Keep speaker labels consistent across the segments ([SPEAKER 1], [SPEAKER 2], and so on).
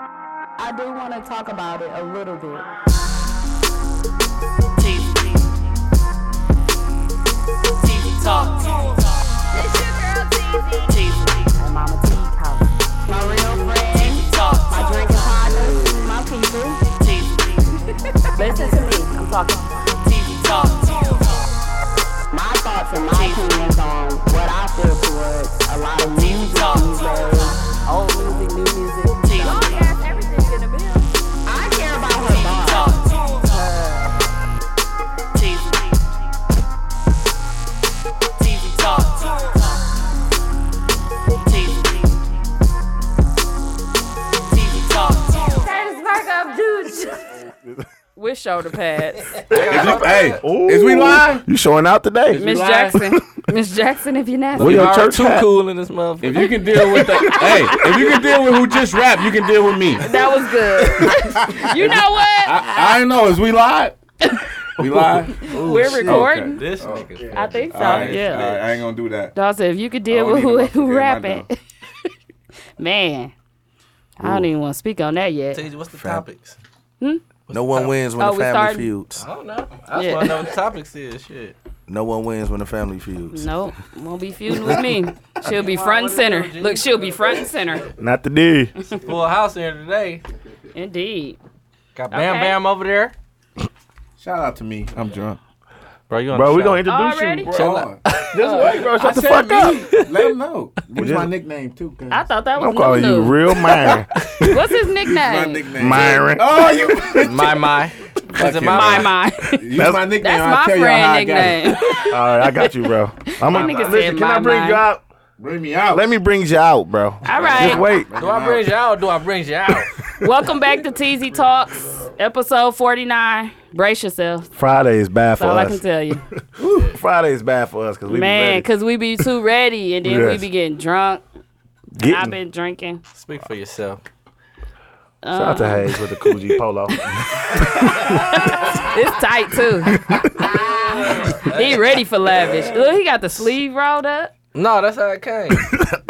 [SPEAKER 1] I do want to talk about it a little bit.
[SPEAKER 2] TV. TV talk. TV.
[SPEAKER 1] My mama T Collins. My real friend,
[SPEAKER 2] TV talk.
[SPEAKER 1] my drinking partners, my people.
[SPEAKER 2] TV.
[SPEAKER 1] Listen to me. I'm talking
[SPEAKER 2] TV talk.
[SPEAKER 1] my thoughts and my opinions on what I feel towards a lot of music these days. Old music, new music.
[SPEAKER 2] TV
[SPEAKER 1] I care about her thoughts.
[SPEAKER 2] talk.
[SPEAKER 1] her-
[SPEAKER 2] TV. TV talk. TV. TV talk.
[SPEAKER 3] with shoulder pads.
[SPEAKER 4] Is you, hey, is we live?
[SPEAKER 5] You showing out today?
[SPEAKER 3] Miss
[SPEAKER 4] lying?
[SPEAKER 3] Jackson, Miss Jackson, if you're
[SPEAKER 5] Where
[SPEAKER 3] nasty,
[SPEAKER 5] your
[SPEAKER 6] Y'all are
[SPEAKER 5] church
[SPEAKER 6] too
[SPEAKER 5] at?
[SPEAKER 6] cool in this motherfucker.
[SPEAKER 4] If you can deal with the, hey, if you can deal with who just rapped, you can deal with me.
[SPEAKER 3] that was good. you know what?
[SPEAKER 4] I, I know. Is we live? We live.
[SPEAKER 3] We're recording.
[SPEAKER 6] This nigga.
[SPEAKER 3] I think so.
[SPEAKER 4] All right, all
[SPEAKER 3] yeah.
[SPEAKER 4] right, I ain't gonna do that.
[SPEAKER 3] Dawg said if you could
[SPEAKER 4] I
[SPEAKER 3] deal
[SPEAKER 4] don't
[SPEAKER 3] with
[SPEAKER 4] even
[SPEAKER 3] who,
[SPEAKER 4] wanna
[SPEAKER 3] who
[SPEAKER 4] forget my
[SPEAKER 3] rapping, man. I don't even want to speak on that yet.
[SPEAKER 6] TJ, what's the topics?
[SPEAKER 5] No one wins when
[SPEAKER 3] Oh,
[SPEAKER 5] the
[SPEAKER 3] we
[SPEAKER 5] family
[SPEAKER 3] starting?
[SPEAKER 5] feuds.
[SPEAKER 6] I don't know. I just
[SPEAKER 3] Yeah.
[SPEAKER 6] want to know what the topics is. Shit.
[SPEAKER 5] No one wins when the family feuds.
[SPEAKER 3] Nope, won't be feuding with me. She'll be front and center. Look, she'll be front and center.
[SPEAKER 5] Not the D.
[SPEAKER 6] Full house here today.
[SPEAKER 3] Indeed.
[SPEAKER 6] Got Bam
[SPEAKER 3] Okay.
[SPEAKER 6] Bam over there.
[SPEAKER 4] Shout out to me. I'm drunk.
[SPEAKER 6] Bro, you on
[SPEAKER 5] Bro,
[SPEAKER 6] the
[SPEAKER 5] we
[SPEAKER 6] show.
[SPEAKER 5] gonna introduce
[SPEAKER 3] Already?
[SPEAKER 5] you.
[SPEAKER 4] Bro, on.
[SPEAKER 5] Just wait, bro. Shut the
[SPEAKER 4] said
[SPEAKER 5] fuck up.
[SPEAKER 4] Let him know. Use my
[SPEAKER 5] just-
[SPEAKER 4] nickname too. cuz.
[SPEAKER 3] I thought that was
[SPEAKER 5] I'm calling
[SPEAKER 3] Lulu.
[SPEAKER 5] you real Myron.
[SPEAKER 3] What's his nickname?
[SPEAKER 4] nickname.
[SPEAKER 5] Myron.
[SPEAKER 4] Oh, you.
[SPEAKER 6] My my. Is it
[SPEAKER 4] Fuck
[SPEAKER 3] my
[SPEAKER 6] my my?
[SPEAKER 3] my.
[SPEAKER 4] Use my nickname.
[SPEAKER 3] That's
[SPEAKER 4] I'll
[SPEAKER 3] my
[SPEAKER 4] tell y'all how I
[SPEAKER 3] friend
[SPEAKER 4] got it.
[SPEAKER 3] nickname.
[SPEAKER 5] All right, I got you, bro. I'm
[SPEAKER 3] That nigga
[SPEAKER 5] gonna
[SPEAKER 3] said
[SPEAKER 5] listen. Can I
[SPEAKER 3] my
[SPEAKER 5] bring
[SPEAKER 3] mind.
[SPEAKER 5] you out?
[SPEAKER 4] Bring me out.
[SPEAKER 5] Let me bring you out, bro.
[SPEAKER 3] All right.
[SPEAKER 5] Just wait.
[SPEAKER 6] Do I bring you out or do I bring you out?
[SPEAKER 3] Welcome back to TZ Talks, episode 49. Brace yourself. That's
[SPEAKER 5] Friday is bad for
[SPEAKER 3] all I can
[SPEAKER 5] us.
[SPEAKER 3] tell you.
[SPEAKER 5] Friday is bad for us because we
[SPEAKER 3] Man,
[SPEAKER 5] be ready.
[SPEAKER 3] because we be too ready and then we
[SPEAKER 5] Yes.
[SPEAKER 3] be getting drunk. I've
[SPEAKER 5] Getting,
[SPEAKER 3] been drinking. Uh,
[SPEAKER 6] Speak for yourself.
[SPEAKER 5] shout out
[SPEAKER 3] uh-uh.
[SPEAKER 5] to Hayes with the Coogee polo.
[SPEAKER 3] It's tight, too. he ready for lavish. Look, he got the sleeve rolled up.
[SPEAKER 6] No, that's how it came.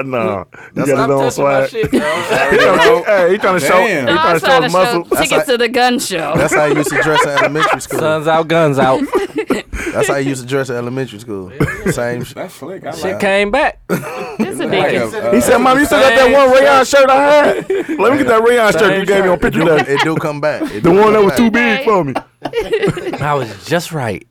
[SPEAKER 5] no, that's
[SPEAKER 6] Stop
[SPEAKER 5] got it on
[SPEAKER 6] touching my
[SPEAKER 5] swag.
[SPEAKER 6] shit, bro.
[SPEAKER 5] He tryna- hey, he trying to show.
[SPEAKER 4] Damn.
[SPEAKER 5] He
[SPEAKER 4] No,
[SPEAKER 3] I
[SPEAKER 5] trying
[SPEAKER 3] was
[SPEAKER 5] to show his
[SPEAKER 3] trying
[SPEAKER 5] muscle.
[SPEAKER 3] to show tickets to the gun show.
[SPEAKER 5] That's how you used to dress in elementary school.
[SPEAKER 6] Guns out, guns out.
[SPEAKER 5] That's how you used to dress in elementary school. Same. sh-
[SPEAKER 4] That's slick. I
[SPEAKER 6] Shit
[SPEAKER 4] like it.
[SPEAKER 6] came back.
[SPEAKER 3] It's a
[SPEAKER 4] Like
[SPEAKER 3] dickens.
[SPEAKER 4] a-
[SPEAKER 5] He
[SPEAKER 6] uh,
[SPEAKER 5] said, "Mom, you still got that one rayon shirt I had. Let me get that rayon shirt you gave me on picture day.
[SPEAKER 7] it do come back. It
[SPEAKER 5] The
[SPEAKER 7] do come
[SPEAKER 5] one that was
[SPEAKER 7] back.
[SPEAKER 5] too big for me."
[SPEAKER 6] I was just right.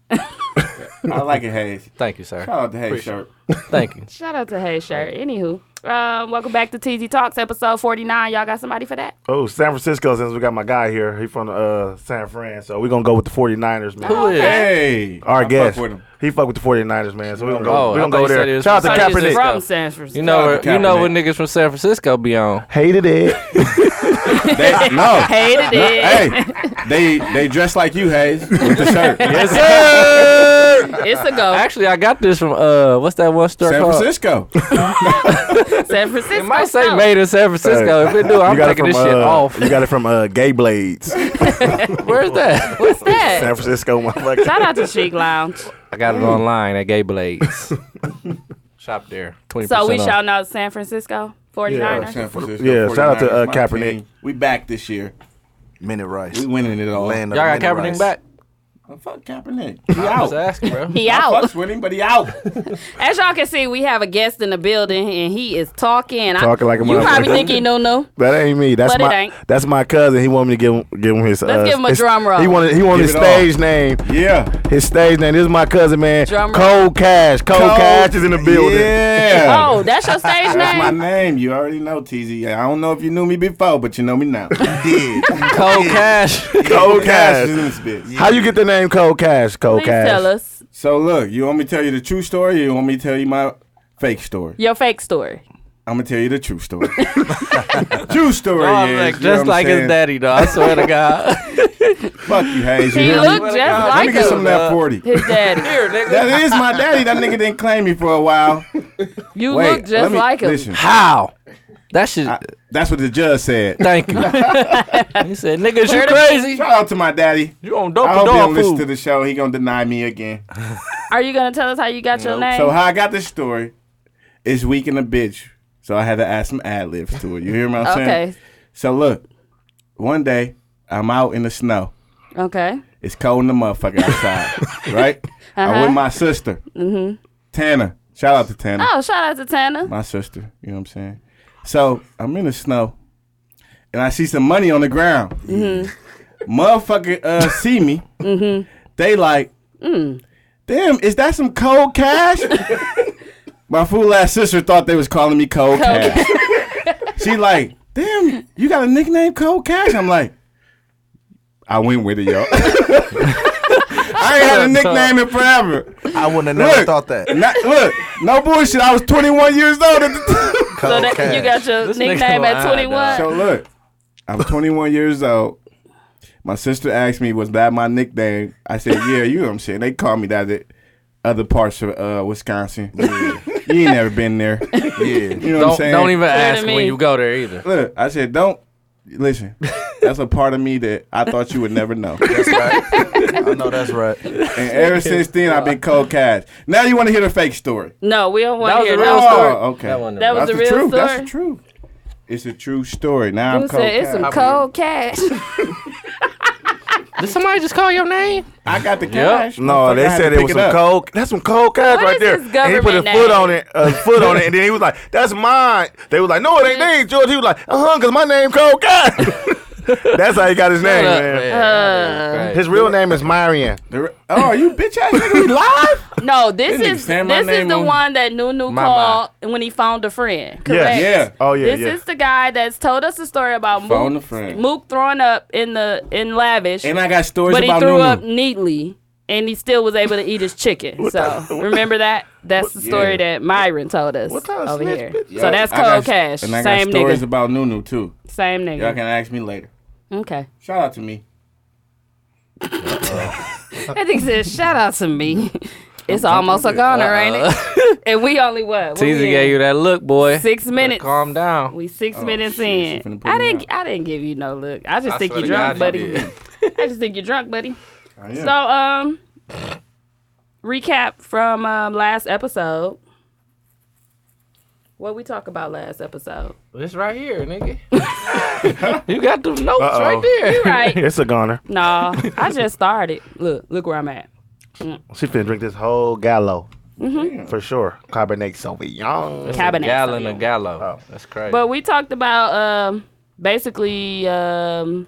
[SPEAKER 4] I like it, Hayes.
[SPEAKER 6] Thank you, sir.
[SPEAKER 4] Shout out to Hayes shirt.
[SPEAKER 6] Thank you.
[SPEAKER 3] Shout out to Hey Shirt. Anywho, uh, welcome back to TZ Talks, episode 49. Y'all got somebody for that?
[SPEAKER 5] Oh, San Francisco. Since we got my guy here, he from uh, San Fran, so we're gonna go with the 49ers, man.
[SPEAKER 6] Who is?
[SPEAKER 4] Hey.
[SPEAKER 5] Our
[SPEAKER 4] I
[SPEAKER 5] guest,
[SPEAKER 4] fuck with him.
[SPEAKER 5] he fuck with the 49ers, man. So we're gonna go.
[SPEAKER 6] Oh,
[SPEAKER 5] we're
[SPEAKER 6] I
[SPEAKER 5] gonna
[SPEAKER 6] thought
[SPEAKER 5] go
[SPEAKER 6] you said he
[SPEAKER 5] there.
[SPEAKER 6] was
[SPEAKER 5] Shout
[SPEAKER 6] from San
[SPEAKER 5] out to
[SPEAKER 6] Francisco.
[SPEAKER 5] Kaepernick.
[SPEAKER 3] From San Francisco.
[SPEAKER 6] You know where
[SPEAKER 4] Kaepernick.
[SPEAKER 6] you know what niggas from San Francisco be on.
[SPEAKER 5] Hated it.
[SPEAKER 4] They, no.
[SPEAKER 3] Hated it.
[SPEAKER 4] Hey, they they dress like you, Hayes, with the shirt.
[SPEAKER 6] Yes, sir.
[SPEAKER 3] It's a go.
[SPEAKER 6] Actually, I got this from uh, what's that one store
[SPEAKER 4] San
[SPEAKER 6] called?
[SPEAKER 4] Francisco.
[SPEAKER 3] San Francisco.
[SPEAKER 6] It might say
[SPEAKER 3] no.
[SPEAKER 6] made in San Francisco. If it do, I'm
[SPEAKER 5] you got it
[SPEAKER 6] taking
[SPEAKER 5] from
[SPEAKER 6] this shit
[SPEAKER 5] uh,
[SPEAKER 6] off.
[SPEAKER 5] you got it from uh, Gay Blades, San
[SPEAKER 6] Where's that?
[SPEAKER 3] What's that?
[SPEAKER 5] Francisco, motherfucker.
[SPEAKER 3] Shout out to Chic Lounge.
[SPEAKER 6] I got it online at Gay Blades. Shop there. Twenty percent
[SPEAKER 3] So we shall know San Francisco 49ers.
[SPEAKER 4] San Francisco.
[SPEAKER 5] Yeah, shout out to,
[SPEAKER 4] 49ers,
[SPEAKER 5] uh,
[SPEAKER 4] my
[SPEAKER 5] Kaepernick.
[SPEAKER 4] team. We back this year.
[SPEAKER 7] Minute rice.
[SPEAKER 4] We winning it all. Oh,
[SPEAKER 7] Land of
[SPEAKER 6] Y'all got
[SPEAKER 7] minute
[SPEAKER 6] Kaepernick
[SPEAKER 7] rice.
[SPEAKER 6] back?
[SPEAKER 4] Fuck Kaepernick. He
[SPEAKER 6] I was
[SPEAKER 4] out.
[SPEAKER 6] asking, bro.
[SPEAKER 3] He
[SPEAKER 4] I
[SPEAKER 3] out.
[SPEAKER 4] fucks with him, but he out.
[SPEAKER 3] As y'all can see, we have a guest in the building and he is talking. I-
[SPEAKER 5] Talking like a
[SPEAKER 3] You probably
[SPEAKER 5] motherfucker.
[SPEAKER 3] think he don't know.
[SPEAKER 5] That ain't me. That's
[SPEAKER 3] But it
[SPEAKER 5] my
[SPEAKER 3] ain't.
[SPEAKER 5] that's my cousin. He wanted me to give him give him his.
[SPEAKER 3] Let's
[SPEAKER 5] uh,
[SPEAKER 3] give him a
[SPEAKER 5] his-
[SPEAKER 3] drum roll.
[SPEAKER 5] He wanted he wanted his
[SPEAKER 4] Give it all.
[SPEAKER 5] stage name.
[SPEAKER 4] Yeah.
[SPEAKER 5] His stage name. This is my cousin, man.
[SPEAKER 3] Drum roll.
[SPEAKER 5] Cold Cash. Cold, Cash is in the building.
[SPEAKER 4] Yeah.
[SPEAKER 3] Oh, that's your stage
[SPEAKER 4] That's my
[SPEAKER 3] name?
[SPEAKER 4] name. You already know, TZ. I don't know if you knew me before, but you know me now.
[SPEAKER 7] Did.
[SPEAKER 6] Cold cash.
[SPEAKER 5] Cold
[SPEAKER 4] Cash
[SPEAKER 5] Cash.
[SPEAKER 4] is in this bitch.
[SPEAKER 5] How you get the name Cold Cash? Cold
[SPEAKER 3] Please
[SPEAKER 5] Cash.
[SPEAKER 3] tell us
[SPEAKER 4] So look, you want me to tell you the true story or you want me to tell you my fake story?
[SPEAKER 3] your fake story.
[SPEAKER 4] I'm gonna tell you the true story. true story
[SPEAKER 6] Dog, like,
[SPEAKER 4] is you know what
[SPEAKER 6] just
[SPEAKER 4] I'm
[SPEAKER 6] like his
[SPEAKER 4] saying?
[SPEAKER 6] daddy, though. I swear to God.
[SPEAKER 4] Fuck you, Hayes. You
[SPEAKER 3] He
[SPEAKER 4] hear me?
[SPEAKER 3] looked just
[SPEAKER 4] Let
[SPEAKER 3] like
[SPEAKER 4] me get some
[SPEAKER 3] him.
[SPEAKER 4] of that forty.
[SPEAKER 3] His daddy.
[SPEAKER 6] Here, nigga.
[SPEAKER 4] That is my daddy. That nigga didn't claim me for a while.
[SPEAKER 3] You
[SPEAKER 4] Wait,
[SPEAKER 3] look
[SPEAKER 4] let
[SPEAKER 3] just
[SPEAKER 4] me,
[SPEAKER 3] like him.
[SPEAKER 4] Listen,
[SPEAKER 6] How? That shit.
[SPEAKER 4] that's what the judge said.
[SPEAKER 6] thank you. he said, "Niggas, you
[SPEAKER 3] Where the-
[SPEAKER 6] crazy?
[SPEAKER 4] Shout out to my daddy.
[SPEAKER 6] You on
[SPEAKER 4] I
[SPEAKER 6] dope
[SPEAKER 4] hope
[SPEAKER 6] and
[SPEAKER 4] he don't
[SPEAKER 6] dog
[SPEAKER 4] listen to
[SPEAKER 6] food?"
[SPEAKER 4] the show. He gonna deny me again.
[SPEAKER 3] Are you going to tell us how you got your name?
[SPEAKER 4] So how I got this story is weak in a bitch. So I had to add some ad libs to it. You hear what I'm saying?
[SPEAKER 3] okay.
[SPEAKER 4] So look, one day I'm out in the snow.
[SPEAKER 3] Okay.
[SPEAKER 4] It's cold in the motherfucker outside, right? I'm
[SPEAKER 3] Uh-huh.
[SPEAKER 4] with my sister, mm-hmm. Tana. Shout out to Tana,
[SPEAKER 3] Oh, shout out to Tana.
[SPEAKER 4] my sister. You know what I'm saying? So I'm in the snow, and I see some money on the ground.
[SPEAKER 3] Mm-hmm.
[SPEAKER 4] Motherfucker, uh, see me. They like,
[SPEAKER 3] Mm.
[SPEAKER 4] damn, is that some cold cash? my fool ass sister thought they was calling me cold, cash. she like, damn, you got a nickname, cold cash? I'm like, I went with it, y'all. I ain't had a nickname in forever.
[SPEAKER 8] I wouldn't have never
[SPEAKER 4] Look.
[SPEAKER 8] thought that.
[SPEAKER 4] Not, look, no bullshit. I was 21 years old at the
[SPEAKER 3] So
[SPEAKER 4] time.
[SPEAKER 8] Cold
[SPEAKER 3] that,
[SPEAKER 8] cash.
[SPEAKER 3] you got your
[SPEAKER 6] This nigga
[SPEAKER 3] nickname at
[SPEAKER 6] lying,
[SPEAKER 3] 21.
[SPEAKER 4] So look, I'm 21 years old. My sister asked me, "Was that my nickname?" I said, "Yeah, you know what I'm saying." They call me that at other parts of uh, Wisconsin. you ain't never been there.
[SPEAKER 8] yeah.
[SPEAKER 4] You know what I'm
[SPEAKER 6] Don't,
[SPEAKER 4] saying?
[SPEAKER 6] don't even
[SPEAKER 3] to
[SPEAKER 6] ask
[SPEAKER 3] me.
[SPEAKER 6] when you go there either.
[SPEAKER 4] look. I said, "Don't listen." That's a part of me that I thought you would never know.
[SPEAKER 8] That's right. I know that's right.
[SPEAKER 4] And ever since then, I've been cold cash. Now you want to hear the fake story?
[SPEAKER 3] No, we don't
[SPEAKER 6] That
[SPEAKER 3] want to hear
[SPEAKER 6] was a real
[SPEAKER 3] that.
[SPEAKER 6] story.
[SPEAKER 4] Oh, okay.
[SPEAKER 6] That wasn't a
[SPEAKER 3] That
[SPEAKER 6] real
[SPEAKER 3] was
[SPEAKER 4] That's
[SPEAKER 3] a
[SPEAKER 4] the
[SPEAKER 3] real
[SPEAKER 4] truth.
[SPEAKER 3] story.
[SPEAKER 4] That's the truth. It's a true story. Now
[SPEAKER 3] Who
[SPEAKER 4] I'm cold
[SPEAKER 3] said it's
[SPEAKER 4] cash.
[SPEAKER 3] some cold cash?
[SPEAKER 6] Did somebody just call your name?
[SPEAKER 4] I got the cash.
[SPEAKER 5] No,
[SPEAKER 4] Motherfucker, I
[SPEAKER 5] they
[SPEAKER 4] had
[SPEAKER 5] said
[SPEAKER 4] to
[SPEAKER 5] it
[SPEAKER 4] pick
[SPEAKER 5] was some
[SPEAKER 4] up.
[SPEAKER 5] cold. That's some cold cash
[SPEAKER 3] What
[SPEAKER 5] right
[SPEAKER 3] is
[SPEAKER 5] there.
[SPEAKER 3] his
[SPEAKER 5] and he put his
[SPEAKER 3] government
[SPEAKER 5] foot
[SPEAKER 3] name?
[SPEAKER 5] on it, a foot on it, and then he was like, "That's mine." They was like, "No, it ain't name, George." He was like, "Uh huh," because my name cold cash. That's how he got his name,
[SPEAKER 6] Shut up,
[SPEAKER 5] man.
[SPEAKER 6] man. Right.
[SPEAKER 5] His real name is Marion.
[SPEAKER 4] The- Oh, you bitch ass nigga, we live?
[SPEAKER 3] no, this
[SPEAKER 4] Didn't
[SPEAKER 3] is
[SPEAKER 4] stand my
[SPEAKER 3] this is
[SPEAKER 4] name
[SPEAKER 3] the
[SPEAKER 4] on-
[SPEAKER 3] one that Nunu
[SPEAKER 6] My
[SPEAKER 3] called when he found a friend. Correct.
[SPEAKER 4] Yeah.
[SPEAKER 5] Oh yeah,
[SPEAKER 3] this
[SPEAKER 5] yeah.
[SPEAKER 3] is the guy that's told us a story about
[SPEAKER 4] Phone
[SPEAKER 3] Mook,
[SPEAKER 4] a friend.
[SPEAKER 3] Mook throwing up in the in lavish,
[SPEAKER 4] And I got stories
[SPEAKER 3] but he
[SPEAKER 4] about
[SPEAKER 3] threw
[SPEAKER 4] Nunu.
[SPEAKER 3] up neatly, and he still was able to eat his chicken. so remember that? That's the story
[SPEAKER 4] yeah.
[SPEAKER 3] that Myron told us
[SPEAKER 5] What kind of
[SPEAKER 3] over
[SPEAKER 5] snitch
[SPEAKER 3] here.
[SPEAKER 5] bitch?
[SPEAKER 3] So that's
[SPEAKER 4] I got-
[SPEAKER 3] cold cash.
[SPEAKER 4] And I got
[SPEAKER 3] Same
[SPEAKER 4] stories
[SPEAKER 3] nigga.
[SPEAKER 4] about Nunu too.
[SPEAKER 3] Same
[SPEAKER 4] Y'all
[SPEAKER 3] nigga.
[SPEAKER 4] can ask me later.
[SPEAKER 3] Okay.
[SPEAKER 4] Shout out to me.
[SPEAKER 3] That nigga said, "Shout out to me." It's almost a goner, ain't it?
[SPEAKER 5] uh,
[SPEAKER 3] And we only what?
[SPEAKER 6] Teaser gave you that look, boy.
[SPEAKER 3] six minutes.
[SPEAKER 6] Calm down.
[SPEAKER 3] We six minutes
[SPEAKER 4] Oh, shit, she
[SPEAKER 3] in.
[SPEAKER 4] finna put
[SPEAKER 3] I
[SPEAKER 4] me
[SPEAKER 3] didn't. I didn't give you no look. I just
[SPEAKER 6] I
[SPEAKER 3] think
[SPEAKER 6] swear
[SPEAKER 3] you're
[SPEAKER 6] to
[SPEAKER 3] drunk,
[SPEAKER 6] God,
[SPEAKER 3] buddy.
[SPEAKER 6] you
[SPEAKER 3] I just think you're drunk, buddy.
[SPEAKER 4] I am.
[SPEAKER 3] So, um, recap from um, last episode. What we talk about last episode?
[SPEAKER 6] It's right here, nigga. you got the notes
[SPEAKER 5] Uh-oh.
[SPEAKER 6] right there.
[SPEAKER 3] Right?
[SPEAKER 5] It's a goner.
[SPEAKER 3] no, I just started. Look, look where I'm at. Mm-hmm.
[SPEAKER 5] She finna drink this whole gallo. For sure. Cabernet Sauvignon. Oh.
[SPEAKER 3] Cabinet.
[SPEAKER 6] Gallon of gallo. That's crazy.
[SPEAKER 3] But we talked about um, basically um,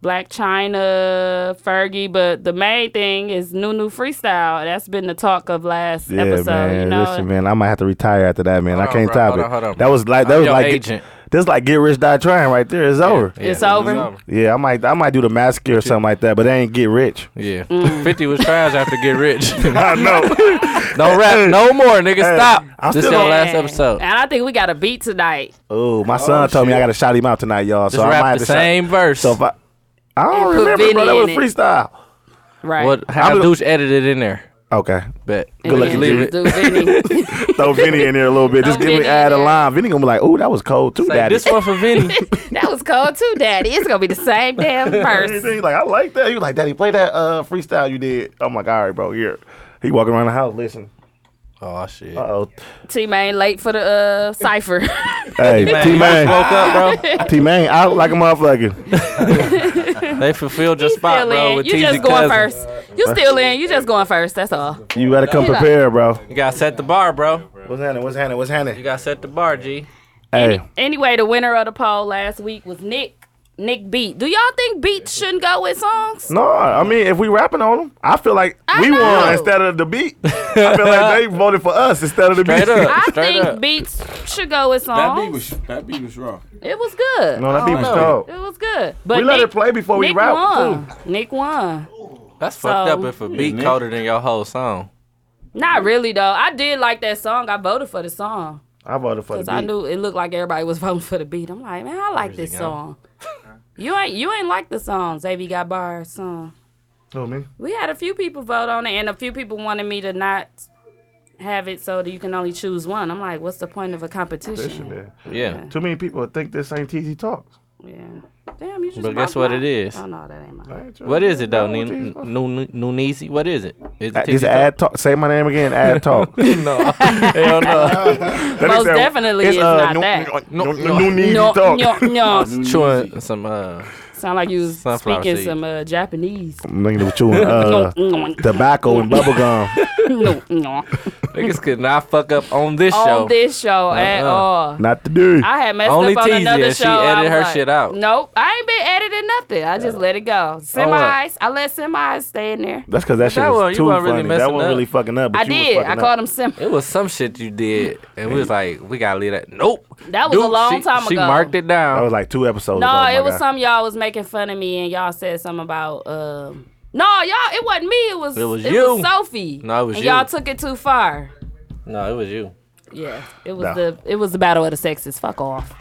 [SPEAKER 3] Black China, Fergie, but the main thing is Nunu Freestyle. That's been the talk of last
[SPEAKER 5] Yeah,
[SPEAKER 3] episode.
[SPEAKER 5] man.
[SPEAKER 3] you know,
[SPEAKER 5] Listen, man, I might have to retire after that, man. I
[SPEAKER 6] on,
[SPEAKER 5] can't
[SPEAKER 6] bro.
[SPEAKER 5] top
[SPEAKER 6] Hold
[SPEAKER 5] it.
[SPEAKER 6] on, hold on.
[SPEAKER 5] That was like that
[SPEAKER 6] I'm
[SPEAKER 5] was
[SPEAKER 6] your
[SPEAKER 5] like
[SPEAKER 6] agent.
[SPEAKER 5] This like get rich die trying right there. It's over. Yeah.
[SPEAKER 3] It's over.
[SPEAKER 5] I might I might do the mask or something like that, but they ain't get rich.
[SPEAKER 6] Yeah. 50 was trash after Get Rich.
[SPEAKER 5] I know.
[SPEAKER 6] Don't rap no more, nigga. Stop.
[SPEAKER 5] I'm
[SPEAKER 6] this
[SPEAKER 5] still
[SPEAKER 6] your
[SPEAKER 5] on-
[SPEAKER 6] last
[SPEAKER 3] Yeah.
[SPEAKER 6] episode.
[SPEAKER 3] And I think we got a beat tonight.
[SPEAKER 5] oh, my son told me I gotta shout him out tonight, y'all.
[SPEAKER 6] Just
[SPEAKER 5] so I might
[SPEAKER 6] rap
[SPEAKER 5] have
[SPEAKER 6] the
[SPEAKER 5] to
[SPEAKER 6] same verse.
[SPEAKER 5] shout so if I I don't
[SPEAKER 3] And put
[SPEAKER 5] remember, bro. That was
[SPEAKER 3] Vinny in it.
[SPEAKER 5] freestyle.
[SPEAKER 3] Right.
[SPEAKER 6] what? How
[SPEAKER 5] I'm-
[SPEAKER 6] douche edited in there?
[SPEAKER 5] Okay.
[SPEAKER 6] Bet.
[SPEAKER 3] And
[SPEAKER 5] luck,
[SPEAKER 3] then
[SPEAKER 5] leave
[SPEAKER 3] just do Vinny.
[SPEAKER 5] Throw Vinny in there a little bit. Just
[SPEAKER 3] Throw
[SPEAKER 5] give me
[SPEAKER 3] Vinny in
[SPEAKER 5] add a
[SPEAKER 3] there.
[SPEAKER 5] line. Vinny gonna be like, ooh, that was cold too,
[SPEAKER 6] Say,
[SPEAKER 5] daddy.
[SPEAKER 6] this one for Vinny.
[SPEAKER 3] that was cold too, Daddy. It's gonna be the same damn verse.
[SPEAKER 5] He's like, I like that. He was like, Daddy, play that uh, freestyle you did. I'm like, all right, bro, here. He walking around the house, listen.
[SPEAKER 6] oh, shit.
[SPEAKER 5] Uh oh.
[SPEAKER 3] T Main late for the uh, cipher.
[SPEAKER 5] Hey,
[SPEAKER 6] Man,
[SPEAKER 5] T
[SPEAKER 6] you
[SPEAKER 5] Man.
[SPEAKER 6] woke up, bro.
[SPEAKER 5] T Man out like a motherfucker.
[SPEAKER 6] They fulfilled your
[SPEAKER 3] you
[SPEAKER 6] spot,
[SPEAKER 3] still
[SPEAKER 6] bro.
[SPEAKER 3] in.
[SPEAKER 6] With
[SPEAKER 3] You just
[SPEAKER 6] TZ
[SPEAKER 3] going
[SPEAKER 6] cousin.
[SPEAKER 3] first. You still in. You just going first. That's all.
[SPEAKER 5] You better come prepared, bro.
[SPEAKER 6] You gotta set the bar, bro.
[SPEAKER 5] What's happening? What's happening? What's
[SPEAKER 6] You
[SPEAKER 5] happening?
[SPEAKER 6] gotta set the bar, G.
[SPEAKER 5] Hey,
[SPEAKER 3] Anyway, the winner of the poll last week was Nick. Nick Beat. Do y'all think beats shouldn't go with songs?
[SPEAKER 5] no, I mean, if we rapping on them, I feel like we
[SPEAKER 3] know.
[SPEAKER 5] won instead of the beat. I feel like they voted for us instead of the
[SPEAKER 6] Straight
[SPEAKER 5] beat.
[SPEAKER 6] up.
[SPEAKER 3] I
[SPEAKER 6] Straight
[SPEAKER 3] think
[SPEAKER 6] up.
[SPEAKER 3] beats should go with
[SPEAKER 4] That beat
[SPEAKER 3] songs.
[SPEAKER 4] was that beat was raw.
[SPEAKER 3] it was good.
[SPEAKER 5] No, that beat was
[SPEAKER 6] I don't know.
[SPEAKER 5] cold.
[SPEAKER 3] It was good. But
[SPEAKER 5] We
[SPEAKER 3] Nick,
[SPEAKER 5] let it play before we
[SPEAKER 3] Nick
[SPEAKER 5] rap,
[SPEAKER 3] won. Nick won.
[SPEAKER 6] That's fucked
[SPEAKER 3] So-
[SPEAKER 6] up if a beat
[SPEAKER 4] nigga.
[SPEAKER 6] colder than your whole song.
[SPEAKER 3] Not really though. I did like that song. I voted for the song
[SPEAKER 5] I voted for the
[SPEAKER 3] because
[SPEAKER 5] beat.
[SPEAKER 3] I knew it looked like everybody was voting for the beat. I'm like, man, I like this
[SPEAKER 6] go?
[SPEAKER 3] song. you ain't you ain't like the song. Xavier got bars song.
[SPEAKER 5] Know me.
[SPEAKER 3] We had a few people vote on it, and a few people wanted me to not have it so that you can only choose one. I'm like, what's the point of a competition?
[SPEAKER 5] Yeah.
[SPEAKER 6] Yeah.
[SPEAKER 5] Too many people think this ain't TZ Talks.
[SPEAKER 3] Yeah. Damn, you just.
[SPEAKER 6] But guess what it is?
[SPEAKER 3] Oh no, that ain't mine.
[SPEAKER 6] What is it though, Nin- Nun- Nunisi? What is it? Is it
[SPEAKER 5] Just
[SPEAKER 6] TikTok?
[SPEAKER 5] ad talk. Say my name again. Ad talk. That
[SPEAKER 6] No, hell no.
[SPEAKER 5] nigga
[SPEAKER 3] Most
[SPEAKER 5] said,
[SPEAKER 3] definitely it's
[SPEAKER 5] uh,
[SPEAKER 3] not
[SPEAKER 5] no-
[SPEAKER 3] that.
[SPEAKER 5] No, no,
[SPEAKER 6] No,
[SPEAKER 5] no need
[SPEAKER 3] No,
[SPEAKER 5] to talk.
[SPEAKER 3] no, no.
[SPEAKER 6] Chewing some uh,
[SPEAKER 3] Sound like you was
[SPEAKER 6] Sunflower
[SPEAKER 3] speaking
[SPEAKER 6] seed.
[SPEAKER 3] some uh, Japanese.
[SPEAKER 5] Nigga was chewing uh, tobacco and bubble gum.
[SPEAKER 6] niggas could not fuck up on this show.
[SPEAKER 3] on this show at
[SPEAKER 6] Uh-uh.
[SPEAKER 3] all.
[SPEAKER 5] Not today.
[SPEAKER 6] Mm.
[SPEAKER 3] I had messed
[SPEAKER 6] Only
[SPEAKER 3] up on
[SPEAKER 6] Tizia,
[SPEAKER 3] another
[SPEAKER 6] she
[SPEAKER 3] show. I
[SPEAKER 6] edited
[SPEAKER 3] was
[SPEAKER 6] her
[SPEAKER 3] like,
[SPEAKER 6] shit out. Uh-uh. Oh,
[SPEAKER 3] Nope, I ain't been editing nothing. I just let it go. Semis, I let semis stay in there.
[SPEAKER 5] That's because that shit
[SPEAKER 6] That one-
[SPEAKER 5] was
[SPEAKER 6] you
[SPEAKER 5] too
[SPEAKER 6] weren't
[SPEAKER 5] funny.
[SPEAKER 6] really
[SPEAKER 5] that
[SPEAKER 6] messing
[SPEAKER 5] one
[SPEAKER 6] up.
[SPEAKER 5] really fucking up. But
[SPEAKER 3] I
[SPEAKER 5] you was
[SPEAKER 3] did.
[SPEAKER 5] fucking
[SPEAKER 3] I
[SPEAKER 5] up.
[SPEAKER 3] called them semis.
[SPEAKER 6] It was some shit you did, and we was like, we gotta leave that. Nope.
[SPEAKER 3] That was a long
[SPEAKER 6] she,
[SPEAKER 3] time
[SPEAKER 6] She
[SPEAKER 3] ago.
[SPEAKER 6] marked it
[SPEAKER 5] That
[SPEAKER 6] down.
[SPEAKER 5] was like two
[SPEAKER 6] Oh,
[SPEAKER 5] episodes. ago,
[SPEAKER 3] No,
[SPEAKER 5] my
[SPEAKER 3] it was
[SPEAKER 5] guy.
[SPEAKER 3] some y'all was making fun of me and y'all said something about um no, y'all, it wasn't me. It was
[SPEAKER 6] It was
[SPEAKER 3] it
[SPEAKER 6] you.
[SPEAKER 3] was Sophie.
[SPEAKER 6] No, it was
[SPEAKER 3] and
[SPEAKER 6] you.
[SPEAKER 3] all took it too far.
[SPEAKER 6] no, it was you.
[SPEAKER 3] Yeah, it was
[SPEAKER 5] No.
[SPEAKER 3] the it was the battle of the sexes. Fuck off.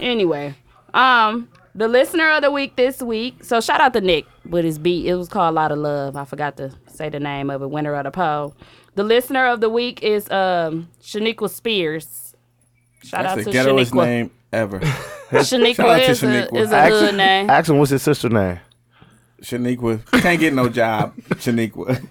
[SPEAKER 3] anyway, um, the listener of the week this week. So shout out to Nick with his beat. It was called "Lot of Love." I forgot to say the name of it. Winner of the poll. The listener of the week is um Shaniqua Spears. Shout
[SPEAKER 4] That's
[SPEAKER 3] out
[SPEAKER 4] the
[SPEAKER 3] to
[SPEAKER 4] ghettoest
[SPEAKER 3] Shaniqua.
[SPEAKER 4] name ever. Shout out
[SPEAKER 3] Shaniqua
[SPEAKER 4] to
[SPEAKER 3] is, a,
[SPEAKER 4] Shaniqua.
[SPEAKER 3] is a
[SPEAKER 5] Ask-
[SPEAKER 3] good name.
[SPEAKER 5] Ask him what's his sister name.
[SPEAKER 4] Shaniqua can't get no job. Shaniqua,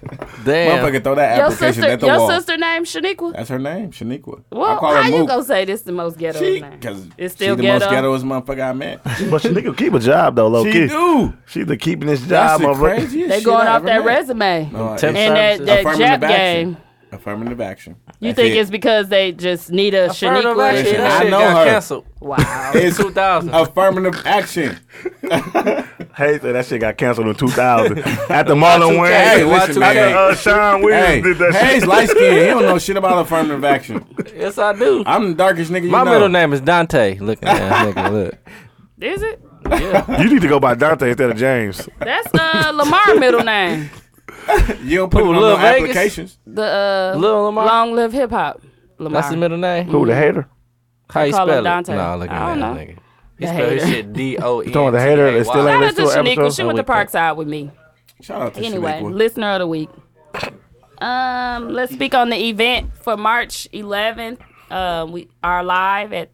[SPEAKER 6] Damn.
[SPEAKER 4] motherfucker, throw that
[SPEAKER 3] Your
[SPEAKER 4] application
[SPEAKER 3] sister,
[SPEAKER 4] at the
[SPEAKER 3] your
[SPEAKER 4] wall.
[SPEAKER 3] sister named Shaniqua.
[SPEAKER 4] That's her name, Shaniqua.
[SPEAKER 3] Well,
[SPEAKER 4] I call her
[SPEAKER 3] how you
[SPEAKER 4] Mook.
[SPEAKER 3] gonna say this the most ghetto
[SPEAKER 4] She,
[SPEAKER 3] name?
[SPEAKER 4] cause
[SPEAKER 3] It's
[SPEAKER 4] she
[SPEAKER 3] still
[SPEAKER 4] the
[SPEAKER 3] ghetto.
[SPEAKER 4] most ghettoest motherfucker I met.
[SPEAKER 5] But she nigga keep a job though, low
[SPEAKER 4] she
[SPEAKER 5] key.
[SPEAKER 4] do.
[SPEAKER 5] She the keeping this
[SPEAKER 4] That's
[SPEAKER 5] job,
[SPEAKER 4] the
[SPEAKER 5] motherfucker.
[SPEAKER 4] craziest
[SPEAKER 3] They
[SPEAKER 4] shit
[SPEAKER 3] going
[SPEAKER 4] I
[SPEAKER 3] off
[SPEAKER 4] ever
[SPEAKER 3] that
[SPEAKER 4] met.
[SPEAKER 3] resume
[SPEAKER 4] No,
[SPEAKER 6] Temp
[SPEAKER 4] it's
[SPEAKER 3] and that
[SPEAKER 6] services.
[SPEAKER 3] that
[SPEAKER 4] affirmative
[SPEAKER 3] jab
[SPEAKER 4] action.
[SPEAKER 3] game.
[SPEAKER 4] Affirmative action.
[SPEAKER 3] You
[SPEAKER 4] That's
[SPEAKER 3] think
[SPEAKER 4] it.
[SPEAKER 3] it's because they just need a
[SPEAKER 6] Affirmative
[SPEAKER 3] Shaniqua?
[SPEAKER 6] action.
[SPEAKER 4] Listen,
[SPEAKER 6] That
[SPEAKER 4] I
[SPEAKER 6] shit
[SPEAKER 4] know
[SPEAKER 6] got
[SPEAKER 4] her.
[SPEAKER 6] canceled.
[SPEAKER 3] Wow.
[SPEAKER 4] It's
[SPEAKER 6] 2000.
[SPEAKER 4] affirmative action.
[SPEAKER 5] Hey, so that shit got canceled in 2000 after Marlon Wayne.
[SPEAKER 4] Hey,
[SPEAKER 5] Hey,
[SPEAKER 4] listen,
[SPEAKER 5] after
[SPEAKER 4] man.
[SPEAKER 5] uh, Sean Williams
[SPEAKER 4] Hey,
[SPEAKER 5] did that
[SPEAKER 4] Hayes
[SPEAKER 5] shit.
[SPEAKER 4] light skin. He don't know shit about affirmative action.
[SPEAKER 6] Yes, I do.
[SPEAKER 4] I'm the darkest nigga you
[SPEAKER 6] My
[SPEAKER 4] know.
[SPEAKER 6] middle name is Dante. Look at that nigga. Look.
[SPEAKER 3] Is it?
[SPEAKER 5] You need to go by Dante instead of James.
[SPEAKER 3] That's uh Lamar middle name.
[SPEAKER 4] You don't put
[SPEAKER 6] Who,
[SPEAKER 4] it on
[SPEAKER 6] Lil
[SPEAKER 4] no
[SPEAKER 6] Vegas?
[SPEAKER 4] applications.
[SPEAKER 3] The uh
[SPEAKER 6] Lil Lamar.
[SPEAKER 3] Long Live Hip Hop. Lamar.
[SPEAKER 6] That's his middle name.
[SPEAKER 5] Who the hater?
[SPEAKER 6] How you
[SPEAKER 3] call him
[SPEAKER 6] spell it?
[SPEAKER 3] Dante.
[SPEAKER 6] Nah, look
[SPEAKER 3] I
[SPEAKER 6] at that
[SPEAKER 3] don't know.
[SPEAKER 6] nigga. He
[SPEAKER 3] The
[SPEAKER 6] spelled his
[SPEAKER 3] hater.
[SPEAKER 6] shit D O N.
[SPEAKER 5] Talking about the hater that still
[SPEAKER 3] Shout
[SPEAKER 5] ain't Hey,
[SPEAKER 3] out to
[SPEAKER 5] let's do an
[SPEAKER 3] Shaniqua. She
[SPEAKER 5] episode
[SPEAKER 3] went to
[SPEAKER 6] with that.
[SPEAKER 3] Parkside with me.
[SPEAKER 4] Shout out to
[SPEAKER 3] Anyway,
[SPEAKER 4] Shaniqua.
[SPEAKER 3] listener of the week. Um, let's speak on the event for March 11th. Uh, we are live at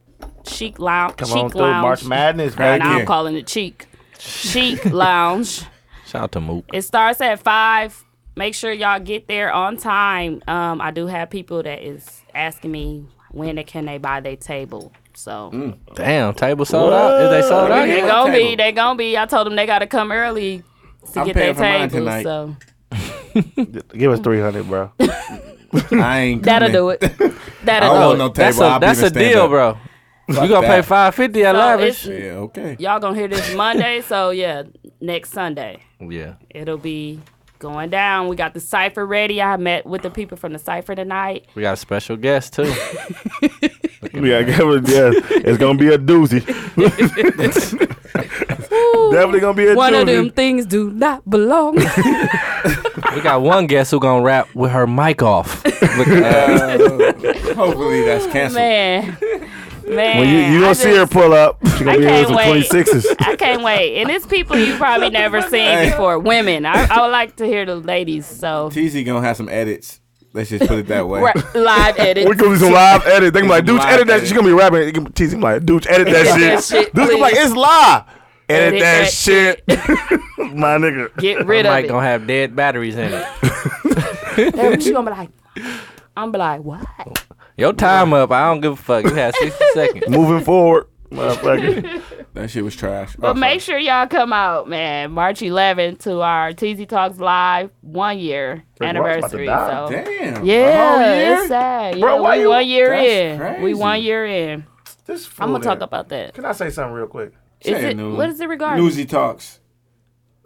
[SPEAKER 3] Chic Lounge.
[SPEAKER 5] Come
[SPEAKER 3] Chic
[SPEAKER 5] on through
[SPEAKER 3] Lounge.
[SPEAKER 5] March Madness,
[SPEAKER 4] Right
[SPEAKER 5] baby.
[SPEAKER 3] Now
[SPEAKER 4] Yeah.
[SPEAKER 3] I'm calling it Cheek. Chic Lounge.
[SPEAKER 6] Shout out to Mook.
[SPEAKER 3] It starts at five. Make sure y'all get there on time. Um, I do have people that is asking me when they can they buy their table. So
[SPEAKER 5] Mm.
[SPEAKER 6] Damn, table sold out. Is they sold out?
[SPEAKER 3] they
[SPEAKER 6] yet?
[SPEAKER 3] gonna be,
[SPEAKER 4] table?
[SPEAKER 3] they gonna be. I told them they gotta come early to
[SPEAKER 4] I'm
[SPEAKER 3] get their
[SPEAKER 4] paying for
[SPEAKER 3] table.
[SPEAKER 4] mine tonight.
[SPEAKER 3] So
[SPEAKER 5] Give us 300, bro.
[SPEAKER 4] I ain't
[SPEAKER 3] that'll
[SPEAKER 4] coming.
[SPEAKER 3] do it.
[SPEAKER 4] I
[SPEAKER 3] That'll
[SPEAKER 4] don't
[SPEAKER 3] do
[SPEAKER 4] want
[SPEAKER 3] it.
[SPEAKER 4] no
[SPEAKER 6] That's
[SPEAKER 4] table.
[SPEAKER 6] a
[SPEAKER 4] I'll be
[SPEAKER 6] that's
[SPEAKER 4] the
[SPEAKER 6] a deal,
[SPEAKER 4] stand-up.
[SPEAKER 6] bro. You gonna pay
[SPEAKER 4] that.
[SPEAKER 6] five fifty at
[SPEAKER 3] So
[SPEAKER 6] lavish?
[SPEAKER 3] it's-
[SPEAKER 4] Yeah, okay.
[SPEAKER 3] Y'all gonna hear this Monday. so yeah, next Sunday
[SPEAKER 6] Yeah.
[SPEAKER 3] it'll be going down. We got the cipher ready. I met with the people from the cipher tonight.
[SPEAKER 6] We got a special guest too.
[SPEAKER 5] Yeah, give it, yeah. It's gonna be a doozy. Definitely gonna be a
[SPEAKER 3] One
[SPEAKER 5] doozy.
[SPEAKER 3] of them things do not belong.
[SPEAKER 6] we got one guest who gonna rap with her mic off. Look at that.
[SPEAKER 4] Uh, hopefully that's canceled.
[SPEAKER 3] Man, man,
[SPEAKER 5] When you, you
[SPEAKER 3] I
[SPEAKER 5] gonna see her
[SPEAKER 3] just-
[SPEAKER 5] pull up. She
[SPEAKER 3] I
[SPEAKER 5] gonna be here
[SPEAKER 3] can't
[SPEAKER 5] with some
[SPEAKER 3] wait.
[SPEAKER 5] 26s.
[SPEAKER 3] I can't wait. And it's people you probably never seen before. Women. I, I would like to hear the ladies. So
[SPEAKER 4] TZ gonna have some edits. Let's just put it that way.
[SPEAKER 3] Right, live edit.
[SPEAKER 5] We gonna do some live edit. They gonna be like, dudes,
[SPEAKER 4] Live
[SPEAKER 5] edit that.
[SPEAKER 4] edit.
[SPEAKER 5] She gonna be rapping. It gonna- Teasing like, dudes, edit that
[SPEAKER 3] That
[SPEAKER 5] shit.
[SPEAKER 3] shit,
[SPEAKER 5] Dudes gonna be like,
[SPEAKER 3] please.
[SPEAKER 5] it's live.
[SPEAKER 3] Edit
[SPEAKER 5] Edit, that,
[SPEAKER 3] that
[SPEAKER 5] shit. My nigga.
[SPEAKER 3] Get rid of
[SPEAKER 6] mic
[SPEAKER 3] it.
[SPEAKER 6] gonna have dead batteries in it.
[SPEAKER 3] Then She gonna be like, I'm be like, what?
[SPEAKER 5] Uh-huh.
[SPEAKER 6] Your time up. I don't give a fuck. You had sixty seconds.
[SPEAKER 5] Moving forward. Motherfucker.
[SPEAKER 4] That shit was trash.
[SPEAKER 3] But make sure y'all come out, man. March 11th to our TZ Talks Live one year
[SPEAKER 5] Wait, Mark's about to
[SPEAKER 3] anniversary.
[SPEAKER 5] die.
[SPEAKER 3] So
[SPEAKER 4] Damn.
[SPEAKER 3] yeah,
[SPEAKER 4] A whole year?
[SPEAKER 3] it's sad.
[SPEAKER 5] Bro,
[SPEAKER 3] yeah,
[SPEAKER 5] why
[SPEAKER 3] we
[SPEAKER 5] you-
[SPEAKER 3] one year
[SPEAKER 4] That's
[SPEAKER 3] in. We
[SPEAKER 4] crazy.
[SPEAKER 3] one year in.
[SPEAKER 5] This fool
[SPEAKER 3] I'm gonna talk
[SPEAKER 5] here.
[SPEAKER 3] about that.
[SPEAKER 5] Can I say something real quick?
[SPEAKER 3] Is
[SPEAKER 4] Say
[SPEAKER 3] it,
[SPEAKER 4] Newsy.
[SPEAKER 3] what is it regarding?
[SPEAKER 4] Newsy talks.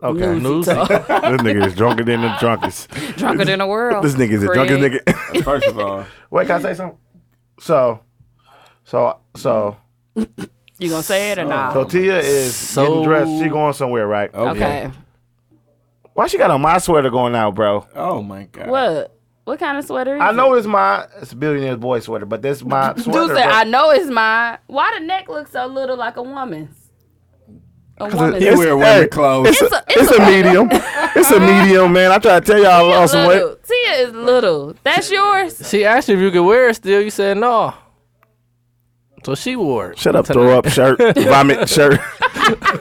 [SPEAKER 5] Okay.
[SPEAKER 6] News.
[SPEAKER 5] this nigga is drunker than the drunkest.
[SPEAKER 3] Drunker than the world.
[SPEAKER 5] This nigga is the drunkest
[SPEAKER 3] Craig.
[SPEAKER 5] nigga.
[SPEAKER 4] First of all,
[SPEAKER 5] Wait, can I say something? So, so, so,
[SPEAKER 3] You gonna say it or not?
[SPEAKER 5] so Tia is
[SPEAKER 6] So-
[SPEAKER 5] getting dressed. She going somewhere, right?
[SPEAKER 3] Okay.
[SPEAKER 5] Why she got on my sweater going out, bro?
[SPEAKER 4] oh my god.
[SPEAKER 3] What? What kind of sweater? Is
[SPEAKER 5] I
[SPEAKER 3] It?
[SPEAKER 5] know it's my it's a billionaire's boy sweater, but this my
[SPEAKER 3] Dude
[SPEAKER 5] sweater.
[SPEAKER 3] said, I
[SPEAKER 5] bro.
[SPEAKER 3] know it's mine. Why the neck looks so little like a woman's? A woman's.
[SPEAKER 4] He
[SPEAKER 5] It's-
[SPEAKER 4] wear women
[SPEAKER 5] hey,
[SPEAKER 4] clothes.
[SPEAKER 5] It's, a,
[SPEAKER 3] It's a-
[SPEAKER 5] it's a medium. it's a medium, man. I try to tell y'all I
[SPEAKER 3] Tia
[SPEAKER 5] lost some weight.
[SPEAKER 3] little. Tia is little. That's yours.
[SPEAKER 6] She asked you if you could wear it still. You said no. So she wore it.
[SPEAKER 5] Shut up, throw up shirt, vomit shirt.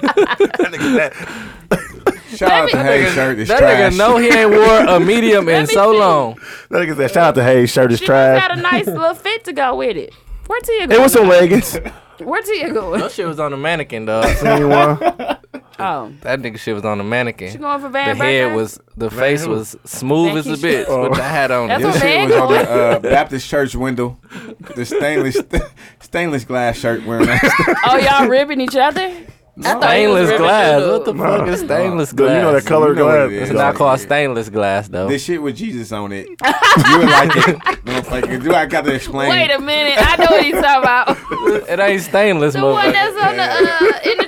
[SPEAKER 5] That nigga, that,
[SPEAKER 4] Shout out to Hayes shirt. It's
[SPEAKER 6] That
[SPEAKER 4] trash.
[SPEAKER 6] nigga know he ain't wore a medium in so
[SPEAKER 3] see.
[SPEAKER 6] long.
[SPEAKER 5] that nigga said, shout out to Hayes, shirt is
[SPEAKER 3] She
[SPEAKER 5] trash.
[SPEAKER 3] just got a nice little fit to go with it. Where Tia
[SPEAKER 5] It
[SPEAKER 3] going?
[SPEAKER 5] was some leggings.
[SPEAKER 3] Where Tia going?
[SPEAKER 6] That shit was on the mannequin, dog.
[SPEAKER 5] Anyone?
[SPEAKER 3] Oh,
[SPEAKER 6] That nigga shit was on the mannequin.
[SPEAKER 3] she going for
[SPEAKER 6] the
[SPEAKER 3] Van
[SPEAKER 6] head
[SPEAKER 3] Burger?
[SPEAKER 6] was, the face was smooth as a bitch
[SPEAKER 3] Thank
[SPEAKER 5] you.
[SPEAKER 6] with the hat on.
[SPEAKER 3] That's
[SPEAKER 6] it.
[SPEAKER 4] This
[SPEAKER 3] what
[SPEAKER 4] shit
[SPEAKER 3] Van
[SPEAKER 4] was on
[SPEAKER 3] going.
[SPEAKER 4] the Oh. uh, Baptist church window. The stainless stainless glass shirt wearing. That
[SPEAKER 3] Oh, y'all ribbing each other?
[SPEAKER 6] Stainless
[SPEAKER 3] ribbing
[SPEAKER 6] glass.
[SPEAKER 3] you.
[SPEAKER 6] What the fuck is stainless
[SPEAKER 5] Dude,
[SPEAKER 6] glass?
[SPEAKER 5] you know that color
[SPEAKER 4] You know what
[SPEAKER 5] glass.
[SPEAKER 4] it is.
[SPEAKER 6] It's
[SPEAKER 4] Yeah.
[SPEAKER 6] not called stainless glass though.
[SPEAKER 4] this shit with Jesus on it. You would like it. Motherfucker. Do I got to explain?
[SPEAKER 3] Wait a minute. I know what he's talking about.
[SPEAKER 6] it ain't stainless,
[SPEAKER 3] The one
[SPEAKER 6] motherfucker.
[SPEAKER 3] that's on the uh, in the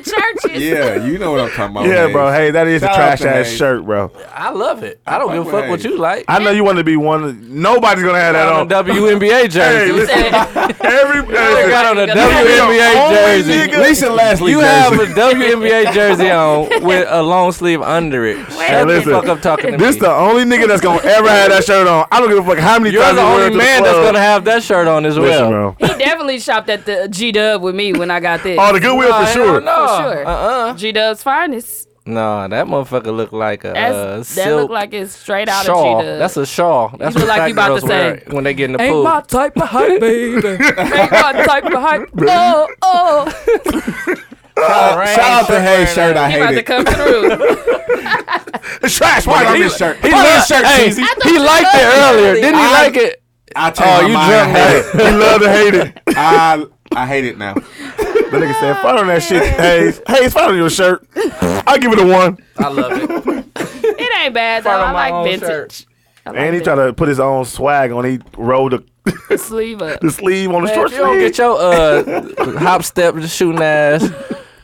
[SPEAKER 3] churches.
[SPEAKER 4] yeah, you know what I'm talking about.
[SPEAKER 5] Yeah,
[SPEAKER 4] Hayes.
[SPEAKER 5] bro. Hey, that is a
[SPEAKER 4] Shout out
[SPEAKER 5] trash
[SPEAKER 4] to
[SPEAKER 5] ass
[SPEAKER 4] Hayes.
[SPEAKER 5] shirt, bro.
[SPEAKER 6] I love it. I don't
[SPEAKER 4] Fuck
[SPEAKER 6] give a
[SPEAKER 4] with
[SPEAKER 6] fuck what
[SPEAKER 4] Hayes.
[SPEAKER 6] you like.
[SPEAKER 5] I know you want to be one. Nobody's gonna have that
[SPEAKER 6] got
[SPEAKER 5] on.
[SPEAKER 6] on a WNBA
[SPEAKER 5] Hey,
[SPEAKER 6] jersey.
[SPEAKER 5] listen. Every
[SPEAKER 6] I
[SPEAKER 5] person.
[SPEAKER 6] got on a
[SPEAKER 3] You're the
[SPEAKER 6] WNBA
[SPEAKER 5] only
[SPEAKER 6] jersey.
[SPEAKER 5] nigga-
[SPEAKER 4] Lisa Leslie.
[SPEAKER 6] You
[SPEAKER 4] jersey.
[SPEAKER 6] have a WNBA jersey on with a long sleeve under it. Shut the
[SPEAKER 5] listen.
[SPEAKER 6] fuck up talking to
[SPEAKER 5] This
[SPEAKER 6] me.
[SPEAKER 5] the only nigga that's gonna ever have that shirt on. I don't give a fuck how many
[SPEAKER 6] You're
[SPEAKER 5] times
[SPEAKER 6] the
[SPEAKER 5] you wear
[SPEAKER 6] only
[SPEAKER 5] it to the
[SPEAKER 6] man that's
[SPEAKER 5] club.
[SPEAKER 6] gonna have that shirt on as
[SPEAKER 5] Listen,
[SPEAKER 6] well.
[SPEAKER 5] bro.
[SPEAKER 3] He definitely shopped at the G Dub with me when I got there.
[SPEAKER 5] Oh, the Goodwill
[SPEAKER 6] Nah,
[SPEAKER 5] for
[SPEAKER 6] hell
[SPEAKER 5] sure.
[SPEAKER 6] No.
[SPEAKER 3] For sure.
[SPEAKER 6] Uh-uh.
[SPEAKER 3] G Dub's finest.
[SPEAKER 6] No, that motherfucker look like a
[SPEAKER 3] That's,
[SPEAKER 6] uh,
[SPEAKER 3] that
[SPEAKER 6] silk
[SPEAKER 3] look like it's straight out
[SPEAKER 6] shawl.
[SPEAKER 3] of G Dub.
[SPEAKER 6] That's a shawl. That's
[SPEAKER 3] look
[SPEAKER 6] what
[SPEAKER 3] like you about
[SPEAKER 6] black girls
[SPEAKER 3] to say,
[SPEAKER 6] wear when they get in the
[SPEAKER 3] Ain't
[SPEAKER 6] pool.
[SPEAKER 3] my type of hype, baby. Ain't my type of hype. Oh, oh.
[SPEAKER 4] Shout out to Hayes shirt. I
[SPEAKER 3] He about
[SPEAKER 4] hate
[SPEAKER 3] to
[SPEAKER 4] it.
[SPEAKER 3] come through.
[SPEAKER 5] It's trash. Why not?
[SPEAKER 4] I got this shirt. I got this shirt,
[SPEAKER 6] Hey,
[SPEAKER 4] Cheesy.
[SPEAKER 6] he liked it earlier. Didn't he
[SPEAKER 4] I-
[SPEAKER 6] like it?
[SPEAKER 4] I
[SPEAKER 6] Oh,
[SPEAKER 4] changed
[SPEAKER 6] you
[SPEAKER 4] my mind.
[SPEAKER 6] drunk now.
[SPEAKER 4] I hate it.
[SPEAKER 5] You love to hate it.
[SPEAKER 4] I I hate it now.
[SPEAKER 5] The nigga said, "Fight on that shit, Hayes. Hayes, fight on your shirt. I'll give it a one."
[SPEAKER 6] I love it.
[SPEAKER 3] It ain't bad though. I like vintage. I like
[SPEAKER 5] And he
[SPEAKER 3] vintage.
[SPEAKER 5] tried to put his own swag on. He rolled the,
[SPEAKER 3] sleeve up.
[SPEAKER 5] the sleeve on the
[SPEAKER 6] Man,
[SPEAKER 5] short
[SPEAKER 6] if you don't
[SPEAKER 5] sleeve.
[SPEAKER 6] get your uh, hop step shooting ass,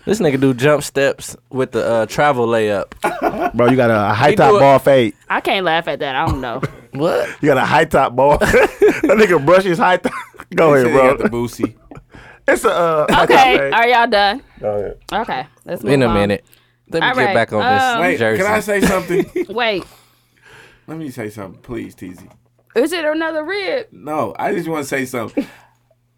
[SPEAKER 6] this nigga do jump steps with the uh, travel layup.
[SPEAKER 5] Bro, you got a high top
[SPEAKER 6] do it-
[SPEAKER 5] ball fade.
[SPEAKER 3] I can't laugh at that. I don't know.
[SPEAKER 6] What?
[SPEAKER 5] You got a high top ball. that nigga brush his high top. Go
[SPEAKER 4] Said
[SPEAKER 5] ahead,
[SPEAKER 4] he got the
[SPEAKER 5] bro.
[SPEAKER 4] boosie.
[SPEAKER 5] It's a uh, high top
[SPEAKER 3] Okay,
[SPEAKER 5] fade.
[SPEAKER 3] are y'all done?
[SPEAKER 5] Go ahead.
[SPEAKER 3] Okay, let's move
[SPEAKER 6] In a
[SPEAKER 3] on.
[SPEAKER 6] minute. Let me
[SPEAKER 3] All
[SPEAKER 6] get
[SPEAKER 3] right,
[SPEAKER 6] back on
[SPEAKER 3] um,
[SPEAKER 6] this
[SPEAKER 4] Wait,
[SPEAKER 6] jersey.
[SPEAKER 4] can I say something?
[SPEAKER 3] Wait,
[SPEAKER 4] Let me say something, please, TZ.
[SPEAKER 3] is it another rib?
[SPEAKER 4] No, I just want to say something.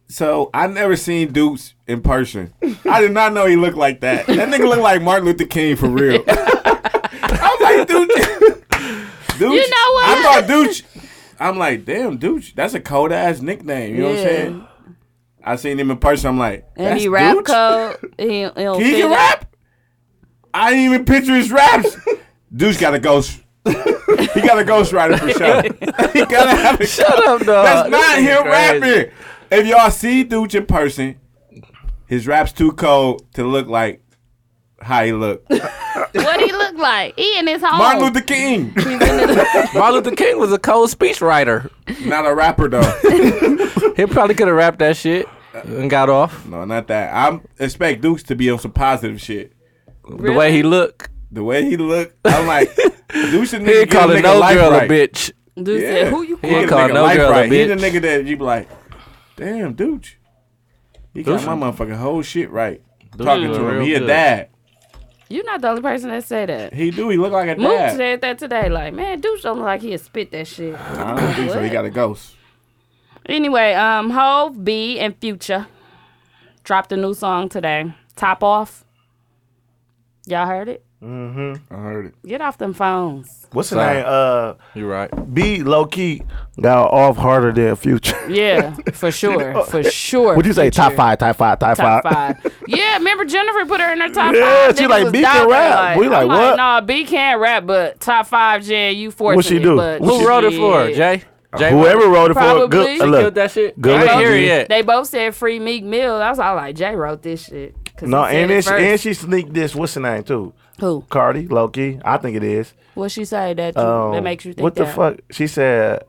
[SPEAKER 4] So I never seen Dukes in person. I did not know he looked like that. That nigga looked like Martin Luther King for real. I was like, dude, dude.
[SPEAKER 3] You know what?
[SPEAKER 4] I thought Dooch. I'm like, damn, Dooch. That's a cold ass nickname. You know what I'm
[SPEAKER 3] Yeah.
[SPEAKER 4] saying? I seen him in person. I'm like,
[SPEAKER 3] And
[SPEAKER 4] that's
[SPEAKER 3] he rap
[SPEAKER 4] Dooch?
[SPEAKER 3] code. He, he, don't
[SPEAKER 4] He
[SPEAKER 3] fit
[SPEAKER 4] can
[SPEAKER 3] it.
[SPEAKER 4] rap. I didn't even picture his raps. Dooch got a ghost. he got a ghostwriter for sure. he gotta have a
[SPEAKER 6] Shut up, dog.
[SPEAKER 4] that's
[SPEAKER 6] This
[SPEAKER 4] not
[SPEAKER 6] nigga
[SPEAKER 4] him
[SPEAKER 6] crazy.
[SPEAKER 4] rapping. If y'all see Dooch in person, his rap's too cold to look like how he look.
[SPEAKER 3] What he look like? He in his home.
[SPEAKER 4] Martin Luther King,
[SPEAKER 6] Martin Luther King was a cold speech writer.
[SPEAKER 4] not a rapper though.
[SPEAKER 6] He probably could have rapped that shit and got off
[SPEAKER 4] no, not that. I expect Dukes to be on some positive shit.
[SPEAKER 6] the way he looked.
[SPEAKER 4] The way he look, I'm like, Dooch the nigga
[SPEAKER 6] He
[SPEAKER 4] get
[SPEAKER 6] ain't calling
[SPEAKER 4] nigga
[SPEAKER 6] no
[SPEAKER 4] life
[SPEAKER 6] girl
[SPEAKER 4] right.
[SPEAKER 6] a bitch.
[SPEAKER 3] Dude said, "Who you?"
[SPEAKER 4] He
[SPEAKER 6] ain't
[SPEAKER 4] get a
[SPEAKER 6] calling
[SPEAKER 4] nigga
[SPEAKER 6] no
[SPEAKER 4] life
[SPEAKER 6] girl a
[SPEAKER 4] right. He the
[SPEAKER 6] bitch.
[SPEAKER 4] nigga that you be like, damn, Dooch. He got
[SPEAKER 6] Dooch-
[SPEAKER 4] my motherfucking whole shit right. Talking
[SPEAKER 6] look
[SPEAKER 4] to him,
[SPEAKER 6] real
[SPEAKER 4] he a
[SPEAKER 6] good.
[SPEAKER 4] dad.
[SPEAKER 3] You're not the only person that say that.
[SPEAKER 4] He do. He look like a
[SPEAKER 3] Mook
[SPEAKER 4] dad.
[SPEAKER 3] said that today. Like, man, dude, don't look like he spit that shit.
[SPEAKER 4] I don't think so. He
[SPEAKER 3] What?
[SPEAKER 4] got a ghost.
[SPEAKER 3] Anyway, um, Hove, B, and Future dropped a new song today. Top off. Y'all heard it?
[SPEAKER 5] Mm-hmm.
[SPEAKER 4] I heard it.
[SPEAKER 3] Get off them phones.
[SPEAKER 5] What's the
[SPEAKER 6] Sorry.
[SPEAKER 5] name? Uh,
[SPEAKER 6] You're right.
[SPEAKER 5] B low key got off harder than Future.
[SPEAKER 3] Yeah, for sure, for sure.
[SPEAKER 5] Would you say top
[SPEAKER 3] Future.
[SPEAKER 5] five? Top five? Top,
[SPEAKER 3] Top five. yeah, remember Jennifer put her in her top
[SPEAKER 5] Yeah,
[SPEAKER 3] five.
[SPEAKER 5] she
[SPEAKER 3] Niggas
[SPEAKER 5] like,
[SPEAKER 3] was
[SPEAKER 5] "B can
[SPEAKER 3] doubting her,
[SPEAKER 5] rap." We like,
[SPEAKER 3] I'm
[SPEAKER 5] what?
[SPEAKER 3] Nah, B can rap, but top five, Jay, you fortunate.
[SPEAKER 5] What she do?
[SPEAKER 3] But
[SPEAKER 5] What
[SPEAKER 6] Who wrote it for her,
[SPEAKER 3] shit.
[SPEAKER 6] Jay? Jay
[SPEAKER 5] Whoever wrote it for
[SPEAKER 3] Probably.
[SPEAKER 5] a good.
[SPEAKER 3] She
[SPEAKER 5] uh,
[SPEAKER 6] wrote- killed
[SPEAKER 5] Look,
[SPEAKER 6] that shit.
[SPEAKER 5] Good
[SPEAKER 6] I ain't hear
[SPEAKER 5] looking.
[SPEAKER 6] it yet.
[SPEAKER 3] They both said free Meek Mill. I was all like, Jay wrote this shit. 'Cause
[SPEAKER 5] no,
[SPEAKER 3] he said
[SPEAKER 5] and
[SPEAKER 3] it
[SPEAKER 5] then she,
[SPEAKER 3] first.
[SPEAKER 5] and she sneaked this. What's the name too?
[SPEAKER 3] Who?
[SPEAKER 5] Cardi, low key. I think it is.
[SPEAKER 3] What she say that you, that
[SPEAKER 5] Um,
[SPEAKER 3] makes you think
[SPEAKER 5] What the
[SPEAKER 3] that?
[SPEAKER 5] fuck? She said.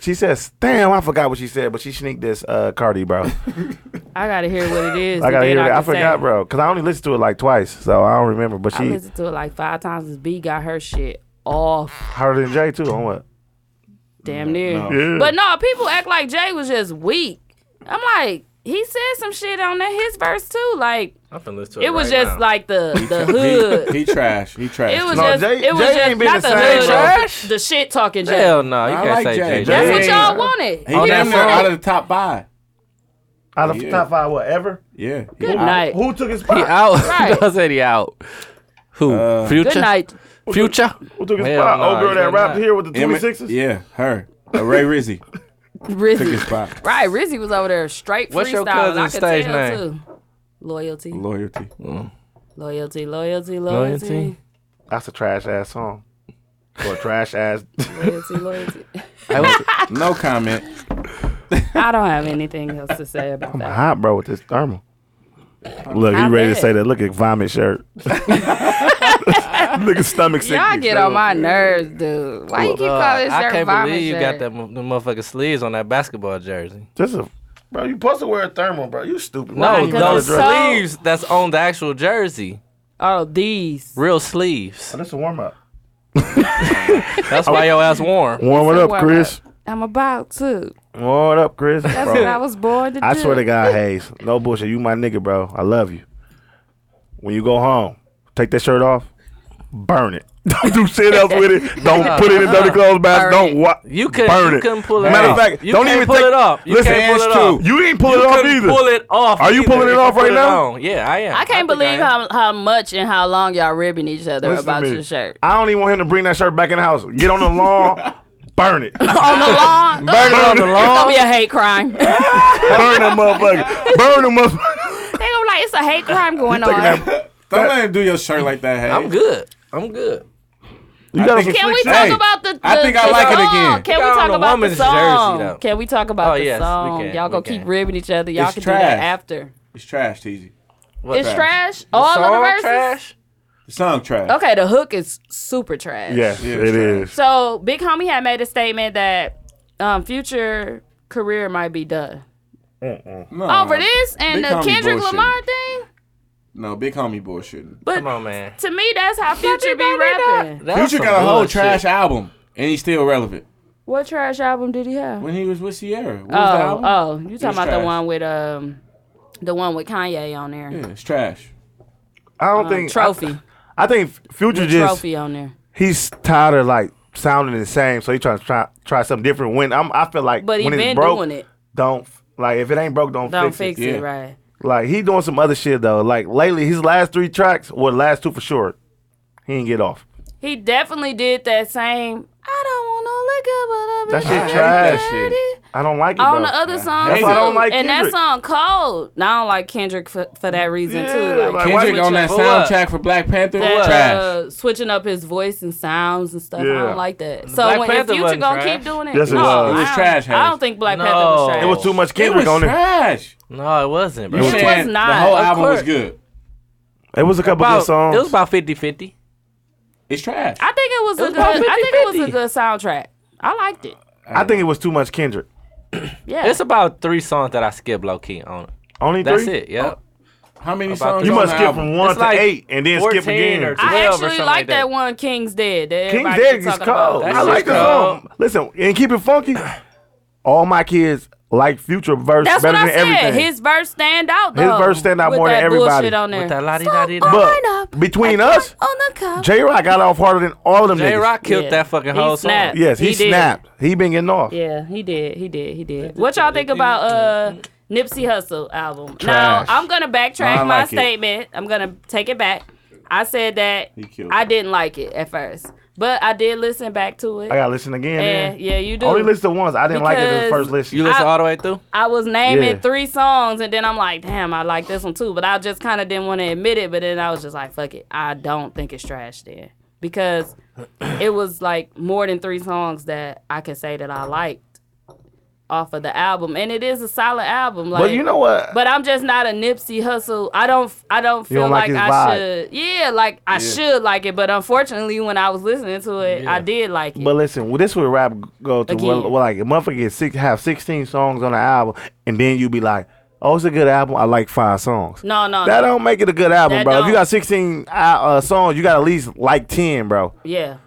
[SPEAKER 5] She says, "Damn, I forgot what she said, but she sneaked this uh, Cardi, bro.
[SPEAKER 3] I gotta hear what it is.
[SPEAKER 5] I gotta
[SPEAKER 3] and
[SPEAKER 5] hear
[SPEAKER 3] then
[SPEAKER 5] it. I
[SPEAKER 3] can say
[SPEAKER 5] forgot,
[SPEAKER 3] it.
[SPEAKER 5] bro, because I only listened to it like twice, so I don't remember. But
[SPEAKER 3] I
[SPEAKER 5] she
[SPEAKER 3] listened to it like five times. 'cause B got her shit off,
[SPEAKER 5] harder than Jay too on what?
[SPEAKER 3] damn near.
[SPEAKER 4] no.
[SPEAKER 5] Yeah.
[SPEAKER 3] But no, people act like Jay was just weak. I'm like, he said some shit on that his verse too. Like
[SPEAKER 6] I'm finna listen to
[SPEAKER 3] it was just like the the hood.
[SPEAKER 4] He, he trash. He trash.
[SPEAKER 3] It was
[SPEAKER 5] No,
[SPEAKER 3] just
[SPEAKER 5] Jay-
[SPEAKER 3] it was
[SPEAKER 5] Jay
[SPEAKER 3] just
[SPEAKER 5] ain't been
[SPEAKER 3] not
[SPEAKER 5] the
[SPEAKER 3] the
[SPEAKER 5] same,
[SPEAKER 3] hood.
[SPEAKER 5] bro.
[SPEAKER 3] it was The shit talking Jay.
[SPEAKER 6] Hell no, you
[SPEAKER 4] I
[SPEAKER 6] can't
[SPEAKER 4] like
[SPEAKER 6] say
[SPEAKER 4] Jay.
[SPEAKER 6] Jay. Oh,
[SPEAKER 4] Jay
[SPEAKER 3] That's
[SPEAKER 6] Jay.
[SPEAKER 3] what
[SPEAKER 4] ain't-
[SPEAKER 3] y'all wanted.
[SPEAKER 4] he damn
[SPEAKER 6] that
[SPEAKER 4] near
[SPEAKER 6] song.
[SPEAKER 4] out of the top five.
[SPEAKER 5] Out of
[SPEAKER 4] Yeah.
[SPEAKER 5] top five, whatever.
[SPEAKER 4] Yeah.
[SPEAKER 3] Good night.
[SPEAKER 5] Who took his
[SPEAKER 6] He
[SPEAKER 5] spot?
[SPEAKER 6] out.
[SPEAKER 3] Right.
[SPEAKER 6] I said he out. Who?
[SPEAKER 4] Uh,
[SPEAKER 6] Future.
[SPEAKER 3] Good night.
[SPEAKER 6] Future.
[SPEAKER 5] Who took his
[SPEAKER 6] Hell
[SPEAKER 5] spot?
[SPEAKER 6] nah,
[SPEAKER 5] Old girl
[SPEAKER 6] he
[SPEAKER 5] that
[SPEAKER 6] did
[SPEAKER 5] rapped
[SPEAKER 6] not.
[SPEAKER 5] here with the
[SPEAKER 4] Emmett-
[SPEAKER 5] 26s?
[SPEAKER 4] Yeah, her. Uh, Ray Rizzy took his
[SPEAKER 3] Rizzy.
[SPEAKER 4] spot.
[SPEAKER 3] Right, Rizzy was over there straight
[SPEAKER 6] What's your
[SPEAKER 3] freestyling. I
[SPEAKER 6] cousin's
[SPEAKER 3] could
[SPEAKER 6] stage
[SPEAKER 3] tell
[SPEAKER 6] name?
[SPEAKER 3] too. Loyalty.
[SPEAKER 4] Loyalty.
[SPEAKER 3] Loyalty, loyalty,
[SPEAKER 6] Loyalty.
[SPEAKER 3] loyalty.
[SPEAKER 5] That's a trash ass song. Or a trash ass.
[SPEAKER 3] Loyalty, loyalty.
[SPEAKER 6] I was-
[SPEAKER 4] No comment.
[SPEAKER 3] I don't have anything else to say about that.
[SPEAKER 5] Hot, bro, with this thermal. Look, he
[SPEAKER 3] I
[SPEAKER 5] ready to
[SPEAKER 3] bet.
[SPEAKER 5] say that. Look at vomit shirt. Look at stomach sick.
[SPEAKER 3] Y'all get on my nerves, dude. Why you keep
[SPEAKER 6] uh,
[SPEAKER 3] calling
[SPEAKER 6] I
[SPEAKER 3] shirt
[SPEAKER 6] can't
[SPEAKER 3] vomit
[SPEAKER 6] believe you
[SPEAKER 3] shirt?
[SPEAKER 6] got that mo- the motherfucking sleeves on that basketball jersey.
[SPEAKER 5] This is, bro, you supposed to wear a thermal, bro. You stupid.
[SPEAKER 6] No,
[SPEAKER 3] Because
[SPEAKER 6] those
[SPEAKER 3] it's so-
[SPEAKER 6] sleeves that's on the actual jersey.
[SPEAKER 3] Oh, these.
[SPEAKER 6] Real sleeves.
[SPEAKER 5] Oh, This is a warm up.
[SPEAKER 6] That's why your ass warm.
[SPEAKER 5] Warm it
[SPEAKER 3] a
[SPEAKER 5] up,
[SPEAKER 3] warm
[SPEAKER 5] Chris.
[SPEAKER 3] I'm about to.
[SPEAKER 5] Warm it up, Chris.
[SPEAKER 3] That's
[SPEAKER 5] Bro,
[SPEAKER 3] what I was born to
[SPEAKER 5] I
[SPEAKER 3] do.
[SPEAKER 5] swear to God, Hayes, no bullshit. You my nigga, bro. I love you. When you go home, take that shirt off, burn it. Don't do shit else with it. Don't put it in dirty clothes basket.
[SPEAKER 3] Burn
[SPEAKER 5] Don't wa-
[SPEAKER 6] You couldn't.
[SPEAKER 5] burn
[SPEAKER 6] you
[SPEAKER 5] it.
[SPEAKER 6] couldn't pull it
[SPEAKER 5] Matter
[SPEAKER 6] off.
[SPEAKER 5] of fact,
[SPEAKER 6] you
[SPEAKER 5] don't
[SPEAKER 6] can't
[SPEAKER 5] even
[SPEAKER 6] pull
[SPEAKER 5] take
[SPEAKER 6] it off. You
[SPEAKER 5] listen,
[SPEAKER 6] can't pull it
[SPEAKER 4] hands
[SPEAKER 6] off.
[SPEAKER 4] too.
[SPEAKER 5] You ain't pull it off
[SPEAKER 6] couldn't
[SPEAKER 5] either.
[SPEAKER 6] Pull it off.
[SPEAKER 5] Are you
[SPEAKER 6] either.
[SPEAKER 5] pulling it
[SPEAKER 6] can
[SPEAKER 5] off
[SPEAKER 6] pull
[SPEAKER 5] right now?
[SPEAKER 6] on. Yeah, I am.
[SPEAKER 3] I can't
[SPEAKER 6] think
[SPEAKER 3] believe
[SPEAKER 6] am.
[SPEAKER 3] how, how much and how long y'all ribbing each other
[SPEAKER 5] Listen to
[SPEAKER 3] about
[SPEAKER 5] me.
[SPEAKER 3] your shirt.
[SPEAKER 5] I don't even want him to bring that shirt back in the house. Get on the lawn, burn it. Burn
[SPEAKER 3] on the lawn. Oh,
[SPEAKER 6] Burn it on the
[SPEAKER 3] It's gonna
[SPEAKER 6] lawn.
[SPEAKER 3] be a hate crime. they gonna
[SPEAKER 5] the motherfucker. Burn the motherfucker.
[SPEAKER 3] be like, it's a hate crime going on.
[SPEAKER 4] Don't let him do your shirt like that, hey.
[SPEAKER 6] I'm good. I'm good.
[SPEAKER 5] You got some
[SPEAKER 3] Can we
[SPEAKER 5] slick
[SPEAKER 3] talk
[SPEAKER 4] Hey,
[SPEAKER 3] about the, the
[SPEAKER 4] I think I
[SPEAKER 3] the
[SPEAKER 4] like it
[SPEAKER 3] song?
[SPEAKER 4] again.
[SPEAKER 3] Can
[SPEAKER 6] Got
[SPEAKER 3] we
[SPEAKER 6] on
[SPEAKER 3] talk
[SPEAKER 6] a
[SPEAKER 3] about the
[SPEAKER 6] woman's jersey,
[SPEAKER 3] song?
[SPEAKER 6] though.
[SPEAKER 3] can we talk about
[SPEAKER 6] Oh,
[SPEAKER 3] the
[SPEAKER 6] yes, we
[SPEAKER 3] song?
[SPEAKER 6] can,
[SPEAKER 3] Y'all
[SPEAKER 6] we
[SPEAKER 3] gonna
[SPEAKER 6] can.
[SPEAKER 3] keep ribbing each other. Y'all
[SPEAKER 4] It's
[SPEAKER 3] can do that
[SPEAKER 4] trash.
[SPEAKER 3] after.
[SPEAKER 4] It's trash, TZ.
[SPEAKER 6] What
[SPEAKER 3] It's
[SPEAKER 6] the-
[SPEAKER 3] trash. All of the
[SPEAKER 6] Song
[SPEAKER 3] verses.
[SPEAKER 6] trash.
[SPEAKER 4] The song trash.
[SPEAKER 3] Okay, the hook is super trash.
[SPEAKER 5] Yes,
[SPEAKER 4] Yeah,
[SPEAKER 5] it is.
[SPEAKER 3] So Big Homie had made a statement that um, future career might be done
[SPEAKER 4] No,
[SPEAKER 3] over this and
[SPEAKER 4] Big
[SPEAKER 3] the
[SPEAKER 4] Homie
[SPEAKER 3] Kendrick
[SPEAKER 4] bullshit.
[SPEAKER 3] Lamar thing.
[SPEAKER 4] No, big homie bullshitting.
[SPEAKER 3] But
[SPEAKER 6] Come on, man.
[SPEAKER 3] to me, that's how future be rapping.
[SPEAKER 6] That's
[SPEAKER 4] Future
[SPEAKER 6] some
[SPEAKER 4] got a whole
[SPEAKER 6] bullshit.
[SPEAKER 4] trash album, and he's still relevant.
[SPEAKER 3] What trash album did he have?
[SPEAKER 4] When he was with Sierra, what was the
[SPEAKER 3] Oh,
[SPEAKER 4] album?
[SPEAKER 3] oh, you talking
[SPEAKER 4] was
[SPEAKER 3] about the
[SPEAKER 4] trash.
[SPEAKER 3] one with um, the one with Kanye on there?
[SPEAKER 4] Yeah, it's trash.
[SPEAKER 5] I don't
[SPEAKER 3] Um,
[SPEAKER 5] think
[SPEAKER 3] trophy,
[SPEAKER 5] I, I think Future just
[SPEAKER 3] trophy on there.
[SPEAKER 5] he's tired of like sounding the same, so he trying to try try something different. When I'm, I feel like
[SPEAKER 3] But he
[SPEAKER 5] when it's
[SPEAKER 3] been
[SPEAKER 5] broke,
[SPEAKER 3] doing it.
[SPEAKER 5] don't f- like if it ain't broke, don't,
[SPEAKER 3] Don't
[SPEAKER 5] fix,
[SPEAKER 3] fix
[SPEAKER 5] it.
[SPEAKER 3] it,
[SPEAKER 4] yeah.
[SPEAKER 3] right?
[SPEAKER 5] Like he doing some other shit though. Like lately, his last three tracks, well, last two for sure, he ain't get off.
[SPEAKER 3] He definitely did that same. I don't want no liquor, but
[SPEAKER 5] That
[SPEAKER 3] I
[SPEAKER 5] shit
[SPEAKER 3] be
[SPEAKER 5] trash.
[SPEAKER 3] dirty."
[SPEAKER 5] I don't like it.
[SPEAKER 3] On
[SPEAKER 5] bro.
[SPEAKER 3] the other song,
[SPEAKER 5] That's
[SPEAKER 3] too.
[SPEAKER 5] why I don't like
[SPEAKER 3] and that
[SPEAKER 5] Kendrick.
[SPEAKER 3] song cold. And I don't like Kendrick for, for that reason too.
[SPEAKER 5] Yeah,
[SPEAKER 3] Like,
[SPEAKER 5] like, why
[SPEAKER 4] Kendrick
[SPEAKER 5] we
[SPEAKER 4] on that
[SPEAKER 6] for what?
[SPEAKER 4] soundtrack for Black Panther,
[SPEAKER 3] that,
[SPEAKER 4] trash.
[SPEAKER 3] uh, switching up his voice and sounds and stuff. I
[SPEAKER 5] Yeah.
[SPEAKER 3] don't like that. So
[SPEAKER 6] Black
[SPEAKER 3] when if
[SPEAKER 6] Panther
[SPEAKER 3] Future
[SPEAKER 6] wasn't
[SPEAKER 3] gonna
[SPEAKER 6] trash.
[SPEAKER 3] keep doing it,
[SPEAKER 5] Yes, it
[SPEAKER 3] no,
[SPEAKER 5] was. It
[SPEAKER 3] I
[SPEAKER 4] was
[SPEAKER 3] don't-
[SPEAKER 4] trash,
[SPEAKER 3] I
[SPEAKER 4] Hayes.
[SPEAKER 3] don't think Black
[SPEAKER 6] No.
[SPEAKER 3] Panther was trash.
[SPEAKER 5] It was too much
[SPEAKER 4] It
[SPEAKER 5] Kendrick
[SPEAKER 4] was
[SPEAKER 5] on it.
[SPEAKER 4] trash.
[SPEAKER 6] No, it wasn't, bro.
[SPEAKER 4] You
[SPEAKER 3] It was
[SPEAKER 4] saying the
[SPEAKER 3] not.
[SPEAKER 4] whole
[SPEAKER 3] Of
[SPEAKER 4] album was
[SPEAKER 3] course.
[SPEAKER 4] good?
[SPEAKER 5] It was a couple
[SPEAKER 6] About-
[SPEAKER 5] good songs.
[SPEAKER 6] It was about 50-50.
[SPEAKER 4] It's trash.
[SPEAKER 3] I think it was,
[SPEAKER 6] was
[SPEAKER 3] a
[SPEAKER 6] about
[SPEAKER 3] good. I think it was
[SPEAKER 6] 50-50.
[SPEAKER 3] a good soundtrack. I liked it.
[SPEAKER 5] I think it was too much Kendrick.
[SPEAKER 3] Yeah,
[SPEAKER 6] It's about three songs that I skipped low key on. it.
[SPEAKER 5] Only
[SPEAKER 6] That's
[SPEAKER 5] three.
[SPEAKER 6] it. Yep.
[SPEAKER 4] How many
[SPEAKER 6] About
[SPEAKER 4] songs?
[SPEAKER 5] You
[SPEAKER 4] on
[SPEAKER 5] must
[SPEAKER 4] the
[SPEAKER 5] skip
[SPEAKER 4] album?
[SPEAKER 5] from one
[SPEAKER 6] It's
[SPEAKER 5] to
[SPEAKER 6] like
[SPEAKER 5] eight and then skip
[SPEAKER 6] 14
[SPEAKER 5] again.
[SPEAKER 6] or
[SPEAKER 3] I
[SPEAKER 6] 12 or
[SPEAKER 3] actually
[SPEAKER 6] something
[SPEAKER 3] like
[SPEAKER 6] like
[SPEAKER 3] that.
[SPEAKER 6] that.
[SPEAKER 3] one, King's Dead. that
[SPEAKER 5] King's
[SPEAKER 3] everybody
[SPEAKER 5] Dead
[SPEAKER 3] keep
[SPEAKER 5] is
[SPEAKER 3] talking about.
[SPEAKER 5] cold.
[SPEAKER 6] That
[SPEAKER 5] I
[SPEAKER 6] shit's
[SPEAKER 5] like the
[SPEAKER 6] cold.
[SPEAKER 5] song. Listen, and keep it funky. All my kids like Future verse
[SPEAKER 3] That's
[SPEAKER 5] better
[SPEAKER 3] what I
[SPEAKER 5] than
[SPEAKER 3] said.
[SPEAKER 5] everything.
[SPEAKER 3] His verse stand out though.
[SPEAKER 5] His verse stand out
[SPEAKER 3] with
[SPEAKER 5] more than
[SPEAKER 3] that
[SPEAKER 5] everybody.
[SPEAKER 3] Bullshit on there.
[SPEAKER 6] With that la di da
[SPEAKER 3] Stop
[SPEAKER 6] di
[SPEAKER 3] on
[SPEAKER 6] da.
[SPEAKER 5] But
[SPEAKER 3] up.
[SPEAKER 5] between us,
[SPEAKER 3] on the cover.
[SPEAKER 5] J Rock got off harder than all of them.
[SPEAKER 6] J
[SPEAKER 5] niggas.
[SPEAKER 6] Rock killed
[SPEAKER 3] Yeah.
[SPEAKER 6] that fucking
[SPEAKER 3] He
[SPEAKER 6] whole
[SPEAKER 3] snapped.
[SPEAKER 6] song.
[SPEAKER 5] Yes, he,
[SPEAKER 3] He did.
[SPEAKER 5] snapped. He been getting off.
[SPEAKER 3] Yeah, he did. He did. He did. What y'all think about uh Nipsey Hussle album?
[SPEAKER 4] Trash.
[SPEAKER 3] Now I'm gonna
[SPEAKER 4] I
[SPEAKER 3] backtrack
[SPEAKER 4] don't
[SPEAKER 3] my
[SPEAKER 4] like it.
[SPEAKER 3] statement. I'm gonna take it back. I said that
[SPEAKER 4] He killed
[SPEAKER 3] I
[SPEAKER 4] it.
[SPEAKER 3] didn't like it at first, but I did listen back to it.
[SPEAKER 5] I gotta listen again.
[SPEAKER 3] and
[SPEAKER 5] man.
[SPEAKER 3] yeah, you do.
[SPEAKER 5] Only listen once. I didn't like it in the
[SPEAKER 3] Because
[SPEAKER 5] first listen.
[SPEAKER 6] You listen
[SPEAKER 3] I-
[SPEAKER 6] all the way through?
[SPEAKER 3] I was naming
[SPEAKER 5] Yeah.
[SPEAKER 3] three songs, and then I'm like, damn, I like this one too. But I just kind of didn't want to admit it. But then I was just like, fuck it. I don't think it's trash then. Because it was like more than three songs that I could say that I liked off of the album. And it is a solid album. Like,
[SPEAKER 5] but you know what?
[SPEAKER 3] But I'm just not a Nipsey Hustle. I don't. I don't feel
[SPEAKER 5] don't
[SPEAKER 3] like,
[SPEAKER 5] like his
[SPEAKER 3] I
[SPEAKER 5] vibe.
[SPEAKER 3] should. Yeah, like I should like it. But unfortunately, when I was listening to it, I did like it.
[SPEAKER 5] But listen, well, this would rap go to
[SPEAKER 3] Again.
[SPEAKER 5] well, well, like a motherfucker get six have sixteen songs on the album, and then you be like, "Oh, it's a good album. I like five songs."
[SPEAKER 3] no, no,
[SPEAKER 5] That
[SPEAKER 3] no.
[SPEAKER 5] don't make it a good album,
[SPEAKER 3] That
[SPEAKER 5] bro. If you
[SPEAKER 3] don't.
[SPEAKER 5] got sixteen uh, uh, songs, you got at least like ten, bro.
[SPEAKER 3] yeah.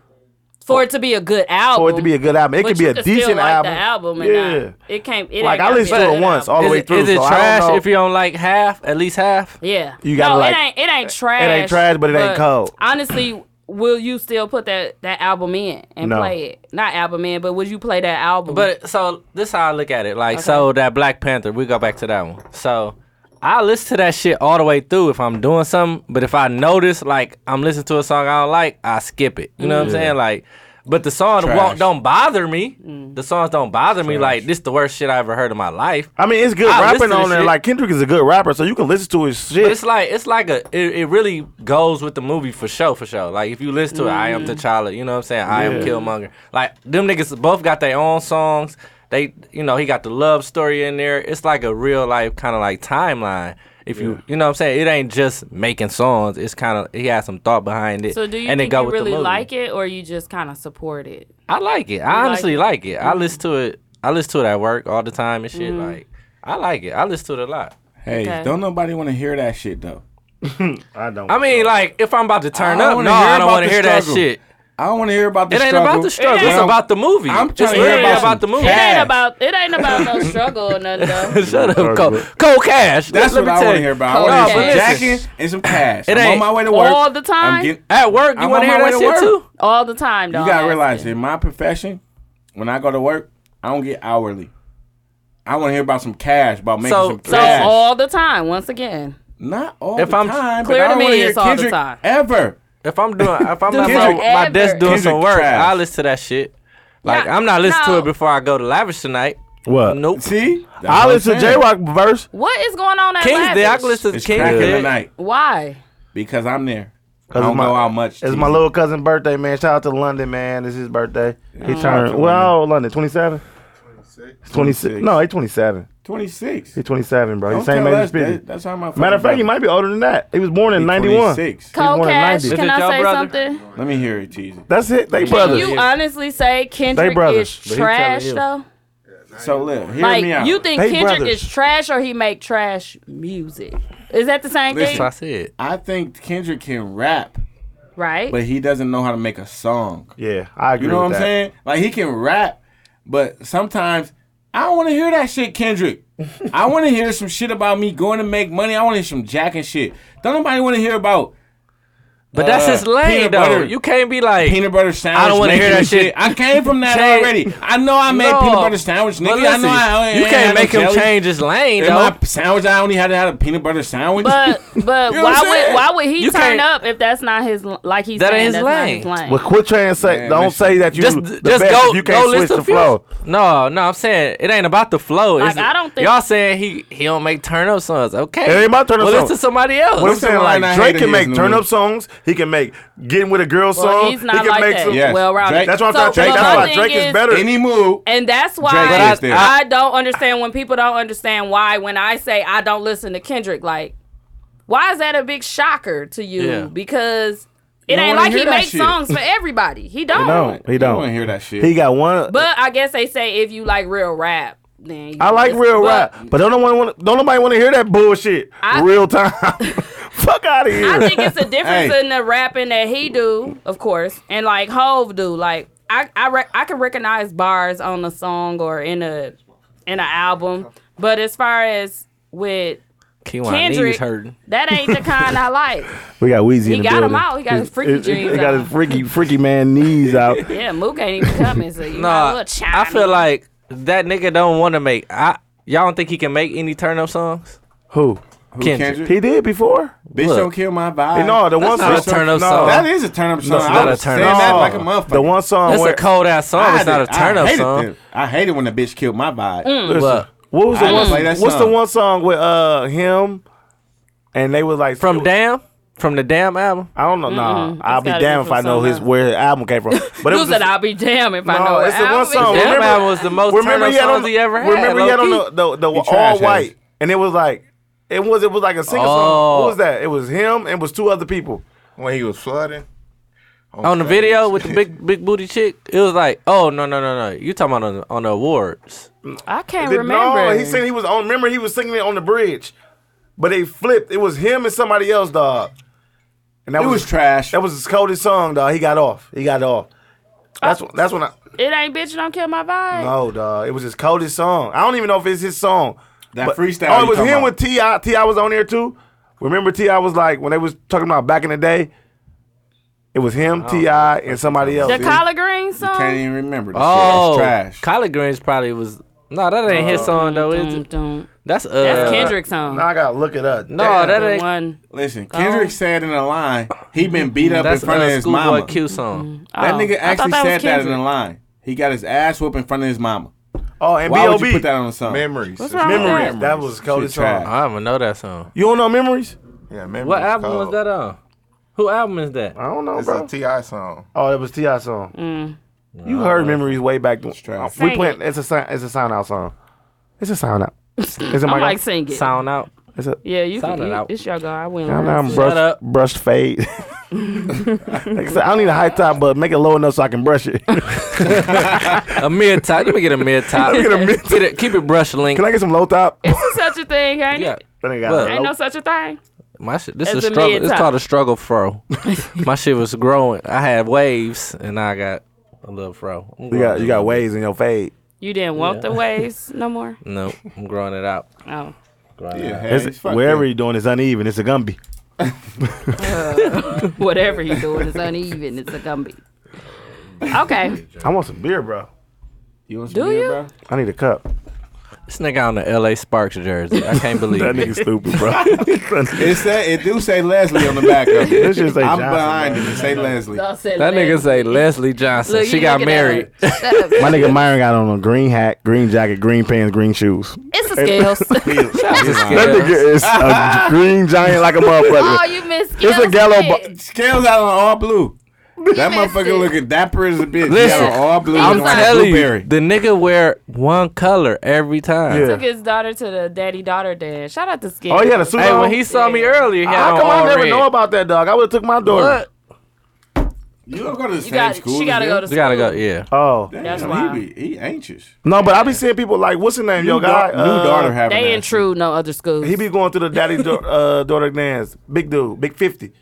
[SPEAKER 3] For it to be a good album.
[SPEAKER 5] For it to be a good album, it could be a decent album.
[SPEAKER 3] The album and
[SPEAKER 5] yeah,
[SPEAKER 3] not- it can't. It
[SPEAKER 5] Like,
[SPEAKER 3] ain't
[SPEAKER 5] I
[SPEAKER 3] gotta
[SPEAKER 5] listened
[SPEAKER 3] be a
[SPEAKER 5] to it
[SPEAKER 3] good
[SPEAKER 5] once,
[SPEAKER 3] album.
[SPEAKER 5] all the
[SPEAKER 6] Is
[SPEAKER 5] way
[SPEAKER 6] it-
[SPEAKER 5] through,
[SPEAKER 6] Is it
[SPEAKER 5] so I don't
[SPEAKER 6] trash
[SPEAKER 5] know.
[SPEAKER 6] if you don't like half, at least half?
[SPEAKER 3] yeah.
[SPEAKER 5] You gotta
[SPEAKER 3] no,
[SPEAKER 5] like-
[SPEAKER 3] it ain't. It ain't trash.
[SPEAKER 5] trash, but it ain't cold.
[SPEAKER 3] Honestly, will you still put that that album in and
[SPEAKER 5] No.
[SPEAKER 3] play it? Not album in, but would you play that album?
[SPEAKER 6] But so this is how I look at it. Like so that Black Panther, we go back to that one. So I listen to that shit all the way through if I'm doing something. But if I notice like I'm listening to a song I don't like, I skip it. You know
[SPEAKER 5] Mm.
[SPEAKER 6] what I'm saying? Like but the song won't, don't bother me.
[SPEAKER 5] Mm.
[SPEAKER 6] The songs don't bother me. Like this the worst shit I ever heard in my life.
[SPEAKER 5] I mean, it's good
[SPEAKER 6] I listen
[SPEAKER 5] rapping
[SPEAKER 6] to
[SPEAKER 5] on there.
[SPEAKER 6] shit.
[SPEAKER 5] Like Kendrick is a good rapper, so you can listen to his shit.
[SPEAKER 6] But it's like it's like a it, it really goes with the movie for sure for sure. Like if you listen to it, I
[SPEAKER 3] Mm.
[SPEAKER 6] am T'Challa, you know what I'm saying? I am Killmonger. Like them niggas both got their own songs. They you know, he got the love story in there. It's like a real life kind of like timeline. If you you know what I'm saying? It ain't just making songs. It's kind of he has some thought behind it.
[SPEAKER 3] so do you
[SPEAKER 6] and it
[SPEAKER 3] think
[SPEAKER 6] go
[SPEAKER 3] you
[SPEAKER 6] with the
[SPEAKER 3] really
[SPEAKER 6] movie.
[SPEAKER 3] like it, or you just kind of support it?
[SPEAKER 6] I like it.
[SPEAKER 3] like
[SPEAKER 6] I honestly
[SPEAKER 3] it? Mm-hmm.
[SPEAKER 6] like it. I listen to it. I listen to it at work all the time and shit like I like it. I listen to it a lot.
[SPEAKER 4] Hey,
[SPEAKER 3] Okay.
[SPEAKER 4] don't nobody want to hear that shit though.
[SPEAKER 5] I don't.
[SPEAKER 6] I mean, like if I'm about to turn
[SPEAKER 4] I
[SPEAKER 6] up,
[SPEAKER 4] wanna
[SPEAKER 6] no,
[SPEAKER 4] hear
[SPEAKER 6] I don't
[SPEAKER 4] about
[SPEAKER 6] want to
[SPEAKER 4] the
[SPEAKER 6] hear that
[SPEAKER 4] struggle.
[SPEAKER 6] shit.
[SPEAKER 4] I don't want to hear about the
[SPEAKER 6] It ain't
[SPEAKER 4] struggle.
[SPEAKER 6] about the struggle. It's
[SPEAKER 4] I'm-
[SPEAKER 6] about the movie.
[SPEAKER 4] I'm
[SPEAKER 6] It's
[SPEAKER 4] trying to
[SPEAKER 6] literally
[SPEAKER 4] hear about,
[SPEAKER 6] about the
[SPEAKER 4] some
[SPEAKER 6] movie.
[SPEAKER 3] It ain't
[SPEAKER 4] cash.
[SPEAKER 3] about it ain't about no struggle or nothing though.
[SPEAKER 6] Shut up,
[SPEAKER 5] Sorry,
[SPEAKER 6] Cole. Cold Cash.
[SPEAKER 4] That's
[SPEAKER 6] Let
[SPEAKER 4] what
[SPEAKER 6] me
[SPEAKER 4] I
[SPEAKER 6] tell
[SPEAKER 4] want to
[SPEAKER 6] you.
[SPEAKER 4] hear about.
[SPEAKER 3] Cold
[SPEAKER 4] I want to
[SPEAKER 3] cash.
[SPEAKER 4] hear some jacking and some cash.
[SPEAKER 6] It
[SPEAKER 4] I'm on
[SPEAKER 6] ain't
[SPEAKER 4] my way to work
[SPEAKER 3] all the time.
[SPEAKER 4] I'm getting-
[SPEAKER 6] At work, you
[SPEAKER 4] I'm
[SPEAKER 6] want
[SPEAKER 4] on
[SPEAKER 6] to
[SPEAKER 4] my
[SPEAKER 6] hear
[SPEAKER 4] way
[SPEAKER 6] that
[SPEAKER 4] to
[SPEAKER 6] shit
[SPEAKER 4] work.
[SPEAKER 6] too?
[SPEAKER 3] All the time, dog.
[SPEAKER 4] you gotta realize, in my profession, when I go to work, I don't get hourly. I want to hear about some cash, about making
[SPEAKER 6] So-
[SPEAKER 4] some
[SPEAKER 6] so
[SPEAKER 3] So
[SPEAKER 4] cash.
[SPEAKER 3] all the time, once again.
[SPEAKER 4] Not all
[SPEAKER 6] If
[SPEAKER 4] the
[SPEAKER 6] I'm-
[SPEAKER 4] time.
[SPEAKER 3] Clear
[SPEAKER 4] but
[SPEAKER 3] to
[SPEAKER 4] I don't
[SPEAKER 3] me,
[SPEAKER 4] wanna hear
[SPEAKER 3] it's all the
[SPEAKER 4] Kendrick
[SPEAKER 3] time.
[SPEAKER 4] Ever.
[SPEAKER 6] If I'm doing, if I'm at
[SPEAKER 4] Kendrick.
[SPEAKER 6] my, my
[SPEAKER 3] Ever.
[SPEAKER 6] desk doing some
[SPEAKER 4] Kendrick
[SPEAKER 6] work,
[SPEAKER 4] trash.
[SPEAKER 6] I listen to that shit. Like
[SPEAKER 3] Yeah,
[SPEAKER 6] I'm not listening to
[SPEAKER 3] no.
[SPEAKER 6] it before I go to lavish tonight.
[SPEAKER 5] what?
[SPEAKER 6] Nope.
[SPEAKER 4] See, That's what
[SPEAKER 5] I
[SPEAKER 4] I'm
[SPEAKER 5] listen to J
[SPEAKER 4] saying.
[SPEAKER 5] Rock verse.
[SPEAKER 3] What is going on at
[SPEAKER 6] King's Day. I
[SPEAKER 3] Lavish?
[SPEAKER 6] can listen to
[SPEAKER 4] It's
[SPEAKER 6] King's
[SPEAKER 4] crack in the
[SPEAKER 6] Day.
[SPEAKER 4] night
[SPEAKER 3] Why?
[SPEAKER 4] because I'm there. I
[SPEAKER 5] it's
[SPEAKER 4] don't
[SPEAKER 5] my-
[SPEAKER 4] know how much.
[SPEAKER 5] It's
[SPEAKER 4] T.
[SPEAKER 5] my little cousin's birthday, man. Shout out to London, man. It's his birthday. He
[SPEAKER 4] out to
[SPEAKER 5] turned well, how
[SPEAKER 4] London.
[SPEAKER 5] old London? 27? 26. No, he's 27.
[SPEAKER 4] 26.
[SPEAKER 5] He's 27, bro.
[SPEAKER 4] Don't
[SPEAKER 5] He's same
[SPEAKER 4] tell
[SPEAKER 5] age
[SPEAKER 4] us
[SPEAKER 5] as Speedy.
[SPEAKER 4] that- That's how my
[SPEAKER 5] Matter of fact, he
[SPEAKER 4] fucking
[SPEAKER 5] might be older than that. He was born in
[SPEAKER 4] brother-
[SPEAKER 5] 91.
[SPEAKER 4] 26.
[SPEAKER 3] Cold
[SPEAKER 5] born in
[SPEAKER 3] Cash,
[SPEAKER 5] 90.
[SPEAKER 3] can
[SPEAKER 6] Is it
[SPEAKER 3] I
[SPEAKER 6] y'all
[SPEAKER 3] say
[SPEAKER 6] brother?
[SPEAKER 3] something?
[SPEAKER 4] Let me hear it, Teasy.
[SPEAKER 5] That's it. They
[SPEAKER 3] Can
[SPEAKER 5] brothers.
[SPEAKER 3] you honestly say Kendrick
[SPEAKER 5] brothers,
[SPEAKER 3] is trash
[SPEAKER 6] you.
[SPEAKER 3] though?
[SPEAKER 4] So look, hear me
[SPEAKER 3] Like
[SPEAKER 4] out.
[SPEAKER 3] you think
[SPEAKER 5] They
[SPEAKER 3] Kendrick
[SPEAKER 5] brothers.
[SPEAKER 3] is trash or he make trash music? Is that the same
[SPEAKER 4] Listen.
[SPEAKER 6] So I
[SPEAKER 3] thing?
[SPEAKER 6] said,
[SPEAKER 4] I think Kendrick can rap,
[SPEAKER 3] Right?
[SPEAKER 4] but he doesn't know how to make a song.
[SPEAKER 5] yeah, I agree.
[SPEAKER 4] You know what
[SPEAKER 5] with
[SPEAKER 4] I'm
[SPEAKER 5] that.
[SPEAKER 4] saying? Like he can rap, but sometimes I don't want to hear that shit, Kendrick. I want to hear some shit about me going to make money. I want to hear some jacking shit. Don't nobody want to hear about
[SPEAKER 6] but that's
[SPEAKER 4] Uh,
[SPEAKER 6] his lane
[SPEAKER 4] peanut
[SPEAKER 6] though.
[SPEAKER 4] butter.
[SPEAKER 6] You can't be like
[SPEAKER 4] peanut butter sandwich.
[SPEAKER 6] wanna hear
[SPEAKER 4] making
[SPEAKER 6] that shit.
[SPEAKER 4] I came from that
[SPEAKER 6] Change-
[SPEAKER 4] already. I know I made
[SPEAKER 6] No.
[SPEAKER 4] peanut butter sandwich,
[SPEAKER 6] But
[SPEAKER 4] nigga.
[SPEAKER 6] listen,
[SPEAKER 4] I know I, I
[SPEAKER 6] you
[SPEAKER 4] I
[SPEAKER 6] can't
[SPEAKER 4] had no
[SPEAKER 6] make him
[SPEAKER 4] jelly.
[SPEAKER 6] change his lane
[SPEAKER 4] In
[SPEAKER 6] though.
[SPEAKER 4] my sandwich, I only had to have a peanut butter sandwich.
[SPEAKER 3] But but
[SPEAKER 4] know what
[SPEAKER 3] why
[SPEAKER 4] I'm saying?
[SPEAKER 3] would why would he
[SPEAKER 6] You
[SPEAKER 3] turn
[SPEAKER 6] can't-
[SPEAKER 3] up if that's not his l- like he's
[SPEAKER 6] That
[SPEAKER 3] saying
[SPEAKER 6] ain't
[SPEAKER 3] that's
[SPEAKER 6] his
[SPEAKER 3] not his lane?
[SPEAKER 5] Well, quit trying to say.
[SPEAKER 4] Man,
[SPEAKER 5] don't
[SPEAKER 4] listen.
[SPEAKER 5] say that you
[SPEAKER 6] just
[SPEAKER 5] the
[SPEAKER 6] just
[SPEAKER 5] best.
[SPEAKER 6] go
[SPEAKER 5] You
[SPEAKER 6] go
[SPEAKER 5] can't switch
[SPEAKER 6] listen
[SPEAKER 5] the flow.
[SPEAKER 6] No, no, I'm saying it ain't about the flow.
[SPEAKER 3] Like,
[SPEAKER 6] It's-
[SPEAKER 3] I don't think-
[SPEAKER 6] y'all saying he he don't make turn up songs. Okay,
[SPEAKER 5] It ain't about turn up
[SPEAKER 6] well,
[SPEAKER 5] songs.
[SPEAKER 6] listen to somebody else.
[SPEAKER 5] What I'm
[SPEAKER 4] What's the
[SPEAKER 5] saying,
[SPEAKER 4] line I
[SPEAKER 5] like Drake
[SPEAKER 4] hated
[SPEAKER 5] can
[SPEAKER 4] his
[SPEAKER 5] make
[SPEAKER 4] new
[SPEAKER 5] turn
[SPEAKER 4] one?
[SPEAKER 5] up songs. He can make getting with a girl song.
[SPEAKER 3] Well, he's not
[SPEAKER 5] he can
[SPEAKER 3] like
[SPEAKER 5] make
[SPEAKER 3] that.
[SPEAKER 5] some.
[SPEAKER 4] Yes.
[SPEAKER 3] Well rounded.
[SPEAKER 4] Drake-
[SPEAKER 5] That's what I'm
[SPEAKER 3] so,
[SPEAKER 5] trying to
[SPEAKER 3] but
[SPEAKER 5] say.
[SPEAKER 3] my
[SPEAKER 5] That's why
[SPEAKER 3] thing
[SPEAKER 5] Drake is
[SPEAKER 3] is-
[SPEAKER 5] better.
[SPEAKER 4] Any move,
[SPEAKER 3] And that's
[SPEAKER 4] Drake
[SPEAKER 3] why
[SPEAKER 4] is
[SPEAKER 3] I,
[SPEAKER 4] there.
[SPEAKER 3] I don't understand when people don't understand why when I say I don't listen to Kendrick, like why is that a big shocker to you?
[SPEAKER 6] Yeah.
[SPEAKER 3] Because it
[SPEAKER 4] don't
[SPEAKER 3] ain't
[SPEAKER 4] wanna
[SPEAKER 3] like
[SPEAKER 4] hear
[SPEAKER 3] he
[SPEAKER 4] that
[SPEAKER 3] makes
[SPEAKER 4] shit.
[SPEAKER 3] songs for everybody. He don't.
[SPEAKER 5] No, he
[SPEAKER 4] I want to
[SPEAKER 5] don't.
[SPEAKER 4] hear that shit.
[SPEAKER 5] He got one.
[SPEAKER 3] But I guess they say if you like real rap, then you
[SPEAKER 5] I like
[SPEAKER 3] listen.
[SPEAKER 5] real
[SPEAKER 3] But
[SPEAKER 5] rap, but don't nobody want. Don't nobody want to hear that bullshit.
[SPEAKER 3] I-
[SPEAKER 5] real time. Fuck out of here.
[SPEAKER 3] I think it's a difference
[SPEAKER 4] Hey.
[SPEAKER 3] in the rapping that he do, of course, and like Hove do. Like I I rec- I can recognize bars on a song or in a in an album, but as far as with
[SPEAKER 6] Kiwan knees
[SPEAKER 3] Kendrick,
[SPEAKER 6] hurting.
[SPEAKER 3] that ain't the kind I like.
[SPEAKER 5] we got Weezy
[SPEAKER 3] He
[SPEAKER 5] in the
[SPEAKER 3] got him
[SPEAKER 5] building.
[SPEAKER 3] out. He got his
[SPEAKER 5] It's-
[SPEAKER 3] freaky
[SPEAKER 5] it's-
[SPEAKER 3] jeans
[SPEAKER 5] He got his
[SPEAKER 3] out.
[SPEAKER 5] freaky freaky man knees out.
[SPEAKER 3] Yeah, Mook ain't even coming, so you
[SPEAKER 6] Nah,
[SPEAKER 3] nah, a child.
[SPEAKER 6] I feel like that nigga don't want to make. I y'all don't think he can make any turn up songs?
[SPEAKER 5] Who?
[SPEAKER 4] Who,
[SPEAKER 6] Kendrick.
[SPEAKER 5] He did before.
[SPEAKER 4] Bitch
[SPEAKER 6] Look.
[SPEAKER 4] don't kill my vibe.
[SPEAKER 5] no, the one
[SPEAKER 6] not
[SPEAKER 5] song.
[SPEAKER 6] a turn up
[SPEAKER 5] no,
[SPEAKER 6] song.
[SPEAKER 4] that is a turn up song.
[SPEAKER 6] That's
[SPEAKER 4] I
[SPEAKER 6] not
[SPEAKER 4] was
[SPEAKER 6] a turn
[SPEAKER 4] saying
[SPEAKER 6] up
[SPEAKER 4] that
[SPEAKER 6] song.
[SPEAKER 4] like a motherfucker.
[SPEAKER 5] The one song
[SPEAKER 6] That's
[SPEAKER 5] where
[SPEAKER 6] a cold ass song.
[SPEAKER 4] I
[SPEAKER 6] It's not a
[SPEAKER 4] did- I
[SPEAKER 6] turn up
[SPEAKER 4] hated
[SPEAKER 6] song. Mm.
[SPEAKER 4] Them. I hated when the bitch killed my vibe.
[SPEAKER 3] Mm.
[SPEAKER 6] But
[SPEAKER 5] What was the
[SPEAKER 4] I
[SPEAKER 5] one?
[SPEAKER 4] play that
[SPEAKER 5] What's the
[SPEAKER 4] song.
[SPEAKER 5] one song with uh him? And they was like
[SPEAKER 6] from Damn, from the Damn album.
[SPEAKER 5] I don't know. Nah, I'll
[SPEAKER 3] It's
[SPEAKER 5] be
[SPEAKER 3] gotta be
[SPEAKER 5] damn if
[SPEAKER 3] from
[SPEAKER 5] I know his
[SPEAKER 3] somewhere.
[SPEAKER 5] where his album came from. But it
[SPEAKER 3] you
[SPEAKER 5] was
[SPEAKER 3] said
[SPEAKER 5] a-
[SPEAKER 3] I'll be damn if I
[SPEAKER 5] No,
[SPEAKER 3] know. what
[SPEAKER 5] it's the one
[SPEAKER 3] album it
[SPEAKER 5] song.
[SPEAKER 3] is."
[SPEAKER 6] Damn
[SPEAKER 5] remember-
[SPEAKER 6] album was the most turn
[SPEAKER 5] remember
[SPEAKER 6] up
[SPEAKER 5] he had on
[SPEAKER 6] songs
[SPEAKER 5] the
[SPEAKER 6] he ever had.
[SPEAKER 5] remember he had on
[SPEAKER 6] low-key.
[SPEAKER 5] the the, the all
[SPEAKER 4] trash
[SPEAKER 5] white,
[SPEAKER 4] ass.
[SPEAKER 5] and it was like it was it was like a single
[SPEAKER 6] Oh.
[SPEAKER 5] song. What was that? It was him and was two other people.
[SPEAKER 9] When he was flooding.
[SPEAKER 5] Oh,
[SPEAKER 6] on the
[SPEAKER 9] stage.
[SPEAKER 6] video with the big big booty chick. It was like, oh no no no no, you talking about on, on the awards?
[SPEAKER 3] I can't
[SPEAKER 5] Did-
[SPEAKER 3] remember.
[SPEAKER 5] No, he said he was on. Remember he was singing it on the bridge, but they flipped. It was him and somebody else, dog. And that
[SPEAKER 4] It was trash.
[SPEAKER 5] That was his coldest song, dog. He got off. He got off.
[SPEAKER 3] Oh,
[SPEAKER 5] That's wh- that's when I
[SPEAKER 3] it ain't bitch don't kill my vibe.
[SPEAKER 5] no, dog. It was his coldest song. I don't even know if it's his song.
[SPEAKER 4] That
[SPEAKER 5] But-
[SPEAKER 4] freestyle.
[SPEAKER 5] Oh,
[SPEAKER 4] you
[SPEAKER 5] it was
[SPEAKER 4] talking
[SPEAKER 5] him
[SPEAKER 4] about.
[SPEAKER 5] with Ti. Ti was on there too. Remember Ti was like when they was talking about back in the day. It was
[SPEAKER 4] Oh,
[SPEAKER 5] him, T.I., and somebody else.
[SPEAKER 3] The collard green song.
[SPEAKER 4] Can't even remember. This
[SPEAKER 6] Oh,
[SPEAKER 4] shit. That's trash.
[SPEAKER 6] collard greens probably was. No, that ain't his song though. Is
[SPEAKER 3] Oh, Dun,
[SPEAKER 6] it?
[SPEAKER 3] dun.
[SPEAKER 6] That's uh.
[SPEAKER 3] That's Kendrick's song.
[SPEAKER 5] now I gotta look it up.
[SPEAKER 6] No,
[SPEAKER 5] Damn.
[SPEAKER 6] Oh, that
[SPEAKER 3] The
[SPEAKER 6] ain't.
[SPEAKER 3] one.
[SPEAKER 4] Listen, Kendrick said in a line he been beat up in
[SPEAKER 6] That's
[SPEAKER 4] front of
[SPEAKER 6] uh,
[SPEAKER 4] his
[SPEAKER 6] Schoolboy
[SPEAKER 4] mama.
[SPEAKER 6] Q song.
[SPEAKER 4] That
[SPEAKER 3] Oh,
[SPEAKER 4] nigga
[SPEAKER 3] I thought
[SPEAKER 4] actually
[SPEAKER 3] that was
[SPEAKER 4] said that in
[SPEAKER 3] Kendrick.
[SPEAKER 4] a line. He got his ass whooped in front of his mama.
[SPEAKER 5] Oh, and
[SPEAKER 4] Why
[SPEAKER 5] B.O.B.
[SPEAKER 4] would you put that on the song?
[SPEAKER 8] Memories.
[SPEAKER 3] What's wrong with
[SPEAKER 5] Memories.
[SPEAKER 3] that?
[SPEAKER 5] That was Cody's
[SPEAKER 4] Shit trash.
[SPEAKER 5] song.
[SPEAKER 6] I don't even know that song.
[SPEAKER 5] You don't know Memories?
[SPEAKER 8] Yeah, memories.
[SPEAKER 6] What album was
[SPEAKER 8] called-
[SPEAKER 6] that on? Who album is that?
[SPEAKER 5] I don't know,
[SPEAKER 8] It's
[SPEAKER 5] bro.
[SPEAKER 8] a Ti song.
[SPEAKER 5] oh, that was T.I. song. You heard Memories way back. When,
[SPEAKER 4] trash.
[SPEAKER 5] we
[SPEAKER 3] Mm. Sing
[SPEAKER 5] playing. It's a sound- it's a sound out song. It's a sound out. Is it
[SPEAKER 3] I'm
[SPEAKER 5] my
[SPEAKER 3] like sing it.
[SPEAKER 6] Sound out.
[SPEAKER 5] It's a
[SPEAKER 3] Yeah, you
[SPEAKER 6] Sound
[SPEAKER 3] can.
[SPEAKER 6] it
[SPEAKER 3] You,
[SPEAKER 6] out.
[SPEAKER 3] it's your guy. I win.
[SPEAKER 5] sound out.
[SPEAKER 3] last.
[SPEAKER 5] Brush,
[SPEAKER 6] up.
[SPEAKER 5] brush fade. like I said, I don't need a high top, but make it low enough so I can brush it. can
[SPEAKER 6] A mid top. Let me get a mid top.
[SPEAKER 5] me get a mid-top.
[SPEAKER 6] Get it- Keep it brush link.
[SPEAKER 5] I get some low top?
[SPEAKER 3] Is there such a thing? Ain't
[SPEAKER 6] Yeah.
[SPEAKER 3] it?
[SPEAKER 5] That nigga got
[SPEAKER 6] Well,
[SPEAKER 5] a
[SPEAKER 3] Ain't no
[SPEAKER 5] low-
[SPEAKER 3] such a thing.
[SPEAKER 6] My shit. This
[SPEAKER 3] As
[SPEAKER 6] is
[SPEAKER 3] a
[SPEAKER 6] struggle. It's
[SPEAKER 3] mid-top.
[SPEAKER 6] called a struggle fro. My shit was growing. I had waves, and I got a little fro. I'm
[SPEAKER 5] You
[SPEAKER 6] growing
[SPEAKER 5] got you got
[SPEAKER 6] it.
[SPEAKER 5] waves in your fade.
[SPEAKER 3] You didn't want the waves no more.
[SPEAKER 6] No, I'm growing it out.
[SPEAKER 3] Oh,
[SPEAKER 6] Growing it
[SPEAKER 4] Yeah,
[SPEAKER 6] out.
[SPEAKER 4] hey,
[SPEAKER 5] It's-
[SPEAKER 4] fuck
[SPEAKER 5] wherever
[SPEAKER 4] that.
[SPEAKER 5] you're doing is uneven. It's a Gumby.
[SPEAKER 3] whatever you doing is uneven. It's a gumby. Okay,
[SPEAKER 5] I want some beer, bro.
[SPEAKER 4] You want some
[SPEAKER 3] Do
[SPEAKER 4] beer,
[SPEAKER 3] you?
[SPEAKER 4] bro?
[SPEAKER 5] I need a cup.
[SPEAKER 6] This nigga on the L.A. Sparks jersey. I can't believe
[SPEAKER 5] That
[SPEAKER 6] it.
[SPEAKER 5] nigga stupid, bro.
[SPEAKER 4] It say it do say Leslie on the back of it.
[SPEAKER 5] This shit say
[SPEAKER 4] I'm
[SPEAKER 5] Johnson,
[SPEAKER 4] behind it. It say Leslie.
[SPEAKER 3] Y'all said
[SPEAKER 6] That nigga
[SPEAKER 3] Leslie.
[SPEAKER 6] say Leslie Johnson.
[SPEAKER 3] Look,
[SPEAKER 6] she
[SPEAKER 3] you
[SPEAKER 6] got
[SPEAKER 3] looking at
[SPEAKER 6] married.
[SPEAKER 3] her. Shut up.
[SPEAKER 5] My nigga Myron got on a green hat, green jacket, green pants, green shoes.
[SPEAKER 3] It's a scales.
[SPEAKER 5] That nigga is a green giant like a
[SPEAKER 3] oh,
[SPEAKER 5] motherfucker.
[SPEAKER 3] you missed
[SPEAKER 5] It's
[SPEAKER 3] scales.
[SPEAKER 5] a gallo
[SPEAKER 3] shit.
[SPEAKER 5] bu-
[SPEAKER 4] Scales out on all blue. That
[SPEAKER 3] missed
[SPEAKER 4] motherfucker
[SPEAKER 3] it.
[SPEAKER 4] looking dapper as a bitch.
[SPEAKER 6] Listen,
[SPEAKER 4] Listen, all blue.
[SPEAKER 6] I'm
[SPEAKER 4] looking like a
[SPEAKER 6] telling you,
[SPEAKER 4] blueberry.
[SPEAKER 6] the nigga wear one color every time.
[SPEAKER 5] Yeah.
[SPEAKER 3] Took his daughter to the daddy daughter dance. Shout out to Skip.
[SPEAKER 5] Oh, he had a suit
[SPEAKER 6] Hey,
[SPEAKER 5] on.
[SPEAKER 6] when he saw me earlier, he had on
[SPEAKER 5] How Ah, come I
[SPEAKER 6] all
[SPEAKER 5] never
[SPEAKER 6] red.
[SPEAKER 5] know about that dog? I would have took my
[SPEAKER 6] What?
[SPEAKER 5] daughter.
[SPEAKER 4] You don't go to the
[SPEAKER 3] You
[SPEAKER 4] same
[SPEAKER 3] got,
[SPEAKER 4] school.
[SPEAKER 3] she got to go to school.
[SPEAKER 6] You gotta go. Yeah.
[SPEAKER 5] Oh
[SPEAKER 4] Damn,
[SPEAKER 3] That's
[SPEAKER 4] he
[SPEAKER 3] why.
[SPEAKER 4] be- he anxious.
[SPEAKER 5] no, but I be seeing people like what's his name, yo
[SPEAKER 4] New
[SPEAKER 5] guy.
[SPEAKER 4] da- new daughter having
[SPEAKER 3] They
[SPEAKER 4] that.
[SPEAKER 3] intrude no other schools.
[SPEAKER 5] He be going to the daddy da- uh, daughter dance. Big dude, big fifty.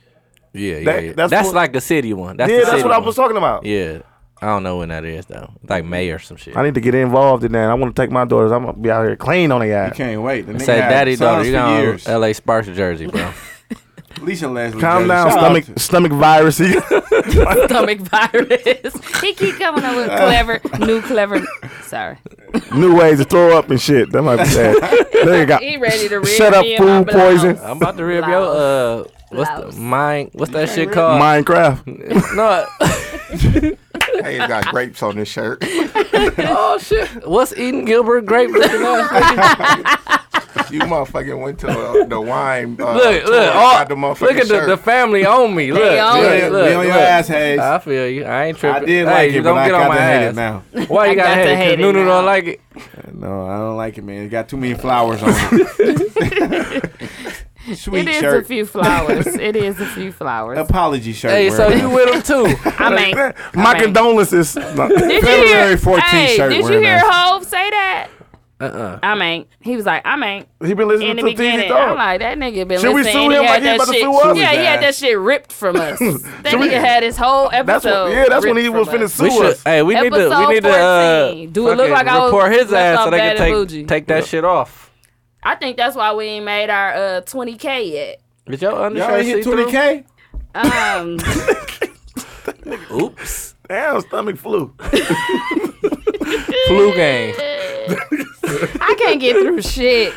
[SPEAKER 6] Yeah. Yeah.
[SPEAKER 5] That-
[SPEAKER 6] yeah.
[SPEAKER 5] that's
[SPEAKER 6] That's,
[SPEAKER 5] what-
[SPEAKER 6] like a city one. That's
[SPEAKER 5] Yeah,
[SPEAKER 6] the
[SPEAKER 5] that's
[SPEAKER 6] city
[SPEAKER 5] what I
[SPEAKER 6] one.
[SPEAKER 5] was talking about.
[SPEAKER 6] Yeah. I don't know when that is though. It's like May or some shit.
[SPEAKER 5] I need to get involved in that. I want to take my daughters. I'm gonna be out here clean on the
[SPEAKER 4] You
[SPEAKER 5] guy.
[SPEAKER 4] can't wait. The nigga
[SPEAKER 6] Say
[SPEAKER 4] had
[SPEAKER 6] daddy daughter.
[SPEAKER 4] sons
[SPEAKER 6] You
[SPEAKER 4] for
[SPEAKER 6] got on
[SPEAKER 4] years.
[SPEAKER 6] L.A. Sparks jersey, bro.
[SPEAKER 4] Lisa Leslie.
[SPEAKER 5] Calm
[SPEAKER 4] Jersey.
[SPEAKER 5] down,
[SPEAKER 4] Shout out
[SPEAKER 5] stomach
[SPEAKER 4] to-
[SPEAKER 5] stomach virus.
[SPEAKER 3] stomach virus. he keep coming up with clever, new clever. Sorry.
[SPEAKER 5] New ways to throw up and shit. That might be sad. There you go.
[SPEAKER 3] He ready to rip
[SPEAKER 5] Shut up,
[SPEAKER 3] me in my
[SPEAKER 5] food poison.
[SPEAKER 3] blouse.
[SPEAKER 6] I'm about to rip your uh. What's
[SPEAKER 3] Blouse.
[SPEAKER 6] the mine? What's that shit called?
[SPEAKER 5] Minecraft.
[SPEAKER 6] No.
[SPEAKER 8] Hey, it's got grapes on this shirt.
[SPEAKER 6] oh shit. What's eating Gilbert grape? looking at?
[SPEAKER 8] You motherfucking went to uh, the wine. Uh,
[SPEAKER 6] look,
[SPEAKER 8] tour,
[SPEAKER 6] look,
[SPEAKER 8] got the
[SPEAKER 6] all,
[SPEAKER 8] motherfucking
[SPEAKER 6] look at the,
[SPEAKER 8] shirt.
[SPEAKER 6] the family on me. Look,
[SPEAKER 3] on
[SPEAKER 6] look,
[SPEAKER 3] you.
[SPEAKER 6] look,
[SPEAKER 4] We on your
[SPEAKER 6] look.
[SPEAKER 4] ass, Hayes.
[SPEAKER 6] I feel you. I ain't
[SPEAKER 4] I
[SPEAKER 6] tripping.
[SPEAKER 4] did
[SPEAKER 6] hey,
[SPEAKER 4] like
[SPEAKER 6] you
[SPEAKER 4] it,
[SPEAKER 6] don't
[SPEAKER 4] but I
[SPEAKER 6] get on
[SPEAKER 4] got
[SPEAKER 6] my
[SPEAKER 4] to hate
[SPEAKER 6] ass.
[SPEAKER 4] it now.
[SPEAKER 6] Why you
[SPEAKER 3] I
[SPEAKER 6] gotta
[SPEAKER 3] got to
[SPEAKER 6] hate it?
[SPEAKER 3] hate it
[SPEAKER 6] 'Cause Nunu
[SPEAKER 3] now.
[SPEAKER 6] don't like it.
[SPEAKER 4] No, I don't like it, man. It got too many flowers on it. Sweet
[SPEAKER 3] It is
[SPEAKER 4] shirt.
[SPEAKER 3] a few flowers. It is a few flowers.
[SPEAKER 4] Apology shirt.
[SPEAKER 6] Hey, so
[SPEAKER 4] wearer.
[SPEAKER 6] you with him too?
[SPEAKER 3] I mean,
[SPEAKER 5] My
[SPEAKER 3] mean-
[SPEAKER 5] condolences. No.
[SPEAKER 3] did you
[SPEAKER 4] February
[SPEAKER 3] hear?
[SPEAKER 4] 14th
[SPEAKER 3] Hey,
[SPEAKER 4] shirt
[SPEAKER 3] did you
[SPEAKER 4] wearing
[SPEAKER 3] hear
[SPEAKER 4] that.
[SPEAKER 3] Hove say that?
[SPEAKER 6] Uh-uh.
[SPEAKER 3] I mean, he was like, I mean,
[SPEAKER 5] He been
[SPEAKER 3] in
[SPEAKER 5] listening
[SPEAKER 3] the
[SPEAKER 5] to TZ
[SPEAKER 3] beginning, I'm
[SPEAKER 5] Dog.
[SPEAKER 3] like, that nigga been
[SPEAKER 5] Should we
[SPEAKER 3] listening.
[SPEAKER 5] sue
[SPEAKER 3] and
[SPEAKER 5] him
[SPEAKER 3] he
[SPEAKER 5] like
[SPEAKER 3] had
[SPEAKER 5] he
[SPEAKER 3] that
[SPEAKER 5] about to
[SPEAKER 3] shit.
[SPEAKER 5] sue us?
[SPEAKER 3] Yeah, he had
[SPEAKER 4] Sue
[SPEAKER 3] that shit ripped from us. that
[SPEAKER 5] we-
[SPEAKER 3] nigga had his whole episode.
[SPEAKER 5] That's what, yeah, that's when he
[SPEAKER 3] ripped
[SPEAKER 5] was
[SPEAKER 3] from
[SPEAKER 5] finna
[SPEAKER 3] us.
[SPEAKER 5] sue
[SPEAKER 6] We should.
[SPEAKER 5] us.
[SPEAKER 6] Hey, we need to. We
[SPEAKER 3] Episode
[SPEAKER 6] need to. Uh,
[SPEAKER 3] 14. Do it look
[SPEAKER 6] fucking
[SPEAKER 3] like I was
[SPEAKER 6] report his
[SPEAKER 3] left
[SPEAKER 6] ass
[SPEAKER 3] off
[SPEAKER 6] so they
[SPEAKER 3] bad
[SPEAKER 6] can
[SPEAKER 3] and bougie?
[SPEAKER 6] take take that shit off?
[SPEAKER 3] I think that's why we ain't made our uh 20k yet.
[SPEAKER 6] Did your
[SPEAKER 4] Y'all
[SPEAKER 6] undershirt
[SPEAKER 4] ain't
[SPEAKER 6] see
[SPEAKER 4] hit
[SPEAKER 6] through?
[SPEAKER 4] 20K?
[SPEAKER 3] Um,
[SPEAKER 6] Oops.
[SPEAKER 5] Damn, stomach flu.
[SPEAKER 6] Flu game.
[SPEAKER 3] I can't get through shit.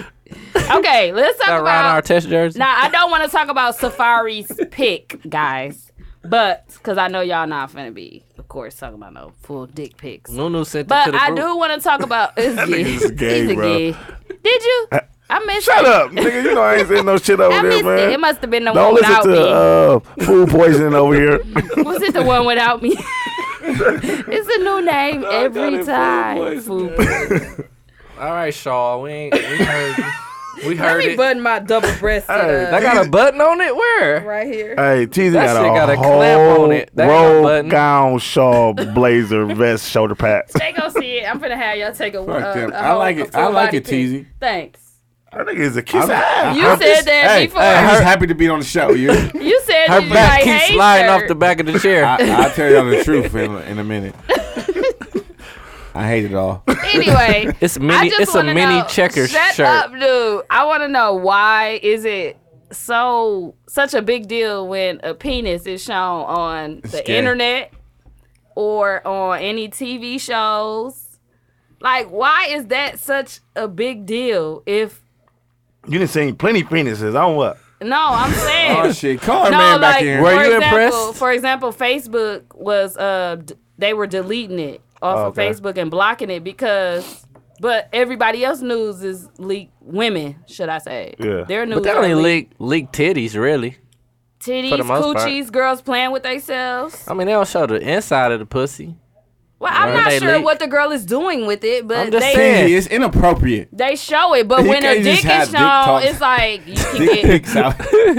[SPEAKER 3] Okay, let's talk
[SPEAKER 6] Got Ron
[SPEAKER 3] about.
[SPEAKER 6] Artest jersey.
[SPEAKER 3] Now I don't want to talk about Safari's pick, guys, but because I know y'all not finna be, of course, talking about no full dick pics.
[SPEAKER 6] Nunu sent it to
[SPEAKER 3] But
[SPEAKER 6] the
[SPEAKER 3] I
[SPEAKER 6] group.
[SPEAKER 3] do want to talk about. It's gay.
[SPEAKER 5] nigga's gay,
[SPEAKER 3] He's a
[SPEAKER 5] bro.
[SPEAKER 3] gay. Did you? I missed.
[SPEAKER 5] Shut
[SPEAKER 3] it.
[SPEAKER 5] up, nigga. You know I ain't saying no shit over
[SPEAKER 3] I
[SPEAKER 5] there,
[SPEAKER 3] missed
[SPEAKER 5] man.
[SPEAKER 3] it. It must have been the
[SPEAKER 5] Don't
[SPEAKER 3] one without
[SPEAKER 5] listen
[SPEAKER 3] me.
[SPEAKER 5] to uh, food poisoning over here.
[SPEAKER 3] Was it the one without me? it's a new name every time. Food
[SPEAKER 6] All right, Shaw. We ain't. We heard. you. We
[SPEAKER 3] Let
[SPEAKER 6] heard
[SPEAKER 3] me
[SPEAKER 6] it.
[SPEAKER 3] button my double breast
[SPEAKER 6] That got a button on it. Where?
[SPEAKER 3] right here.
[SPEAKER 5] hey, TZ
[SPEAKER 6] That
[SPEAKER 5] got a,
[SPEAKER 6] shit got a
[SPEAKER 5] whole
[SPEAKER 6] clamp on it. That ain't no
[SPEAKER 5] robe,
[SPEAKER 6] button.
[SPEAKER 5] gown, shawl, blazer, vest, shoulder pads.
[SPEAKER 3] They gonna see it. I'm finna have y'all take a.
[SPEAKER 4] Fuck
[SPEAKER 3] uh,
[SPEAKER 4] them.
[SPEAKER 3] a
[SPEAKER 4] I like
[SPEAKER 3] whole-
[SPEAKER 4] it.
[SPEAKER 3] a full
[SPEAKER 4] I like
[SPEAKER 3] body
[SPEAKER 4] it,
[SPEAKER 3] pic.
[SPEAKER 4] TZ.
[SPEAKER 3] Thanks.
[SPEAKER 5] That nigga is a kiss
[SPEAKER 4] I'm-
[SPEAKER 5] ass.
[SPEAKER 3] You said that
[SPEAKER 4] Hey,
[SPEAKER 3] before.
[SPEAKER 4] I'm just happy to be on the show. You, I,
[SPEAKER 3] You said
[SPEAKER 6] Her
[SPEAKER 3] that you
[SPEAKER 6] back
[SPEAKER 3] like,
[SPEAKER 6] keeps
[SPEAKER 3] hey,
[SPEAKER 6] sliding
[SPEAKER 3] sir.
[SPEAKER 6] off the back of the chair.
[SPEAKER 4] I'll tell y'all the truth in, in a minute. I hate it all.
[SPEAKER 3] Anyway,
[SPEAKER 6] It's
[SPEAKER 3] I
[SPEAKER 6] mini.
[SPEAKER 3] just
[SPEAKER 6] It's a
[SPEAKER 3] wanna
[SPEAKER 6] mini
[SPEAKER 3] know,
[SPEAKER 6] checker
[SPEAKER 3] Shut
[SPEAKER 6] shirt.
[SPEAKER 3] up, dude. I want to know why is it so such a big deal when a penis is shown on the
[SPEAKER 4] scary.
[SPEAKER 3] internet or on any TV shows? Like, why is that such a big deal? If
[SPEAKER 5] You done seen plenty penises. I don't what.
[SPEAKER 3] no, I'm saying
[SPEAKER 4] Oh shit, call her
[SPEAKER 3] no,
[SPEAKER 4] man back
[SPEAKER 3] like
[SPEAKER 4] here.
[SPEAKER 3] for
[SPEAKER 6] Were you
[SPEAKER 3] example,
[SPEAKER 6] impressed?
[SPEAKER 3] For example, Facebook was uh d- they were deleting it off
[SPEAKER 5] Oh,
[SPEAKER 3] of
[SPEAKER 5] okay.
[SPEAKER 3] Facebook and blocking it because. But everybody else news is leaked women, should I say?
[SPEAKER 5] Yeah.
[SPEAKER 3] Their news
[SPEAKER 6] But they
[SPEAKER 3] are
[SPEAKER 6] only
[SPEAKER 3] leaked.
[SPEAKER 6] leak leak titties, really.
[SPEAKER 3] titties,
[SPEAKER 6] for the most part.
[SPEAKER 3] coochies, girls playing with themselves.
[SPEAKER 6] I mean, they don't show the inside of the pussy.
[SPEAKER 3] Well, I'm
[SPEAKER 6] Right.
[SPEAKER 3] not
[SPEAKER 6] They
[SPEAKER 3] sure
[SPEAKER 6] leak.
[SPEAKER 3] what the girl is doing with it, but
[SPEAKER 6] I'm just
[SPEAKER 3] they
[SPEAKER 6] saying.
[SPEAKER 4] It's inappropriate.
[SPEAKER 3] they show it. But
[SPEAKER 4] You
[SPEAKER 3] when a
[SPEAKER 4] can't just
[SPEAKER 3] dick
[SPEAKER 4] have
[SPEAKER 3] is
[SPEAKER 4] dick talk.
[SPEAKER 3] shown, it's like you can
[SPEAKER 4] Dick
[SPEAKER 3] get
[SPEAKER 4] pics out.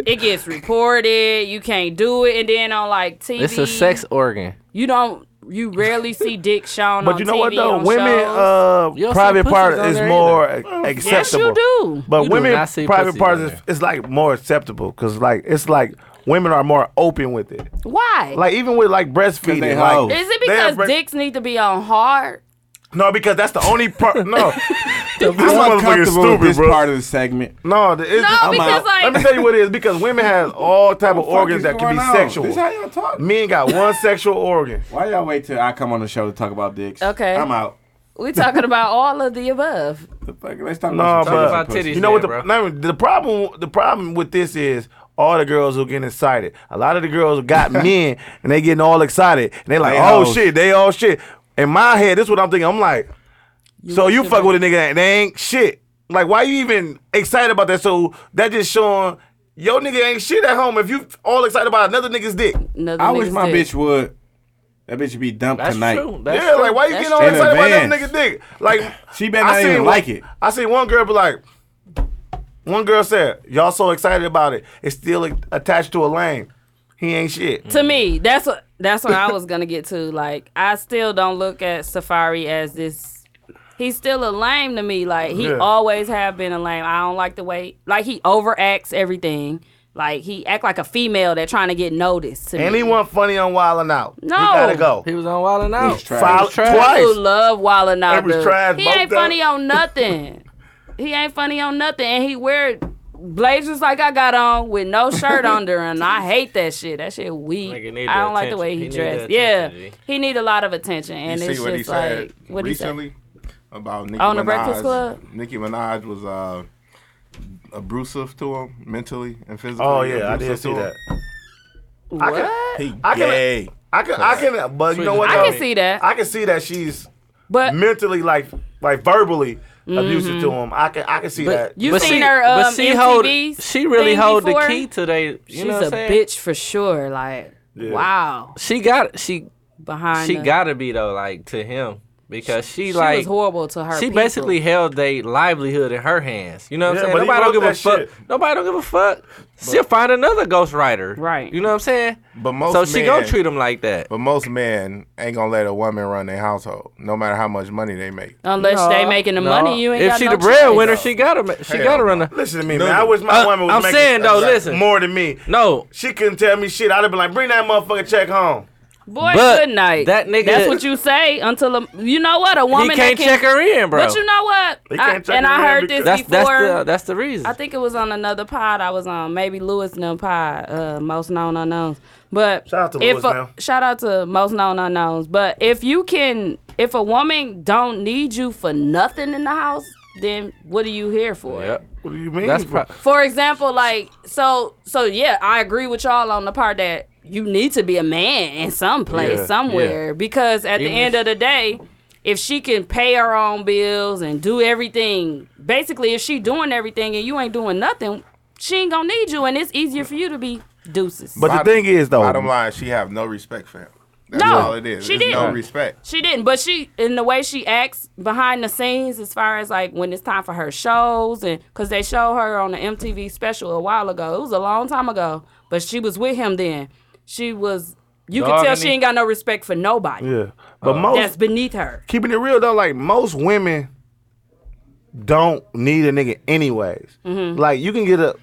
[SPEAKER 3] it gets reported. You can't do it, and then on like TV,
[SPEAKER 6] It's a sex organ.
[SPEAKER 3] You don't. You rarely see dick shown.
[SPEAKER 5] But
[SPEAKER 3] on
[SPEAKER 5] you know what
[SPEAKER 3] TV,
[SPEAKER 5] though,
[SPEAKER 3] on
[SPEAKER 5] women
[SPEAKER 3] shows.
[SPEAKER 6] You
[SPEAKER 5] uh,
[SPEAKER 6] don't
[SPEAKER 5] private
[SPEAKER 6] see
[SPEAKER 5] part
[SPEAKER 6] pussies on
[SPEAKER 5] is
[SPEAKER 6] there
[SPEAKER 5] more a-
[SPEAKER 3] yes,
[SPEAKER 5] acceptable.
[SPEAKER 3] you do.
[SPEAKER 5] But
[SPEAKER 6] You do
[SPEAKER 5] women
[SPEAKER 6] not see
[SPEAKER 5] private
[SPEAKER 6] pussies
[SPEAKER 5] parts
[SPEAKER 6] on
[SPEAKER 5] is
[SPEAKER 6] there.
[SPEAKER 5] it's like more acceptable because like it's like women are more open with it.
[SPEAKER 3] Why?
[SPEAKER 5] Like even with like breastfeeding,
[SPEAKER 4] they hoes.
[SPEAKER 5] like
[SPEAKER 3] is it
[SPEAKER 5] they have
[SPEAKER 3] because
[SPEAKER 5] bre-
[SPEAKER 3] dicks need to be on hard?
[SPEAKER 5] No, because that's the only part. No, this
[SPEAKER 4] I'm
[SPEAKER 5] motherfucker is
[SPEAKER 4] uncomfortable with
[SPEAKER 5] stupid,
[SPEAKER 4] this
[SPEAKER 5] bro.
[SPEAKER 4] part of the segment.
[SPEAKER 5] no, the- it's,
[SPEAKER 3] No,
[SPEAKER 5] I'm
[SPEAKER 3] because,
[SPEAKER 5] out.
[SPEAKER 3] like-
[SPEAKER 5] let me tell you what it is. Because women have all type of organs that can be sexual.
[SPEAKER 4] This how y'all talk?
[SPEAKER 5] Men got one sexual organ.
[SPEAKER 4] Why y'all wait till I come on the show to talk about dicks?
[SPEAKER 3] Okay.
[SPEAKER 4] I'm out.
[SPEAKER 3] We're talking about all of the above.
[SPEAKER 4] The fuck? Let's talk
[SPEAKER 5] No,
[SPEAKER 4] about, some
[SPEAKER 5] but
[SPEAKER 4] about
[SPEAKER 6] titties.
[SPEAKER 5] you know what? The,
[SPEAKER 6] there,
[SPEAKER 5] no, the problem, the problem with this is all the girls who getting excited. A lot of the girls got men, and they getting all excited, and they like,
[SPEAKER 4] They
[SPEAKER 5] oh
[SPEAKER 4] hoes.
[SPEAKER 5] shit, they all shit. In my head, this is what I'm thinking. I'm like, so you fuck with a nigga and they ain't shit. Like, why you even excited about that? So that just showing your nigga ain't shit at home. If you all excited about another nigga's dick,
[SPEAKER 3] Another
[SPEAKER 4] I wish
[SPEAKER 3] nigga's
[SPEAKER 4] my
[SPEAKER 3] dick.
[SPEAKER 4] bitch would. That bitch would be dumped
[SPEAKER 6] That's
[SPEAKER 4] tonight.
[SPEAKER 6] true. That's
[SPEAKER 5] yeah,
[SPEAKER 6] true.
[SPEAKER 5] like why you
[SPEAKER 3] That's
[SPEAKER 5] getting all
[SPEAKER 4] true.
[SPEAKER 5] excited about that
[SPEAKER 4] In
[SPEAKER 5] nigga dick? Like
[SPEAKER 4] She better not
[SPEAKER 5] seen
[SPEAKER 4] even
[SPEAKER 5] one-
[SPEAKER 4] like it.
[SPEAKER 5] I seen one girl be like, one girl said, "Y'all so excited about it, it's still a- attached to a lane. He ain't shit."
[SPEAKER 3] To me, that's what that's what I was gonna get to. Like, I still don't look at Safari as this. He's still a lame to me. Like he
[SPEAKER 5] Yeah.
[SPEAKER 3] always have been a lame. I don't like the way. Like he overacts everything. Like he act like a female that trying to get noticed. To me.
[SPEAKER 5] Anyone funny on Wildin' Out?
[SPEAKER 3] No.
[SPEAKER 5] he gotta go.
[SPEAKER 6] He was on Wild and Out.
[SPEAKER 4] trash.
[SPEAKER 5] Foul-
[SPEAKER 6] was trash.
[SPEAKER 3] who
[SPEAKER 5] twice.
[SPEAKER 3] love Walla
[SPEAKER 5] That was
[SPEAKER 3] Nada.
[SPEAKER 5] trash,
[SPEAKER 3] He
[SPEAKER 5] both
[SPEAKER 3] ain't
[SPEAKER 5] of
[SPEAKER 3] funny
[SPEAKER 5] them.
[SPEAKER 3] on nothing. he ain't funny on nothing, and he wear blazers like I got on with no shirt under, and I hate that shit. That shit weak. I
[SPEAKER 6] Nigga
[SPEAKER 3] don't
[SPEAKER 6] need the
[SPEAKER 3] like the
[SPEAKER 6] attention.
[SPEAKER 3] way he,
[SPEAKER 6] He need the
[SPEAKER 3] dressed. Yeah,
[SPEAKER 6] attention, G.
[SPEAKER 3] he need a lot of attention, and
[SPEAKER 9] You
[SPEAKER 3] it's
[SPEAKER 9] see what he
[SPEAKER 3] just
[SPEAKER 9] said
[SPEAKER 3] like what he said.
[SPEAKER 9] recently about Nicki
[SPEAKER 3] On
[SPEAKER 9] Minaj.
[SPEAKER 3] the Breakfast Club?
[SPEAKER 9] Nicki Minaj was uh, abusive to him mentally and physically.
[SPEAKER 5] Oh yeah, I did
[SPEAKER 9] abusive
[SPEAKER 5] see
[SPEAKER 9] to
[SPEAKER 5] that.
[SPEAKER 9] him.
[SPEAKER 5] I
[SPEAKER 3] What?
[SPEAKER 5] can,
[SPEAKER 9] He
[SPEAKER 5] I can-
[SPEAKER 9] gay.
[SPEAKER 5] I can, I can, but you know what?
[SPEAKER 3] I
[SPEAKER 5] though?
[SPEAKER 3] can see that,
[SPEAKER 5] I can see that she's
[SPEAKER 3] but
[SPEAKER 5] mentally like, like verbally abusive to him. I can, I can see that.
[SPEAKER 3] you
[SPEAKER 6] Mm-hmm. But
[SPEAKER 3] seen
[SPEAKER 6] she-
[SPEAKER 3] her um,
[SPEAKER 6] but she hold,
[SPEAKER 3] MTV's
[SPEAKER 6] she really
[SPEAKER 3] thing
[SPEAKER 6] hold the
[SPEAKER 3] before?
[SPEAKER 6] key to they. You
[SPEAKER 3] She's
[SPEAKER 6] know what
[SPEAKER 3] a
[SPEAKER 6] I'm saying?
[SPEAKER 3] bitch for sure. Like wow,
[SPEAKER 6] She got she
[SPEAKER 3] behind
[SPEAKER 6] she
[SPEAKER 3] the-
[SPEAKER 6] gotta be though like to him because she,
[SPEAKER 3] she
[SPEAKER 6] like
[SPEAKER 3] was horrible to her.
[SPEAKER 6] she
[SPEAKER 3] people.
[SPEAKER 6] basically held their livelihood in her hands. You know what
[SPEAKER 5] Yeah,
[SPEAKER 6] I'm
[SPEAKER 5] but
[SPEAKER 6] saying?
[SPEAKER 5] he
[SPEAKER 6] Nobody don't
[SPEAKER 5] wrote
[SPEAKER 6] give a
[SPEAKER 5] that
[SPEAKER 6] fuck.
[SPEAKER 5] shit.
[SPEAKER 6] Nobody don't give a fuck. She'll find another ghostwriter.
[SPEAKER 3] Right.
[SPEAKER 6] You know what I'm saying?
[SPEAKER 9] But most
[SPEAKER 6] so she
[SPEAKER 9] men,
[SPEAKER 6] gonna treat him like that.
[SPEAKER 9] But most men ain't gonna let a woman run their household, no matter how much money they make.
[SPEAKER 3] unless they making the
[SPEAKER 6] No.
[SPEAKER 3] money, you ain't
[SPEAKER 6] If
[SPEAKER 3] got
[SPEAKER 6] she
[SPEAKER 3] no
[SPEAKER 6] the breadwinner,
[SPEAKER 3] choice.
[SPEAKER 6] she gotta ma- she
[SPEAKER 9] Hell
[SPEAKER 6] gotta
[SPEAKER 9] no.
[SPEAKER 6] run. The,
[SPEAKER 5] Listen to me, man. I wish my
[SPEAKER 6] Uh,
[SPEAKER 5] woman was
[SPEAKER 6] I'm
[SPEAKER 5] making
[SPEAKER 6] saying, though,
[SPEAKER 5] a-
[SPEAKER 6] listen.
[SPEAKER 5] more than me.
[SPEAKER 6] no,
[SPEAKER 5] She couldn't tell me shit. I'd have been like, bring that motherfucker check home.
[SPEAKER 3] Boy,
[SPEAKER 6] But
[SPEAKER 3] good night.
[SPEAKER 6] that nigga-
[SPEAKER 3] That's what you say until a, you know what a
[SPEAKER 6] he
[SPEAKER 3] woman
[SPEAKER 6] can't
[SPEAKER 3] that
[SPEAKER 6] check her in, bro.
[SPEAKER 3] But you know what?
[SPEAKER 5] He
[SPEAKER 3] I,
[SPEAKER 5] can't check
[SPEAKER 3] and
[SPEAKER 5] her
[SPEAKER 3] I
[SPEAKER 5] in
[SPEAKER 3] heard this
[SPEAKER 6] that's
[SPEAKER 5] because-
[SPEAKER 3] before.
[SPEAKER 6] that's the that's the reason.
[SPEAKER 3] I think it was on another pod I was on, maybe Lewis and them pod, uh, most known unknowns. But
[SPEAKER 5] Shout out to
[SPEAKER 3] if
[SPEAKER 5] Lewis
[SPEAKER 3] a,
[SPEAKER 5] now.
[SPEAKER 3] shout out to most known unknowns. But if you can, if a woman don't need you for nothing in the house, then what are you here for?
[SPEAKER 6] Yep.
[SPEAKER 5] What do you mean?
[SPEAKER 6] That's pro-
[SPEAKER 3] For example, like so, so yeah, I agree with y'all on the part that you need to be a man in some place,
[SPEAKER 5] Yeah,
[SPEAKER 3] somewhere, because at
[SPEAKER 6] Even
[SPEAKER 3] the end
[SPEAKER 6] if-
[SPEAKER 3] of the day, if she can pay her own bills and do everything, basically, if she doing everything and you ain't doing nothing, she ain't gonna need you, and it's easier for you to be deuces.
[SPEAKER 5] But the thing is, though,
[SPEAKER 9] Bottom line, she have no respect for him. That's
[SPEAKER 3] No,
[SPEAKER 9] all it is.
[SPEAKER 3] she
[SPEAKER 9] It's no
[SPEAKER 3] didn't.
[SPEAKER 9] respect.
[SPEAKER 3] She didn't, but she in the way she acts behind the scenes, as far as like when it's time for her shows, and because they show her on the MTV special a while ago, it was a long time ago, but she was with him then. She was, you can
[SPEAKER 6] Dog,
[SPEAKER 3] tell
[SPEAKER 6] I
[SPEAKER 3] she
[SPEAKER 6] mean-
[SPEAKER 3] ain't got no respect for nobody.
[SPEAKER 5] yeah.
[SPEAKER 6] Uh,
[SPEAKER 5] But
[SPEAKER 3] That's
[SPEAKER 5] most
[SPEAKER 3] beneath her.
[SPEAKER 5] keeping it real though, like most women don't need a nigga anyways.
[SPEAKER 3] Mm-hmm.
[SPEAKER 5] Like you can get a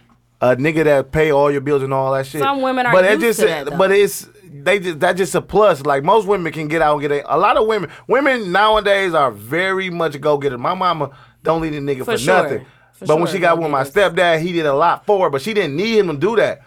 [SPEAKER 5] a nigga that pay all your bills and all that shit.
[SPEAKER 3] Some women are
[SPEAKER 5] but it
[SPEAKER 3] used
[SPEAKER 5] just,
[SPEAKER 3] to that, though.
[SPEAKER 5] but it's they just that's just a plus. Like most women can get out and get a, a lot of women. Women nowadays are very much go getter. My mama don't need a nigga for,
[SPEAKER 3] For sure.
[SPEAKER 5] nothing. but when she got with my stepdad, he did a lot for her, but she didn't need him to do that.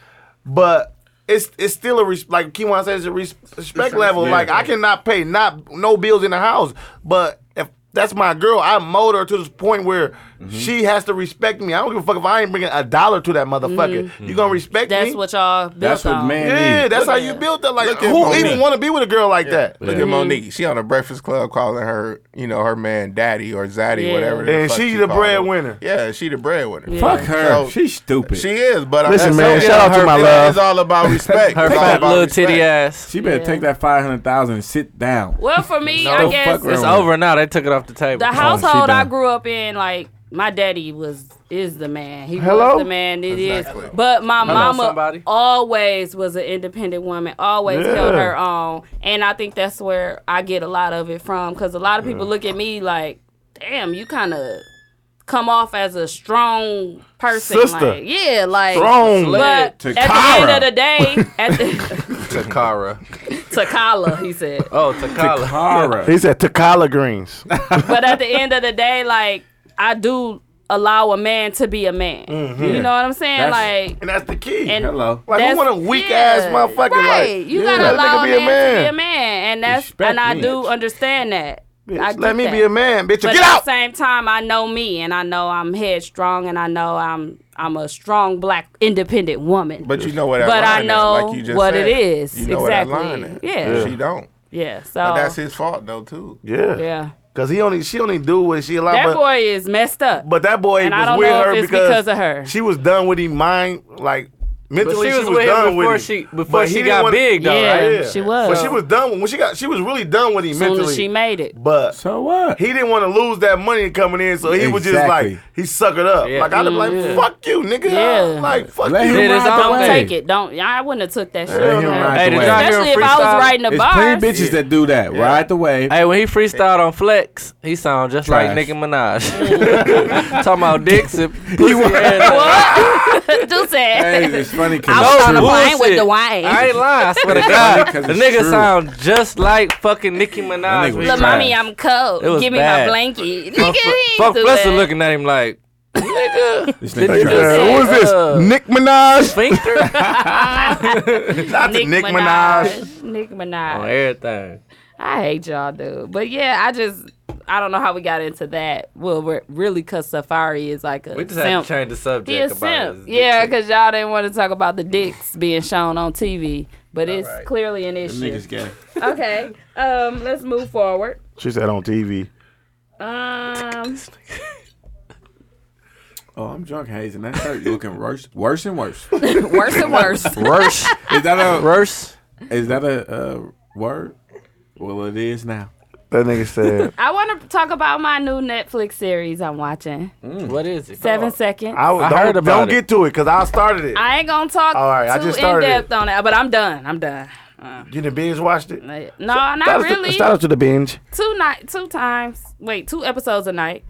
[SPEAKER 5] But it's it's still a res- like Kiwan says, it's a res- respect level.
[SPEAKER 4] yeah.
[SPEAKER 5] Like I cannot pay not no bills in the house, but if that's my girl, I mold her to this point where she has to respect me. I don't give a fuck if I ain't bringing a dollar to that motherfucker.
[SPEAKER 3] Mm-hmm.
[SPEAKER 5] You gonna respect
[SPEAKER 3] That's
[SPEAKER 5] me?
[SPEAKER 3] what y'all built
[SPEAKER 4] That's what
[SPEAKER 3] on.
[SPEAKER 4] man
[SPEAKER 5] yeah,
[SPEAKER 4] need.
[SPEAKER 5] that's how you build that. Like
[SPEAKER 9] Look at
[SPEAKER 5] who
[SPEAKER 9] Monique.
[SPEAKER 5] even want to be with a girl like that?
[SPEAKER 9] Look at Monique. She on the Breakfast Club calling her, you know, her man daddy or zaddy,
[SPEAKER 3] Yeah.
[SPEAKER 9] whatever. the
[SPEAKER 5] And
[SPEAKER 9] fuck
[SPEAKER 5] she
[SPEAKER 9] she
[SPEAKER 5] the
[SPEAKER 9] called him.
[SPEAKER 5] breadwinner.
[SPEAKER 9] Yeah, she the breadwinner.
[SPEAKER 4] Fuck her.
[SPEAKER 9] So-
[SPEAKER 4] She's stupid.
[SPEAKER 9] She is, but
[SPEAKER 5] Listen,
[SPEAKER 9] I'm
[SPEAKER 5] man, shout out to my love.
[SPEAKER 9] It's all about respect.
[SPEAKER 6] Her
[SPEAKER 9] It's all
[SPEAKER 6] fat
[SPEAKER 9] about
[SPEAKER 6] little
[SPEAKER 9] respect.
[SPEAKER 6] titty ass.
[SPEAKER 4] She better take that five hundred thousand and sit down.
[SPEAKER 3] Well, for me, I
[SPEAKER 4] No,
[SPEAKER 3] guess
[SPEAKER 4] fuck
[SPEAKER 6] It's
[SPEAKER 4] around.
[SPEAKER 6] over now. They took it off the table.
[SPEAKER 3] the household I
[SPEAKER 4] done.
[SPEAKER 3] grew up in, like my daddy was is the man. He
[SPEAKER 5] Hello?
[SPEAKER 3] was the man. It is.
[SPEAKER 9] Exactly.
[SPEAKER 3] But my mama
[SPEAKER 6] somebody.
[SPEAKER 3] always was an independent woman. Always held her own, and I think that's where I get a lot of it from. Because a lot of people look at me like, "Damn, you kind of." Come off as a strong person,
[SPEAKER 5] Sister.
[SPEAKER 3] like yeah, like
[SPEAKER 5] Strong.
[SPEAKER 3] But at the end of the day, at the
[SPEAKER 9] Takara.
[SPEAKER 3] Takala, he said.
[SPEAKER 6] Oh, Takala.
[SPEAKER 4] Cara.
[SPEAKER 5] He said Takala greens.
[SPEAKER 3] but at the end of the day, like I do allow a man to be a man. You know what I'm saying?
[SPEAKER 4] Mm-hmm. That's-
[SPEAKER 3] like
[SPEAKER 5] And that's the key.
[SPEAKER 3] and
[SPEAKER 4] Hello.
[SPEAKER 5] Like, who
[SPEAKER 3] that's-
[SPEAKER 5] want a weak ass
[SPEAKER 3] yeah,
[SPEAKER 5] motherfucker?
[SPEAKER 3] Right.
[SPEAKER 5] Like,
[SPEAKER 3] you
[SPEAKER 5] yeah.
[SPEAKER 3] gotta
[SPEAKER 5] Let a nigga
[SPEAKER 3] allow a
[SPEAKER 5] be a
[SPEAKER 3] man, to
[SPEAKER 5] man.
[SPEAKER 3] be a man, and that's
[SPEAKER 4] Respect
[SPEAKER 3] and I
[SPEAKER 4] me.
[SPEAKER 3] do understand that. I
[SPEAKER 5] Bitch,
[SPEAKER 3] get
[SPEAKER 5] let me
[SPEAKER 3] that.
[SPEAKER 5] be a man, bitch.
[SPEAKER 3] But at
[SPEAKER 5] Get out.
[SPEAKER 3] the same time, I know me, and I know I'm headstrong, and I know I'm I'm a strong black independent woman.
[SPEAKER 9] But you know what that
[SPEAKER 3] But I
[SPEAKER 9] line is,
[SPEAKER 3] know
[SPEAKER 9] like you just
[SPEAKER 3] what
[SPEAKER 9] said.
[SPEAKER 3] it is.
[SPEAKER 9] You know exactly.
[SPEAKER 3] Exactly.
[SPEAKER 9] that line is.
[SPEAKER 3] Yeah.
[SPEAKER 9] She don't.
[SPEAKER 3] yeah, so
[SPEAKER 9] But that's his fault though too.
[SPEAKER 5] Yeah.
[SPEAKER 3] yeah,
[SPEAKER 5] Cause he only she only do what she allowed.
[SPEAKER 3] that
[SPEAKER 5] But,
[SPEAKER 3] boy is messed up.
[SPEAKER 5] but that boy
[SPEAKER 3] And I
[SPEAKER 5] was
[SPEAKER 3] don't
[SPEAKER 5] with
[SPEAKER 3] know if
[SPEAKER 5] her
[SPEAKER 3] it's
[SPEAKER 5] because,
[SPEAKER 3] because of her.
[SPEAKER 5] She was done with him mind like mentally.
[SPEAKER 6] But she was
[SPEAKER 5] was
[SPEAKER 6] with
[SPEAKER 5] done
[SPEAKER 6] him before
[SPEAKER 5] with him.
[SPEAKER 6] she
[SPEAKER 5] But
[SPEAKER 6] before
[SPEAKER 5] he
[SPEAKER 6] she
[SPEAKER 5] didn't
[SPEAKER 6] got
[SPEAKER 5] wanna-
[SPEAKER 6] big though,
[SPEAKER 3] Yeah.
[SPEAKER 6] right?
[SPEAKER 3] She was.
[SPEAKER 5] But she was done when- when she got. She was really done with him
[SPEAKER 3] soon
[SPEAKER 5] mentally.
[SPEAKER 3] as she made it,
[SPEAKER 5] but
[SPEAKER 4] So what?
[SPEAKER 5] he didn't want to lose that money coming in, so he was just
[SPEAKER 4] Exactly.
[SPEAKER 5] like he suckered up.
[SPEAKER 6] Yeah.
[SPEAKER 5] Like I'd be like, "Fuck you, nigga!
[SPEAKER 3] Mm-hmm. Yeah.
[SPEAKER 5] Like fuck
[SPEAKER 4] Let
[SPEAKER 5] you."
[SPEAKER 4] him
[SPEAKER 6] Did his
[SPEAKER 4] ride the
[SPEAKER 6] own
[SPEAKER 3] don't
[SPEAKER 6] Hey.
[SPEAKER 3] take it. Don't. I wouldn't have took that shit.
[SPEAKER 4] Let him
[SPEAKER 3] man.
[SPEAKER 4] ride
[SPEAKER 6] Hey,
[SPEAKER 4] the
[SPEAKER 6] did
[SPEAKER 4] wave.
[SPEAKER 6] y'all hear
[SPEAKER 3] Especially if I
[SPEAKER 6] him freestyle?
[SPEAKER 3] was riding the
[SPEAKER 4] It's
[SPEAKER 3] bars.
[SPEAKER 4] plenty bitches that do that. Ride the wave.
[SPEAKER 6] Hey, when he freestyled on Flex, he sound just like
[SPEAKER 4] Trash.
[SPEAKER 6] Nicki Minaj. Talking about dicks and pussy and
[SPEAKER 3] do
[SPEAKER 4] Hey,
[SPEAKER 3] that.
[SPEAKER 4] it's funny
[SPEAKER 3] I
[SPEAKER 4] because
[SPEAKER 3] was
[SPEAKER 6] Those
[SPEAKER 3] on a plane with
[SPEAKER 6] bullshit.
[SPEAKER 3] Dwayne.
[SPEAKER 6] I ain't lying. I swear to
[SPEAKER 4] funny
[SPEAKER 6] God,
[SPEAKER 4] 'cause
[SPEAKER 6] the
[SPEAKER 4] it's
[SPEAKER 6] nigga
[SPEAKER 4] true.
[SPEAKER 6] sound just like fucking Nicki
[SPEAKER 4] That nigga
[SPEAKER 6] Minaj.
[SPEAKER 4] was
[SPEAKER 3] Look,
[SPEAKER 4] trash.
[SPEAKER 3] mommy, I'm
[SPEAKER 6] It
[SPEAKER 3] cold.
[SPEAKER 6] was
[SPEAKER 3] Give me my
[SPEAKER 6] bad.
[SPEAKER 3] blanket.
[SPEAKER 6] Fuck,
[SPEAKER 3] Nigga, he
[SPEAKER 6] fuck
[SPEAKER 3] ain't do
[SPEAKER 6] Flessa
[SPEAKER 3] that.
[SPEAKER 6] looking at him like,
[SPEAKER 4] this
[SPEAKER 6] Did
[SPEAKER 4] nigga
[SPEAKER 6] you
[SPEAKER 4] trash.
[SPEAKER 6] just-
[SPEAKER 5] Who is this?
[SPEAKER 6] Uh,
[SPEAKER 5] Nick Minaj.
[SPEAKER 6] sphincter
[SPEAKER 5] Shout out to Nick Minaj. Oh,
[SPEAKER 3] Nick Minaj.
[SPEAKER 6] on everything.
[SPEAKER 3] I hate y'all, dude. But yeah, I just I don't know how we got into that. Well, we're really cause Safari is like a
[SPEAKER 6] We just had
[SPEAKER 3] simp.
[SPEAKER 6] to change the subject
[SPEAKER 3] He a
[SPEAKER 6] about
[SPEAKER 3] simp.
[SPEAKER 6] his dick
[SPEAKER 3] Yeah,
[SPEAKER 6] pic.
[SPEAKER 3] because y'all didn't want to talk about the dicks being shown on TV, but it's clearly an issue.
[SPEAKER 4] Niggas gay.
[SPEAKER 3] Okay, um, let's move forward.
[SPEAKER 5] She said on TV.
[SPEAKER 3] Um,
[SPEAKER 4] Oh, I'm drunk, Hayes, and that shirt looking worse, worse and worse.
[SPEAKER 3] worse and worse.
[SPEAKER 6] Worse,
[SPEAKER 4] Is that a
[SPEAKER 6] worse.
[SPEAKER 4] is that a uh, word? Well, it is now.
[SPEAKER 5] That nigga said.
[SPEAKER 3] I want to talk about my new Netflix series I'm watching.
[SPEAKER 6] What is it?
[SPEAKER 3] Seven seconds.
[SPEAKER 5] I,
[SPEAKER 6] I
[SPEAKER 5] don't,
[SPEAKER 6] heard about
[SPEAKER 5] Don't
[SPEAKER 6] it.
[SPEAKER 5] get to it because I started it.
[SPEAKER 3] I ain't gonna talk
[SPEAKER 5] All right, I
[SPEAKER 3] too
[SPEAKER 5] just
[SPEAKER 3] in
[SPEAKER 5] started
[SPEAKER 3] depth on that, but I'm done. I'm done.
[SPEAKER 5] you done binge watched it?
[SPEAKER 3] No, not
[SPEAKER 5] Shout out to-
[SPEAKER 3] really.
[SPEAKER 5] Shout out to the binge.
[SPEAKER 3] two night, two times. Wait, two episodes a night.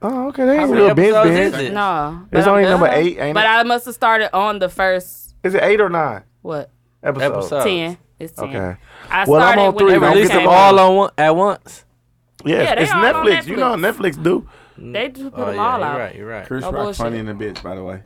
[SPEAKER 5] Oh, okay. That ain't
[SPEAKER 6] many
[SPEAKER 5] real binge
[SPEAKER 6] episodes
[SPEAKER 5] binge.
[SPEAKER 6] is it?
[SPEAKER 3] No, but
[SPEAKER 5] It's
[SPEAKER 3] I'm
[SPEAKER 5] only
[SPEAKER 3] done.
[SPEAKER 5] number eight, ain't
[SPEAKER 3] But
[SPEAKER 5] it?
[SPEAKER 3] I must have started on the first
[SPEAKER 5] Is it eight or nine
[SPEAKER 3] what
[SPEAKER 5] episodes?
[SPEAKER 6] Episode.
[SPEAKER 3] ten? It's ten.
[SPEAKER 5] Okay.
[SPEAKER 3] I
[SPEAKER 5] Well, I'm
[SPEAKER 3] started
[SPEAKER 5] on
[SPEAKER 3] when
[SPEAKER 5] three
[SPEAKER 3] it
[SPEAKER 6] They
[SPEAKER 5] now.
[SPEAKER 3] first
[SPEAKER 6] released
[SPEAKER 5] Get
[SPEAKER 6] them
[SPEAKER 3] came
[SPEAKER 6] all
[SPEAKER 3] out.
[SPEAKER 6] on one, at once.
[SPEAKER 5] Yes,
[SPEAKER 3] Yeah, they
[SPEAKER 5] it's
[SPEAKER 3] all on
[SPEAKER 5] Netflix. You know how
[SPEAKER 3] Netflix.
[SPEAKER 5] Netflix do.
[SPEAKER 3] They just put
[SPEAKER 6] Oh,
[SPEAKER 3] them
[SPEAKER 6] yeah,
[SPEAKER 3] all
[SPEAKER 6] you're
[SPEAKER 3] out.
[SPEAKER 6] right. You're right.
[SPEAKER 4] Chris
[SPEAKER 3] No
[SPEAKER 4] Rock
[SPEAKER 3] bullshit.
[SPEAKER 4] funny in the bitch, by the way.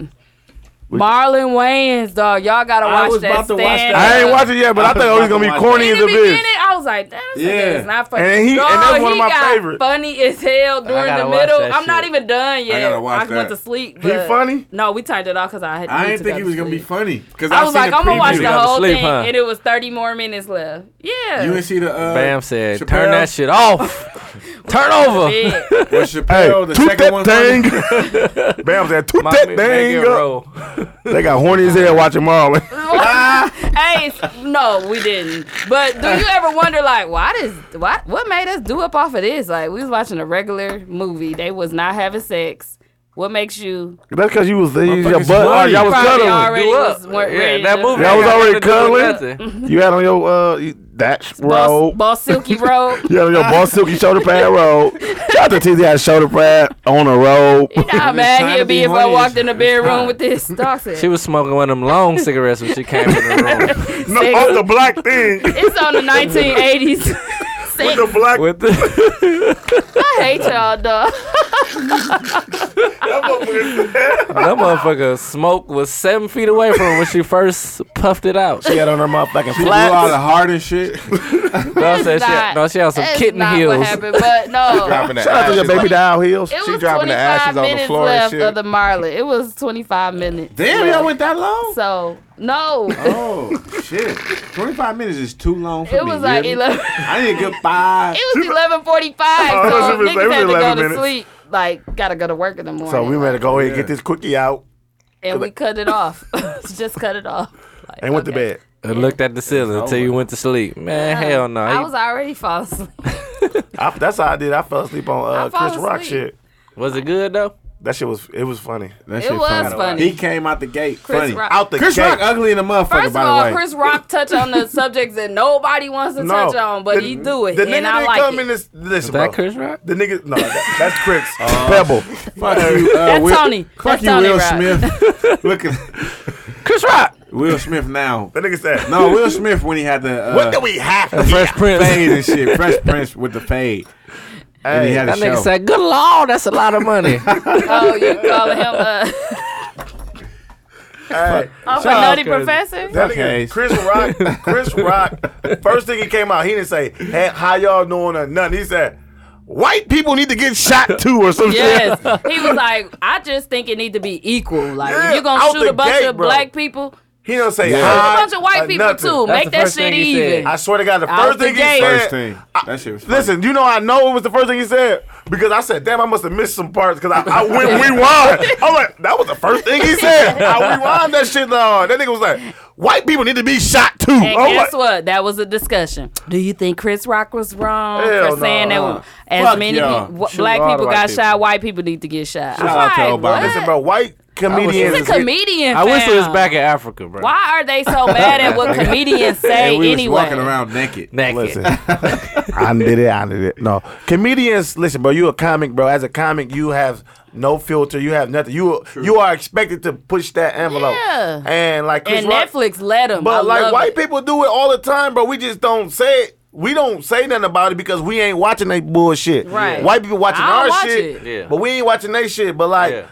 [SPEAKER 3] Marlon Wayans, dog. Y'all gotta
[SPEAKER 4] I
[SPEAKER 3] watch
[SPEAKER 4] was
[SPEAKER 3] that.
[SPEAKER 4] about to watch
[SPEAKER 3] stand
[SPEAKER 4] that.
[SPEAKER 5] I ain't
[SPEAKER 3] up.
[SPEAKER 5] watched it yet, but I
[SPEAKER 4] I was
[SPEAKER 5] thought it was gonna be
[SPEAKER 4] about to watch
[SPEAKER 5] corny
[SPEAKER 3] In
[SPEAKER 5] as
[SPEAKER 3] the
[SPEAKER 5] a bitch.
[SPEAKER 3] beginning, I was like, "That's
[SPEAKER 4] Yeah.
[SPEAKER 3] yeah. not funny."
[SPEAKER 5] And he- and
[SPEAKER 3] Dog,
[SPEAKER 5] that's one of
[SPEAKER 3] he
[SPEAKER 5] my
[SPEAKER 3] got
[SPEAKER 5] favorites.
[SPEAKER 3] Funny as hell during
[SPEAKER 6] gotta
[SPEAKER 3] the
[SPEAKER 6] watch
[SPEAKER 3] middle.
[SPEAKER 6] that
[SPEAKER 3] I'm not
[SPEAKER 6] shit.
[SPEAKER 3] even done yet.
[SPEAKER 4] gotta watch
[SPEAKER 3] went
[SPEAKER 4] that.
[SPEAKER 3] to sleep.
[SPEAKER 5] He
[SPEAKER 3] but-
[SPEAKER 5] funny?
[SPEAKER 3] No, we turned it off because I had.
[SPEAKER 4] I
[SPEAKER 3] need
[SPEAKER 4] didn't
[SPEAKER 3] to
[SPEAKER 4] think
[SPEAKER 3] go
[SPEAKER 4] he
[SPEAKER 3] to
[SPEAKER 4] was gonna be
[SPEAKER 3] sleep.
[SPEAKER 4] funny because
[SPEAKER 3] I was like, I'm gonna watch
[SPEAKER 6] You
[SPEAKER 3] the
[SPEAKER 6] gotta
[SPEAKER 3] whole
[SPEAKER 6] sleep,
[SPEAKER 3] thing,
[SPEAKER 6] huh?
[SPEAKER 3] and it was 30 more minutes left. Yeah.
[SPEAKER 4] You ain't see the uh,
[SPEAKER 6] Bam said,
[SPEAKER 4] Chappelle?
[SPEAKER 6] "Turn that shit off. Turn over."
[SPEAKER 3] Yeah.
[SPEAKER 4] Was Chappelle the
[SPEAKER 5] toot
[SPEAKER 4] second one?
[SPEAKER 5] that
[SPEAKER 4] funny?
[SPEAKER 5] thing. Bam said, toot
[SPEAKER 6] My
[SPEAKER 5] that
[SPEAKER 6] man, make
[SPEAKER 5] thing
[SPEAKER 6] it
[SPEAKER 5] up.
[SPEAKER 6] roll.
[SPEAKER 5] They got horny as hell watching Marlon.
[SPEAKER 3] hey, s- no, we didn't. But do you ever wonder, like, why does why what made us do up off of this? Like, we was watching a regular movie. They was not having sex. What makes you
[SPEAKER 5] That's because you was you- your
[SPEAKER 4] Motherfuckers
[SPEAKER 5] butt. oh,
[SPEAKER 4] horny.
[SPEAKER 5] y'all was
[SPEAKER 3] probably
[SPEAKER 5] cuddling.
[SPEAKER 3] already
[SPEAKER 6] Do up.
[SPEAKER 3] was weren't
[SPEAKER 6] Yeah,
[SPEAKER 3] ready
[SPEAKER 6] that
[SPEAKER 3] to-
[SPEAKER 6] movie.
[SPEAKER 5] Y'all was
[SPEAKER 6] ain't
[SPEAKER 5] already
[SPEAKER 6] got nothing to do with
[SPEAKER 5] cuddling?
[SPEAKER 6] nothing.
[SPEAKER 5] You had on your uh, you- that
[SPEAKER 3] Boss,
[SPEAKER 5] robe.
[SPEAKER 3] boss Silky Road.
[SPEAKER 5] You had on your ball silky shoulder pad robe. Shout out to TZ had shoulder pad on a robe.
[SPEAKER 3] Nah, man,
[SPEAKER 4] time
[SPEAKER 3] he'll
[SPEAKER 4] to be
[SPEAKER 3] be if I
[SPEAKER 4] horny
[SPEAKER 3] walked
[SPEAKER 4] is-
[SPEAKER 3] in the
[SPEAKER 4] it's
[SPEAKER 3] bedroom
[SPEAKER 4] time.
[SPEAKER 3] with this. Dog said,
[SPEAKER 6] She was smoking one of them long cigarettes when she came in the room.
[SPEAKER 5] no, off the black thing.
[SPEAKER 3] it's on the 1980s six.
[SPEAKER 5] The black
[SPEAKER 6] With the,
[SPEAKER 3] I hate y'all, dog.
[SPEAKER 6] that motherfucker smoke was seven feet away from her when she first puffed it out. She
[SPEAKER 5] got on her motherfucking
[SPEAKER 4] Blew all the hardest shit.
[SPEAKER 6] no,
[SPEAKER 3] It's not-
[SPEAKER 6] she, no, she had some
[SPEAKER 3] it's
[SPEAKER 6] kitten
[SPEAKER 3] not
[SPEAKER 6] heels.
[SPEAKER 3] What happened, but no.
[SPEAKER 9] Dropping that
[SPEAKER 5] Shout out to your
[SPEAKER 9] ashes
[SPEAKER 5] baby
[SPEAKER 9] like-
[SPEAKER 5] down heels.
[SPEAKER 3] It
[SPEAKER 9] She
[SPEAKER 3] was
[SPEAKER 9] dropping the
[SPEAKER 3] 25
[SPEAKER 9] ashes on the
[SPEAKER 3] minutes
[SPEAKER 9] floor and
[SPEAKER 3] left
[SPEAKER 9] shit.
[SPEAKER 3] of the Marley. It was 25 minutes.
[SPEAKER 4] Damn,
[SPEAKER 3] left.
[SPEAKER 4] y'all went that long?
[SPEAKER 3] So, no.
[SPEAKER 4] Oh shit! Twenty five minutes is too long for
[SPEAKER 3] It
[SPEAKER 4] me.
[SPEAKER 3] was like
[SPEAKER 4] really.
[SPEAKER 3] 11.
[SPEAKER 4] I need a good five.
[SPEAKER 3] It was 11.45,
[SPEAKER 5] was
[SPEAKER 3] so
[SPEAKER 5] gonna say,
[SPEAKER 3] niggas
[SPEAKER 5] it was
[SPEAKER 3] had to go
[SPEAKER 5] 11
[SPEAKER 3] to
[SPEAKER 5] minutes.
[SPEAKER 3] sleep. Like, gotta go to work in the morning.
[SPEAKER 5] So we
[SPEAKER 3] like,
[SPEAKER 5] ready to go ahead and get this quickie out
[SPEAKER 3] And we cut it off. Just cut it off. Like,
[SPEAKER 5] and went to
[SPEAKER 3] okay.
[SPEAKER 5] bed.
[SPEAKER 6] I looked at the ceiling until you went to sleep. Man, hell Oh, no.
[SPEAKER 3] I
[SPEAKER 6] He-
[SPEAKER 3] was already falling asleep.
[SPEAKER 5] I, that's how I did. I fell asleep on uh,
[SPEAKER 3] I fall
[SPEAKER 5] Chris Rock
[SPEAKER 3] asleep.
[SPEAKER 5] shit.
[SPEAKER 6] was it good though?
[SPEAKER 5] That shit was it was funny.
[SPEAKER 4] That
[SPEAKER 3] It was funny.
[SPEAKER 4] He came out the gate
[SPEAKER 3] Chris
[SPEAKER 4] funny.
[SPEAKER 3] Rock.
[SPEAKER 5] Out the
[SPEAKER 4] Chris
[SPEAKER 5] gate.
[SPEAKER 4] Rock ugly in the motherfucker.
[SPEAKER 3] First of
[SPEAKER 4] by
[SPEAKER 3] all,
[SPEAKER 4] the way,
[SPEAKER 3] Chris Rock touched on the subjects that nobody wants to touch on, but
[SPEAKER 5] the-
[SPEAKER 3] he do it,
[SPEAKER 5] The nigga
[SPEAKER 3] and I
[SPEAKER 5] didn't
[SPEAKER 3] like
[SPEAKER 5] come
[SPEAKER 3] it.
[SPEAKER 5] in this. Listen,
[SPEAKER 6] Is that
[SPEAKER 5] bro.
[SPEAKER 6] Chris Rock?
[SPEAKER 5] The nigga, no, that, that's Chris Pebble.
[SPEAKER 4] Oh. fuck you, uh,
[SPEAKER 3] That's
[SPEAKER 4] Will,
[SPEAKER 3] Tony.
[SPEAKER 4] Fuck
[SPEAKER 3] That's
[SPEAKER 4] you,
[SPEAKER 3] Tony
[SPEAKER 4] Will
[SPEAKER 3] Rock.
[SPEAKER 4] Smith. Look at
[SPEAKER 6] Chris Rock.
[SPEAKER 4] Will Smith now.
[SPEAKER 5] That nigga said,
[SPEAKER 4] No, Will Smith when he had the uh,
[SPEAKER 5] What do we have? To
[SPEAKER 6] Fresh Prince.
[SPEAKER 4] fade and shit. Fresh Prince with the fade. and he had a
[SPEAKER 6] That nigga
[SPEAKER 4] show.
[SPEAKER 6] said, "Good lord, that's a lot of money."
[SPEAKER 3] Oh, you call him uh,
[SPEAKER 5] hey,
[SPEAKER 3] a
[SPEAKER 6] out,
[SPEAKER 3] nutty
[SPEAKER 6] Curtis.
[SPEAKER 3] professor?
[SPEAKER 5] that
[SPEAKER 4] Okay.
[SPEAKER 5] nigga, Chris Rock. Chris Rock. First thing he came out, he didn't say, hey, "How y'all doing?" or nothing. He said, "White people need to get shot too," or something.
[SPEAKER 3] Yes, he was like, I just think it need to be equal. Like,
[SPEAKER 5] Yeah,
[SPEAKER 3] if you gonna
[SPEAKER 5] out
[SPEAKER 3] shoot
[SPEAKER 5] the
[SPEAKER 3] a bunch
[SPEAKER 5] gate,
[SPEAKER 3] of
[SPEAKER 5] bro.
[SPEAKER 3] black people,
[SPEAKER 5] He don't say,
[SPEAKER 4] Yeah.
[SPEAKER 3] shoot
[SPEAKER 5] "Hi,"
[SPEAKER 3] a bunch of white
[SPEAKER 5] or
[SPEAKER 3] people
[SPEAKER 5] nothing.
[SPEAKER 3] too.
[SPEAKER 6] That's the
[SPEAKER 3] Make that
[SPEAKER 6] first
[SPEAKER 3] shit
[SPEAKER 6] thing he said.
[SPEAKER 3] even.
[SPEAKER 5] I swear to God, the
[SPEAKER 3] Out
[SPEAKER 5] first
[SPEAKER 3] the
[SPEAKER 5] thing he
[SPEAKER 3] gate.
[SPEAKER 5] said.
[SPEAKER 4] First thing. That shit was funny.
[SPEAKER 5] Listen, you know I know it was the first thing he said because I said, "Damn, I must have missed some parts because I, I went rewind." I'm like, "That was the first thing he said." I rewind that shit on. That nigga was like, "White people need to be shot too."
[SPEAKER 3] And
[SPEAKER 5] I'm
[SPEAKER 3] guess
[SPEAKER 5] like,
[SPEAKER 3] what? That was a discussion. Do you think Chris Rock was wrong
[SPEAKER 5] Hell
[SPEAKER 3] for saying
[SPEAKER 5] no.
[SPEAKER 3] that as
[SPEAKER 4] Fuck
[SPEAKER 3] many
[SPEAKER 4] y'all.
[SPEAKER 3] people,
[SPEAKER 6] Shoot
[SPEAKER 3] black
[SPEAKER 6] all the
[SPEAKER 3] people
[SPEAKER 6] white
[SPEAKER 3] got
[SPEAKER 6] people.
[SPEAKER 3] shot, white people need to get shot?
[SPEAKER 4] Shout out to
[SPEAKER 3] I'm
[SPEAKER 4] Obama.
[SPEAKER 3] what?
[SPEAKER 5] Listen, bro, white comedians.
[SPEAKER 3] He's a comedian.
[SPEAKER 6] I wish it was
[SPEAKER 3] fam.
[SPEAKER 6] back in Africa, bro.
[SPEAKER 3] Why are they so mad at what comedians say
[SPEAKER 4] and we
[SPEAKER 3] anyway?
[SPEAKER 4] was walking around naked.
[SPEAKER 6] Naked.
[SPEAKER 5] Listen, I did it. I did it. No, comedians. Listen, bro, you a comic, bro. As a comic, you have no filter. You have nothing. You you are expected to push that envelope.
[SPEAKER 3] Yeah.
[SPEAKER 5] And like Chris
[SPEAKER 3] and
[SPEAKER 5] Rock-
[SPEAKER 3] Netflix let them.
[SPEAKER 5] But like white people do it all the time, bro. We just don't say it. We don't say nothing about it because we ain't watching that bullshit.
[SPEAKER 3] Right.
[SPEAKER 5] White people watching
[SPEAKER 3] I
[SPEAKER 5] our
[SPEAKER 3] don't watch
[SPEAKER 5] shit,
[SPEAKER 3] it.
[SPEAKER 6] Yeah.
[SPEAKER 5] but we ain't watching they shit. But like.
[SPEAKER 6] Yeah.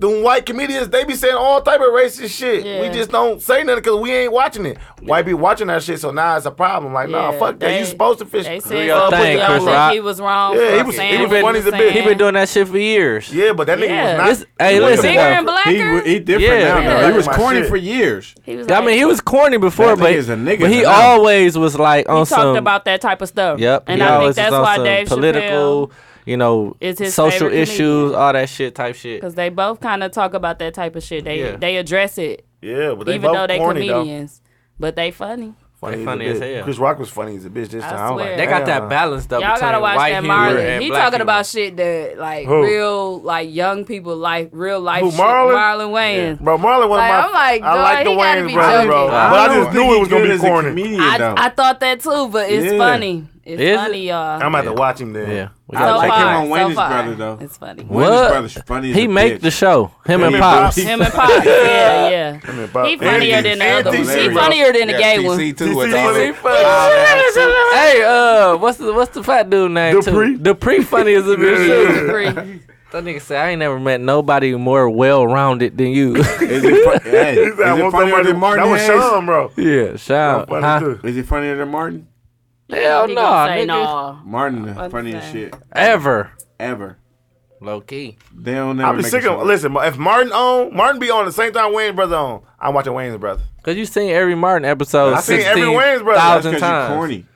[SPEAKER 5] Them white comedians, they be saying all type of racist shit.
[SPEAKER 3] Yeah.
[SPEAKER 5] We just don't say nothing because we ain't watching it. White people watching that shit, so now it's a problem. Like, nah,
[SPEAKER 3] Yeah,
[SPEAKER 5] fuck that.
[SPEAKER 3] they-
[SPEAKER 5] You supposed to fish.
[SPEAKER 3] They
[SPEAKER 5] Yeah,
[SPEAKER 3] said
[SPEAKER 6] your
[SPEAKER 3] y'all
[SPEAKER 6] thing,
[SPEAKER 3] think
[SPEAKER 6] Chris Rock.
[SPEAKER 3] he was wrong.
[SPEAKER 5] Yeah,
[SPEAKER 3] for
[SPEAKER 5] he was-
[SPEAKER 3] saying
[SPEAKER 5] he was
[SPEAKER 3] what
[SPEAKER 5] funny as a
[SPEAKER 3] was
[SPEAKER 5] bitch.
[SPEAKER 6] He been doing that shit for years.
[SPEAKER 5] but that nigga
[SPEAKER 3] Yeah.
[SPEAKER 6] This,
[SPEAKER 5] was not.
[SPEAKER 6] hey,
[SPEAKER 4] Look at
[SPEAKER 6] listen.
[SPEAKER 4] that.
[SPEAKER 3] Bigger and blacker?
[SPEAKER 4] He, he different
[SPEAKER 6] Yeah.
[SPEAKER 4] now. though. He was
[SPEAKER 5] Yeah.
[SPEAKER 4] corny
[SPEAKER 5] Shit.
[SPEAKER 4] for years.
[SPEAKER 3] He was
[SPEAKER 6] I
[SPEAKER 3] like-
[SPEAKER 6] mean, he was corny before,
[SPEAKER 4] That
[SPEAKER 6] but,
[SPEAKER 4] nigga's a nigga
[SPEAKER 6] but he
[SPEAKER 4] now.
[SPEAKER 6] always was like on
[SPEAKER 3] He
[SPEAKER 6] some.
[SPEAKER 3] talked about that type of stuff.
[SPEAKER 6] Yep.
[SPEAKER 3] and
[SPEAKER 6] he
[SPEAKER 3] I think
[SPEAKER 6] always was
[SPEAKER 3] that's
[SPEAKER 6] on
[SPEAKER 3] why
[SPEAKER 6] some
[SPEAKER 3] Dave
[SPEAKER 6] political,
[SPEAKER 3] Chappelle,
[SPEAKER 6] you know,
[SPEAKER 3] is his
[SPEAKER 6] social
[SPEAKER 3] favorite
[SPEAKER 6] issues,
[SPEAKER 3] comedian.
[SPEAKER 6] all that shit, type shit.
[SPEAKER 3] because they both kind of talk about that type of shit. They
[SPEAKER 6] Yeah.
[SPEAKER 3] they address it,
[SPEAKER 5] Yeah, but they
[SPEAKER 3] even though
[SPEAKER 5] both
[SPEAKER 3] they
[SPEAKER 5] corny, though.
[SPEAKER 3] comedians, but they funny.
[SPEAKER 5] Funny,
[SPEAKER 6] funny
[SPEAKER 5] as,
[SPEAKER 6] as
[SPEAKER 5] a bitch.
[SPEAKER 6] hell.
[SPEAKER 5] Chris Rock was funny as a bitch this
[SPEAKER 3] I
[SPEAKER 5] time. I was
[SPEAKER 3] swear.
[SPEAKER 5] like,
[SPEAKER 6] They got
[SPEAKER 5] damn.
[SPEAKER 6] that balance though.
[SPEAKER 3] Y'all gotta
[SPEAKER 6] between
[SPEAKER 3] watch
[SPEAKER 6] white
[SPEAKER 3] that
[SPEAKER 6] humor
[SPEAKER 3] Marlon.
[SPEAKER 6] and
[SPEAKER 3] He
[SPEAKER 6] black
[SPEAKER 3] talking
[SPEAKER 6] humor.
[SPEAKER 3] about shit that like
[SPEAKER 5] Who?
[SPEAKER 3] real like young people life, real life.
[SPEAKER 5] Who,
[SPEAKER 3] shit.
[SPEAKER 5] Marlon?
[SPEAKER 3] Marlon Wayans.
[SPEAKER 5] Bro, Marlon, one
[SPEAKER 3] Like,
[SPEAKER 5] of
[SPEAKER 3] I'm
[SPEAKER 5] my.
[SPEAKER 3] like,
[SPEAKER 5] I like
[SPEAKER 3] dog,
[SPEAKER 5] the
[SPEAKER 3] he gotta
[SPEAKER 5] Wayans
[SPEAKER 3] be
[SPEAKER 5] brothers,
[SPEAKER 3] joking.
[SPEAKER 5] bro. But
[SPEAKER 3] I
[SPEAKER 5] I
[SPEAKER 4] don't
[SPEAKER 5] just
[SPEAKER 4] think
[SPEAKER 5] knew it
[SPEAKER 4] he
[SPEAKER 5] was gonna
[SPEAKER 4] good
[SPEAKER 5] be
[SPEAKER 4] as a
[SPEAKER 5] corny.
[SPEAKER 4] comedian,
[SPEAKER 3] I,
[SPEAKER 4] though.
[SPEAKER 3] I thought that too, but it's
[SPEAKER 4] Yeah.
[SPEAKER 3] funny. It's
[SPEAKER 6] Is it?
[SPEAKER 3] funny, y'all.
[SPEAKER 5] I'm about to watch him then.
[SPEAKER 6] Yeah. We
[SPEAKER 3] so
[SPEAKER 6] gotta check
[SPEAKER 4] him
[SPEAKER 3] far,
[SPEAKER 4] out.
[SPEAKER 3] so
[SPEAKER 4] Wayne's
[SPEAKER 3] far,
[SPEAKER 4] brother, though.
[SPEAKER 3] It's funny.
[SPEAKER 4] Wayne's
[SPEAKER 6] What?
[SPEAKER 4] brother's funny as
[SPEAKER 6] He
[SPEAKER 4] a
[SPEAKER 6] make the
[SPEAKER 4] bitch.
[SPEAKER 6] show. Him and
[SPEAKER 5] and
[SPEAKER 6] Pops.
[SPEAKER 5] Pops.
[SPEAKER 3] Him and Pop. yeah, yeah.
[SPEAKER 5] and Pop.
[SPEAKER 3] He funnier
[SPEAKER 5] And
[SPEAKER 3] than the
[SPEAKER 5] TC,
[SPEAKER 3] other one. He
[SPEAKER 5] bro.
[SPEAKER 3] funnier than the gay one.
[SPEAKER 9] TC2 was all
[SPEAKER 5] TC
[SPEAKER 9] that.
[SPEAKER 6] Hey, uh, what's the what's the fat dude name?
[SPEAKER 5] Dupree?
[SPEAKER 6] Too? Dupree funny as a bitch. too.
[SPEAKER 3] Free.
[SPEAKER 6] That nigga said, I ain't never met nobody more well rounded than you.
[SPEAKER 4] Is it, fu- hey, is
[SPEAKER 5] That
[SPEAKER 4] it
[SPEAKER 5] was
[SPEAKER 4] funnier
[SPEAKER 5] somebody-
[SPEAKER 4] than Martin?
[SPEAKER 5] That was
[SPEAKER 4] Hayes?
[SPEAKER 5] Sean, bro.
[SPEAKER 6] yeah, shout out.
[SPEAKER 5] Funny
[SPEAKER 6] Huh?
[SPEAKER 5] too.
[SPEAKER 4] Is it funnier than Martin?
[SPEAKER 6] Hell
[SPEAKER 3] He
[SPEAKER 6] no,
[SPEAKER 3] gonna say
[SPEAKER 6] nigga.
[SPEAKER 3] no.
[SPEAKER 4] Martin, the funniest
[SPEAKER 3] Oh, saying.
[SPEAKER 4] shit
[SPEAKER 6] Ever.
[SPEAKER 4] ever.
[SPEAKER 6] Low key.
[SPEAKER 4] They don't never
[SPEAKER 5] I'm
[SPEAKER 4] make
[SPEAKER 5] just sick
[SPEAKER 4] a show.
[SPEAKER 5] of. Listen, if Martin on, Martin be on the same time Wayne's brother on. I'm watching Wayne's brother.
[SPEAKER 6] Cause you seen every Martin episode.
[SPEAKER 5] I seen every Wayans brother.
[SPEAKER 4] That's
[SPEAKER 6] 16,000
[SPEAKER 4] because
[SPEAKER 6] times.
[SPEAKER 4] you corny.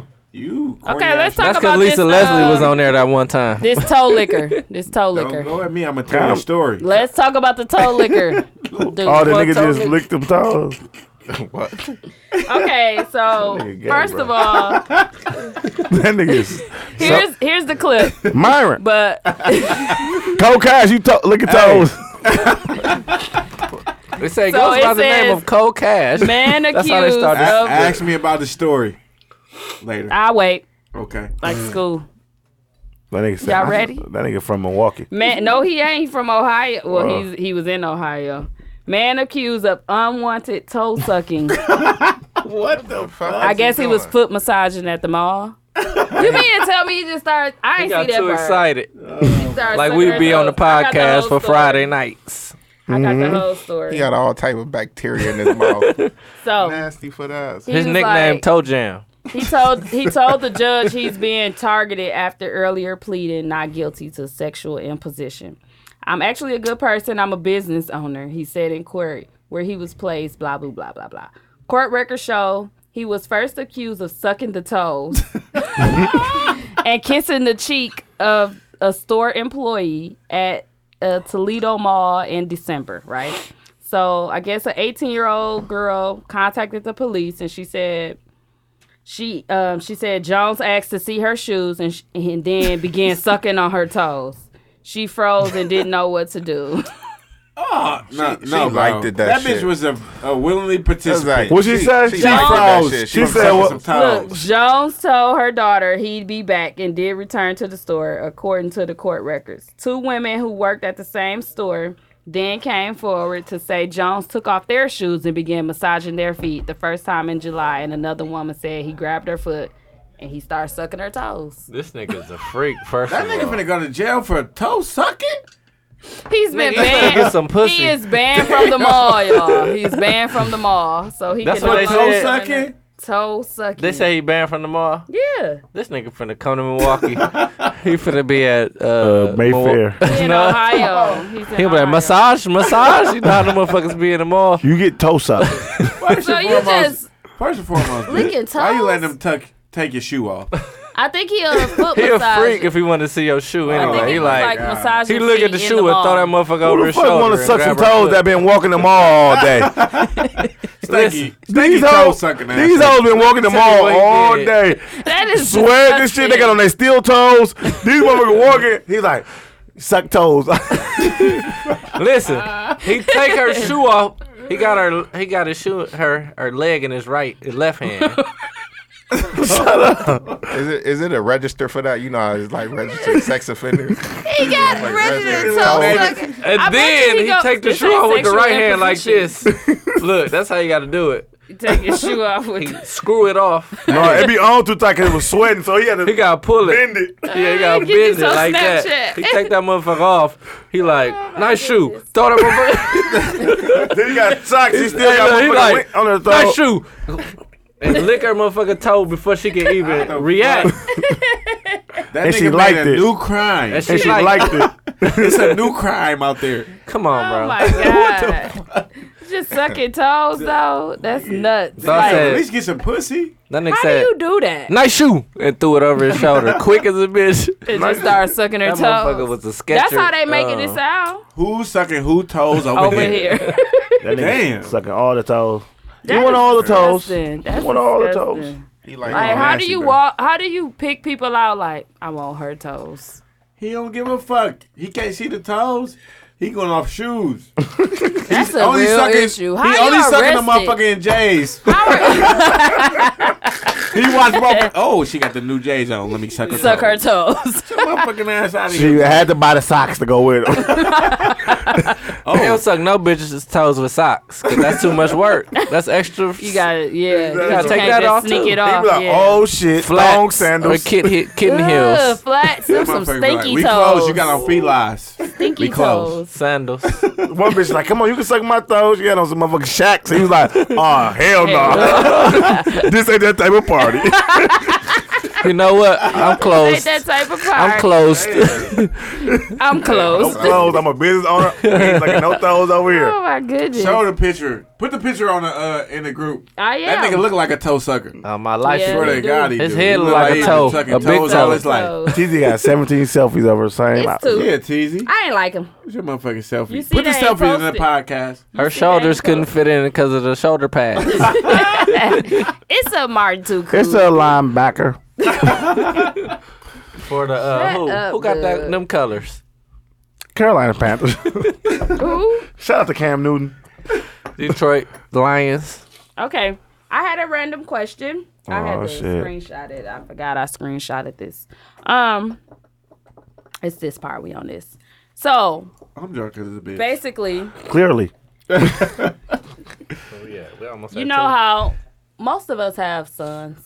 [SPEAKER 5] Who?
[SPEAKER 4] You corny.
[SPEAKER 3] Okay, let's
[SPEAKER 4] ass
[SPEAKER 3] talk
[SPEAKER 6] That's
[SPEAKER 3] about
[SPEAKER 6] because
[SPEAKER 3] this.
[SPEAKER 6] Lisa Leslie
[SPEAKER 3] uh,
[SPEAKER 6] was on there that one time.
[SPEAKER 3] This toe liquor. This toe
[SPEAKER 4] nigga. Don't
[SPEAKER 3] liquor.
[SPEAKER 4] go at me. I'm gonna tell you a story.
[SPEAKER 3] Let's talk about the toe liquor. Dude,
[SPEAKER 5] All the
[SPEAKER 3] fuck
[SPEAKER 5] niggas
[SPEAKER 3] toe
[SPEAKER 5] just
[SPEAKER 3] liquor.
[SPEAKER 5] licked them toes.
[SPEAKER 9] What?
[SPEAKER 3] Okay, so
[SPEAKER 5] gay,
[SPEAKER 3] first
[SPEAKER 5] bro.
[SPEAKER 3] of all,
[SPEAKER 5] That niggas.
[SPEAKER 3] here's here's the clip.
[SPEAKER 5] Myron,
[SPEAKER 3] But
[SPEAKER 5] Cole Cash, you to- lick your toes.
[SPEAKER 6] They say
[SPEAKER 3] So
[SPEAKER 6] goes
[SPEAKER 3] it
[SPEAKER 6] by the name
[SPEAKER 3] says-
[SPEAKER 6] of Cole Cash.
[SPEAKER 3] man
[SPEAKER 6] That's
[SPEAKER 3] accused
[SPEAKER 6] how they
[SPEAKER 3] of
[SPEAKER 6] started.
[SPEAKER 4] A- ask me about the story later.
[SPEAKER 3] I wait
[SPEAKER 4] Okay.
[SPEAKER 3] like
[SPEAKER 6] Mm.
[SPEAKER 3] school.
[SPEAKER 5] That nigga said,
[SPEAKER 3] Y'all
[SPEAKER 5] I-
[SPEAKER 3] ready?
[SPEAKER 5] That nigga from Milwaukee.
[SPEAKER 3] Man, no, he ain't from Ohio. Well, he's he was in Ohio. Man accused of unwanted toe sucking
[SPEAKER 4] What the fuck?
[SPEAKER 3] I guess he was foot massaging at the mall. you mean to tell me he just started? I
[SPEAKER 6] He
[SPEAKER 3] ain't
[SPEAKER 6] got
[SPEAKER 3] see that
[SPEAKER 6] too
[SPEAKER 3] part.
[SPEAKER 6] excited.
[SPEAKER 3] Started
[SPEAKER 6] Like
[SPEAKER 3] sucking
[SPEAKER 6] we
[SPEAKER 3] her
[SPEAKER 6] be on the
[SPEAKER 3] toes. I got the
[SPEAKER 6] podcast
[SPEAKER 3] whole story.
[SPEAKER 6] for Friday nights.
[SPEAKER 3] I got the whole story.
[SPEAKER 9] He got all type of bacteria in his mouth.
[SPEAKER 3] So
[SPEAKER 9] Nasty for us.
[SPEAKER 3] he
[SPEAKER 6] His
[SPEAKER 3] was
[SPEAKER 6] nickname
[SPEAKER 3] like-
[SPEAKER 6] Toe Jam.
[SPEAKER 3] He told he told the judge he's being targeted after earlier pleading not guilty to sexual imposition. I'm actually a good person. I'm a business owner. He said in court where he was placed. Blah blah blah blah blah. Court records show he was first accused of sucking the toes and kissing the cheek of a store employee at a Toledo mall in December. Right. So I guess an 18 year old girl contacted the police and she said she um she said Jones asked to see her shoes and sh- and then began sucking on her toes. She froze and didn't know what to do.
[SPEAKER 4] No,
[SPEAKER 9] Oh, she liked it, that
[SPEAKER 4] bitch
[SPEAKER 9] shit.
[SPEAKER 4] was a, a willingly
[SPEAKER 9] That's
[SPEAKER 4] participant.
[SPEAKER 9] like-
[SPEAKER 5] What she say?
[SPEAKER 9] liked
[SPEAKER 5] She
[SPEAKER 9] that
[SPEAKER 5] froze.
[SPEAKER 9] shit.
[SPEAKER 5] She
[SPEAKER 9] was
[SPEAKER 5] said
[SPEAKER 9] sucking
[SPEAKER 5] what-
[SPEAKER 9] some
[SPEAKER 3] Look,
[SPEAKER 9] toes.
[SPEAKER 3] Jones told her daughter he'd be back and did return to the store, according to the court records. Two women who worked at the same store then came forward to say Jones took off their shoes and began massaging their feet the first time in July, and another woman said he grabbed her foot and he started sucking her toes.
[SPEAKER 6] This nigga's a freak. First
[SPEAKER 4] That nigga
[SPEAKER 6] of all.
[SPEAKER 4] finna go to jail for toe sucking?
[SPEAKER 3] He's been
[SPEAKER 6] Nigga, you better
[SPEAKER 3] banned.
[SPEAKER 6] get some pussy.
[SPEAKER 3] He is banned from the mall, y'all. He's banned from the mall, so he
[SPEAKER 6] That's
[SPEAKER 3] can
[SPEAKER 6] what
[SPEAKER 3] no
[SPEAKER 6] they
[SPEAKER 3] longer-
[SPEAKER 6] said.
[SPEAKER 4] Toe sucking?
[SPEAKER 3] Toe sucking.
[SPEAKER 6] They say he banned from the mall.
[SPEAKER 3] yeah.
[SPEAKER 6] This nigga finna come to Milwaukee. he finna be at uh,
[SPEAKER 5] Uh, Mayfair.
[SPEAKER 3] He's in
[SPEAKER 6] No.
[SPEAKER 3] Ohio. He's in
[SPEAKER 6] He'll be
[SPEAKER 3] Ohio.
[SPEAKER 6] like massage, massage. You know how the motherfuckers be in the mall.
[SPEAKER 5] You get toe sucked.
[SPEAKER 4] First
[SPEAKER 3] So
[SPEAKER 4] and
[SPEAKER 3] you
[SPEAKER 4] foremost,
[SPEAKER 3] just
[SPEAKER 4] first and foremost,
[SPEAKER 3] licking
[SPEAKER 4] bitch, why you
[SPEAKER 3] toes?
[SPEAKER 4] letting him tuck, take your shoe off?
[SPEAKER 3] I think he a foot
[SPEAKER 6] He a
[SPEAKER 3] massage.
[SPEAKER 6] freak if he wanted to see your shoe
[SPEAKER 3] I think
[SPEAKER 6] anyway. He
[SPEAKER 3] was like,
[SPEAKER 6] like,
[SPEAKER 3] massaging
[SPEAKER 6] he look
[SPEAKER 3] feet
[SPEAKER 6] at
[SPEAKER 3] in
[SPEAKER 6] the shoe and
[SPEAKER 3] mall.
[SPEAKER 6] throw that motherfucker over
[SPEAKER 5] Who the
[SPEAKER 6] his
[SPEAKER 5] fuck
[SPEAKER 6] shoulder.
[SPEAKER 5] want to
[SPEAKER 6] and
[SPEAKER 5] suck some
[SPEAKER 6] grab her
[SPEAKER 5] toes
[SPEAKER 6] foot.
[SPEAKER 5] that been walking the mall all day?
[SPEAKER 6] Listen,
[SPEAKER 5] these
[SPEAKER 4] toe
[SPEAKER 5] hoes,
[SPEAKER 4] sucking ass
[SPEAKER 5] these hoes been walking the
[SPEAKER 6] Tell me
[SPEAKER 5] mall
[SPEAKER 6] what he
[SPEAKER 5] all
[SPEAKER 6] did.
[SPEAKER 5] day.
[SPEAKER 3] That is
[SPEAKER 5] Swear this shit, they got on
[SPEAKER 3] disgusting.
[SPEAKER 5] their steel toes. These motherfuckers walking. He's like, suck toes.
[SPEAKER 6] listen. He take her shoe off. He got her. He got his shoe. Her her leg in his right, his left hand.
[SPEAKER 9] Is it is it a register for that? You know, how it's like registered sex offenders.
[SPEAKER 3] He got
[SPEAKER 9] Like,
[SPEAKER 3] registered
[SPEAKER 9] registered
[SPEAKER 3] toe
[SPEAKER 9] toe.
[SPEAKER 3] sucking.
[SPEAKER 6] And
[SPEAKER 3] I bet
[SPEAKER 6] then
[SPEAKER 3] you
[SPEAKER 6] he,
[SPEAKER 3] he go-
[SPEAKER 6] take the
[SPEAKER 3] this
[SPEAKER 6] shoe
[SPEAKER 3] ain't
[SPEAKER 6] off with the
[SPEAKER 3] sexual
[SPEAKER 6] right hand like this. Look, that's how you got to do it.
[SPEAKER 3] Take your shoe off with.
[SPEAKER 6] He screw it off.
[SPEAKER 5] no, it be on too tight because it was sweating, so he had to
[SPEAKER 6] He got to pull it.
[SPEAKER 5] bend it.
[SPEAKER 6] Yeah, he got to
[SPEAKER 3] Get this
[SPEAKER 6] bend it
[SPEAKER 3] on
[SPEAKER 6] like
[SPEAKER 3] Snapchat.
[SPEAKER 6] that. He take that motherfucker off. He like, nice shoe. Throw that motherfucker.
[SPEAKER 5] Then he got socks. He still got
[SPEAKER 6] Hey, look, he
[SPEAKER 5] motherfucking
[SPEAKER 6] like,
[SPEAKER 5] wing on her toe.
[SPEAKER 6] Nice shoe. And lick her motherfucking toe before she can even react.
[SPEAKER 4] That
[SPEAKER 5] And
[SPEAKER 4] nigga
[SPEAKER 5] she
[SPEAKER 4] made
[SPEAKER 5] liked
[SPEAKER 4] a
[SPEAKER 5] it.
[SPEAKER 4] new crime.
[SPEAKER 6] And she,
[SPEAKER 5] And she
[SPEAKER 6] like,
[SPEAKER 5] liked it.
[SPEAKER 4] it's a new crime out there.
[SPEAKER 6] come on, bro.
[SPEAKER 3] Oh my god! Just sucking toes though. That's nuts.
[SPEAKER 6] So I
[SPEAKER 3] Like,
[SPEAKER 6] said,
[SPEAKER 4] At least get some pussy.
[SPEAKER 6] that nigga
[SPEAKER 3] how do
[SPEAKER 6] said,
[SPEAKER 3] you do that?
[SPEAKER 6] nice shoe. And threw it over his shoulder. Quick as a bitch.
[SPEAKER 3] And just start sucking her
[SPEAKER 6] That motherfucker
[SPEAKER 3] toes.
[SPEAKER 6] was a sketcher.
[SPEAKER 3] That's how they making
[SPEAKER 6] uh,
[SPEAKER 3] it sound
[SPEAKER 4] Who sucking who toes over,
[SPEAKER 3] over
[SPEAKER 4] here?
[SPEAKER 3] here.
[SPEAKER 5] That nigga
[SPEAKER 4] Damn.
[SPEAKER 5] sucking all the toes.
[SPEAKER 3] That
[SPEAKER 5] you want
[SPEAKER 3] is
[SPEAKER 5] all the toes.
[SPEAKER 3] disgusting. That's
[SPEAKER 5] You want all the
[SPEAKER 3] disgusting.
[SPEAKER 5] toes.
[SPEAKER 9] He like,
[SPEAKER 3] Like,
[SPEAKER 9] oh,
[SPEAKER 3] how do
[SPEAKER 9] nasty,
[SPEAKER 3] you
[SPEAKER 9] bro.
[SPEAKER 3] walk? How do you pick people out? Like, I want her toes.
[SPEAKER 4] He don't give a fuck. He can't see the toes. He going off shoes.
[SPEAKER 3] That's a real issue. How
[SPEAKER 4] he
[SPEAKER 3] you
[SPEAKER 4] only sucking the
[SPEAKER 3] arrested?
[SPEAKER 4] motherfucking J's. he watch broken. Oh, she got the new J's on. Let me suck her.
[SPEAKER 3] Suck her
[SPEAKER 4] toes.
[SPEAKER 3] toes.
[SPEAKER 4] Get your motherfucking ass out of
[SPEAKER 5] She
[SPEAKER 4] here.
[SPEAKER 5] had to buy the socks to go with them.
[SPEAKER 6] They don't suck no bitches' toes with socks. 'cause that's too much work. That's extra.
[SPEAKER 3] You got it. Yeah, you,
[SPEAKER 5] gotta
[SPEAKER 3] gotta
[SPEAKER 6] take
[SPEAKER 3] can't
[SPEAKER 6] that
[SPEAKER 3] just
[SPEAKER 6] off,
[SPEAKER 3] sneak
[SPEAKER 6] too.
[SPEAKER 3] it
[SPEAKER 6] They
[SPEAKER 3] off.
[SPEAKER 5] He be like,
[SPEAKER 3] yeah.
[SPEAKER 5] oh shit, long
[SPEAKER 6] flats or
[SPEAKER 5] sandals.
[SPEAKER 6] kid, hit, kitten
[SPEAKER 3] Ugh,
[SPEAKER 6] heels,
[SPEAKER 3] flats, them some
[SPEAKER 4] Motherfucker be like,
[SPEAKER 3] stinky
[SPEAKER 4] we
[SPEAKER 3] toes.
[SPEAKER 4] close. You got on felines.
[SPEAKER 3] stinky
[SPEAKER 4] we close.
[SPEAKER 3] toes.
[SPEAKER 6] sandals.
[SPEAKER 5] One bitch like, come on, you can suck my toes. She had on some motherfucking shacks. He was like, oh hell no, this ain't that type of party.
[SPEAKER 6] You know what? I'm
[SPEAKER 3] Ain't
[SPEAKER 6] closed.
[SPEAKER 3] that type of part.
[SPEAKER 6] I'm closed.
[SPEAKER 3] I'm close.
[SPEAKER 5] Clothes, I'm a business owner. He's like, no toes over here.
[SPEAKER 3] Oh my goodness.
[SPEAKER 4] Show the picture. Put the picture on the uh, in the group.
[SPEAKER 3] I am.
[SPEAKER 4] That nigga look like a toe sucker.
[SPEAKER 6] Uh, my life.
[SPEAKER 3] Yeah.
[SPEAKER 4] Swear
[SPEAKER 3] he
[SPEAKER 4] to
[SPEAKER 3] do.
[SPEAKER 4] God, he
[SPEAKER 6] His
[SPEAKER 4] do.
[SPEAKER 6] head
[SPEAKER 4] He
[SPEAKER 6] look like a
[SPEAKER 4] he been
[SPEAKER 6] toe,
[SPEAKER 4] sucking
[SPEAKER 6] a big
[SPEAKER 4] toes all
[SPEAKER 6] toe.
[SPEAKER 4] his life.
[SPEAKER 3] Toes.
[SPEAKER 5] TZ got 17 selfies of her same.
[SPEAKER 3] It's
[SPEAKER 5] outfit.
[SPEAKER 3] two.
[SPEAKER 4] Yeah, Teasy.
[SPEAKER 3] I ain't like him.
[SPEAKER 4] What's your motherfucking selfie?
[SPEAKER 3] You see
[SPEAKER 4] Put the
[SPEAKER 3] that
[SPEAKER 4] selfie in the
[SPEAKER 3] posted.
[SPEAKER 4] podcast.
[SPEAKER 6] Her shoulders couldn't fit in because of the shoulder pads.
[SPEAKER 3] It's a Martin Tuku.
[SPEAKER 5] It's a linebacker.
[SPEAKER 6] For the uh, who?
[SPEAKER 3] up,
[SPEAKER 6] who got that,
[SPEAKER 3] bud.
[SPEAKER 6] them colors?
[SPEAKER 5] Carolina Panthers.
[SPEAKER 3] Ooh.
[SPEAKER 5] Shout out to Cam Newton.
[SPEAKER 6] Detroit Lions.
[SPEAKER 3] Okay. I had a random question. I
[SPEAKER 5] Oh,
[SPEAKER 3] had to
[SPEAKER 5] shit.
[SPEAKER 3] screenshot it. I forgot I screenshotted this. Um, it's this part. We on this. So
[SPEAKER 4] I'm drunk as a bitch.
[SPEAKER 3] basically,
[SPEAKER 5] Clearly.
[SPEAKER 6] Yeah, we almost.
[SPEAKER 3] you know how most of us have sons,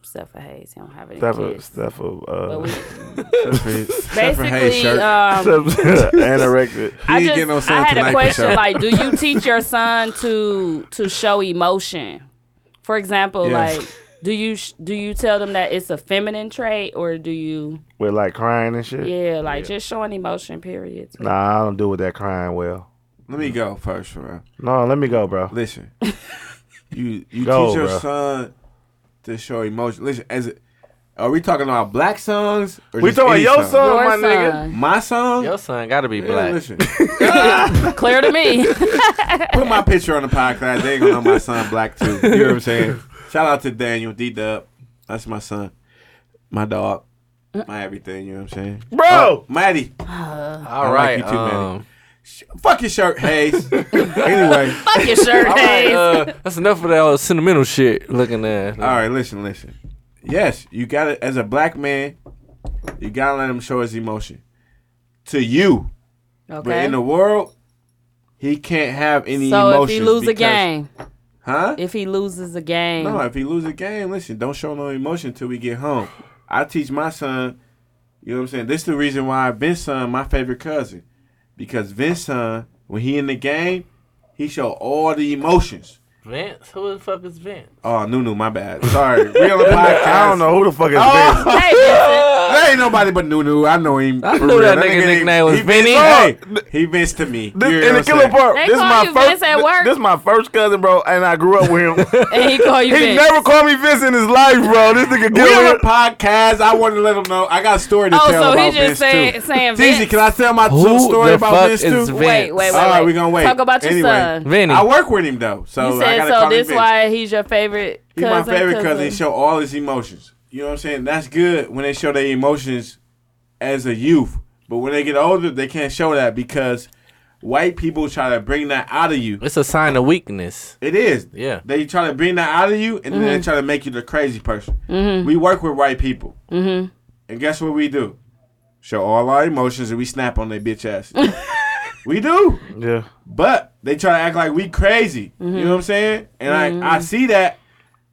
[SPEAKER 3] except for Hayes. He don't have any
[SPEAKER 5] Steph,
[SPEAKER 3] kids.
[SPEAKER 5] Steph,
[SPEAKER 3] But
[SPEAKER 5] uh,
[SPEAKER 3] we
[SPEAKER 4] Hayes
[SPEAKER 3] basically,
[SPEAKER 4] shirt.
[SPEAKER 3] um,
[SPEAKER 5] anorectic.
[SPEAKER 3] I
[SPEAKER 4] ain't
[SPEAKER 3] just
[SPEAKER 4] getting no son
[SPEAKER 3] I had
[SPEAKER 4] tonight,
[SPEAKER 3] a
[SPEAKER 4] for
[SPEAKER 3] question.
[SPEAKER 4] sure.
[SPEAKER 3] Like, do you teach your son to to show emotion? For example,
[SPEAKER 4] Yeah.
[SPEAKER 3] like, do you sh- do you tell them that it's a feminine trait, or do you
[SPEAKER 5] With like crying and shit.
[SPEAKER 3] yeah, like just showing emotion? Period.
[SPEAKER 5] Nah, I don't deal with that crying well.
[SPEAKER 4] Let me go first, bro.
[SPEAKER 5] No, let me go, bro.
[SPEAKER 4] Listen, you you
[SPEAKER 5] Go,
[SPEAKER 4] teach your
[SPEAKER 5] bro.
[SPEAKER 4] son to show emotion. Listen, as it, are we talking about black songs? Or
[SPEAKER 5] We
[SPEAKER 4] just
[SPEAKER 5] talking about
[SPEAKER 4] any
[SPEAKER 5] your
[SPEAKER 4] song?
[SPEAKER 5] son,
[SPEAKER 3] Your
[SPEAKER 5] my nigga.
[SPEAKER 3] son.
[SPEAKER 4] My song?
[SPEAKER 6] Your son gotta be
[SPEAKER 4] Yeah,
[SPEAKER 6] black.
[SPEAKER 4] listen,
[SPEAKER 3] Clear to me.
[SPEAKER 4] put my picture on the podcast. They ain't gonna know my son black too. You know what I'm saying? Shout out to Daniel D Dub. That's my son, my dog,
[SPEAKER 3] Mm.
[SPEAKER 4] my everything. You know what I'm saying? Oh,
[SPEAKER 5] Bro,
[SPEAKER 4] Maddie,
[SPEAKER 6] All
[SPEAKER 4] I like
[SPEAKER 6] right,
[SPEAKER 4] you too, Manny.
[SPEAKER 6] um,
[SPEAKER 4] fuck your shirt, Hayes. anyway,
[SPEAKER 3] Fuck your shirt,
[SPEAKER 6] all right,
[SPEAKER 3] Hayes.
[SPEAKER 6] uh, that's enough of that old sentimental shit. Looking at
[SPEAKER 4] All right, listen, listen. Yes, you got to as a black man, you got to let him show his emotion to you. But
[SPEAKER 3] okay.
[SPEAKER 4] in the world, he can't have any
[SPEAKER 3] so if
[SPEAKER 4] emotions.
[SPEAKER 3] he lose a
[SPEAKER 4] because-
[SPEAKER 3] game,
[SPEAKER 4] huh?
[SPEAKER 3] if he loses a game,
[SPEAKER 4] No, if he lose a game, listen, don't show no emotion till we get home. I teach my son, you know what I'm saying? This is the reason why Vince son, my favorite cousin. Because Vince son, when he in the game, he show all the emotions.
[SPEAKER 6] Vince, who the fuck is Vince?
[SPEAKER 4] Oh, Nunu, my bad. Sorry. Real podcast.
[SPEAKER 5] I don't know who the fuck is this.
[SPEAKER 4] Oh,
[SPEAKER 3] hey, Vincent,
[SPEAKER 4] There ain't nobody but Nunu. I know him.
[SPEAKER 6] I
[SPEAKER 4] for
[SPEAKER 6] knew
[SPEAKER 4] real.
[SPEAKER 6] that nigga
[SPEAKER 4] ain't-
[SPEAKER 6] nickname was
[SPEAKER 4] he Vince-
[SPEAKER 6] Vinny.
[SPEAKER 4] Hey, he Vince to me.
[SPEAKER 5] This,
[SPEAKER 4] You know
[SPEAKER 5] and
[SPEAKER 4] what
[SPEAKER 5] the
[SPEAKER 4] I'm
[SPEAKER 5] killer
[SPEAKER 4] saying?
[SPEAKER 5] part,
[SPEAKER 3] They
[SPEAKER 5] this is
[SPEAKER 3] call
[SPEAKER 5] my
[SPEAKER 3] you
[SPEAKER 5] first.
[SPEAKER 3] Vince at work?
[SPEAKER 5] This is my first cousin, bro, and I grew up with him.
[SPEAKER 3] and he call you
[SPEAKER 5] he
[SPEAKER 3] Vince.
[SPEAKER 5] never called me Vince in his life, bro. This nigga
[SPEAKER 4] We on
[SPEAKER 5] get
[SPEAKER 4] a podcast. I want to let him know. I got a story to
[SPEAKER 3] Oh,
[SPEAKER 4] tell
[SPEAKER 3] so he
[SPEAKER 4] about
[SPEAKER 3] just
[SPEAKER 4] Vince
[SPEAKER 3] saying-
[SPEAKER 4] too.
[SPEAKER 3] saying
[SPEAKER 4] Teasy,
[SPEAKER 3] Vince.
[SPEAKER 4] can I tell my
[SPEAKER 6] Who
[SPEAKER 4] t- story
[SPEAKER 6] the
[SPEAKER 4] about
[SPEAKER 6] fuck
[SPEAKER 4] Vince
[SPEAKER 6] is
[SPEAKER 4] too?
[SPEAKER 6] Vince?
[SPEAKER 3] Wait, wait, wait.
[SPEAKER 4] All right,
[SPEAKER 3] wait.
[SPEAKER 4] we gonna wait.
[SPEAKER 3] Talk about your
[SPEAKER 4] Anyway,
[SPEAKER 3] son.
[SPEAKER 6] Vinny.
[SPEAKER 4] I work with him though, so
[SPEAKER 3] You
[SPEAKER 4] I
[SPEAKER 3] said
[SPEAKER 4] gotta
[SPEAKER 3] so.
[SPEAKER 4] call
[SPEAKER 3] This
[SPEAKER 4] him Vince.
[SPEAKER 3] why he's your favorite.
[SPEAKER 4] He's
[SPEAKER 3] cousin,
[SPEAKER 4] my favorite cousin. He
[SPEAKER 3] cousin.
[SPEAKER 4] show all his emotions. You know what I'm saying? That's good when they show their emotions as a youth, but when they get older, they can't show that because white people try to bring that out of you.
[SPEAKER 6] It's a sign of weakness.
[SPEAKER 4] It is.
[SPEAKER 6] Yeah.
[SPEAKER 4] They try to bring that out of you, and then they try to make you the crazy person. We work with white people, mm-hmm. and guess what we do? Show all our emotions, and we snap on their bitch asses. we do,
[SPEAKER 5] Yeah.
[SPEAKER 4] but they try to act like we crazy. You know what I'm saying? And I, I see that,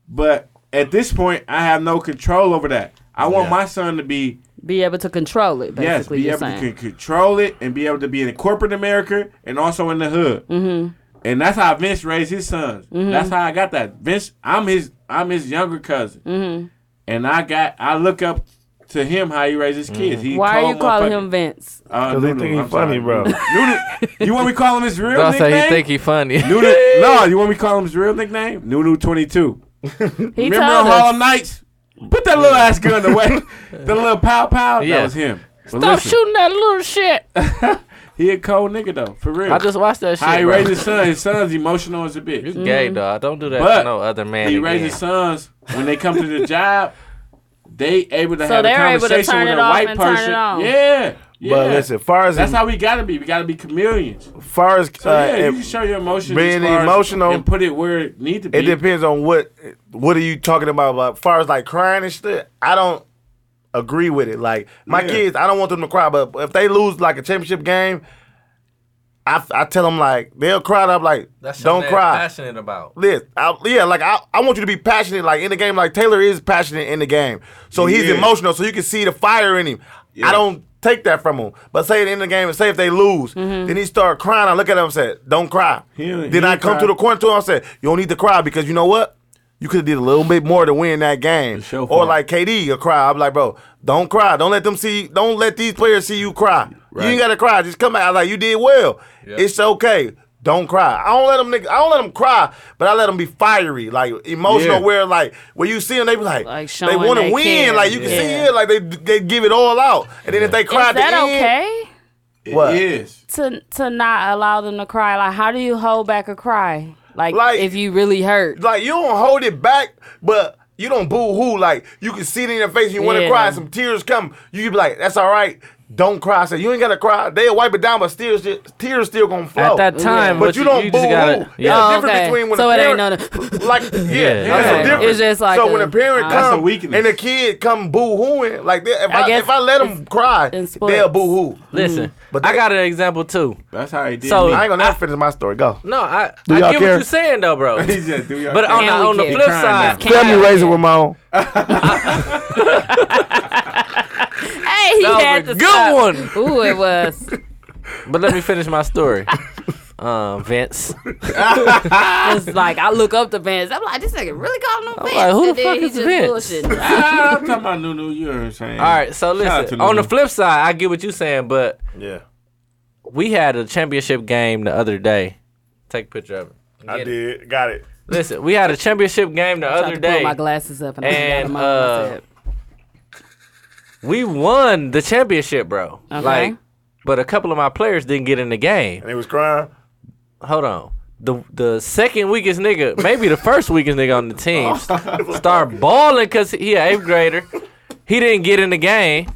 [SPEAKER 4] but at this point, I have no control over that. I want my son to be
[SPEAKER 3] be able to control it.
[SPEAKER 4] yes,
[SPEAKER 3] Basically,
[SPEAKER 4] be
[SPEAKER 3] you're
[SPEAKER 4] able
[SPEAKER 3] saying.
[SPEAKER 4] to c- control it and be able to be in corporate America and also in the hood. Mm-hmm. And that's how Vince raised his sons.
[SPEAKER 3] Mm-hmm.
[SPEAKER 4] That's how I got that. Vince, I'm his, I'm his younger cousin, mm-hmm. and I got, I look up to him how he raised his kids. He
[SPEAKER 3] Why are
[SPEAKER 4] cold
[SPEAKER 3] you calling
[SPEAKER 4] motherfucker.
[SPEAKER 3] him Vince?
[SPEAKER 4] Uh,
[SPEAKER 5] Mm-hmm. Cause they
[SPEAKER 4] Nunu,
[SPEAKER 5] think he
[SPEAKER 4] I'm
[SPEAKER 5] funny,
[SPEAKER 4] sorry.
[SPEAKER 5] bro.
[SPEAKER 4] Nunu, you want me to call him his real
[SPEAKER 6] Don't
[SPEAKER 4] nickname?
[SPEAKER 6] say he think he funny.
[SPEAKER 4] Nunu, no, you want me to call him his real nickname? Nunu twenty two.
[SPEAKER 3] He
[SPEAKER 4] Remember on
[SPEAKER 3] told
[SPEAKER 4] Hall
[SPEAKER 3] us.
[SPEAKER 4] of Nights? Put that little ass gun away. the little pow pow. That
[SPEAKER 6] Yeah.
[SPEAKER 4] was him. But
[SPEAKER 3] Stop
[SPEAKER 4] listen,
[SPEAKER 3] shooting that little shit.
[SPEAKER 4] He a cold nigga though, for real.
[SPEAKER 6] I just watched that shit.
[SPEAKER 4] how he
[SPEAKER 6] bro.
[SPEAKER 4] raised his son. His son's emotional as a bitch.
[SPEAKER 6] You gay,
[SPEAKER 3] Mm-hmm.
[SPEAKER 6] dog. Don't do that
[SPEAKER 4] But
[SPEAKER 6] to no other man.
[SPEAKER 4] He
[SPEAKER 6] again.
[SPEAKER 4] raised his sons when they come to the job. They able to
[SPEAKER 3] So
[SPEAKER 4] have a
[SPEAKER 3] they're able to
[SPEAKER 4] conversation
[SPEAKER 3] turn
[SPEAKER 4] with
[SPEAKER 3] it
[SPEAKER 4] a
[SPEAKER 3] off
[SPEAKER 4] white
[SPEAKER 3] and turn it
[SPEAKER 4] person.
[SPEAKER 3] on.
[SPEAKER 4] Yeah, yeah.
[SPEAKER 5] But listen, far as
[SPEAKER 4] that's how we gotta be. We gotta be chameleons.
[SPEAKER 5] far as
[SPEAKER 4] So
[SPEAKER 5] uh,
[SPEAKER 4] yeah, you
[SPEAKER 5] it-
[SPEAKER 4] can show your emotions,
[SPEAKER 5] being
[SPEAKER 4] as far as-
[SPEAKER 5] emotional-
[SPEAKER 4] and put it where it need to be.
[SPEAKER 5] It depends on what what are you talking about. Like, far as like crying and shit, I don't agree with it. Like my
[SPEAKER 4] Yeah.
[SPEAKER 5] kids, I don't want them to cry, but if they lose like a championship game, I, I tell them like they'll cry. and I'm like, don't cry.
[SPEAKER 6] Passionate about.
[SPEAKER 5] This, I, yeah, like I, I want you to be passionate, like in the game. Like Taylor is passionate in the game, so he's
[SPEAKER 4] Yeah.
[SPEAKER 5] emotional, so you can see the fire in him.
[SPEAKER 4] Yeah.
[SPEAKER 5] I don't take that from him, but say at the end of the game, and say if they lose, then he start crying. I look at him and say, "Don't cry."
[SPEAKER 4] He-
[SPEAKER 5] then
[SPEAKER 4] he
[SPEAKER 5] I come
[SPEAKER 4] cry.
[SPEAKER 5] to the corner to him and say, "You don't need to cry because you know what." You could have did a little bit more to win that game,
[SPEAKER 4] It's your
[SPEAKER 5] or
[SPEAKER 4] fault.
[SPEAKER 5] like KD, a cry. I'm like, bro, don't cry. Don't let them see. Don't let these players see you cry. You ain't gotta cry. Just come out like you did well. It's okay. Don't cry. I don't let them. nigga- I don't let them cry, but I let them be fiery, like emotional.
[SPEAKER 4] Yeah.
[SPEAKER 5] Where like when you see them, they be like,
[SPEAKER 3] Like
[SPEAKER 5] they
[SPEAKER 3] showing
[SPEAKER 5] want to
[SPEAKER 3] they
[SPEAKER 5] win.
[SPEAKER 3] care.
[SPEAKER 5] Like you can
[SPEAKER 3] Yeah.
[SPEAKER 5] see it. Like they they give it all out, and then if they
[SPEAKER 3] Is
[SPEAKER 5] cry, at the
[SPEAKER 3] that
[SPEAKER 5] end-
[SPEAKER 3] okay?
[SPEAKER 5] What?
[SPEAKER 4] It is.
[SPEAKER 3] To to not allow them to cry. Like, how do you hold back a cry? Like,
[SPEAKER 5] Like-
[SPEAKER 3] if you really hurt.
[SPEAKER 5] like you don't hold it back, but you don't boo hoo. Like you can see it in their face, and you want to
[SPEAKER 3] Yeah.
[SPEAKER 5] cry, some tears come. You can be like, "That's all right. Don't cry. I said, you ain't gotta cry. They'll wipe it down, but still, tears still gonna
[SPEAKER 6] At
[SPEAKER 5] flow.
[SPEAKER 6] that time,
[SPEAKER 5] But you don't
[SPEAKER 6] you just
[SPEAKER 5] boo-hoo.
[SPEAKER 6] gotta.
[SPEAKER 5] Yeah.
[SPEAKER 6] Yeah.
[SPEAKER 5] There's a difference between when
[SPEAKER 3] Oh, so
[SPEAKER 5] a
[SPEAKER 3] it ain't
[SPEAKER 5] parent-
[SPEAKER 3] no.
[SPEAKER 5] like yeah, that's
[SPEAKER 6] okay.
[SPEAKER 5] the difference.
[SPEAKER 3] It's just like
[SPEAKER 5] so
[SPEAKER 3] a-
[SPEAKER 5] when a parent
[SPEAKER 3] That's
[SPEAKER 4] a
[SPEAKER 5] comes
[SPEAKER 4] weakness.
[SPEAKER 5] and the kid come boo hooing like they, if
[SPEAKER 3] I
[SPEAKER 5] I,
[SPEAKER 3] guess
[SPEAKER 5] if I let them cry,
[SPEAKER 3] in sports. Mm-hmm.
[SPEAKER 5] they'll boo hoo.
[SPEAKER 6] Listen,
[SPEAKER 5] But
[SPEAKER 6] I
[SPEAKER 5] that-
[SPEAKER 6] got an example too.
[SPEAKER 4] That's how he did.
[SPEAKER 6] So-
[SPEAKER 4] me.
[SPEAKER 5] I ain't gonna never finish my story. Go.
[SPEAKER 6] No, I,
[SPEAKER 5] Do
[SPEAKER 6] I
[SPEAKER 5] y'all
[SPEAKER 6] get what
[SPEAKER 5] care?
[SPEAKER 6] you're saying though, bro.
[SPEAKER 4] He just do your
[SPEAKER 6] But on
[SPEAKER 4] thing.
[SPEAKER 6] the,
[SPEAKER 3] Can we
[SPEAKER 6] on the
[SPEAKER 3] get-
[SPEAKER 6] flip
[SPEAKER 4] Trying
[SPEAKER 6] side,
[SPEAKER 4] not
[SPEAKER 3] Can
[SPEAKER 5] Family
[SPEAKER 3] I-
[SPEAKER 5] raising with my own.
[SPEAKER 3] Hey, he
[SPEAKER 6] That was
[SPEAKER 3] had
[SPEAKER 6] a
[SPEAKER 3] to
[SPEAKER 6] good
[SPEAKER 3] stop. Ooh, it was.
[SPEAKER 6] but let me finish my story. Um, Vince.
[SPEAKER 3] It's like I look up to Vance. I'm like, this nigga really calling him Vance.
[SPEAKER 6] like, who the
[SPEAKER 3] And then
[SPEAKER 6] fuck
[SPEAKER 3] he
[SPEAKER 6] is
[SPEAKER 3] just bullshitting.
[SPEAKER 4] Ah, I'm talking about Nunu. You know what I'm saying?
[SPEAKER 6] All right, so
[SPEAKER 4] Shout out
[SPEAKER 6] listen.
[SPEAKER 4] to
[SPEAKER 6] On the
[SPEAKER 4] Lulu.
[SPEAKER 6] flip side, I get what you're saying, but
[SPEAKER 5] Yeah.
[SPEAKER 6] we had a championship game the other day. Take a picture of it.
[SPEAKER 8] I
[SPEAKER 6] Get it.
[SPEAKER 8] did. Got it.
[SPEAKER 6] Listen, we had a championship game the
[SPEAKER 3] Tried
[SPEAKER 6] other
[SPEAKER 3] to pull my
[SPEAKER 6] day.
[SPEAKER 3] glasses up and,
[SPEAKER 6] And,
[SPEAKER 3] I got
[SPEAKER 6] uh, We won the championship, bro.
[SPEAKER 3] Okay.
[SPEAKER 6] Like, but a couple of my players didn't get in the game.
[SPEAKER 8] And he was crying.
[SPEAKER 6] hold on. The the second weakest nigga, maybe the first weakest nigga on the team,
[SPEAKER 8] Oh,
[SPEAKER 6] start balling because he an eighth grader. He didn't get in the game,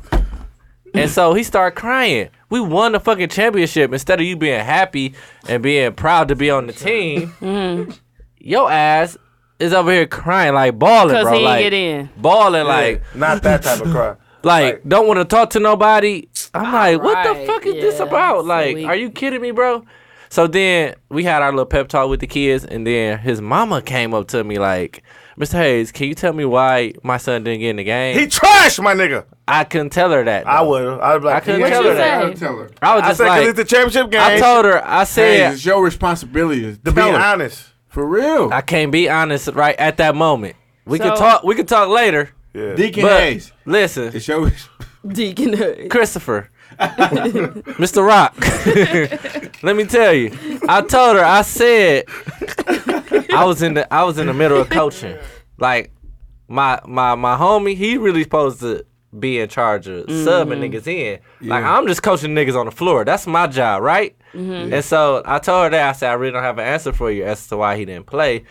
[SPEAKER 6] and so he started crying. We won the fucking championship. Instead of you being happy and being proud to be on the team,
[SPEAKER 3] Mm-hmm.
[SPEAKER 6] your ass is over here crying like balling,
[SPEAKER 3] Because
[SPEAKER 6] bro.
[SPEAKER 3] he didn't
[SPEAKER 6] like,
[SPEAKER 3] get in.
[SPEAKER 6] Balling like
[SPEAKER 5] Not that type of cry.
[SPEAKER 6] like don't want to talk to nobody. I'm like, what the
[SPEAKER 3] right,
[SPEAKER 6] fuck is this
[SPEAKER 3] yeah,
[SPEAKER 6] about?
[SPEAKER 3] so
[SPEAKER 6] Like,
[SPEAKER 3] we-
[SPEAKER 6] are you kidding me, bro? So then we had our little pep talk with the kids, and then his mama came up to me like, Mr. Hayes, can you tell me why my son didn't get in the game?
[SPEAKER 5] He trashed my nigga.
[SPEAKER 6] I couldn't tell her that.
[SPEAKER 5] I
[SPEAKER 6] though.
[SPEAKER 5] would. I'd be
[SPEAKER 6] I
[SPEAKER 5] like,
[SPEAKER 6] couldn't
[SPEAKER 5] "Yeah."
[SPEAKER 6] tell her that.
[SPEAKER 3] Hey.
[SPEAKER 9] Tell her.
[SPEAKER 6] I was
[SPEAKER 5] I
[SPEAKER 6] just
[SPEAKER 5] said, cause
[SPEAKER 6] like,
[SPEAKER 5] it's the championship game.
[SPEAKER 6] I told her, I
[SPEAKER 4] Hey,
[SPEAKER 6] said,
[SPEAKER 4] it's your responsibility
[SPEAKER 5] to be honest.
[SPEAKER 4] For real.
[SPEAKER 6] I can't be honest right at that moment. We can
[SPEAKER 3] So-
[SPEAKER 6] talk. We can talk later.
[SPEAKER 5] Yeah.
[SPEAKER 4] Deacon
[SPEAKER 6] But
[SPEAKER 4] Hayes.
[SPEAKER 6] listen,
[SPEAKER 4] It's your.
[SPEAKER 3] Deacon Hood.
[SPEAKER 6] Christopher, Mr. Rock. Let me tell you, I told her. I said I was in the I was in the middle of coaching. Like my my my homie, he really supposed to be in charge of
[SPEAKER 3] Mm-hmm.
[SPEAKER 6] subbing niggas in. Like
[SPEAKER 4] Yeah.
[SPEAKER 6] I'm just coaching niggas on the floor. That's my job, right?
[SPEAKER 3] Mm-hmm.
[SPEAKER 6] And so I told her that I said I really don't have an answer for you as to why he didn't play.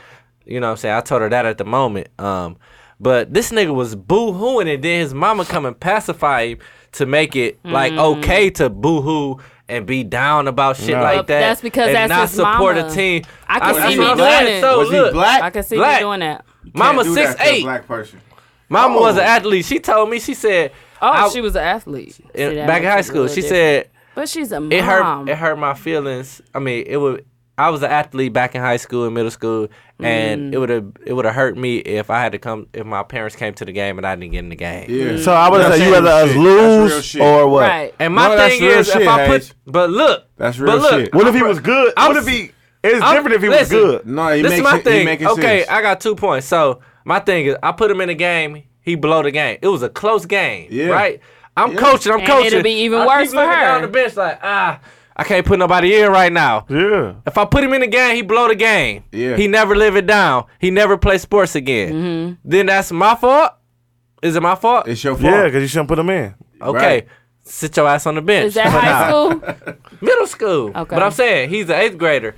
[SPEAKER 6] You know what I'm saying? I told her that at the moment. Um but this nigga was boo hooing and then his mama come and pacify him to make it like
[SPEAKER 3] Mm.
[SPEAKER 6] okay to boo hoo and be down about shit
[SPEAKER 3] Well,
[SPEAKER 6] like that.
[SPEAKER 3] that's because
[SPEAKER 6] and
[SPEAKER 3] that's
[SPEAKER 6] not
[SPEAKER 3] his
[SPEAKER 6] support
[SPEAKER 3] mama.
[SPEAKER 6] a team.
[SPEAKER 3] I can
[SPEAKER 6] I- that's
[SPEAKER 3] see me
[SPEAKER 6] what
[SPEAKER 3] doing
[SPEAKER 6] I'm saying.
[SPEAKER 3] it.
[SPEAKER 6] So
[SPEAKER 4] was he
[SPEAKER 6] look,
[SPEAKER 4] black?
[SPEAKER 3] I can see
[SPEAKER 6] Black.
[SPEAKER 3] you doing that.
[SPEAKER 6] Mama
[SPEAKER 4] Can't do
[SPEAKER 6] six
[SPEAKER 4] that to a
[SPEAKER 6] eight.
[SPEAKER 4] Black person. Oh.
[SPEAKER 6] Mama was an athlete. She told me. She said,
[SPEAKER 3] Oh,
[SPEAKER 6] I-
[SPEAKER 3] she was an athlete. See,
[SPEAKER 6] in,
[SPEAKER 3] that
[SPEAKER 6] back in
[SPEAKER 3] makes
[SPEAKER 6] high
[SPEAKER 3] it
[SPEAKER 6] school."
[SPEAKER 3] really
[SPEAKER 6] She
[SPEAKER 3] different.
[SPEAKER 6] said
[SPEAKER 3] but she's a mom.
[SPEAKER 6] it hurt. It hurt my feelings. I mean, it would. I was an athlete back in high school and middle school,
[SPEAKER 3] Mm.
[SPEAKER 6] and it would have it would have hurt me if I had to come if my parents came to the game and I didn't get in the game.
[SPEAKER 4] Yeah.
[SPEAKER 5] So I would have
[SPEAKER 4] That's
[SPEAKER 5] said, you
[SPEAKER 4] real
[SPEAKER 5] rather us
[SPEAKER 4] shit. That's real
[SPEAKER 5] lose
[SPEAKER 4] shit.
[SPEAKER 5] or what?
[SPEAKER 3] Mm. Right.
[SPEAKER 6] And my
[SPEAKER 4] No, that's
[SPEAKER 6] thing
[SPEAKER 4] real
[SPEAKER 6] is,
[SPEAKER 4] shit,
[SPEAKER 6] if I put,
[SPEAKER 4] Hayes.
[SPEAKER 6] but look,
[SPEAKER 4] That's
[SPEAKER 6] but
[SPEAKER 4] real
[SPEAKER 6] look,
[SPEAKER 4] shit.
[SPEAKER 5] What if he was good?
[SPEAKER 6] I'm-
[SPEAKER 5] what if he? It's
[SPEAKER 6] I'm-
[SPEAKER 5] different if he
[SPEAKER 6] listen.
[SPEAKER 5] was good.
[SPEAKER 4] No, he
[SPEAKER 6] this
[SPEAKER 4] makes
[SPEAKER 6] is my
[SPEAKER 4] it- he
[SPEAKER 6] thing.
[SPEAKER 4] making
[SPEAKER 6] okay,
[SPEAKER 4] sense.
[SPEAKER 6] I got two points. So my thing is, I put him in the game. He blow the game. It was a close game.
[SPEAKER 4] Yeah.
[SPEAKER 6] Right. I'm
[SPEAKER 4] Yeah.
[SPEAKER 6] coaching. I'm
[SPEAKER 3] And
[SPEAKER 6] coaching.
[SPEAKER 3] it'll be even
[SPEAKER 6] I
[SPEAKER 3] worse
[SPEAKER 6] keep
[SPEAKER 3] for
[SPEAKER 6] looking
[SPEAKER 3] her.
[SPEAKER 6] Down the bench, like ah, I can't put nobody in right now.
[SPEAKER 5] Yeah.
[SPEAKER 6] If I put him in the game, he blow the game.
[SPEAKER 4] Yeah.
[SPEAKER 6] He never live it down. He never play sports again.
[SPEAKER 3] Mm-hmm.
[SPEAKER 6] Then that's my fault. Is it my fault?
[SPEAKER 4] It's your fault.
[SPEAKER 5] Yeah, because you shouldn't put him in.
[SPEAKER 6] okay.
[SPEAKER 4] right.
[SPEAKER 6] Sit your ass on the bench.
[SPEAKER 3] Is that high school?
[SPEAKER 6] Middle school.
[SPEAKER 3] Okay.
[SPEAKER 6] But I'm saying he's an eighth grader.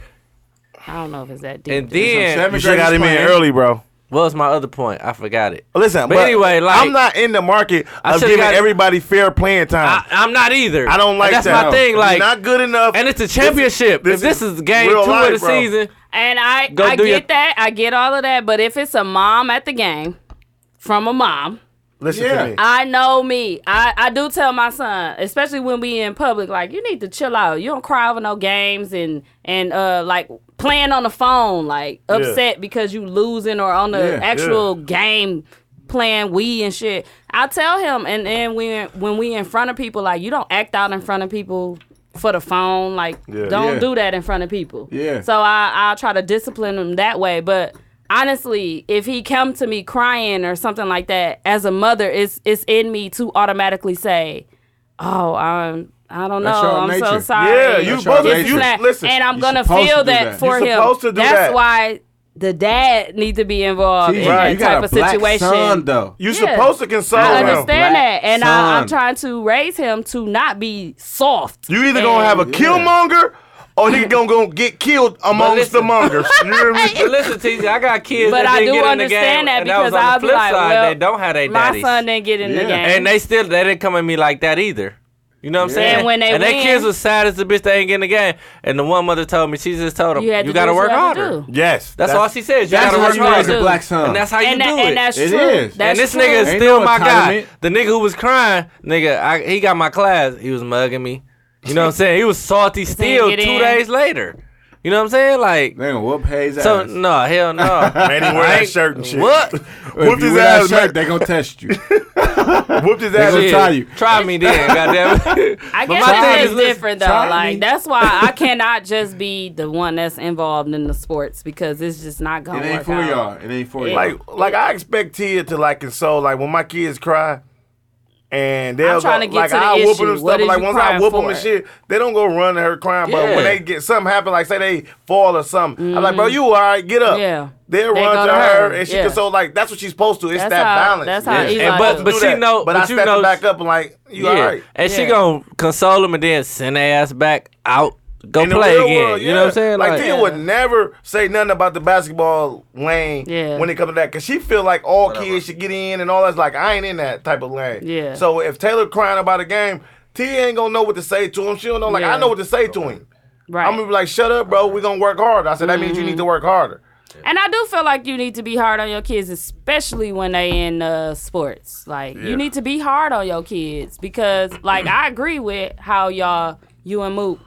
[SPEAKER 3] I don't know if it's that deep.
[SPEAKER 6] And then
[SPEAKER 4] seventh
[SPEAKER 5] You should have got him in
[SPEAKER 4] playing.
[SPEAKER 5] early, bro.
[SPEAKER 6] what was my other point? I forgot it.
[SPEAKER 5] Listen,
[SPEAKER 6] But
[SPEAKER 5] but,
[SPEAKER 6] anyway, like-
[SPEAKER 5] I'm not in the market
[SPEAKER 6] I
[SPEAKER 5] of
[SPEAKER 6] should've
[SPEAKER 5] giving
[SPEAKER 6] got-
[SPEAKER 5] everybody fair playing time.
[SPEAKER 6] I, I'm not either.
[SPEAKER 5] I, don't like
[SPEAKER 6] and that's
[SPEAKER 5] that.
[SPEAKER 6] my thing.
[SPEAKER 5] You're
[SPEAKER 6] Like,
[SPEAKER 5] not good enough.
[SPEAKER 6] and it's a championship.
[SPEAKER 5] this
[SPEAKER 6] if this
[SPEAKER 5] is
[SPEAKER 6] is game two
[SPEAKER 5] real life,
[SPEAKER 6] of the
[SPEAKER 5] bro.
[SPEAKER 6] season,
[SPEAKER 3] And I,
[SPEAKER 6] Go
[SPEAKER 3] I
[SPEAKER 6] do
[SPEAKER 3] get
[SPEAKER 6] your-
[SPEAKER 3] that. I get all of that. But if it's a mom at the game, from a mom,
[SPEAKER 5] Listen
[SPEAKER 4] Yeah.
[SPEAKER 5] to me.
[SPEAKER 3] I know me. I, I do tell my son, especially when we in public, like you need to chill out. You don't cry over no games and and uh like playing on the phone, like upset because you losing or on the
[SPEAKER 4] Yeah,
[SPEAKER 3] actual game playing Wii and shit. I tell him, and then when when we in front of people, like you don't act out in front of people for the phone. Like don't
[SPEAKER 4] Yeah.
[SPEAKER 3] do that in front of people.
[SPEAKER 4] Yeah.
[SPEAKER 3] So I I'll try to discipline him that way, but honestly, if he come to me crying or something like that, as a mother, it's it's in me to automatically say, "Oh, I'm I don't
[SPEAKER 4] That's
[SPEAKER 3] know,
[SPEAKER 4] your
[SPEAKER 3] I'm so
[SPEAKER 4] nature.
[SPEAKER 3] sorry."
[SPEAKER 5] Yeah, you
[SPEAKER 4] That's supposed your to-
[SPEAKER 3] It's
[SPEAKER 4] you-
[SPEAKER 3] not-
[SPEAKER 5] listen,
[SPEAKER 3] and I'm
[SPEAKER 4] you
[SPEAKER 3] gonna
[SPEAKER 4] supposed to
[SPEAKER 3] feel
[SPEAKER 4] do
[SPEAKER 3] that
[SPEAKER 4] that.
[SPEAKER 3] for
[SPEAKER 5] You
[SPEAKER 3] him.
[SPEAKER 5] supposed to do
[SPEAKER 3] That's
[SPEAKER 5] that.
[SPEAKER 3] why the dad needs to be involved in
[SPEAKER 4] Right.
[SPEAKER 3] that type
[SPEAKER 4] You got a
[SPEAKER 3] of
[SPEAKER 4] black
[SPEAKER 3] situation.
[SPEAKER 4] son though.
[SPEAKER 5] You
[SPEAKER 3] Yeah.
[SPEAKER 5] supposed to console
[SPEAKER 3] I
[SPEAKER 5] him.
[SPEAKER 3] understand that,
[SPEAKER 4] Black
[SPEAKER 3] and I, I'm
[SPEAKER 4] son.
[SPEAKER 3] trying to raise him to not be soft.
[SPEAKER 5] You either gonna have a
[SPEAKER 4] Yeah.
[SPEAKER 5] killmonger or nigga Oh, gonna, gonna get killed amongst the
[SPEAKER 6] listen-
[SPEAKER 5] mongers. You hear me?
[SPEAKER 6] but listen, TJ, I got kids.
[SPEAKER 3] But
[SPEAKER 6] that
[SPEAKER 3] I
[SPEAKER 6] didn't
[SPEAKER 3] do
[SPEAKER 6] get in the game,
[SPEAKER 3] understand that
[SPEAKER 6] and that was
[SPEAKER 3] because
[SPEAKER 6] on the
[SPEAKER 3] I'll be
[SPEAKER 6] flip
[SPEAKER 3] like,
[SPEAKER 6] side,
[SPEAKER 3] well,
[SPEAKER 6] they don't have their
[SPEAKER 3] my
[SPEAKER 6] daddies.
[SPEAKER 3] son didn't get in the
[SPEAKER 4] Yeah.
[SPEAKER 3] game,
[SPEAKER 6] and they still they didn't come at me like that either. You know what I'm
[SPEAKER 3] Yeah.
[SPEAKER 6] saying?
[SPEAKER 3] And when they
[SPEAKER 6] their
[SPEAKER 3] win-
[SPEAKER 6] kids was sad as the bitch they ain't getting the game. And the one mother told me, she just told them,
[SPEAKER 3] You
[SPEAKER 6] you,
[SPEAKER 3] had to
[SPEAKER 6] gotta
[SPEAKER 3] do what
[SPEAKER 6] work
[SPEAKER 3] you had to
[SPEAKER 6] harder.
[SPEAKER 3] do.
[SPEAKER 5] Yes.
[SPEAKER 6] That's, all she says. You
[SPEAKER 4] That's
[SPEAKER 6] gotta
[SPEAKER 4] how
[SPEAKER 6] work
[SPEAKER 4] you raise
[SPEAKER 6] harder.
[SPEAKER 4] a
[SPEAKER 3] do.
[SPEAKER 4] black son.
[SPEAKER 6] And that's how you
[SPEAKER 3] and,
[SPEAKER 6] do
[SPEAKER 3] that,
[SPEAKER 6] it.
[SPEAKER 3] and that's
[SPEAKER 4] It
[SPEAKER 3] true.
[SPEAKER 4] is.
[SPEAKER 3] That's
[SPEAKER 6] and this
[SPEAKER 3] true.
[SPEAKER 6] nigga is
[SPEAKER 4] Ain't
[SPEAKER 6] still
[SPEAKER 4] no
[SPEAKER 6] my guy.
[SPEAKER 4] entitlement.
[SPEAKER 6] The nigga who was crying, nigga, I, he got my class. He was mugging me. You know what I'm saying? He was salty still two
[SPEAKER 3] get in.
[SPEAKER 6] days later. You know what I'm saying? Like,
[SPEAKER 4] They gonna whoop Hayes
[SPEAKER 6] so
[SPEAKER 4] ass.
[SPEAKER 6] no, hell no.
[SPEAKER 8] Man, he wear
[SPEAKER 6] I
[SPEAKER 8] that
[SPEAKER 6] ain't-
[SPEAKER 8] shirt and shit.
[SPEAKER 6] What?
[SPEAKER 8] Whooped
[SPEAKER 4] If you
[SPEAKER 8] his
[SPEAKER 4] wear that
[SPEAKER 8] ass,
[SPEAKER 4] shirt,
[SPEAKER 8] man.
[SPEAKER 4] they gonna test you.
[SPEAKER 8] Whooped his
[SPEAKER 4] gonna
[SPEAKER 8] ass.
[SPEAKER 6] Shit,
[SPEAKER 4] try you.
[SPEAKER 6] Try me then, goddamn.
[SPEAKER 3] I
[SPEAKER 6] But
[SPEAKER 3] guess
[SPEAKER 6] my thing
[SPEAKER 3] that
[SPEAKER 6] is,
[SPEAKER 3] is
[SPEAKER 6] listen,
[SPEAKER 3] different though.
[SPEAKER 4] try
[SPEAKER 3] Like
[SPEAKER 4] me.
[SPEAKER 3] that's why I cannot just be the one that's involved in the sports because it's just not
[SPEAKER 4] It
[SPEAKER 3] gonna
[SPEAKER 4] ain't
[SPEAKER 3] work
[SPEAKER 4] for
[SPEAKER 3] out.
[SPEAKER 4] y'all. It ain't for y'all.
[SPEAKER 5] Like, like I expect Tia to like console. Like when my kids cry, and
[SPEAKER 3] I'm
[SPEAKER 5] they'll go,
[SPEAKER 3] trying to get
[SPEAKER 5] like
[SPEAKER 3] to the
[SPEAKER 5] I whoop
[SPEAKER 3] issue.
[SPEAKER 5] them and
[SPEAKER 3] What
[SPEAKER 5] stuff. But
[SPEAKER 3] is
[SPEAKER 5] like
[SPEAKER 3] you
[SPEAKER 5] once I
[SPEAKER 3] crying
[SPEAKER 5] whoop them
[SPEAKER 3] for?
[SPEAKER 5] and shit, they don't go run to her crying. But
[SPEAKER 6] Yeah.
[SPEAKER 5] when they get something happen, like say they fall or something, I'm like, bro, you all right? Get up.
[SPEAKER 3] Mm-hmm. Mm. Yeah.
[SPEAKER 5] They'll
[SPEAKER 3] They go
[SPEAKER 5] run to
[SPEAKER 3] to
[SPEAKER 5] her,
[SPEAKER 3] her.
[SPEAKER 5] and she
[SPEAKER 3] Yeah.
[SPEAKER 5] console. Like that's what she's supposed to. It's
[SPEAKER 3] That's
[SPEAKER 5] that
[SPEAKER 3] how-
[SPEAKER 5] balance.
[SPEAKER 3] that's how
[SPEAKER 5] Yeah.
[SPEAKER 3] Eli
[SPEAKER 6] And but
[SPEAKER 3] do.
[SPEAKER 6] but
[SPEAKER 5] Do
[SPEAKER 6] she
[SPEAKER 5] that.
[SPEAKER 6] know
[SPEAKER 5] But,
[SPEAKER 6] but,
[SPEAKER 5] I
[SPEAKER 6] you
[SPEAKER 5] stepped
[SPEAKER 6] know
[SPEAKER 5] back up and like, you all right?
[SPEAKER 6] And she
[SPEAKER 3] Yeah.
[SPEAKER 6] gonna console him and then send her ass back out, go
[SPEAKER 5] In the
[SPEAKER 6] play
[SPEAKER 5] real
[SPEAKER 6] again.
[SPEAKER 5] world,
[SPEAKER 6] You know what I'm
[SPEAKER 5] yeah.
[SPEAKER 6] saying?
[SPEAKER 5] Like, Tia would never say nothing about the basketball lane
[SPEAKER 3] Yeah.
[SPEAKER 5] when it comes to that, cause she feel like all kids should get in and all that's like I ain't in that type of lane.
[SPEAKER 3] Yeah.
[SPEAKER 5] So if Taylor crying about a game, Tia ain't gonna know what to say to him. She don't know like
[SPEAKER 3] Yeah.
[SPEAKER 5] I know what to say to him.
[SPEAKER 3] Right. Mm-hmm.
[SPEAKER 5] I'm gonna be like, shut up, bro. We gonna work harder. I said that means you need to work harder.
[SPEAKER 3] And I do feel like you need to be hard on your kids, especially when they in uh, sports. Like you need to be hard on your kids because, like, I agree with how y'all, you and Moot,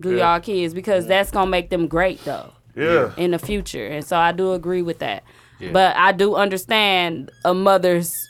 [SPEAKER 3] do y'all kids because that's gonna make them great though
[SPEAKER 5] Yeah.
[SPEAKER 3] in the future. And so I do agree with that. But I do understand a mother's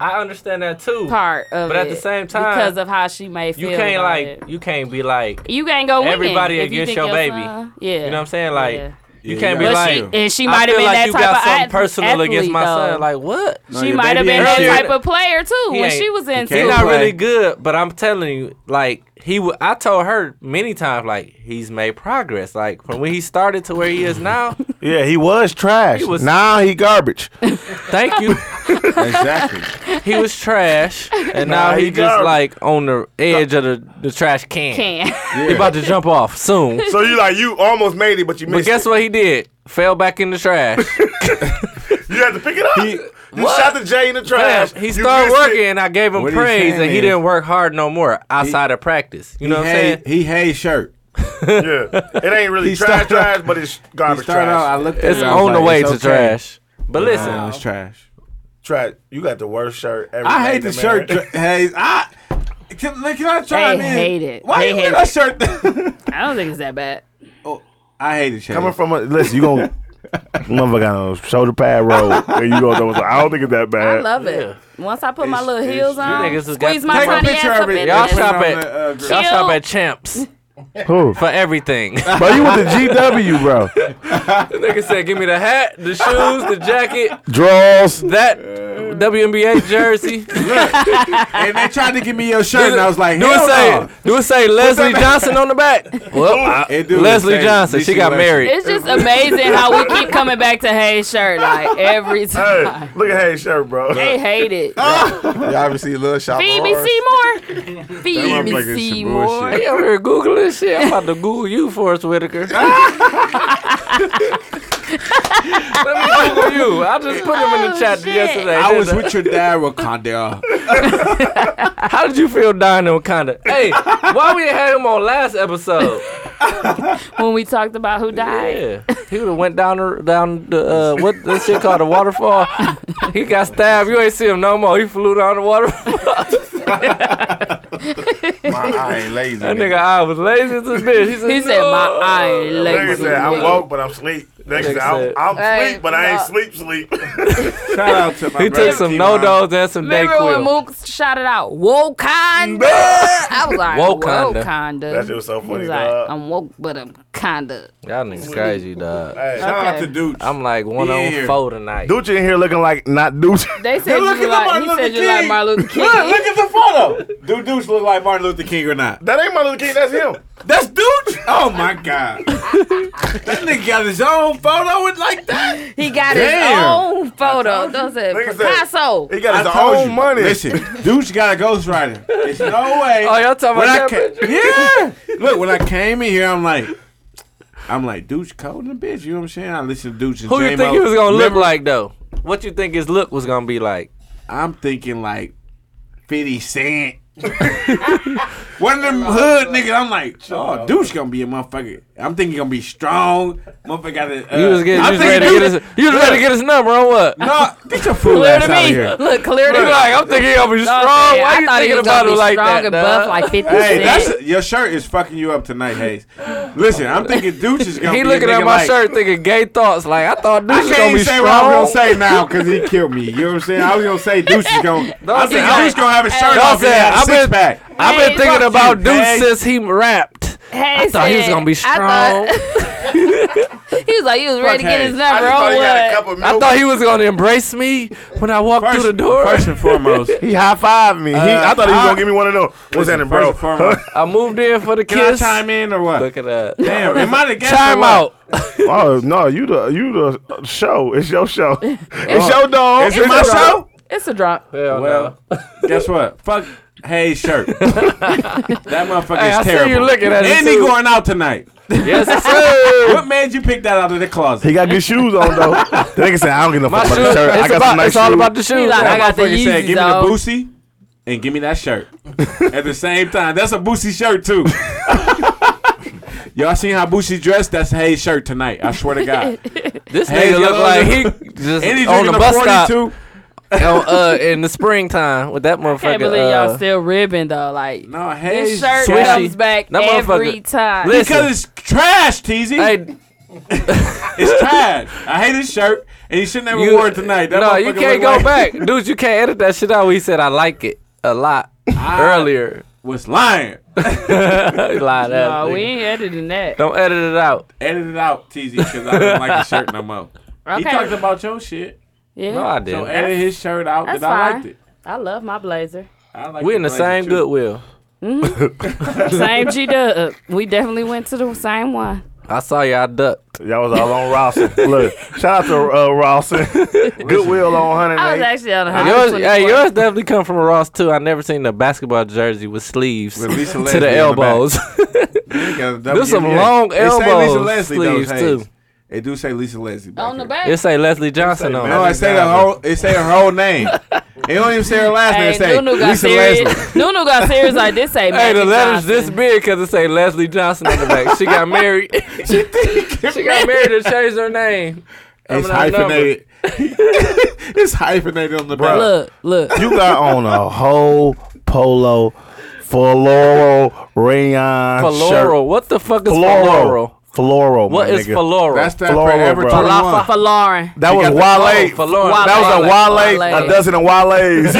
[SPEAKER 6] I understand that too.
[SPEAKER 3] part of
[SPEAKER 6] But at the
[SPEAKER 3] it
[SPEAKER 6] same time,
[SPEAKER 3] because of how she may
[SPEAKER 6] You
[SPEAKER 3] feel.
[SPEAKER 6] can't
[SPEAKER 3] about
[SPEAKER 6] like
[SPEAKER 3] it.
[SPEAKER 6] you can't be like
[SPEAKER 3] you can't go winning
[SPEAKER 6] everybody
[SPEAKER 3] if you
[SPEAKER 6] against
[SPEAKER 3] think
[SPEAKER 6] your baby.
[SPEAKER 3] son- yeah,
[SPEAKER 6] you know what I'm saying? Like
[SPEAKER 3] Yeah.
[SPEAKER 6] you can't be
[SPEAKER 3] But
[SPEAKER 6] like
[SPEAKER 3] she and she
[SPEAKER 6] I
[SPEAKER 3] might have
[SPEAKER 6] feel
[SPEAKER 3] been
[SPEAKER 6] like
[SPEAKER 3] that
[SPEAKER 6] you
[SPEAKER 3] type
[SPEAKER 6] got
[SPEAKER 3] of
[SPEAKER 6] something
[SPEAKER 3] ath-
[SPEAKER 6] personal against
[SPEAKER 3] athlete,
[SPEAKER 6] my
[SPEAKER 3] though.
[SPEAKER 6] son. Like what?
[SPEAKER 4] No,
[SPEAKER 3] she
[SPEAKER 4] your
[SPEAKER 3] might have
[SPEAKER 4] baby
[SPEAKER 3] been that
[SPEAKER 4] ain't shit.
[SPEAKER 3] type of player too
[SPEAKER 6] He
[SPEAKER 3] when
[SPEAKER 6] ain't-
[SPEAKER 3] she was in
[SPEAKER 6] He's
[SPEAKER 4] can't
[SPEAKER 3] school.
[SPEAKER 6] not
[SPEAKER 4] play.
[SPEAKER 6] really good, but I'm telling you, like he, w- I told her many times, like he's made progress, like from when he started to where he is now.
[SPEAKER 5] Yeah, he was trash.
[SPEAKER 6] He was-
[SPEAKER 5] now he garbage.
[SPEAKER 6] Thank you.
[SPEAKER 4] exactly.
[SPEAKER 6] He was trash, and
[SPEAKER 5] Nah,
[SPEAKER 6] now
[SPEAKER 5] he
[SPEAKER 6] he, just
[SPEAKER 5] garbage.
[SPEAKER 6] like on the edge of the, the trash can.
[SPEAKER 3] Can
[SPEAKER 6] He about to jump off soon.
[SPEAKER 5] so you like you almost made it, but you
[SPEAKER 6] But
[SPEAKER 5] missed
[SPEAKER 6] guess what he did? Fell back in the trash.
[SPEAKER 5] it. You had to pick it up. you
[SPEAKER 6] What?
[SPEAKER 5] shot the J in the
[SPEAKER 6] Fam,
[SPEAKER 5] trash.
[SPEAKER 6] he
[SPEAKER 5] You
[SPEAKER 6] started
[SPEAKER 5] missed it.
[SPEAKER 6] working, and I gave him
[SPEAKER 4] What he's
[SPEAKER 6] praise,
[SPEAKER 4] saying
[SPEAKER 6] and he
[SPEAKER 4] is-
[SPEAKER 6] didn't work hard no more outside of practice. You know what I'm saying?
[SPEAKER 4] He Hayes shirt.
[SPEAKER 5] Yeah. It ain't really
[SPEAKER 4] He
[SPEAKER 5] trash
[SPEAKER 4] started
[SPEAKER 5] trash,
[SPEAKER 4] out-
[SPEAKER 5] but it's
[SPEAKER 4] He
[SPEAKER 5] garbage
[SPEAKER 4] started
[SPEAKER 5] trash.
[SPEAKER 4] out. I looked at
[SPEAKER 6] It's
[SPEAKER 4] it, I was
[SPEAKER 6] on the
[SPEAKER 4] like,
[SPEAKER 6] way
[SPEAKER 4] it's
[SPEAKER 6] to
[SPEAKER 4] okay.
[SPEAKER 6] trash. But listen,
[SPEAKER 4] Nah, it's trash.
[SPEAKER 5] Trash. You got the worst shirt ever.
[SPEAKER 4] I
[SPEAKER 5] made,
[SPEAKER 4] hate the
[SPEAKER 5] man.
[SPEAKER 4] shirt tra- Hayes. I can, can I try
[SPEAKER 3] They hate it.
[SPEAKER 4] Why
[SPEAKER 3] They
[SPEAKER 4] you
[SPEAKER 3] hate
[SPEAKER 4] wear that shirt?
[SPEAKER 3] I don't think it's that bad.
[SPEAKER 4] I hate the shirt.
[SPEAKER 5] Coming from a listen, you gonna motherfucker got a shoulder pad roll, and you gonna throw. I don't think it's that
[SPEAKER 3] I
[SPEAKER 5] bad.
[SPEAKER 3] love it. Once I put my little
[SPEAKER 4] it's-
[SPEAKER 3] heels
[SPEAKER 4] you
[SPEAKER 3] on,
[SPEAKER 6] niggas has got-
[SPEAKER 3] squeeze my
[SPEAKER 6] Take a
[SPEAKER 3] tiny
[SPEAKER 4] picture
[SPEAKER 3] ass
[SPEAKER 4] of
[SPEAKER 3] up
[SPEAKER 4] it.
[SPEAKER 3] in
[SPEAKER 6] y'all
[SPEAKER 4] Put it
[SPEAKER 3] there.
[SPEAKER 6] shop
[SPEAKER 4] on
[SPEAKER 6] at
[SPEAKER 4] the, uh,
[SPEAKER 6] y'all
[SPEAKER 4] grill.
[SPEAKER 6] shop at Champs
[SPEAKER 5] Who?
[SPEAKER 6] for everything.
[SPEAKER 5] Bro, you with the GW, bro.
[SPEAKER 6] Nigga said, give me the hat, the shoes, the jacket,
[SPEAKER 5] Draws.
[SPEAKER 6] that WNBA jersey.
[SPEAKER 4] and they tried to give me your shirt, and I was like,
[SPEAKER 6] do it
[SPEAKER 4] hell
[SPEAKER 6] say,
[SPEAKER 4] no.
[SPEAKER 6] do it say Leslie Johnson on the back? Well, I-
[SPEAKER 4] It do
[SPEAKER 6] Leslie
[SPEAKER 4] say
[SPEAKER 6] Johnson, she
[SPEAKER 4] Lishy
[SPEAKER 6] got
[SPEAKER 4] Leslie.
[SPEAKER 6] married.
[SPEAKER 3] It's just amazing how we keep coming back to Hayes shirt like every time.
[SPEAKER 5] Hey, look at Hayes shirt, bro.
[SPEAKER 3] They hate it.
[SPEAKER 9] You obviously love shop.
[SPEAKER 3] Feed me Seymour. Feed me
[SPEAKER 9] motherfucker is some
[SPEAKER 3] Seymour.
[SPEAKER 9] bullshit.
[SPEAKER 6] Hey, over here googling shit. I'm about to Google you, Forrest Whitaker. Let me Google you. I just put him in the chat
[SPEAKER 3] Oh, shit.
[SPEAKER 6] yesterday.
[SPEAKER 4] I was
[SPEAKER 6] didn't
[SPEAKER 4] with your dad, Wakanda.
[SPEAKER 6] How did you feel dying in Wakanda? Hey, why we didn't have him on last episode?
[SPEAKER 3] When we talked about who died.
[SPEAKER 6] Yeah, he would have went down the, down the uh, what this shit called the waterfall. He got stabbed. You ain't see him no more. He flew down the waterfall.
[SPEAKER 9] My eye ain't lazy.
[SPEAKER 6] That nigga, I was lazy as a bitch. He said,
[SPEAKER 3] He said,
[SPEAKER 6] "No."
[SPEAKER 3] "My eye
[SPEAKER 5] Nigga
[SPEAKER 3] lazy."
[SPEAKER 5] said, I woke, but I'm sleep. Nigga said, I'm, I'm
[SPEAKER 3] Hey,
[SPEAKER 5] sleep, but I ain't
[SPEAKER 3] no.
[SPEAKER 5] sleep, sleep.
[SPEAKER 4] Shout out to my
[SPEAKER 6] He
[SPEAKER 4] brother,
[SPEAKER 6] took some no
[SPEAKER 4] T-Ron.
[SPEAKER 6] dos and some
[SPEAKER 3] Remember when
[SPEAKER 6] Dayquil.
[SPEAKER 3] Mook shouted out Wakanda? I was like,
[SPEAKER 6] Wakanda.
[SPEAKER 3] Wakanda.
[SPEAKER 5] That shit was so
[SPEAKER 3] He
[SPEAKER 5] funny,
[SPEAKER 3] was like,
[SPEAKER 5] dog.
[SPEAKER 3] I'm woke, but I'm kinda.
[SPEAKER 6] Y'all niggas crazy, dog.
[SPEAKER 5] Hey,
[SPEAKER 4] Shout out
[SPEAKER 3] Okay.
[SPEAKER 4] to Dude.
[SPEAKER 6] I'm like one
[SPEAKER 4] Yeah.
[SPEAKER 6] on four tonight.
[SPEAKER 5] Dude in here looking like not Dude.
[SPEAKER 3] They said
[SPEAKER 4] Hey,
[SPEAKER 3] you
[SPEAKER 4] look at the
[SPEAKER 3] like,
[SPEAKER 4] Martin
[SPEAKER 3] he
[SPEAKER 4] Luther
[SPEAKER 3] said you
[SPEAKER 4] King.
[SPEAKER 3] like Martin Luther King.
[SPEAKER 4] Look, look at the photo. Dude Deuce look like Martin Luther King or not?
[SPEAKER 5] That ain't my little kid, that's him.
[SPEAKER 4] That's Dude. Oh my God. that nigga got his own photo with like that.
[SPEAKER 3] He got
[SPEAKER 4] Damn.
[SPEAKER 3] his own photo. Those are
[SPEAKER 5] Nigga said-
[SPEAKER 3] Picasso.
[SPEAKER 5] He
[SPEAKER 4] I
[SPEAKER 5] got his
[SPEAKER 4] told
[SPEAKER 5] own
[SPEAKER 4] you.
[SPEAKER 5] money.
[SPEAKER 4] Listen, Deuce got a ghostwriter. There's no way.
[SPEAKER 6] Oh, y'all talking
[SPEAKER 4] when I
[SPEAKER 6] about that
[SPEAKER 4] ca-
[SPEAKER 6] picture?
[SPEAKER 4] Yeah. Look, when I came in here, I'm like, I'm like, Deuce cold in the bitch. You know what I'm saying? I listened to Deuce and
[SPEAKER 6] Who you
[SPEAKER 4] J-Mo.
[SPEAKER 6] think he was gonna look
[SPEAKER 4] Remember-
[SPEAKER 6] like though? What you think his look was gonna be like?
[SPEAKER 4] I'm thinking like 50 Cent. One of them hood niggas, I'm like, oh, douche gonna be a motherfucker. I'm thinking he gonna be strong. Motherfucker got to. Uh,
[SPEAKER 6] You was getting,
[SPEAKER 4] I'm
[SPEAKER 6] you was
[SPEAKER 4] thinking
[SPEAKER 6] ready to get
[SPEAKER 4] dude-
[SPEAKER 6] his, you was ready to get his number on what?
[SPEAKER 4] No, get your fool
[SPEAKER 3] Clear
[SPEAKER 4] ass
[SPEAKER 3] to
[SPEAKER 4] out of
[SPEAKER 3] me.
[SPEAKER 4] here.
[SPEAKER 3] Look, clear to
[SPEAKER 6] He
[SPEAKER 3] me.
[SPEAKER 6] like, I'm thinking I'm strong.
[SPEAKER 10] saying,
[SPEAKER 6] Why
[SPEAKER 10] I
[SPEAKER 6] you
[SPEAKER 10] thought he
[SPEAKER 6] thinking
[SPEAKER 10] was gonna
[SPEAKER 6] about
[SPEAKER 10] be
[SPEAKER 6] it like
[SPEAKER 10] strong
[SPEAKER 6] that?
[SPEAKER 10] and buff
[SPEAKER 6] dawg?
[SPEAKER 10] like 50 cent.
[SPEAKER 4] Hey, that's your shirt is fucking you up tonight, Hayes. Listen, I'm thinking douche is gonna.
[SPEAKER 6] he
[SPEAKER 4] be
[SPEAKER 6] looking
[SPEAKER 4] a nigga
[SPEAKER 6] at my
[SPEAKER 4] like,
[SPEAKER 6] shirt, thinking gay thoughts. Like I thought
[SPEAKER 4] I
[SPEAKER 6] this was
[SPEAKER 4] can't
[SPEAKER 6] gonna
[SPEAKER 4] even
[SPEAKER 6] be
[SPEAKER 4] say what I was
[SPEAKER 6] strong.
[SPEAKER 4] gonna say now because he killed me. You know what I'm saying? I was gonna say douche is gonna. I
[SPEAKER 6] say
[SPEAKER 4] think
[SPEAKER 6] that.
[SPEAKER 4] douche gonna have a shirt
[SPEAKER 6] Dawg
[SPEAKER 4] off and
[SPEAKER 6] said,
[SPEAKER 4] have a
[SPEAKER 6] I've
[SPEAKER 4] six
[SPEAKER 6] been-
[SPEAKER 4] pack.
[SPEAKER 6] I've
[SPEAKER 3] Hey,
[SPEAKER 6] been
[SPEAKER 4] fuck
[SPEAKER 6] thinking about
[SPEAKER 4] you,
[SPEAKER 6] Dude
[SPEAKER 4] Paige.
[SPEAKER 6] since he rapped. I thought he was gonna be strong. I thought,
[SPEAKER 10] he was like, he was ready to get his
[SPEAKER 4] Hayes.
[SPEAKER 10] number
[SPEAKER 3] Oh,
[SPEAKER 10] on what?
[SPEAKER 6] he was gonna embrace me when I walked
[SPEAKER 4] First,
[SPEAKER 6] through the door.
[SPEAKER 4] first and foremost, Uh,
[SPEAKER 5] He high fived me. he, I thought he was
[SPEAKER 4] I-
[SPEAKER 5] gonna give me one of those. What's
[SPEAKER 4] listen,
[SPEAKER 5] happening,
[SPEAKER 4] first
[SPEAKER 5] bro?
[SPEAKER 4] and foremost,
[SPEAKER 6] I moved in for the
[SPEAKER 4] Can
[SPEAKER 6] kiss.
[SPEAKER 4] I chime in or what?
[SPEAKER 6] Look at that.
[SPEAKER 4] Damn, am I the guest? or
[SPEAKER 6] Chime
[SPEAKER 4] what?
[SPEAKER 6] out.
[SPEAKER 5] oh no, you the you the show. It's your show. it's your dog.
[SPEAKER 4] Is it my show?
[SPEAKER 3] It's a drop.
[SPEAKER 6] Hell
[SPEAKER 4] Well, guess what? Fuck Hayes' shirt. that motherfucker
[SPEAKER 6] Hey,
[SPEAKER 4] is
[SPEAKER 6] I see you
[SPEAKER 4] terrible.
[SPEAKER 6] looking at it,
[SPEAKER 4] and he
[SPEAKER 6] too.
[SPEAKER 4] going out tonight.
[SPEAKER 6] yes, sir.
[SPEAKER 4] What made you pick that out of the closet?
[SPEAKER 5] He got good shoes on though. the nigga said, I don't give a
[SPEAKER 6] My
[SPEAKER 5] fuck about
[SPEAKER 6] shoes.
[SPEAKER 5] the shirt. I
[SPEAKER 6] It's,
[SPEAKER 5] got
[SPEAKER 6] about,
[SPEAKER 5] some nice
[SPEAKER 6] it's all
[SPEAKER 5] shoes.
[SPEAKER 6] about the shoes.
[SPEAKER 10] like, I got the
[SPEAKER 4] Motherfucker said,
[SPEAKER 10] Yeezys,
[SPEAKER 4] give
[SPEAKER 10] dog."
[SPEAKER 4] me the Boosie and give me that shirt. At the same time, that's a Boosie shirt too. Y'all seen how Boosie dressed? That's Hayes' shirt tonight. I swear to God.
[SPEAKER 6] this
[SPEAKER 4] Hey,
[SPEAKER 6] nigga look
[SPEAKER 4] yo,
[SPEAKER 6] like
[SPEAKER 4] look.
[SPEAKER 6] he just
[SPEAKER 4] And he
[SPEAKER 6] on
[SPEAKER 4] drinking
[SPEAKER 6] the
[SPEAKER 4] a
[SPEAKER 6] bus stop
[SPEAKER 4] 42.
[SPEAKER 6] on, uh, in the springtime with that motherfucker.
[SPEAKER 3] Can't believe
[SPEAKER 6] uh,
[SPEAKER 3] y'all still ribbing though. Like
[SPEAKER 4] No,
[SPEAKER 3] this
[SPEAKER 4] Hayes.
[SPEAKER 3] shirt
[SPEAKER 6] swishy.
[SPEAKER 3] comes back
[SPEAKER 6] That motherfucker-
[SPEAKER 3] every time.
[SPEAKER 6] Listen.
[SPEAKER 4] Because it's trash, TZ.
[SPEAKER 6] Hey,
[SPEAKER 4] It's trash. I hate his shirt, and he shouldn't have
[SPEAKER 6] you,
[SPEAKER 4] wore it tonight. That
[SPEAKER 6] no, you
[SPEAKER 4] motherfucker
[SPEAKER 6] can't
[SPEAKER 4] look
[SPEAKER 6] go
[SPEAKER 4] like-
[SPEAKER 6] back, dude. You can't edit that shit out. Where he said I like it a lot earlier.
[SPEAKER 4] Was lying.
[SPEAKER 6] He lied at
[SPEAKER 3] No,
[SPEAKER 5] Oh,
[SPEAKER 6] us, nigga.
[SPEAKER 3] we ain't editing that.
[SPEAKER 6] Don't edit it out.
[SPEAKER 4] Edit it out, TZ, because I don't like his shirt no more. He
[SPEAKER 3] Okay.
[SPEAKER 4] talked about your shit,
[SPEAKER 3] Yeah,
[SPEAKER 6] No, I
[SPEAKER 4] so
[SPEAKER 6] didn't.
[SPEAKER 4] edit his shirt out
[SPEAKER 3] That's
[SPEAKER 4] that I liked
[SPEAKER 3] fine.
[SPEAKER 4] it.
[SPEAKER 3] I love my blazer.
[SPEAKER 4] I like
[SPEAKER 6] We in the
[SPEAKER 4] blazer,
[SPEAKER 6] same
[SPEAKER 4] too.
[SPEAKER 6] Goodwill.
[SPEAKER 3] Same G Dub. We definitely went to the same one.
[SPEAKER 6] I saw y'all duck.
[SPEAKER 5] Y'all was all on Rawson. Look, shout out to uh, Rawson. Goodwill on
[SPEAKER 3] I was
[SPEAKER 5] 108.
[SPEAKER 3] actually on the
[SPEAKER 6] Yours,
[SPEAKER 3] high.
[SPEAKER 6] hey, yours definitely come from Ross too. I never seen a basketball jersey with sleeves
[SPEAKER 9] With Lisa
[SPEAKER 6] to
[SPEAKER 9] Leslie in
[SPEAKER 6] the
[SPEAKER 9] the
[SPEAKER 6] elbows.
[SPEAKER 9] There's
[SPEAKER 6] some long
[SPEAKER 9] they say Lisa
[SPEAKER 6] elbow
[SPEAKER 9] Leslie
[SPEAKER 6] sleeves,
[SPEAKER 9] though,
[SPEAKER 6] too.
[SPEAKER 9] Hayes. They do say Lisa Leslie. Back
[SPEAKER 3] on the
[SPEAKER 9] here.
[SPEAKER 3] back.
[SPEAKER 6] it say Leslie Johnson on
[SPEAKER 9] No,
[SPEAKER 6] it.
[SPEAKER 9] I say the whole. It say her whole name. they don't even say her last name.
[SPEAKER 3] Hey,
[SPEAKER 9] It say
[SPEAKER 3] Nunu got
[SPEAKER 9] Lisa
[SPEAKER 3] serious.
[SPEAKER 9] Leslie.
[SPEAKER 3] Nunu got serious like this. Say,
[SPEAKER 6] Hey,
[SPEAKER 3] Magic
[SPEAKER 6] the letter's this
[SPEAKER 3] Johnson.
[SPEAKER 6] big because it say Leslie Johnson on the back. She got married. she got married and changed her name. I mean,
[SPEAKER 9] It's
[SPEAKER 6] her number.
[SPEAKER 9] hyphenated. it's hyphenated on the back.
[SPEAKER 3] Look, look.
[SPEAKER 5] You got on a whole polo, floral rayon
[SPEAKER 6] Floral. What the fuck is
[SPEAKER 5] shirt.
[SPEAKER 6] floral?
[SPEAKER 5] Floral. Floral.
[SPEAKER 6] What
[SPEAKER 5] Oh, my
[SPEAKER 6] is
[SPEAKER 5] nigga.
[SPEAKER 6] floral?
[SPEAKER 9] That's that
[SPEAKER 5] Floral,
[SPEAKER 9] forever
[SPEAKER 5] bro.
[SPEAKER 9] 21.
[SPEAKER 3] Falafa for Lauren.
[SPEAKER 5] That was
[SPEAKER 9] got the-
[SPEAKER 5] Wale.
[SPEAKER 6] oh, Floral.
[SPEAKER 5] That was a Wale,
[SPEAKER 3] Wale.
[SPEAKER 5] a dozen of Wale's.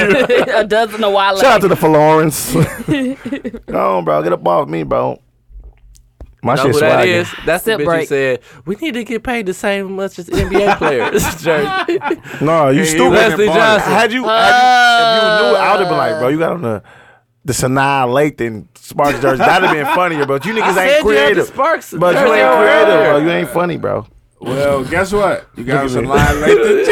[SPEAKER 3] a dozen of Wale.
[SPEAKER 5] Shout out to the Florence. Go on, bro. Get up off me, bro. My
[SPEAKER 6] Know
[SPEAKER 5] shit
[SPEAKER 6] who that
[SPEAKER 5] swagging.
[SPEAKER 6] is? That's
[SPEAKER 3] Sip
[SPEAKER 6] the bitch who
[SPEAKER 3] break.
[SPEAKER 6] said we need to get paid the same much as NBA players. Jersey.
[SPEAKER 5] No, Oh, you stupid.
[SPEAKER 6] Leslie Johnson.
[SPEAKER 5] Had you, had you, if you knew, I would have been like, bro, you got on the the Sanaa Lathan Sparks jersey. That'd have been funnier, bro. You niggas
[SPEAKER 6] I said
[SPEAKER 5] ain't
[SPEAKER 6] you had the
[SPEAKER 5] creative.
[SPEAKER 6] Sparks
[SPEAKER 5] But you
[SPEAKER 6] jersey
[SPEAKER 5] ain't
[SPEAKER 6] on
[SPEAKER 5] creative,
[SPEAKER 6] earlier.
[SPEAKER 5] bro. You ain't funny, bro.
[SPEAKER 9] Well, guess what? You got
[SPEAKER 5] Look at
[SPEAKER 9] some
[SPEAKER 5] me.
[SPEAKER 9] line later.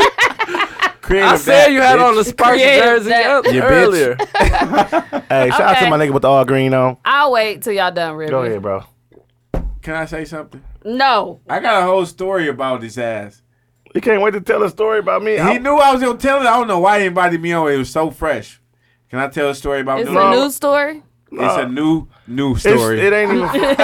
[SPEAKER 6] I said you had on the Sparks
[SPEAKER 3] Creative
[SPEAKER 6] jersey
[SPEAKER 3] that.
[SPEAKER 6] up
[SPEAKER 5] You bitch.
[SPEAKER 6] earlier.
[SPEAKER 5] Hey, shout out to
[SPEAKER 3] Okay.
[SPEAKER 5] my nigga with the all green on.
[SPEAKER 3] I'll wait till y'all done ribbing.
[SPEAKER 5] Go ahead, bro.
[SPEAKER 4] Can I say something?
[SPEAKER 3] No.
[SPEAKER 4] I got a whole story about his ass.
[SPEAKER 5] You can't wait to tell a story about me.
[SPEAKER 4] He knew I was gonna tell it. I don't know why he invited me on. It was so fresh. Can I tell a story about
[SPEAKER 3] It's
[SPEAKER 4] Nunu?
[SPEAKER 3] a news story.
[SPEAKER 4] It's a new new
[SPEAKER 5] It's-
[SPEAKER 4] story.
[SPEAKER 5] It ain't even. it ain't
[SPEAKER 3] Shout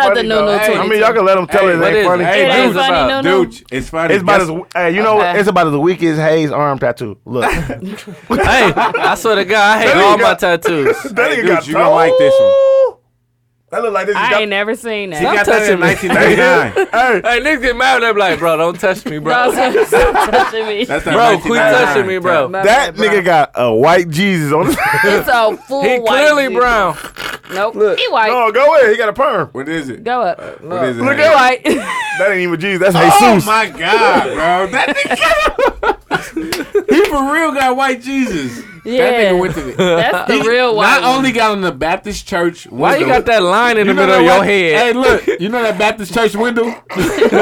[SPEAKER 3] out to
[SPEAKER 5] funny, though.
[SPEAKER 3] Nunu
[SPEAKER 5] Hey, I mean,
[SPEAKER 3] 22.
[SPEAKER 5] y'all can let him tell
[SPEAKER 4] Hey,
[SPEAKER 5] it.
[SPEAKER 6] what is
[SPEAKER 5] It ain't
[SPEAKER 6] it?
[SPEAKER 5] funny.
[SPEAKER 6] Hey,
[SPEAKER 3] It ain't
[SPEAKER 6] Dude's about-
[SPEAKER 3] funny, Nunu.
[SPEAKER 4] Dude, it's funny.
[SPEAKER 5] It's about
[SPEAKER 4] Guess-
[SPEAKER 5] as hey, you know what?
[SPEAKER 3] Okay.
[SPEAKER 5] It's about as weak as Hayes' arm tattoo. Look, that
[SPEAKER 6] hey, I swear to God, I hate all my tattoos.
[SPEAKER 5] nigga
[SPEAKER 4] dude, you gonna like this one.
[SPEAKER 5] That look like this.
[SPEAKER 3] I ain't never seen that.
[SPEAKER 6] Stop
[SPEAKER 4] got that in
[SPEAKER 6] touching me.
[SPEAKER 4] 1999.
[SPEAKER 6] Hey, niggas get mad. They be like, bro, don't touch me,
[SPEAKER 3] Y'all
[SPEAKER 6] bro.
[SPEAKER 3] stop touching me.
[SPEAKER 4] That's that
[SPEAKER 6] Bro, quit
[SPEAKER 4] 1999.
[SPEAKER 6] touching me, bro.
[SPEAKER 3] My bad,
[SPEAKER 5] that
[SPEAKER 3] bro.
[SPEAKER 5] nigga got a white Jesus on his.
[SPEAKER 3] It's a full
[SPEAKER 6] He
[SPEAKER 3] white
[SPEAKER 6] clearly
[SPEAKER 3] dude.
[SPEAKER 6] brown.
[SPEAKER 3] Nope. He white.
[SPEAKER 5] oh, go ahead. He got a perm.
[SPEAKER 4] What is it?
[SPEAKER 3] Go up.
[SPEAKER 4] Uh, What is it?
[SPEAKER 5] Look
[SPEAKER 4] Hank?
[SPEAKER 5] at
[SPEAKER 3] White.
[SPEAKER 5] that. Ain't even Jesus. That's
[SPEAKER 4] Oh
[SPEAKER 5] Jesus.
[SPEAKER 4] my God, bro. That nigga. he for real got white Jesus. That
[SPEAKER 3] Yeah.
[SPEAKER 4] nigga went to the.
[SPEAKER 3] That's the real white.
[SPEAKER 4] Not only got on the Baptist church window.
[SPEAKER 6] Why you got that line in the
[SPEAKER 4] You know
[SPEAKER 6] middle of
[SPEAKER 4] that
[SPEAKER 6] your
[SPEAKER 4] one- Hey,
[SPEAKER 6] head?
[SPEAKER 4] look, you know that Baptist church window?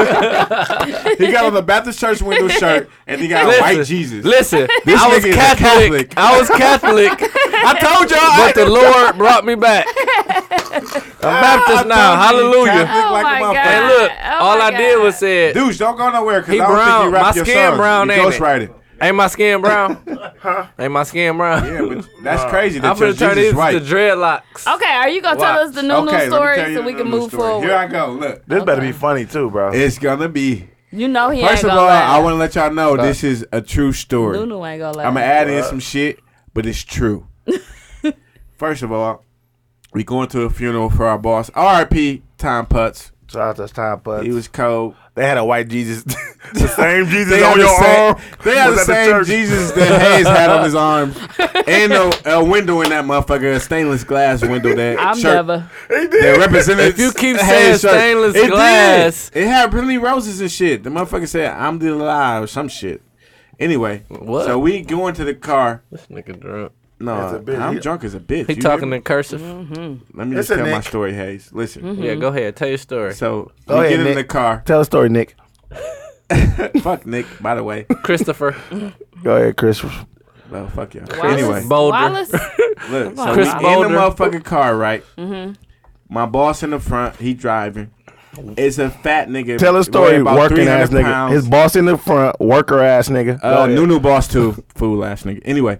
[SPEAKER 4] he got on the Baptist church window shirt and he got a white Jesus.
[SPEAKER 6] Listen, I was
[SPEAKER 4] nigga is a
[SPEAKER 6] Catholic.
[SPEAKER 4] Catholic.
[SPEAKER 6] I was Catholic,
[SPEAKER 4] I told y'all. I
[SPEAKER 6] but the Lord brought me back. I'm Baptist now. Hallelujah.
[SPEAKER 3] Oh
[SPEAKER 9] like
[SPEAKER 3] my
[SPEAKER 9] a motherfucker.
[SPEAKER 3] God.
[SPEAKER 6] And look,
[SPEAKER 3] Oh
[SPEAKER 6] all
[SPEAKER 3] my
[SPEAKER 6] I did
[SPEAKER 3] God.
[SPEAKER 6] was said,
[SPEAKER 9] Dude, don't go nowhere because
[SPEAKER 6] He
[SPEAKER 9] I don't
[SPEAKER 6] brown.
[SPEAKER 9] think you rap
[SPEAKER 6] My
[SPEAKER 9] your
[SPEAKER 6] skin
[SPEAKER 9] songs.
[SPEAKER 6] brown,
[SPEAKER 9] you
[SPEAKER 6] ain't it?
[SPEAKER 9] ghostwriting.
[SPEAKER 6] Ain't my skin brown? Ain't my skin brown?
[SPEAKER 11] Yeah, but that's crazy.
[SPEAKER 6] I'm
[SPEAKER 11] That your
[SPEAKER 6] gonna turn
[SPEAKER 11] Jesus
[SPEAKER 6] this
[SPEAKER 11] right.
[SPEAKER 6] to dreadlocks.
[SPEAKER 3] Okay, are you gonna tell
[SPEAKER 6] Watch.
[SPEAKER 3] us the new
[SPEAKER 4] Okay, let
[SPEAKER 3] new
[SPEAKER 4] me tell
[SPEAKER 3] story
[SPEAKER 4] you
[SPEAKER 3] so
[SPEAKER 4] the
[SPEAKER 3] we can
[SPEAKER 4] new
[SPEAKER 3] move
[SPEAKER 4] story.
[SPEAKER 3] forward?
[SPEAKER 11] Here I go. Look,
[SPEAKER 8] This better be funny too, bro.
[SPEAKER 4] It's gonna be.
[SPEAKER 3] You know he
[SPEAKER 4] First
[SPEAKER 3] ain't
[SPEAKER 4] of
[SPEAKER 3] gonna
[SPEAKER 4] all,
[SPEAKER 3] let
[SPEAKER 4] I want to let y'all know this is a true story.
[SPEAKER 3] Nunu ain't gonna let
[SPEAKER 4] I'm gonna
[SPEAKER 3] it.
[SPEAKER 4] add in some shit, but it's true. First of all, we going to a funeral for our boss. R.I.P. Tom Putz.
[SPEAKER 8] Shout out to Time Putz.
[SPEAKER 4] He was cold.
[SPEAKER 8] they had a white Jesus, the same Jesus
[SPEAKER 4] had
[SPEAKER 8] on
[SPEAKER 4] the
[SPEAKER 8] your
[SPEAKER 4] same,
[SPEAKER 8] arm.
[SPEAKER 4] They had
[SPEAKER 8] was
[SPEAKER 4] the
[SPEAKER 8] at
[SPEAKER 4] same
[SPEAKER 8] church.
[SPEAKER 4] Jesus that Hayes had on his arm, and a, a window in that motherfucker, a stainless glass window that
[SPEAKER 3] I'm
[SPEAKER 4] shirt-
[SPEAKER 3] never.
[SPEAKER 4] that represented.
[SPEAKER 6] If you keep
[SPEAKER 4] Hayes
[SPEAKER 6] saying
[SPEAKER 4] shirt.
[SPEAKER 6] stainless
[SPEAKER 4] it
[SPEAKER 6] glass-
[SPEAKER 4] did. it had plenty roses and shit. The motherfucker said, "I'm the alive" or some shit. Anyway,
[SPEAKER 6] What?
[SPEAKER 4] so we go into the car.
[SPEAKER 6] This nigga drunk.
[SPEAKER 4] No,
[SPEAKER 8] That's a bitch.
[SPEAKER 4] I'm
[SPEAKER 8] He-
[SPEAKER 4] drunk as a bitch.
[SPEAKER 6] He
[SPEAKER 4] You
[SPEAKER 6] talking
[SPEAKER 4] hear me?
[SPEAKER 6] in cursive.
[SPEAKER 3] Mm-hmm.
[SPEAKER 4] Let me
[SPEAKER 8] It's
[SPEAKER 4] just
[SPEAKER 8] a
[SPEAKER 4] tell my
[SPEAKER 8] Nick.
[SPEAKER 4] story, Hayes. Listen.
[SPEAKER 6] Yeah, go ahead. Tell your story.
[SPEAKER 4] So
[SPEAKER 8] Go
[SPEAKER 4] we
[SPEAKER 8] ahead,
[SPEAKER 4] get in
[SPEAKER 8] Nick.
[SPEAKER 4] the car.
[SPEAKER 8] Tell a story, Nick.
[SPEAKER 4] Fuck Nick, by the way.
[SPEAKER 6] Christopher.
[SPEAKER 8] Go ahead, Chris.
[SPEAKER 4] Well, fuck y'all.
[SPEAKER 3] Wallace,
[SPEAKER 4] Anyway,
[SPEAKER 6] Boulder.
[SPEAKER 3] Wallace,
[SPEAKER 4] look. So
[SPEAKER 6] Chris
[SPEAKER 4] we in
[SPEAKER 6] Boulder.
[SPEAKER 4] the motherfucking car, right?
[SPEAKER 3] Mm-hmm.
[SPEAKER 4] My boss in the front. He driving. It's a fat nigga.
[SPEAKER 8] Tell a story,
[SPEAKER 4] weigh about
[SPEAKER 8] working
[SPEAKER 4] 300
[SPEAKER 8] ass nigga.
[SPEAKER 4] pounds.
[SPEAKER 8] His boss in the front, worker ass nigga. Go
[SPEAKER 4] Uh,
[SPEAKER 8] ahead.
[SPEAKER 4] Nunu boss too, fool ass nigga. Anyway,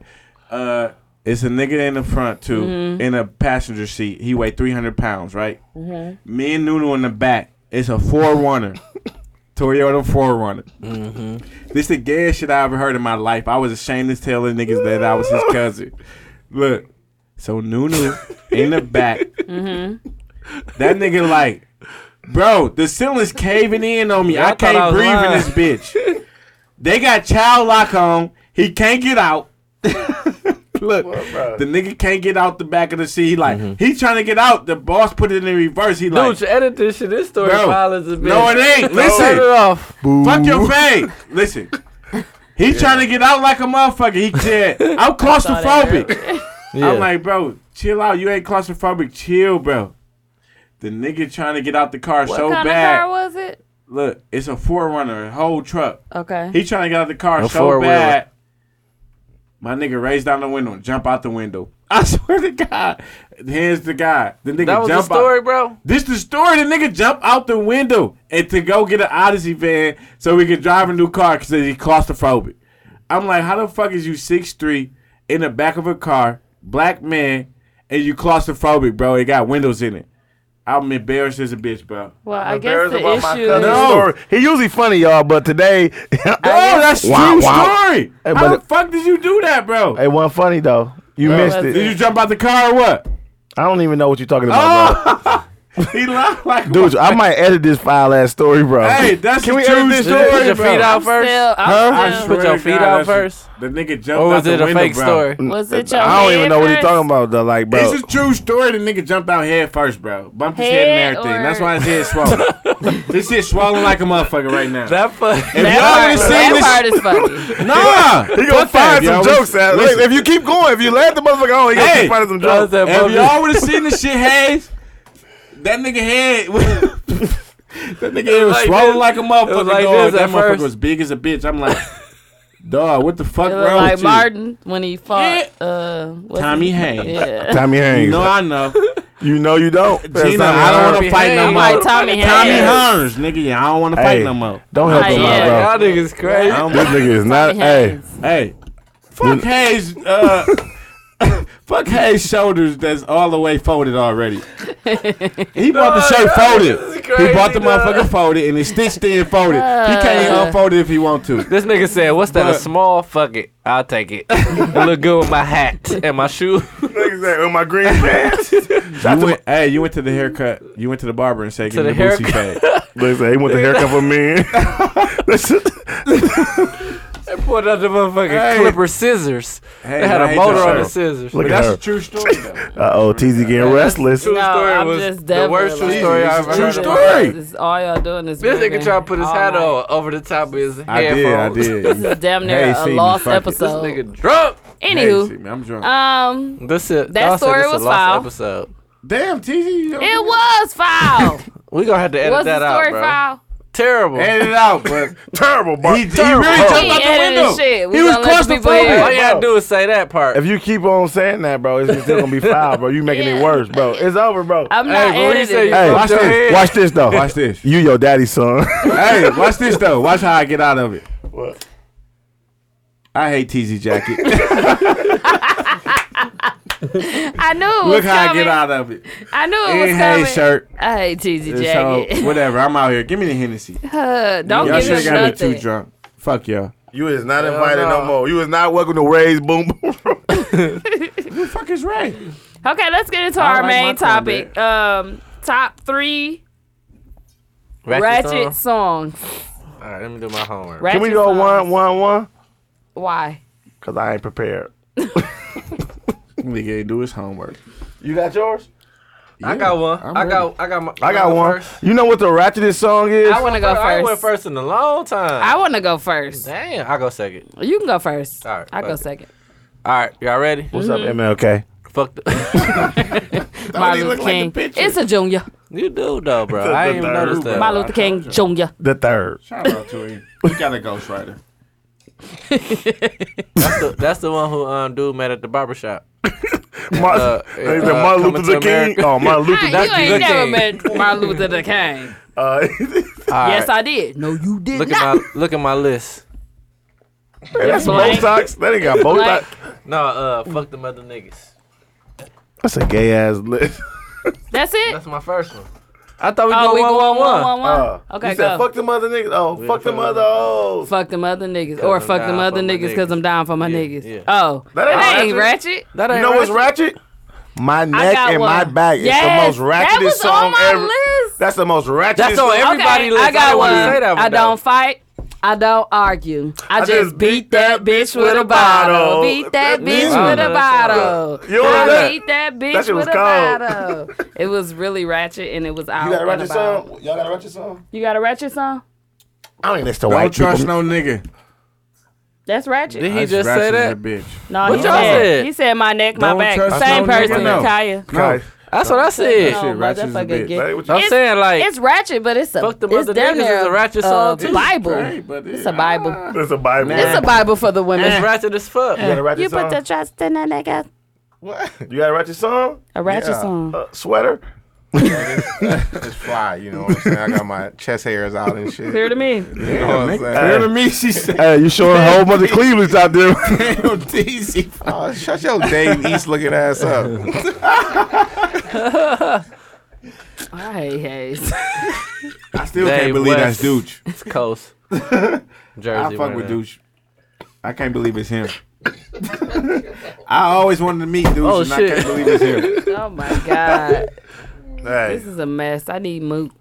[SPEAKER 4] uh, it's a nigga in the front too, in a passenger seat. He weighed three hundred pounds, right? Me and Nunu in the back. It's a Forerunner, Toyota Forerunner. This the gayest shit I ever heard in my life. I was ashamed to tell the niggas that I was his cousin. Look, so Nunu in the back.
[SPEAKER 3] Mm-hmm.
[SPEAKER 4] That nigga like, bro, the ceiling's caving in on me.
[SPEAKER 6] Y'all
[SPEAKER 4] I
[SPEAKER 6] thought
[SPEAKER 4] can't
[SPEAKER 6] I was
[SPEAKER 4] breathe
[SPEAKER 6] lying.
[SPEAKER 4] in this bitch. They got child lock on. He can't get out. Look, the nigga can't get out the back of the seat. He like he trying to get out. The boss put it in reverse. He like,
[SPEAKER 6] Mm-hmm. Dude, you edit this shit. This story
[SPEAKER 4] Bro.
[SPEAKER 6] violence is
[SPEAKER 4] no, it
[SPEAKER 6] Turn
[SPEAKER 4] ain't.
[SPEAKER 6] it
[SPEAKER 4] Listen,
[SPEAKER 6] off.
[SPEAKER 4] fuck your fade. Listen, he trying to get out like a motherfucker. He said, I'm claustrophobic.
[SPEAKER 6] Yeah.
[SPEAKER 4] I'm like, bro, chill out. You ain't claustrophobic. Chill, bro. The nigga trying to get out the car
[SPEAKER 3] what
[SPEAKER 4] so
[SPEAKER 3] kind
[SPEAKER 4] bad.
[SPEAKER 3] of car was it?
[SPEAKER 4] Look, it's a forerunner, a whole truck.
[SPEAKER 3] Okay.
[SPEAKER 4] He trying to get out the car
[SPEAKER 6] A
[SPEAKER 4] so
[SPEAKER 6] four-wheeler.
[SPEAKER 4] bad. My nigga raised down the window and jump out the window. I swear to God. Here's the guy. The nigga
[SPEAKER 6] that was the
[SPEAKER 4] jump
[SPEAKER 6] story,
[SPEAKER 4] out.
[SPEAKER 6] bro.
[SPEAKER 4] This the story. The nigga jump out the window and to go get an Odyssey van so we could drive a new car because he claustrophobic. I'm like, how the fuck is you 6'3 in the back of a car, black man, and you claustrophobic, bro? It got windows in it. I'm embarrassed as a bitch, bro.
[SPEAKER 3] Well, I guess the issue.
[SPEAKER 4] cousin.
[SPEAKER 8] Story. He usually funny, y'all, but today,
[SPEAKER 4] No, that's
[SPEAKER 8] Wow,
[SPEAKER 4] true
[SPEAKER 8] wow.
[SPEAKER 4] story. How
[SPEAKER 8] Hey, but
[SPEAKER 4] the
[SPEAKER 8] it-
[SPEAKER 4] fuck did you do that, bro?
[SPEAKER 8] it wasn't funny though. You missed
[SPEAKER 3] that's
[SPEAKER 8] it.
[SPEAKER 4] Did you jump out the car or what? Oh.
[SPEAKER 8] I don't even know what you're talking about, bro.
[SPEAKER 4] he lied like
[SPEAKER 8] Dude, I might edit this file ass story, bro.
[SPEAKER 4] Hey, that's
[SPEAKER 8] Can
[SPEAKER 4] the
[SPEAKER 8] we
[SPEAKER 4] true
[SPEAKER 8] edit this
[SPEAKER 4] story,
[SPEAKER 8] shit?
[SPEAKER 6] Put your
[SPEAKER 4] bro.
[SPEAKER 6] feet out
[SPEAKER 3] I'm
[SPEAKER 6] first.
[SPEAKER 3] still, I'm
[SPEAKER 4] I
[SPEAKER 3] still-
[SPEAKER 4] swear
[SPEAKER 6] Put your
[SPEAKER 4] to
[SPEAKER 6] feet out
[SPEAKER 4] God, that's-
[SPEAKER 6] first?
[SPEAKER 4] The nigga jumped
[SPEAKER 6] Or
[SPEAKER 4] out
[SPEAKER 6] was
[SPEAKER 4] the
[SPEAKER 6] it a
[SPEAKER 4] window,
[SPEAKER 6] fake
[SPEAKER 4] bro.
[SPEAKER 6] story?
[SPEAKER 8] Mm.
[SPEAKER 3] Was it your
[SPEAKER 8] I don't even
[SPEAKER 3] head
[SPEAKER 8] know what you're
[SPEAKER 3] first?
[SPEAKER 8] talking about though. Like, bro,
[SPEAKER 4] It's a true story. The nigga jumped out head first, bro. Bumped his head,
[SPEAKER 3] Head
[SPEAKER 4] and everything.
[SPEAKER 3] or-
[SPEAKER 4] That's why his head swollen. this shit swollen like a motherfucker right now.
[SPEAKER 6] That
[SPEAKER 4] if
[SPEAKER 6] fuck.
[SPEAKER 4] y'all would have seen this,
[SPEAKER 3] That part is funny.
[SPEAKER 4] nah,
[SPEAKER 8] he gonna find some jokes out.
[SPEAKER 4] Listen.
[SPEAKER 8] If you keep going, if you let the motherfucker on, he gonna
[SPEAKER 4] Hey.
[SPEAKER 8] keep finding some
[SPEAKER 6] That was
[SPEAKER 8] jokes.
[SPEAKER 6] that
[SPEAKER 4] If
[SPEAKER 6] bumpy-
[SPEAKER 4] y'all would have seen this shit, Hayes, that nigga head. that nigga head was
[SPEAKER 6] like
[SPEAKER 4] swolling
[SPEAKER 6] this.
[SPEAKER 4] like a
[SPEAKER 6] It
[SPEAKER 4] motherfucker.
[SPEAKER 6] was like
[SPEAKER 4] dog.
[SPEAKER 6] this
[SPEAKER 4] that
[SPEAKER 6] at
[SPEAKER 4] motherfucker
[SPEAKER 6] first.
[SPEAKER 4] was big as a bitch. I'm like, dog, what the fuck
[SPEAKER 3] It
[SPEAKER 4] wrong
[SPEAKER 3] looked like
[SPEAKER 4] with you?
[SPEAKER 3] Martin when he fought uh, what's
[SPEAKER 4] Tommy
[SPEAKER 3] his-
[SPEAKER 4] Haynes.
[SPEAKER 3] Yeah.
[SPEAKER 8] Tommy Hanks.
[SPEAKER 4] You know I know.
[SPEAKER 8] You know you don't.
[SPEAKER 4] Gina, I don't want
[SPEAKER 6] Tommy
[SPEAKER 4] to fight no
[SPEAKER 6] Haynes.
[SPEAKER 4] more.
[SPEAKER 3] Like Tommy Haynes.
[SPEAKER 4] Tommy Hearns, nigga, yeah, I don't want to
[SPEAKER 8] Hey,
[SPEAKER 4] fight no more.
[SPEAKER 8] don't help him
[SPEAKER 3] Yeah.
[SPEAKER 8] out,
[SPEAKER 6] Y'all niggas crazy.
[SPEAKER 8] bro. This nigga is not. Hey,
[SPEAKER 3] Haynes.
[SPEAKER 4] Hey, fuck Hayes. Uh, fuck Hayes' shoulders. That's all the way folded already. He bought the shirt
[SPEAKER 6] this
[SPEAKER 4] folded.
[SPEAKER 6] is crazy,
[SPEAKER 4] he bought the
[SPEAKER 6] dog.
[SPEAKER 4] motherfucker folded and it's stitched in folded. he can't even
[SPEAKER 3] Uh.
[SPEAKER 4] unfold it if he want to.
[SPEAKER 6] This nigga said, "What's that? A
[SPEAKER 4] But-
[SPEAKER 6] small? Fuck it, I'll take it. it look good with my hat and my shoe.
[SPEAKER 8] exactly. With my green pants.
[SPEAKER 4] You went, hey, you went to the haircut. You went to the barber and said, "Give
[SPEAKER 6] the
[SPEAKER 4] me the Boosie fade."
[SPEAKER 8] Listen, he want the haircut for me. Listen,
[SPEAKER 6] Pulled out the motherfucking
[SPEAKER 4] Hey.
[SPEAKER 6] clipper scissors.
[SPEAKER 4] Hey,
[SPEAKER 6] they had
[SPEAKER 4] I
[SPEAKER 6] a
[SPEAKER 4] hate
[SPEAKER 6] motor
[SPEAKER 4] your
[SPEAKER 6] on the
[SPEAKER 4] shirt.
[SPEAKER 6] scissors.
[SPEAKER 8] look
[SPEAKER 4] But
[SPEAKER 8] at
[SPEAKER 4] that's
[SPEAKER 8] her.
[SPEAKER 4] a true story. though.
[SPEAKER 8] Uh oh, TZ getting restless.
[SPEAKER 6] True
[SPEAKER 3] No,
[SPEAKER 6] story
[SPEAKER 3] I'm
[SPEAKER 6] was
[SPEAKER 3] just
[SPEAKER 6] the worst
[SPEAKER 3] definitely-
[SPEAKER 6] true story I've ever
[SPEAKER 3] True
[SPEAKER 6] heard. in my
[SPEAKER 3] story.
[SPEAKER 6] life.
[SPEAKER 3] This is all y'all doing is
[SPEAKER 6] This
[SPEAKER 3] ribbing
[SPEAKER 6] nigga try to put his
[SPEAKER 3] all
[SPEAKER 6] hat
[SPEAKER 3] night.
[SPEAKER 6] on over the top of his
[SPEAKER 4] I did. I
[SPEAKER 6] headphones.
[SPEAKER 4] did.
[SPEAKER 3] This is damn near
[SPEAKER 4] Hey,
[SPEAKER 3] a
[SPEAKER 4] see me,
[SPEAKER 3] lost
[SPEAKER 4] fuck it.
[SPEAKER 6] This
[SPEAKER 3] episode.
[SPEAKER 6] nigga drunk.
[SPEAKER 4] Hey, see
[SPEAKER 3] Anywho,
[SPEAKER 4] me, I'm drunk.
[SPEAKER 3] um,
[SPEAKER 6] This it.
[SPEAKER 3] That
[SPEAKER 6] y'all said
[SPEAKER 3] story
[SPEAKER 6] this a
[SPEAKER 3] was
[SPEAKER 6] lost
[SPEAKER 3] foul.
[SPEAKER 6] Episode.
[SPEAKER 4] Damn, TZ. you don't
[SPEAKER 3] it was foul.
[SPEAKER 6] We gonna have to edit
[SPEAKER 3] was
[SPEAKER 6] that
[SPEAKER 3] the
[SPEAKER 6] out,
[SPEAKER 3] story
[SPEAKER 6] bro.
[SPEAKER 3] foul?
[SPEAKER 6] Terrible.
[SPEAKER 4] Edit it out, but
[SPEAKER 8] Terrible, bro.
[SPEAKER 4] he, he really
[SPEAKER 3] We
[SPEAKER 4] jumped out the
[SPEAKER 3] edited
[SPEAKER 4] window.
[SPEAKER 3] shit. We
[SPEAKER 4] He was
[SPEAKER 3] gonna let the people hear
[SPEAKER 6] All
[SPEAKER 4] claustrophobic.
[SPEAKER 3] it.
[SPEAKER 6] you gotta do is say that part.
[SPEAKER 8] If you keep on saying that, bro, it's still gonna be foul, bro. You making
[SPEAKER 3] Yeah.
[SPEAKER 8] it worse, bro. It's over, bro.
[SPEAKER 3] I'm
[SPEAKER 6] Hey,
[SPEAKER 3] not
[SPEAKER 6] but when you say
[SPEAKER 3] editing.
[SPEAKER 6] you-
[SPEAKER 3] it.
[SPEAKER 8] hey,
[SPEAKER 4] Watch
[SPEAKER 8] watch
[SPEAKER 4] your
[SPEAKER 8] this.
[SPEAKER 4] head.
[SPEAKER 8] Watch this though.
[SPEAKER 4] Watch this.
[SPEAKER 8] You your daddy's son.
[SPEAKER 4] hey, watch this though. Watch how I get out of it. I hate TZ Jacket.
[SPEAKER 3] I knew it was
[SPEAKER 4] Look how I
[SPEAKER 3] coming.
[SPEAKER 4] get out of it.
[SPEAKER 3] I knew it
[SPEAKER 4] Ain't
[SPEAKER 3] was
[SPEAKER 4] hay
[SPEAKER 3] coming.
[SPEAKER 4] shirt.
[SPEAKER 3] I hate Teasy
[SPEAKER 4] So
[SPEAKER 3] Jacket.
[SPEAKER 4] whatever, I'm out here. Give me the Hennessy.
[SPEAKER 3] Uh, don't
[SPEAKER 4] y'all
[SPEAKER 3] give
[SPEAKER 4] should have
[SPEAKER 3] me
[SPEAKER 4] got me
[SPEAKER 3] nothing.
[SPEAKER 4] too drunk. Fuck y'all.
[SPEAKER 5] You is not invited
[SPEAKER 6] no.
[SPEAKER 5] no more. You is not welcome to Ray's Boom Boom. Room.
[SPEAKER 4] Who the fuck is Ray?
[SPEAKER 3] Okay, let's get into
[SPEAKER 4] I
[SPEAKER 3] our
[SPEAKER 4] like my
[SPEAKER 3] main
[SPEAKER 4] cornbread.
[SPEAKER 3] topic. Um, top three ratchet, songs.
[SPEAKER 6] All right, let me do my homework.
[SPEAKER 3] Ratchet
[SPEAKER 5] Can we go
[SPEAKER 3] songs.
[SPEAKER 5] one, one, one?
[SPEAKER 3] Why?
[SPEAKER 5] Cause I ain't prepared.
[SPEAKER 4] Nigga ain't do his homework.
[SPEAKER 5] You got yours?
[SPEAKER 6] I got one. i got. I got. My,
[SPEAKER 5] I got one. You know what the ratchetest song is?
[SPEAKER 3] I want to go
[SPEAKER 6] I went
[SPEAKER 3] first.
[SPEAKER 6] first in a long time.
[SPEAKER 3] I want to go first.
[SPEAKER 6] Damn, I go second.
[SPEAKER 3] You can go first.
[SPEAKER 6] All right,
[SPEAKER 3] I go
[SPEAKER 6] fuck it.
[SPEAKER 3] second. Mm-hmm.
[SPEAKER 6] All right, y'all ready?
[SPEAKER 5] What's up, MLK?
[SPEAKER 6] Fuck the.
[SPEAKER 3] Martin Luther King. it's a junior.
[SPEAKER 6] you do though, bro. I ain't even noticed that.
[SPEAKER 3] Martin Luther King Junior.
[SPEAKER 5] The third.
[SPEAKER 9] Shout out to him. We got a ghostwriter.
[SPEAKER 6] That's the, that's the one who um dude met at the barber shop.
[SPEAKER 5] Mar-
[SPEAKER 6] Uh,
[SPEAKER 5] they
[SPEAKER 6] uh,
[SPEAKER 5] said Martin
[SPEAKER 6] Coming
[SPEAKER 5] Luther
[SPEAKER 6] to
[SPEAKER 5] King.
[SPEAKER 6] America.
[SPEAKER 5] Oh, Martin Luther.
[SPEAKER 3] Hey, you ain't
[SPEAKER 6] Luther
[SPEAKER 3] never
[SPEAKER 6] King.
[SPEAKER 3] met Martin Luther King.
[SPEAKER 5] Uh,
[SPEAKER 6] All
[SPEAKER 3] Yes,
[SPEAKER 6] right,
[SPEAKER 3] I did. No, you did
[SPEAKER 6] look
[SPEAKER 3] not.
[SPEAKER 6] at my look at my list.
[SPEAKER 5] that's
[SPEAKER 3] Blank.
[SPEAKER 5] Botox. That ain't got Botox.
[SPEAKER 3] Like,
[SPEAKER 6] No, uh, fuck the mother niggas.
[SPEAKER 5] That's a gay ass list.
[SPEAKER 3] that's it.
[SPEAKER 6] That's my first one. I thought we
[SPEAKER 3] Oh,
[SPEAKER 6] go
[SPEAKER 3] we
[SPEAKER 6] one,
[SPEAKER 3] going
[SPEAKER 6] one, one.
[SPEAKER 3] one, one,
[SPEAKER 5] Uh,
[SPEAKER 3] one. Okay,
[SPEAKER 5] you said
[SPEAKER 3] go.
[SPEAKER 5] fuck the mother niggas. Oh, fuck the mother. Oh,
[SPEAKER 3] Fuck them other niggas, or
[SPEAKER 6] I'm
[SPEAKER 3] fuck them other
[SPEAKER 6] down for my
[SPEAKER 3] niggas because
[SPEAKER 6] niggas.
[SPEAKER 3] I'm down for my
[SPEAKER 6] Yeah,
[SPEAKER 3] niggas.
[SPEAKER 6] yeah.
[SPEAKER 3] Oh,
[SPEAKER 5] That ain't
[SPEAKER 3] that ain't ratchet.
[SPEAKER 6] That ain't
[SPEAKER 5] you know what's
[SPEAKER 6] right.
[SPEAKER 5] ratchet? My neck
[SPEAKER 3] got
[SPEAKER 5] and my
[SPEAKER 3] one.
[SPEAKER 5] back
[SPEAKER 3] Yes,
[SPEAKER 5] is the most ratchetest
[SPEAKER 3] that was
[SPEAKER 5] song
[SPEAKER 3] on my
[SPEAKER 5] ever.
[SPEAKER 3] list.
[SPEAKER 5] That's the most ratchetest.
[SPEAKER 6] That's on
[SPEAKER 5] song.
[SPEAKER 6] everybody
[SPEAKER 3] okay,
[SPEAKER 6] list.
[SPEAKER 3] I got
[SPEAKER 6] didn't
[SPEAKER 3] one.
[SPEAKER 6] wanna say that one
[SPEAKER 3] I
[SPEAKER 6] though.
[SPEAKER 3] don't fight. I don't argue. I, just,
[SPEAKER 5] just
[SPEAKER 3] beat that bitch with a bottle. Beat that bitch
[SPEAKER 6] Mm.
[SPEAKER 3] with a
[SPEAKER 6] Mm.
[SPEAKER 3] bottle.
[SPEAKER 5] You remember
[SPEAKER 3] I
[SPEAKER 5] that?
[SPEAKER 3] beat that bitch
[SPEAKER 5] That shit
[SPEAKER 3] with
[SPEAKER 5] was
[SPEAKER 3] a
[SPEAKER 5] cold.
[SPEAKER 3] bottle. it was really ratchet, and it was out.
[SPEAKER 9] You got a
[SPEAKER 3] and
[SPEAKER 9] ratchet
[SPEAKER 3] about.
[SPEAKER 9] song? Y'all got a ratchet song?
[SPEAKER 3] You got a ratchet song?
[SPEAKER 5] I mean, that's the
[SPEAKER 4] Don't
[SPEAKER 5] white people.
[SPEAKER 4] trust no nigga.
[SPEAKER 3] That's ratchet.
[SPEAKER 6] Did he
[SPEAKER 4] That's
[SPEAKER 6] just say
[SPEAKER 4] ratchet
[SPEAKER 6] that?
[SPEAKER 4] Bitch.
[SPEAKER 3] No,
[SPEAKER 6] What
[SPEAKER 3] he
[SPEAKER 6] y'all
[SPEAKER 3] said,
[SPEAKER 6] said?
[SPEAKER 3] He said my neck, my
[SPEAKER 4] Don't
[SPEAKER 3] back.
[SPEAKER 4] trust
[SPEAKER 3] Same
[SPEAKER 4] no nigga,
[SPEAKER 3] person,
[SPEAKER 4] no.
[SPEAKER 3] Kaya.
[SPEAKER 4] No.
[SPEAKER 6] That's what I said.
[SPEAKER 3] No,
[SPEAKER 4] shit ratchet as a
[SPEAKER 3] motherfucker,
[SPEAKER 4] bitch.
[SPEAKER 3] get-
[SPEAKER 5] Like, what you-
[SPEAKER 6] I'm
[SPEAKER 3] It's-
[SPEAKER 6] saying like
[SPEAKER 3] It's ratchet, but it's a
[SPEAKER 6] Fuck the
[SPEAKER 3] it's
[SPEAKER 6] mother
[SPEAKER 3] damn
[SPEAKER 6] niggas is
[SPEAKER 3] near,
[SPEAKER 6] a ratchet
[SPEAKER 3] uh,
[SPEAKER 6] song, too.
[SPEAKER 3] Bible.
[SPEAKER 4] Great, but
[SPEAKER 3] It's a Bible.
[SPEAKER 5] That's a Bible.
[SPEAKER 3] It's a Bible for the women.
[SPEAKER 6] it's ratchet as fuck.
[SPEAKER 5] You got a ratchet
[SPEAKER 3] You
[SPEAKER 5] song?
[SPEAKER 3] put the trust in a nigga.
[SPEAKER 5] you got a ratchet song?
[SPEAKER 3] A ratchet song.
[SPEAKER 5] Uh, sweater?
[SPEAKER 9] It's fly, you know what I'm saying? I got my chest hairs out and shit.
[SPEAKER 3] Clear to me.
[SPEAKER 9] You know what I'm
[SPEAKER 4] Clear
[SPEAKER 9] saying?
[SPEAKER 4] to me, she said.
[SPEAKER 5] Hey, you showing a whole bunch of Clevelands out there.
[SPEAKER 4] Damn, TZ.
[SPEAKER 9] Oh, shut your Dave East looking ass up.
[SPEAKER 3] I hate Hayes.
[SPEAKER 4] I still
[SPEAKER 6] Dave
[SPEAKER 4] can't believe
[SPEAKER 6] West.
[SPEAKER 4] that's Dooch.
[SPEAKER 6] It's coast. Jersey.
[SPEAKER 4] I fuck with
[SPEAKER 6] winner.
[SPEAKER 4] Dooch. I can't believe it's him. I always wanted to meet Dooch,
[SPEAKER 6] Oh,
[SPEAKER 4] and I
[SPEAKER 6] shit.
[SPEAKER 4] can't believe it's him.
[SPEAKER 3] Oh my God.
[SPEAKER 5] hey,
[SPEAKER 3] This is a mess. I need moot.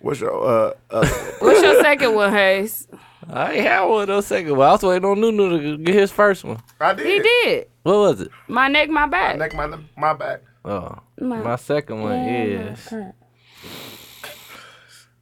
[SPEAKER 5] what's your, uh, uh,
[SPEAKER 3] What's your second one, Hayes?
[SPEAKER 6] I ain't had one no second. Well, I was waiting on Nunu to get his first one.
[SPEAKER 5] I
[SPEAKER 3] He
[SPEAKER 5] did.
[SPEAKER 3] did.
[SPEAKER 6] What was it?
[SPEAKER 3] My neck, my back.
[SPEAKER 5] Neck my, my back.
[SPEAKER 6] Oh, my, second one is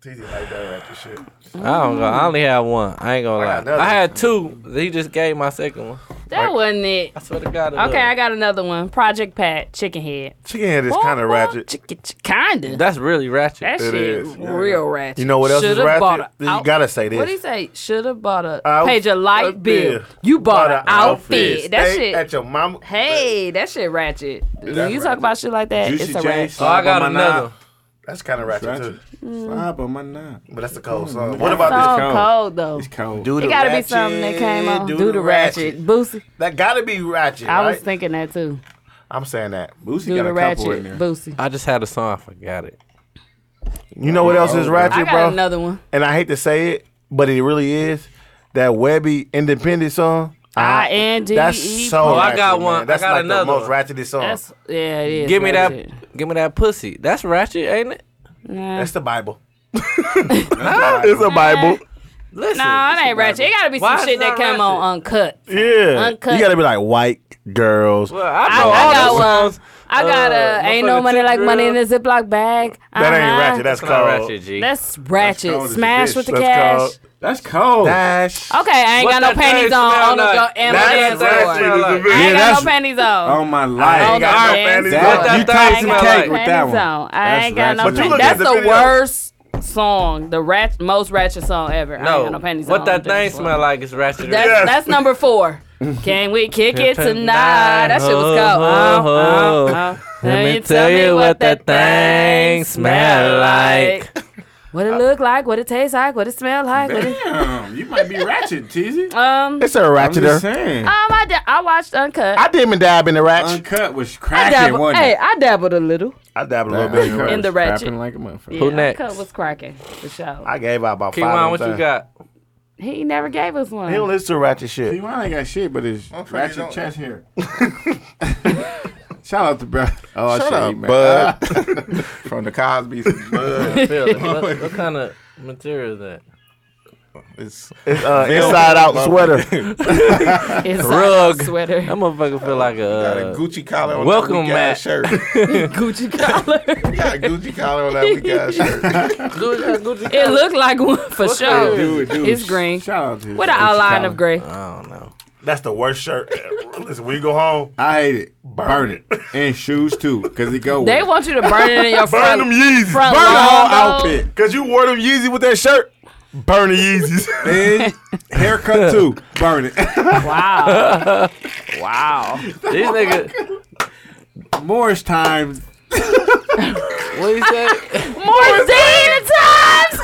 [SPEAKER 5] TZ like that ratchet shit.
[SPEAKER 6] I don't know. I only had one. I ain't gonna
[SPEAKER 5] I
[SPEAKER 6] lie.
[SPEAKER 5] got another
[SPEAKER 6] I, had two. He just gave my second one.
[SPEAKER 3] that wasn't it.
[SPEAKER 6] I swear to God. it
[SPEAKER 3] Okay, I
[SPEAKER 6] was.
[SPEAKER 3] got another one. Project Pat, Chicken Head.
[SPEAKER 5] Chicken head is kind of ratchet.
[SPEAKER 3] Chicken, kinda.
[SPEAKER 6] That's really ratchet.
[SPEAKER 3] That shit
[SPEAKER 5] is.
[SPEAKER 3] real ratchet.
[SPEAKER 5] You know what else is
[SPEAKER 3] Shoulda bought
[SPEAKER 5] ratchet?
[SPEAKER 3] a
[SPEAKER 5] Then You
[SPEAKER 3] out-
[SPEAKER 5] gotta say
[SPEAKER 3] What do you
[SPEAKER 5] this.
[SPEAKER 3] say? Should have bought a
[SPEAKER 5] Outfit.
[SPEAKER 3] page of light bill.
[SPEAKER 5] Bill.
[SPEAKER 3] You bought,
[SPEAKER 5] Bought
[SPEAKER 3] an
[SPEAKER 5] a
[SPEAKER 3] outfit.
[SPEAKER 5] outfit.
[SPEAKER 3] That
[SPEAKER 5] Stay
[SPEAKER 3] shit.
[SPEAKER 5] At your mama.
[SPEAKER 3] hey, that shit ratchet. when you talk
[SPEAKER 5] ratchet.
[SPEAKER 3] about shit like that,
[SPEAKER 4] Juicy
[SPEAKER 3] it's a
[SPEAKER 4] J,
[SPEAKER 3] ratchet.
[SPEAKER 6] oh, I
[SPEAKER 4] Slide
[SPEAKER 6] got
[SPEAKER 4] on my knob.
[SPEAKER 6] another.
[SPEAKER 5] That's kind of ratchet,
[SPEAKER 4] Ratchet.
[SPEAKER 5] too.
[SPEAKER 4] Slide on my knob.
[SPEAKER 5] But that's a
[SPEAKER 6] Mm,
[SPEAKER 5] cold song. What
[SPEAKER 3] So
[SPEAKER 5] about this?
[SPEAKER 4] cold.
[SPEAKER 3] cold. though.
[SPEAKER 4] It's cold.
[SPEAKER 5] Do
[SPEAKER 3] It
[SPEAKER 5] the
[SPEAKER 3] gotta be
[SPEAKER 5] ratchet,
[SPEAKER 3] something that came on. Do, the ratchet. Boosie.
[SPEAKER 5] That gotta be ratchet.
[SPEAKER 3] I was
[SPEAKER 5] right?
[SPEAKER 3] thinking that too.
[SPEAKER 5] I'm saying that.
[SPEAKER 4] Boosie
[SPEAKER 3] Do
[SPEAKER 4] got
[SPEAKER 3] the
[SPEAKER 4] a couple in
[SPEAKER 3] ratchet.
[SPEAKER 4] there.
[SPEAKER 3] Boosie.
[SPEAKER 6] I just had a song. I forgot it.
[SPEAKER 5] You know what else
[SPEAKER 6] Oh,
[SPEAKER 5] is ratchet,
[SPEAKER 3] I got
[SPEAKER 5] bro?
[SPEAKER 3] another one.
[SPEAKER 5] and I hate to say it, but it really is that Webby independent song.
[SPEAKER 3] I N D E.
[SPEAKER 5] Uh, That's so.
[SPEAKER 6] Oh, I
[SPEAKER 5] ratchet,
[SPEAKER 6] got
[SPEAKER 5] man.
[SPEAKER 6] one. I
[SPEAKER 5] That's
[SPEAKER 6] got
[SPEAKER 5] like
[SPEAKER 6] another
[SPEAKER 5] the most
[SPEAKER 6] one.
[SPEAKER 5] ratchetest song. That's,
[SPEAKER 3] That's yeah, it is.
[SPEAKER 6] Give me that.
[SPEAKER 3] ratchet.
[SPEAKER 6] Give me that pussy. That's ratchet, ain't it?
[SPEAKER 3] Nah.
[SPEAKER 5] the Bible. Ah, it's a Bible.
[SPEAKER 6] Listen.
[SPEAKER 3] No, it ain't ratchet. It gotta be
[SPEAKER 6] Why
[SPEAKER 3] some
[SPEAKER 6] is
[SPEAKER 3] shit
[SPEAKER 6] it
[SPEAKER 3] that
[SPEAKER 6] not
[SPEAKER 3] came on uncut.
[SPEAKER 5] Yeah.
[SPEAKER 3] Uncut.
[SPEAKER 5] You gotta be like white girls.
[SPEAKER 6] Well, I
[SPEAKER 3] I,
[SPEAKER 6] know
[SPEAKER 3] I
[SPEAKER 6] all
[SPEAKER 3] got
[SPEAKER 6] the
[SPEAKER 3] one.
[SPEAKER 6] songs.
[SPEAKER 3] I got
[SPEAKER 6] Uh,
[SPEAKER 3] a ain't no
[SPEAKER 6] motherfucker,
[SPEAKER 3] money
[SPEAKER 6] Tip
[SPEAKER 3] like money
[SPEAKER 6] Drill.
[SPEAKER 3] in a Ziploc bag.
[SPEAKER 5] That ain't
[SPEAKER 3] Uh-huh.
[SPEAKER 5] ratchet. That's
[SPEAKER 6] It's not
[SPEAKER 5] cold.
[SPEAKER 6] ratchet, G.
[SPEAKER 3] That's ratchet.
[SPEAKER 4] cold as a
[SPEAKER 3] Smash
[SPEAKER 4] bitch.
[SPEAKER 3] with the
[SPEAKER 5] That's
[SPEAKER 3] cash.
[SPEAKER 5] cold.
[SPEAKER 4] That's cold.
[SPEAKER 5] Dash.
[SPEAKER 3] Okay, I ain't
[SPEAKER 6] What
[SPEAKER 3] got
[SPEAKER 6] that
[SPEAKER 3] no panties
[SPEAKER 6] thing
[SPEAKER 3] on.
[SPEAKER 6] smell
[SPEAKER 3] On the
[SPEAKER 6] like?
[SPEAKER 3] go and my
[SPEAKER 5] That's
[SPEAKER 3] dance
[SPEAKER 5] ratchet.
[SPEAKER 3] floor.
[SPEAKER 5] is a
[SPEAKER 6] Like-
[SPEAKER 5] bitch.
[SPEAKER 3] I ain't
[SPEAKER 4] that's-
[SPEAKER 3] got no panties
[SPEAKER 4] Oh
[SPEAKER 3] on.
[SPEAKER 4] my
[SPEAKER 5] I
[SPEAKER 3] On
[SPEAKER 5] ain't
[SPEAKER 4] life.
[SPEAKER 3] the
[SPEAKER 5] got no
[SPEAKER 3] dance
[SPEAKER 5] panties
[SPEAKER 3] floor.
[SPEAKER 5] on.
[SPEAKER 4] That- you
[SPEAKER 6] That
[SPEAKER 4] tied
[SPEAKER 6] thing
[SPEAKER 4] some
[SPEAKER 6] smell
[SPEAKER 4] cake
[SPEAKER 6] like-
[SPEAKER 4] with that
[SPEAKER 3] panties
[SPEAKER 4] one.
[SPEAKER 3] on. I
[SPEAKER 4] That's
[SPEAKER 3] ain't got no
[SPEAKER 4] ratchet. But
[SPEAKER 3] panties.
[SPEAKER 4] you
[SPEAKER 5] look at
[SPEAKER 3] That's
[SPEAKER 5] the
[SPEAKER 3] the
[SPEAKER 5] video.
[SPEAKER 3] worst song, the rat, most ratchet song ever. I ain't got no panties
[SPEAKER 6] what
[SPEAKER 3] on.
[SPEAKER 6] that thing
[SPEAKER 3] That's-
[SPEAKER 6] smell like is ratchet.
[SPEAKER 3] That's,
[SPEAKER 5] Yes.
[SPEAKER 3] that's number four. Can we kick it tonight? That shit was Uh, cold.
[SPEAKER 6] Ho, ho, ho.
[SPEAKER 3] uh, Let me tell you what that thing smell like. What it look like? What it tastes like? What it smell like? What it,
[SPEAKER 4] Damn, you might be ratchet, Teasy.
[SPEAKER 3] um,
[SPEAKER 5] It's a ratcheter.
[SPEAKER 4] Just saying.
[SPEAKER 3] um, I, da- I watched Uncut.
[SPEAKER 5] I didn't dab in the ratchet.
[SPEAKER 4] Uncut was
[SPEAKER 3] I
[SPEAKER 4] cracking,
[SPEAKER 3] dabbled,
[SPEAKER 4] wasn't
[SPEAKER 3] hey,
[SPEAKER 4] it?
[SPEAKER 3] I dabbled a little.
[SPEAKER 5] I dabbed a little bit. in
[SPEAKER 3] In
[SPEAKER 5] it.
[SPEAKER 3] the ratchet.
[SPEAKER 4] like a motherfucker.
[SPEAKER 3] Who
[SPEAKER 6] next?
[SPEAKER 3] Uncut was cracking for sure.
[SPEAKER 5] I gave out about five.
[SPEAKER 6] Kwan,
[SPEAKER 5] of
[SPEAKER 6] what
[SPEAKER 5] them
[SPEAKER 6] you
[SPEAKER 5] things.
[SPEAKER 6] got?
[SPEAKER 3] He never gave us one.
[SPEAKER 5] He don't listen to ratchet shit.
[SPEAKER 4] T1 ain't got shit, but his
[SPEAKER 9] you
[SPEAKER 4] ratchet
[SPEAKER 9] don't.
[SPEAKER 4] chest hair. Shout out to bro. Oh,
[SPEAKER 9] Shut
[SPEAKER 4] shit, he
[SPEAKER 9] up,
[SPEAKER 4] mad.
[SPEAKER 9] bud. From the Cosby's, bud.
[SPEAKER 6] Phil, what, what kind of material is that?
[SPEAKER 9] It's
[SPEAKER 5] It's uh, inside out sweater.
[SPEAKER 3] It's a
[SPEAKER 6] Rug.
[SPEAKER 3] sweater,
[SPEAKER 6] That motherfucker feel like a,
[SPEAKER 9] got a
[SPEAKER 6] uh,
[SPEAKER 9] Gucci collar on
[SPEAKER 6] welcome,
[SPEAKER 9] that weak
[SPEAKER 6] Matt.
[SPEAKER 9] ass shirt.
[SPEAKER 3] Gucci collar.
[SPEAKER 9] got a Gucci collar on that weak ass shirt.
[SPEAKER 6] Gucci, Gucci
[SPEAKER 3] it looked like one for sure.
[SPEAKER 4] Dude, dude,
[SPEAKER 3] It's green.
[SPEAKER 4] Shout out to his
[SPEAKER 3] With an
[SPEAKER 4] ratchet
[SPEAKER 3] outline
[SPEAKER 4] collar.
[SPEAKER 3] of gray.
[SPEAKER 6] I don't know.
[SPEAKER 5] That's the worst shirt. ever. Listen, when you go home,
[SPEAKER 4] I hate it. Burn it. And shoes too, because he go with
[SPEAKER 3] They
[SPEAKER 4] it.
[SPEAKER 3] want you to burn it in your
[SPEAKER 5] burn
[SPEAKER 3] front,
[SPEAKER 5] them Yeezys.
[SPEAKER 3] front
[SPEAKER 5] burn the whole
[SPEAKER 3] lawn
[SPEAKER 5] outfit. Cause you wore them Yeezy with that shirt. Burn the Yeezys.
[SPEAKER 4] And haircut too. Burn it.
[SPEAKER 3] mower. Wow. wow.
[SPEAKER 6] These niggas,
[SPEAKER 4] Morris time.
[SPEAKER 6] what he say?
[SPEAKER 3] More Dean times.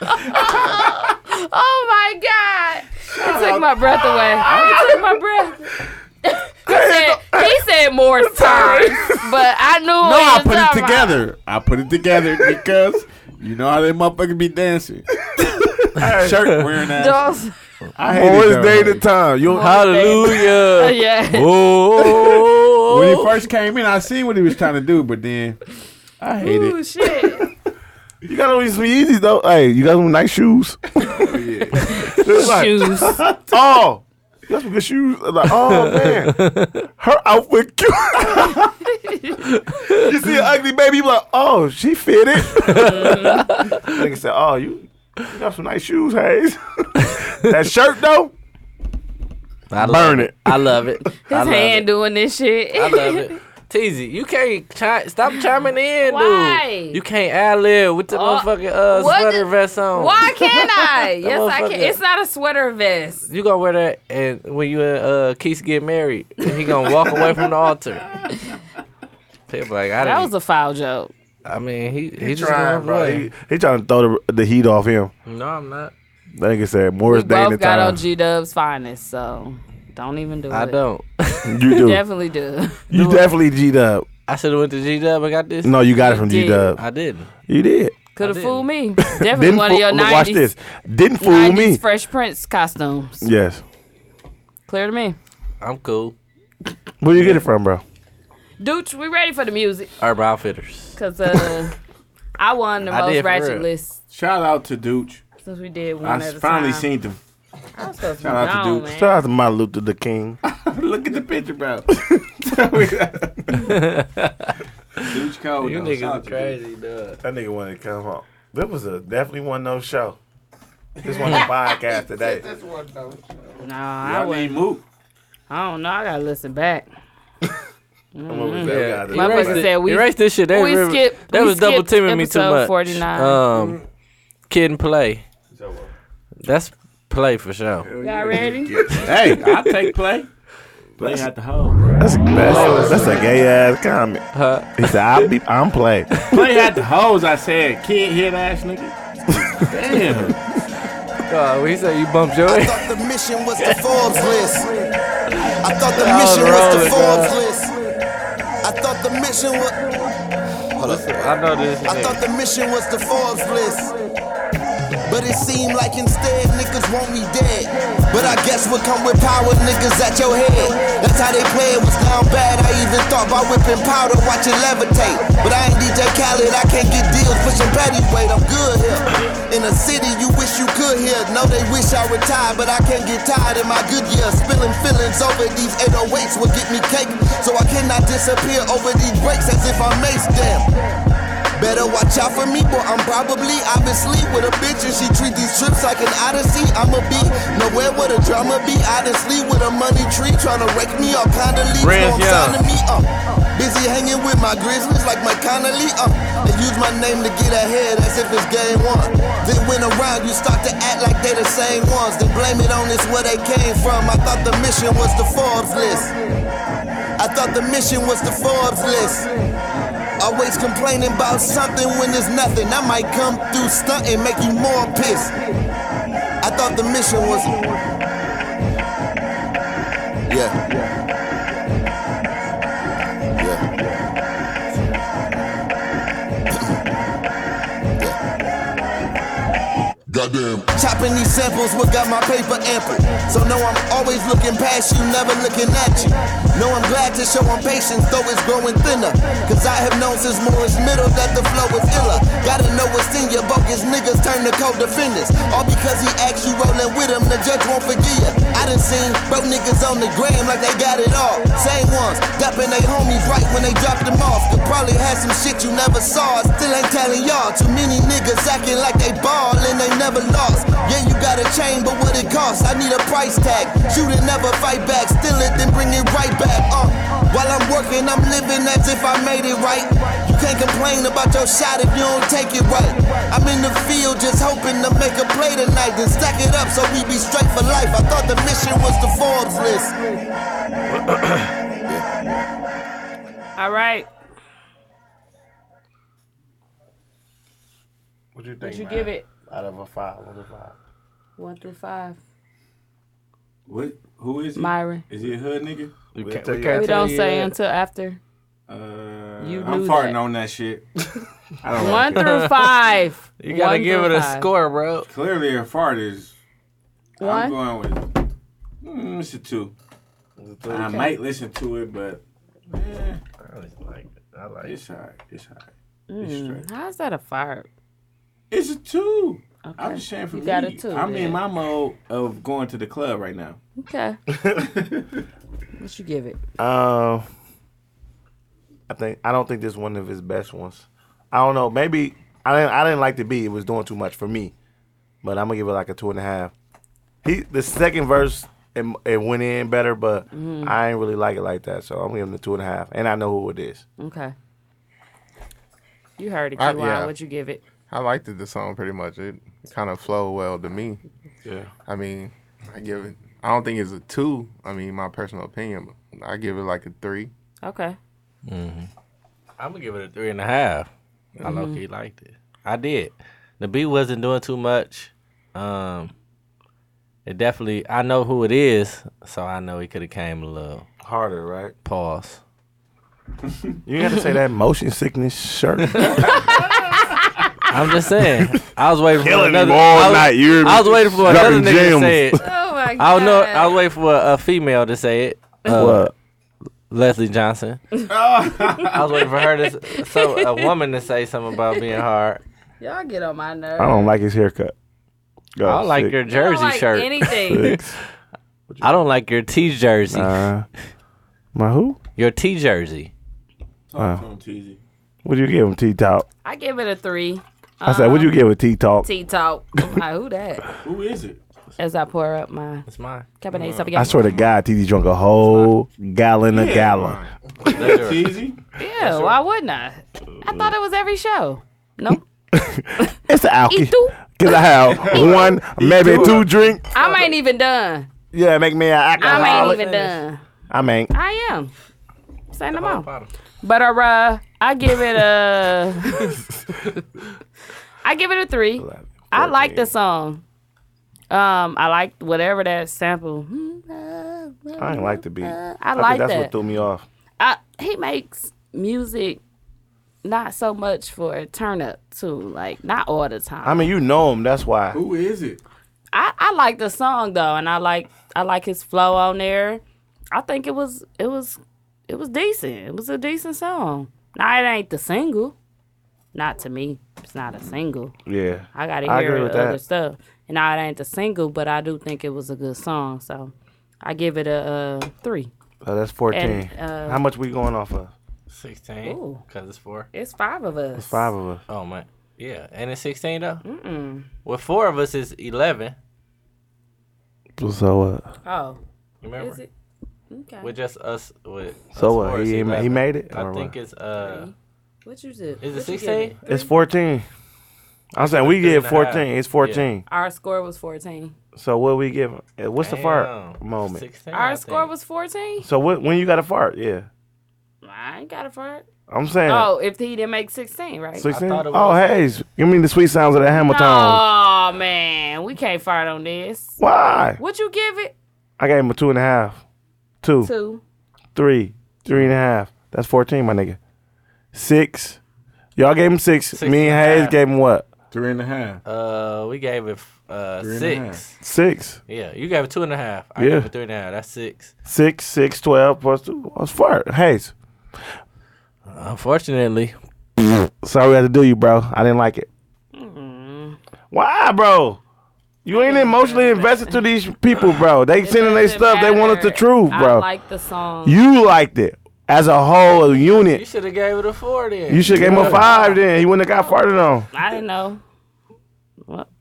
[SPEAKER 3] oh my god! It took my breath away.
[SPEAKER 4] Ah!
[SPEAKER 3] It took my breath. he, said, he said more times, but I knew.
[SPEAKER 4] No,
[SPEAKER 3] what he
[SPEAKER 4] I
[SPEAKER 3] was
[SPEAKER 4] put it
[SPEAKER 3] talking about.
[SPEAKER 4] together. I put it together because you know how they motherfuckers be dancing. Shirt wearing that.
[SPEAKER 3] Those-
[SPEAKER 4] I hate
[SPEAKER 5] Morris
[SPEAKER 4] it.
[SPEAKER 5] day the time. You
[SPEAKER 6] Hallelujah.
[SPEAKER 3] yeah.
[SPEAKER 6] Oh,
[SPEAKER 4] When he first came in, I seen what he was trying to do, but then I hate it.
[SPEAKER 3] Ooh, shit.
[SPEAKER 5] you got on some Yeezys though. Hey, you got some nice shoes.
[SPEAKER 4] Oh,
[SPEAKER 5] It's like,
[SPEAKER 3] Shoes.
[SPEAKER 5] Oh, you got some good shoes. I'm like, oh man, her outfit cute. you see an ugly baby, you like, oh, she fit it.
[SPEAKER 6] Mm-hmm.
[SPEAKER 5] Nigga said, oh, you, you got some nice shoes, Hayes. that shirt though,
[SPEAKER 6] I love
[SPEAKER 5] burn it.
[SPEAKER 6] I love it. I
[SPEAKER 3] His
[SPEAKER 6] love
[SPEAKER 3] hand
[SPEAKER 6] it.
[SPEAKER 3] doing this shit.
[SPEAKER 6] I love it. Teasy, you can't chi- stop chiming in,
[SPEAKER 3] Why?
[SPEAKER 6] dude. You can't ad lib with the
[SPEAKER 3] Oh,
[SPEAKER 6] motherfucking uh,
[SPEAKER 3] what
[SPEAKER 6] sweater
[SPEAKER 3] the-
[SPEAKER 6] vest on.
[SPEAKER 3] Why can't I? yes, I can.
[SPEAKER 6] motherfucker.
[SPEAKER 3] It's not a sweater vest.
[SPEAKER 6] You gonna wear that and when you and uh, Keith get married, and he gonna walk away from the altar. People like
[SPEAKER 3] That
[SPEAKER 6] I didn't.
[SPEAKER 3] was a foul joke.
[SPEAKER 6] I mean, he he, just
[SPEAKER 5] Trying,
[SPEAKER 6] trying,
[SPEAKER 5] bro. He, he trying to throw the, the heat off him.
[SPEAKER 6] No, I'm not.
[SPEAKER 5] That nigga said,
[SPEAKER 3] We
[SPEAKER 5] Morris day in the
[SPEAKER 3] both got on
[SPEAKER 5] time.
[SPEAKER 3] G Dub's finest, so don't even do
[SPEAKER 6] I
[SPEAKER 3] it.
[SPEAKER 6] don't.
[SPEAKER 5] You do.
[SPEAKER 3] Definitely do.
[SPEAKER 5] you definitely G'd up.
[SPEAKER 6] I should have went to G Dub and got this.
[SPEAKER 5] No, you got it from
[SPEAKER 3] You
[SPEAKER 5] G
[SPEAKER 3] did.
[SPEAKER 5] Dub.
[SPEAKER 6] I didn't.
[SPEAKER 5] You did.
[SPEAKER 3] Could have
[SPEAKER 6] didn't.
[SPEAKER 3] fooled me. Definitely
[SPEAKER 5] Didn't
[SPEAKER 3] one
[SPEAKER 5] fool,
[SPEAKER 3] of your
[SPEAKER 5] look,
[SPEAKER 3] 90s,
[SPEAKER 5] watch this. Didn't fool
[SPEAKER 3] 90s
[SPEAKER 5] me.
[SPEAKER 3] Fresh Prince costumes.
[SPEAKER 5] yes.
[SPEAKER 3] Clear to me.
[SPEAKER 6] I'm cool.
[SPEAKER 5] Where you get it from, bro?
[SPEAKER 3] Dooch, we ready for the music
[SPEAKER 6] Urban Outfitters.
[SPEAKER 3] because uh, I won the
[SPEAKER 6] I did
[SPEAKER 3] most
[SPEAKER 6] for
[SPEAKER 3] ratchet
[SPEAKER 6] real.
[SPEAKER 3] list
[SPEAKER 4] Shout out to Dooch.
[SPEAKER 3] since we did
[SPEAKER 4] I
[SPEAKER 3] one at a
[SPEAKER 4] finally
[SPEAKER 3] time.
[SPEAKER 4] seen them.
[SPEAKER 3] I'm supposed to be
[SPEAKER 4] Shout out to
[SPEAKER 3] gone,
[SPEAKER 4] Dooch.
[SPEAKER 3] man.
[SPEAKER 5] Shout out to Martin Luther the King.
[SPEAKER 4] Look at the picture, bro. Dooch Cole.
[SPEAKER 6] You
[SPEAKER 4] though. Shout
[SPEAKER 6] niggas
[SPEAKER 4] out
[SPEAKER 6] are
[SPEAKER 4] to
[SPEAKER 6] crazy, dog.
[SPEAKER 5] That nigga wanted to come home. This was a definitely one no show. This one the podcast today.
[SPEAKER 3] No,
[SPEAKER 4] Dooch.
[SPEAKER 3] I
[SPEAKER 4] Y'all need
[SPEAKER 3] wouldn't.
[SPEAKER 4] Mook.
[SPEAKER 3] I don't know. I gotta listen back.
[SPEAKER 6] Yeah.
[SPEAKER 5] Yeah.
[SPEAKER 3] Mm-hmm. My brother said we-
[SPEAKER 6] erase this shit. They
[SPEAKER 3] we
[SPEAKER 6] remember-
[SPEAKER 3] skipped-
[SPEAKER 6] That
[SPEAKER 3] we
[SPEAKER 6] was double
[SPEAKER 3] skipped
[SPEAKER 6] teaming me too
[SPEAKER 3] episode
[SPEAKER 6] much.
[SPEAKER 3] 49.
[SPEAKER 6] Um, kid and play. That's play for sure.
[SPEAKER 3] Y'all ready?
[SPEAKER 4] Hey, I take play. Play at the hole, bro.
[SPEAKER 5] That's, that's, that's a gay ass comment.
[SPEAKER 6] Huh?
[SPEAKER 5] He said, I'll be, I'm playing.
[SPEAKER 4] Play at the hoes, I said. Kid head ass nigga. Damn.
[SPEAKER 6] God, Uh, when he said you bumped your ass.
[SPEAKER 12] thought the mission was the Forbes list. I thought the
[SPEAKER 6] was
[SPEAKER 12] mission was the
[SPEAKER 6] rolling,
[SPEAKER 12] Forbes
[SPEAKER 6] dog.
[SPEAKER 12] list. I thought the mission was. Hold up.
[SPEAKER 6] I know this
[SPEAKER 12] I thought
[SPEAKER 6] nigga.
[SPEAKER 12] the mission was the Forbes list. But it seemed like instead niggas want me dead. But I guess what come with power, niggas at your head. That's how they play it was down bad. I even thought about whipping powder, watch it levitate. But I ain't DJ Khaled, I can't get deals pushing Patty's weight. I'm good here. In a city you wish you could hear. No, they wish I retired, but I can't get tired in my good years. Spilling feelings over these 808s will get me cake. So I cannot disappear over these breaks as if I maced them. Better watch out for me, boy. I'm probably obviously with a bitch and she treat these trips like an odyssey. I'ma be nowhere where the drama be. Honestly, with a money tree tryna rake me up, kinda leave
[SPEAKER 6] Rez,
[SPEAKER 12] no, I'm
[SPEAKER 6] yeah.
[SPEAKER 12] signing me up. Busy hanging with my grizzlies like my Connolly up. They use my name to get ahead as if it's game one. Then when around you start to act like they the same ones. Then blame it on it's where they came from. I thought the mission was the Forbes list. I thought the mission was the Forbes list. Always complaining about something when there's nothing. I might come through stunt and make you more pissed. I thought the mission was. Yeah. Goddamn. Chopping these samples, what got my paper ample. So no, I'm always looking past you, never looking at you. No, I'm glad to show I'm patient, though it's growing thinner. Cause I have known since Morris Middle that the flow is iller. Gotta know what's in your bogus niggas turn to co-defenders. All because he asked you rolling with him, the judge won't forgive you. I done seen broke niggas on the gram like they got it all. Same ones, dumping they homies right when they dropped them off. Could probably had some shit you never saw. Still ain't telling y'all. Too many niggas acting like they ball and they never lost. Yeah, you got a chain, but what it costs? I need a price tag. Shoot it, never fight back. Steal it, then bring it right back. Uh, while I'm working, I'm living as if I made it right. You can't complain about your shot if you don't take it right. I'm in the field just hoping to make a play tonight. Then stack it up so we be straight for life. I thought the mission was the Forbes list.
[SPEAKER 3] All right.
[SPEAKER 8] What you think?
[SPEAKER 3] What'd you
[SPEAKER 8] man?
[SPEAKER 3] give it?
[SPEAKER 8] Out of a five, out of five.
[SPEAKER 3] One through five.
[SPEAKER 11] What? Who is he?
[SPEAKER 3] Myron.
[SPEAKER 11] Is he a hood nigga?
[SPEAKER 6] We
[SPEAKER 11] We'll
[SPEAKER 6] can't-
[SPEAKER 11] tell
[SPEAKER 6] we
[SPEAKER 11] you
[SPEAKER 6] can't
[SPEAKER 11] after.
[SPEAKER 3] We don't
[SPEAKER 6] you
[SPEAKER 3] say
[SPEAKER 6] that.
[SPEAKER 3] until after.
[SPEAKER 11] Uh,
[SPEAKER 3] You
[SPEAKER 11] I'm
[SPEAKER 3] knew
[SPEAKER 11] farting
[SPEAKER 3] that.
[SPEAKER 11] on that shit. I don't
[SPEAKER 3] One
[SPEAKER 11] like it.
[SPEAKER 3] through five.
[SPEAKER 6] You gotta
[SPEAKER 3] One
[SPEAKER 6] give
[SPEAKER 3] through
[SPEAKER 6] it a
[SPEAKER 3] five.
[SPEAKER 6] score, bro.
[SPEAKER 11] Clearly, a fart is.
[SPEAKER 3] One?
[SPEAKER 11] I'm going with. Mm, it's a two. I might listen to it, but eh.
[SPEAKER 8] I like it. I like it.
[SPEAKER 11] it's alright. It's alright.
[SPEAKER 3] Mm, How's that a fart?
[SPEAKER 11] It's a two. I'm
[SPEAKER 3] Okay.
[SPEAKER 11] just saying for
[SPEAKER 3] You
[SPEAKER 11] me.
[SPEAKER 3] got a two,
[SPEAKER 11] I'm
[SPEAKER 3] then.
[SPEAKER 11] in my mode of going to the club right now.
[SPEAKER 3] Okay. what you give it?
[SPEAKER 5] Uh, I think I don't think this is one of his best ones. I don't know. Maybe I didn't. I didn't like the beat. It was doing too much for me. But I'm gonna give it like a two and a half. He the second verse it, it went in better, but I ain't really like it like that. So I'm gonna give him the two and a half. And I know who it is.
[SPEAKER 3] Okay. You heard it,
[SPEAKER 9] I-
[SPEAKER 3] Q.
[SPEAKER 9] yeah.
[SPEAKER 3] What'd you give it?
[SPEAKER 9] I liked it, the song pretty much. It kind of flowed well to me.
[SPEAKER 11] Yeah.
[SPEAKER 9] I mean, I give it. I don't think it's a two. I mean, my personal opinion. but I give it like a three.
[SPEAKER 3] Okay.
[SPEAKER 6] I'm gonna Mm-hmm. give it a three and a half. I low key liked it. I did. The beat wasn't doing too much. Um, it definitely. I know who it is, so I know he could have came a little
[SPEAKER 5] Harder, right?
[SPEAKER 6] pause.
[SPEAKER 5] You gotta say that motion sickness shirt.
[SPEAKER 6] I'm just saying. I was waiting for
[SPEAKER 5] Killing
[SPEAKER 6] another.
[SPEAKER 5] him all
[SPEAKER 6] I was,
[SPEAKER 5] night, you hear me?
[SPEAKER 6] I was waiting for
[SPEAKER 5] Dropping
[SPEAKER 6] another nigga to
[SPEAKER 5] gems.
[SPEAKER 6] say it.
[SPEAKER 3] Oh my god.
[SPEAKER 6] I don't know. I was waiting for a, a female to say it. Uh,
[SPEAKER 5] What?
[SPEAKER 6] Leslie Johnson. I was waiting for her to s- so a woman to say something about being hard.
[SPEAKER 3] Y'all get on my nerves.
[SPEAKER 5] I don't like his haircut. God,
[SPEAKER 6] I like
[SPEAKER 5] sick,
[SPEAKER 6] your
[SPEAKER 3] I don't
[SPEAKER 6] jersey
[SPEAKER 3] like
[SPEAKER 6] shirt.
[SPEAKER 3] Anything.
[SPEAKER 5] sick.
[SPEAKER 6] I don't like your T jersey.
[SPEAKER 5] Uh, my who?
[SPEAKER 6] your T jersey.
[SPEAKER 5] Wow.
[SPEAKER 11] Talk to him, TZ.
[SPEAKER 5] What'd Uh, you give him? T talk.
[SPEAKER 3] I give it a three. Um,
[SPEAKER 5] I said, what'd you give with T talk?
[SPEAKER 3] Tea talk. I'm like, who that?
[SPEAKER 11] Who is it? Uh,
[SPEAKER 3] As I pour up my
[SPEAKER 6] That's mine.
[SPEAKER 3] Cabernet
[SPEAKER 5] I
[SPEAKER 3] Sauvignon.
[SPEAKER 5] swear to God, TD drunk a whole gallon of gallon.
[SPEAKER 11] TZ?
[SPEAKER 3] Yeah, why wouldn't I? I thought it was every show. No,
[SPEAKER 5] It's an alky.
[SPEAKER 3] Itu.
[SPEAKER 5] Cause I have one, maybe two drink.
[SPEAKER 3] I ain't even done.
[SPEAKER 5] Yeah, make me an alcoholic.
[SPEAKER 3] I ain't even done.
[SPEAKER 5] I mean,
[SPEAKER 3] I am. Say no more. But uh, uh, I give it a. I give it a three. I like the song. Um, I like whatever that sample. hmm,
[SPEAKER 5] I ain't like the beat.
[SPEAKER 3] Uh, I
[SPEAKER 5] think
[SPEAKER 3] like
[SPEAKER 5] that's
[SPEAKER 3] that.
[SPEAKER 5] what threw me off.
[SPEAKER 3] I, uh, he makes music not so much for a turn up too, like not all the time.
[SPEAKER 5] I mean, you know him. That's why.
[SPEAKER 11] Who is it?
[SPEAKER 3] I, I like the song though, and I like I like his flow on there. I think it was it was it was decent. It was a decent song. Now it ain't the single, not to me. It's not a single.
[SPEAKER 5] Yeah.
[SPEAKER 3] I gotta
[SPEAKER 5] I
[SPEAKER 3] hear
[SPEAKER 5] agree
[SPEAKER 3] the
[SPEAKER 5] with
[SPEAKER 3] other
[SPEAKER 5] that.
[SPEAKER 3] stuff. And now it ain't the single, but I do think it was a good song. So I give it a, uh three.
[SPEAKER 5] So Oh, that's fourteen.
[SPEAKER 3] And, uh,
[SPEAKER 5] How much we going off of?
[SPEAKER 6] Sixteen.
[SPEAKER 3] Ooh.
[SPEAKER 6] Cause it's four.
[SPEAKER 3] It's five of us.
[SPEAKER 5] Five of us.
[SPEAKER 6] Oh man. Yeah. And it's sixteen though. Mm-mm. With four of us is eleven.
[SPEAKER 5] So what?
[SPEAKER 3] Oh,
[SPEAKER 6] Remember?
[SPEAKER 3] is it? Okay.
[SPEAKER 6] With just us. With
[SPEAKER 5] So
[SPEAKER 6] us
[SPEAKER 5] what?
[SPEAKER 6] four is
[SPEAKER 5] He- he ma- he
[SPEAKER 6] 11.
[SPEAKER 5] made it,
[SPEAKER 6] I
[SPEAKER 5] or
[SPEAKER 6] think
[SPEAKER 5] what?
[SPEAKER 6] it's uh.
[SPEAKER 3] What you did? what
[SPEAKER 6] Is it
[SPEAKER 3] you give
[SPEAKER 6] sixteen?
[SPEAKER 5] It's fourteen. I'm saying we
[SPEAKER 6] Three and
[SPEAKER 5] give
[SPEAKER 6] a
[SPEAKER 5] fourteen.
[SPEAKER 6] half.
[SPEAKER 5] It's fourteen.
[SPEAKER 3] Our score was fourteen.
[SPEAKER 5] So what we give? uh, What's the fart
[SPEAKER 6] Damn.
[SPEAKER 5] moment?
[SPEAKER 6] 16,
[SPEAKER 3] Our
[SPEAKER 6] I
[SPEAKER 3] score
[SPEAKER 6] think.
[SPEAKER 3] was fourteen.
[SPEAKER 5] So what? When you got a fart? Yeah.
[SPEAKER 3] I ain't got it for it.
[SPEAKER 5] I'm saying.
[SPEAKER 3] Oh, if he didn't make 16, right?
[SPEAKER 5] 16? Oh, hey, you mean the sweet sounds of the Hamilton?
[SPEAKER 3] Oh, man. We can't fart on this.
[SPEAKER 5] Why?
[SPEAKER 3] Would you give it?
[SPEAKER 5] I gave him a two and a half, two,
[SPEAKER 3] Two.
[SPEAKER 5] three, three and a half. That's 14, my nigga. Six. Y'all gave him six. Me and,
[SPEAKER 6] and a
[SPEAKER 5] Hayes
[SPEAKER 6] half.
[SPEAKER 5] gave him what?
[SPEAKER 4] Three and a half.
[SPEAKER 6] Uh, we gave it uh
[SPEAKER 5] Three and a half.
[SPEAKER 6] six.
[SPEAKER 5] Six.
[SPEAKER 6] Yeah, you gave it two and a half. I
[SPEAKER 5] Yeah.
[SPEAKER 6] gave it three and a half. That's six.
[SPEAKER 5] Six, six, 12 plus two. That's fart. Hayes.
[SPEAKER 6] Unfortunately.
[SPEAKER 5] Sorry I had to do you, bro. I didn't like it. Why, bro? You ain't emotionally invested to these people, bro. They sending their
[SPEAKER 3] doesn't
[SPEAKER 5] stuff. They wanted the
[SPEAKER 3] matter.
[SPEAKER 5] truth,
[SPEAKER 3] I
[SPEAKER 5] bro.
[SPEAKER 3] like the song.
[SPEAKER 5] You liked it as a whole
[SPEAKER 6] Oh, You
[SPEAKER 5] unit.
[SPEAKER 6] should have gave it a four then.
[SPEAKER 5] You should have gave him a five then. He wouldn't have got farted on.
[SPEAKER 3] I didn't know.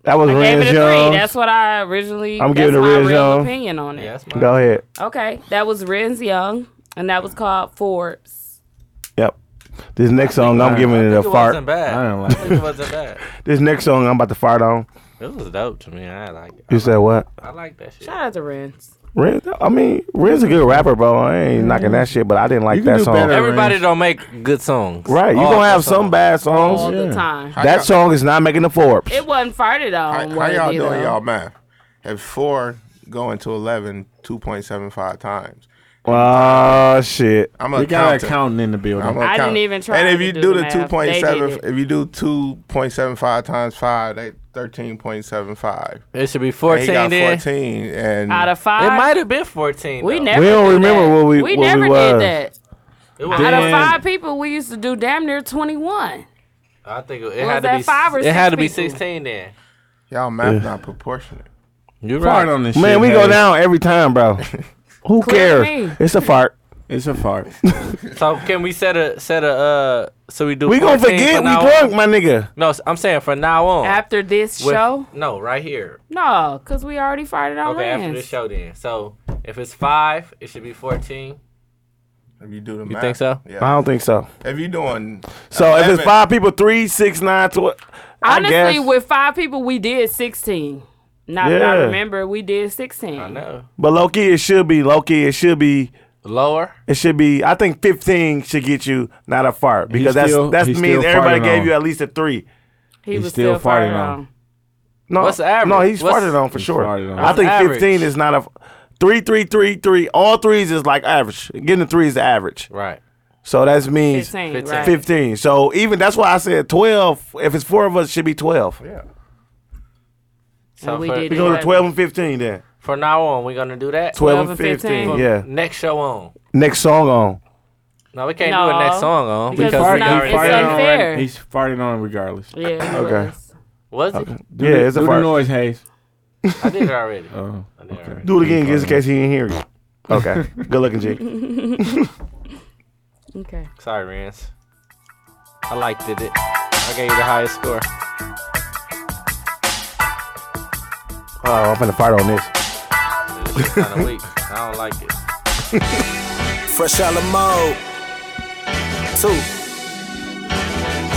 [SPEAKER 5] That was
[SPEAKER 3] I gave
[SPEAKER 5] Renz
[SPEAKER 3] it a
[SPEAKER 5] Young.
[SPEAKER 3] three. That's what I originally.
[SPEAKER 5] I'm
[SPEAKER 3] I'm
[SPEAKER 5] giving
[SPEAKER 3] giving
[SPEAKER 5] it
[SPEAKER 3] that's my
[SPEAKER 5] to Renz
[SPEAKER 3] real
[SPEAKER 5] Young.
[SPEAKER 3] opinion on it.
[SPEAKER 5] Go ahead.
[SPEAKER 3] Okay, that was Renz Young, and that was called Forbes.
[SPEAKER 5] Yep. This next song, I'm giving it a fart. I don't like
[SPEAKER 6] it. wasn't bad.
[SPEAKER 5] This next song, I'm about to fart on.
[SPEAKER 6] It was dope to me. I like it.
[SPEAKER 5] You said what?
[SPEAKER 6] I like that shit.
[SPEAKER 3] Shout out to Renz.
[SPEAKER 5] Ren, I mean, Ren's a good rapper, bro. I ain't knocking that shit, but I didn't like
[SPEAKER 6] You can
[SPEAKER 5] that
[SPEAKER 6] do
[SPEAKER 5] song.
[SPEAKER 6] better, Everybody Renz. don't make good songs.
[SPEAKER 5] Right. you
[SPEAKER 6] All
[SPEAKER 5] going to have
[SPEAKER 6] good
[SPEAKER 5] some
[SPEAKER 6] songs.
[SPEAKER 5] bad songs.
[SPEAKER 3] All the Yeah. time.
[SPEAKER 5] That song is not making the Forbes.
[SPEAKER 3] It wasn't farted on.
[SPEAKER 9] How
[SPEAKER 3] was
[SPEAKER 9] y'all
[SPEAKER 3] it,
[SPEAKER 9] doing
[SPEAKER 3] though?
[SPEAKER 9] y'all math? Have four going to 11 2.75 times.
[SPEAKER 5] Oh, shit.
[SPEAKER 9] I'm a We got an counter. accountant
[SPEAKER 4] in the building.
[SPEAKER 9] I'm
[SPEAKER 3] I
[SPEAKER 9] gonna
[SPEAKER 3] didn't
[SPEAKER 9] count.
[SPEAKER 3] even try
[SPEAKER 9] And if
[SPEAKER 3] to
[SPEAKER 9] you
[SPEAKER 3] do
[SPEAKER 9] do
[SPEAKER 3] the
[SPEAKER 9] the
[SPEAKER 3] math.
[SPEAKER 9] two point
[SPEAKER 3] They
[SPEAKER 9] seven,
[SPEAKER 3] did
[SPEAKER 9] if you do two point seven five times five, that thirteen point seven five.
[SPEAKER 6] It should be
[SPEAKER 9] He got
[SPEAKER 6] 14 then.
[SPEAKER 9] fourteen, and
[SPEAKER 3] Out of five,
[SPEAKER 6] It might have been 14.
[SPEAKER 3] We
[SPEAKER 6] though.
[SPEAKER 3] never.
[SPEAKER 5] We don't
[SPEAKER 3] do
[SPEAKER 5] remember
[SPEAKER 3] that.
[SPEAKER 5] what we-
[SPEAKER 3] We
[SPEAKER 5] what we
[SPEAKER 3] never
[SPEAKER 5] was.
[SPEAKER 3] did that.
[SPEAKER 6] It was-
[SPEAKER 3] Out of five people, we used to do damn near twenty-one.
[SPEAKER 6] I think it,
[SPEAKER 3] Was
[SPEAKER 6] had to
[SPEAKER 3] that
[SPEAKER 6] be
[SPEAKER 3] five or
[SPEAKER 6] It
[SPEAKER 3] six
[SPEAKER 6] had to be
[SPEAKER 3] people?
[SPEAKER 6] 16 then.
[SPEAKER 9] y'all math not proportionate.
[SPEAKER 6] You're
[SPEAKER 4] Fart on this
[SPEAKER 5] Man,
[SPEAKER 4] shit,
[SPEAKER 5] we go
[SPEAKER 4] Hayes.
[SPEAKER 5] down every time, bro. Who
[SPEAKER 6] Clear
[SPEAKER 5] cares?
[SPEAKER 6] me.
[SPEAKER 5] It's a fart.
[SPEAKER 4] It's a fart.
[SPEAKER 6] So can we set a set a uh so we do
[SPEAKER 5] we gonna
[SPEAKER 6] 14
[SPEAKER 5] forget
[SPEAKER 6] from
[SPEAKER 5] we
[SPEAKER 6] now
[SPEAKER 5] drunk,
[SPEAKER 6] on?
[SPEAKER 5] my nigga.
[SPEAKER 6] No, s- I'm saying from now on.
[SPEAKER 3] After this
[SPEAKER 6] Oh. With-
[SPEAKER 3] show, Oh,
[SPEAKER 6] No, right here.
[SPEAKER 3] no, because we already farted on
[SPEAKER 6] Okay, after
[SPEAKER 3] Renz.
[SPEAKER 6] this show then. So if it's five, it should be 14.
[SPEAKER 9] If you do the
[SPEAKER 6] You
[SPEAKER 9] math,
[SPEAKER 6] think so?
[SPEAKER 9] Yeah.
[SPEAKER 5] I don't think so.
[SPEAKER 9] If you doing
[SPEAKER 5] So if
[SPEAKER 9] 11
[SPEAKER 5] it's five people, three, six, nine, tw- I
[SPEAKER 3] Honestly,
[SPEAKER 5] guess.
[SPEAKER 3] with five people, we did 16. Now that I
[SPEAKER 5] Yeah.
[SPEAKER 3] remember, we did 16. I
[SPEAKER 6] know.
[SPEAKER 5] But low key, it should be low key. It should be
[SPEAKER 6] lower.
[SPEAKER 5] It should be. I think fifteen should get you not a fart
[SPEAKER 4] He
[SPEAKER 5] because that's
[SPEAKER 4] still-
[SPEAKER 5] that
[SPEAKER 4] he
[SPEAKER 5] means
[SPEAKER 4] still
[SPEAKER 5] everybody
[SPEAKER 4] farted
[SPEAKER 5] gave
[SPEAKER 4] on.
[SPEAKER 5] you at least a three.
[SPEAKER 3] He He was still still farted farted on. on.
[SPEAKER 5] No,
[SPEAKER 6] What's the average?
[SPEAKER 5] No, he's
[SPEAKER 6] What's-
[SPEAKER 5] farted on for sure.
[SPEAKER 6] farted on.
[SPEAKER 5] I think
[SPEAKER 6] What's the
[SPEAKER 5] fifteen
[SPEAKER 6] average?
[SPEAKER 5] is not a f- three, three, three, three. All threes is like average. Getting a three is the average.
[SPEAKER 6] Right.
[SPEAKER 5] So that means
[SPEAKER 3] 15,
[SPEAKER 5] 15.
[SPEAKER 3] right.
[SPEAKER 5] So even that's why I said twelve. If it's four of us, it should be twelve. Yeah.
[SPEAKER 6] So
[SPEAKER 5] we
[SPEAKER 6] for,
[SPEAKER 5] go to twelve and fifteen then.
[SPEAKER 6] From now on, we're gonna do that.
[SPEAKER 5] 12 and 15,
[SPEAKER 6] From
[SPEAKER 5] yeah.
[SPEAKER 6] Next show on.
[SPEAKER 5] Next song on.
[SPEAKER 6] No, we can't do
[SPEAKER 3] Oh.
[SPEAKER 6] it next song on
[SPEAKER 4] He's
[SPEAKER 6] because,
[SPEAKER 4] farting-
[SPEAKER 6] we got
[SPEAKER 4] he's farting on reg- He's farting on regardless.
[SPEAKER 3] Yeah.
[SPEAKER 5] Okay.
[SPEAKER 6] Was it?
[SPEAKER 4] Do
[SPEAKER 5] yeah,
[SPEAKER 4] the-
[SPEAKER 5] it's a
[SPEAKER 4] do the
[SPEAKER 5] fart.
[SPEAKER 4] noise, Hayes.
[SPEAKER 6] I did it already.
[SPEAKER 4] Oh,
[SPEAKER 5] Do it again just in case he didn't hear you. Okay. Good looking, G.
[SPEAKER 3] okay.
[SPEAKER 6] Sorry, Rance. I liked it. I gave you the highest score.
[SPEAKER 5] Oh, I'm finna fart on this.
[SPEAKER 6] It's kind of weak. I don't like it.
[SPEAKER 11] Fresh out of mode. Two.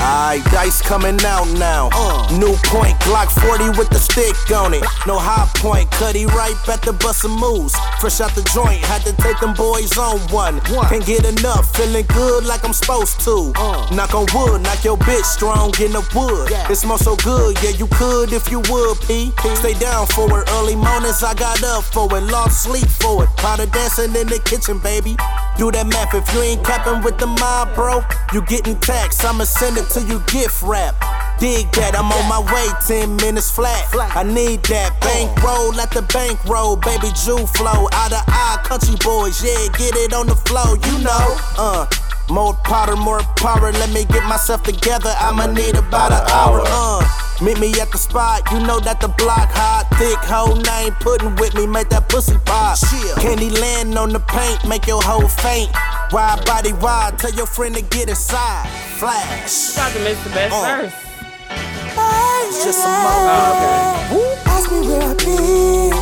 [SPEAKER 11] Aight, dice coming out now. New point, Glock 40 with the stick on it. No high point, cutty right at the bus and moves. Fresh out the joint, had to take them boys on one. Can't get enough, feeling good like I'm supposed to. Knock on wood, knock your bitch strong in the wood. It smells so good, yeah, you could if you would, P. Stay down for it, early mornings I got up for it, lost sleep for it. Powder dancing in the kitchen, baby. Do that math if you ain't capping with the mob, bro. You getting taxed, I'ma send it to you gift wrap. Dig that, I'm on my way, 10 minutes flat. I need that bankroll at the bankroll, baby Jew flow. Out of eye, country boys, yeah, get it on the flow, you know. Uh, more powder, more power, let me get myself together. I'ma need about an hour, uh. Meet me at the spot, you know that the block hot. Thick hoe name putting with me, make that pussy pop. Candy land on the paint, make your hoe faint. Wide body wide, tell your friend to get inside. Flash.
[SPEAKER 3] About to miss the best verse.
[SPEAKER 11] It's just a moment. Ask me where I've been.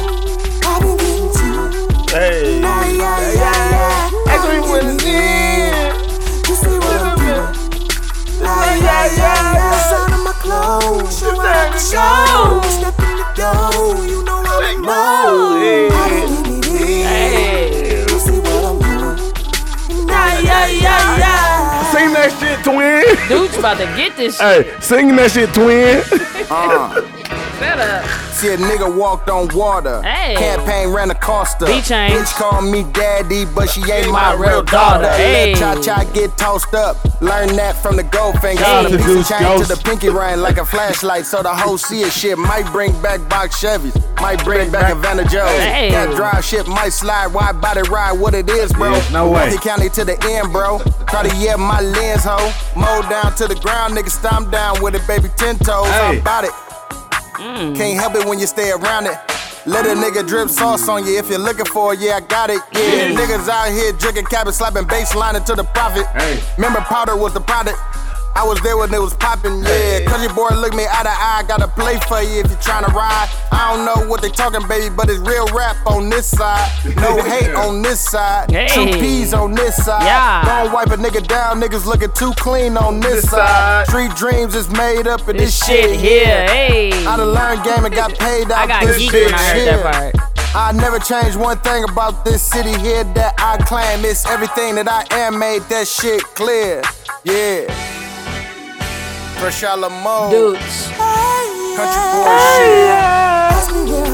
[SPEAKER 11] I've been getting to. Hey. Yeah, yeah, yeah. Ask me where I've been. Just see what I'm doing. Yeah, yeah, yeah. The sound of my clothes. You like the show. Step in the door. You know I'm low. I've been getting it. You see what I'm doing. Yeah, yeah, yeah, yeah.
[SPEAKER 3] Dooch about to get this shit.
[SPEAKER 13] Hey, sing that shit, twin.
[SPEAKER 3] Shut up.
[SPEAKER 8] Uh. See a nigga walked on water.
[SPEAKER 3] Hey.
[SPEAKER 8] Campaign ran Acosta.
[SPEAKER 3] B-Chain.
[SPEAKER 8] Bitch call me daddy, but she ain't
[SPEAKER 3] my
[SPEAKER 8] my
[SPEAKER 3] real
[SPEAKER 8] real
[SPEAKER 3] daughter.
[SPEAKER 8] daughter.
[SPEAKER 3] Hey.
[SPEAKER 8] Cha cha get tossed up. Learn that from the gold finger.
[SPEAKER 12] Shout out to
[SPEAKER 8] Piece of
[SPEAKER 12] Deuce
[SPEAKER 8] chain
[SPEAKER 12] Ghost.
[SPEAKER 8] to the pinky ring like a flashlight, so the whole see it shit. Might bring back box Chevys. Might bring back Havana Joe's.
[SPEAKER 3] Hey.
[SPEAKER 8] That drive shit might slide. Wide body ride. What it is, bro?
[SPEAKER 12] Yeah, no way.
[SPEAKER 8] Multi County to the end, bro. Try to yeah my lens, ho. Mow down to the ground, nigga. Stomp down with it, baby. Ten toes.
[SPEAKER 12] Hey.
[SPEAKER 8] I'm about it.
[SPEAKER 3] Mm.
[SPEAKER 8] Can't help it when you stay around it. Let a nigga drip sauce on you if you're looking for it. Yeah, I got it. Yeah, niggas out here drinking cabbage, slapping baseline into the profit.
[SPEAKER 4] Hey.
[SPEAKER 8] Remember, powder was the product. I was there when it was popping. Yeah, cause your boy look me eye to eye. Gotta play for you if you're trying to ride. I don't know what they talking, baby, but it's real rap on this side. No hate on this side.
[SPEAKER 3] Hey.
[SPEAKER 8] Two P's on this side.
[SPEAKER 3] Yeah.
[SPEAKER 8] Don't wipe a nigga down. Niggas looking too clean on this, side. Street dreams is made up in
[SPEAKER 3] This shit here, hey.
[SPEAKER 8] I done learned game and got paid out
[SPEAKER 3] I got
[SPEAKER 8] this
[SPEAKER 3] geeked
[SPEAKER 8] bitch
[SPEAKER 3] when I heard
[SPEAKER 8] here.
[SPEAKER 3] that part.
[SPEAKER 8] I never change one thing about this city here that I claim. It's everything that I am made that shit clear. Yeah. Fresh out Lamone.
[SPEAKER 3] Dooch.
[SPEAKER 8] Country boy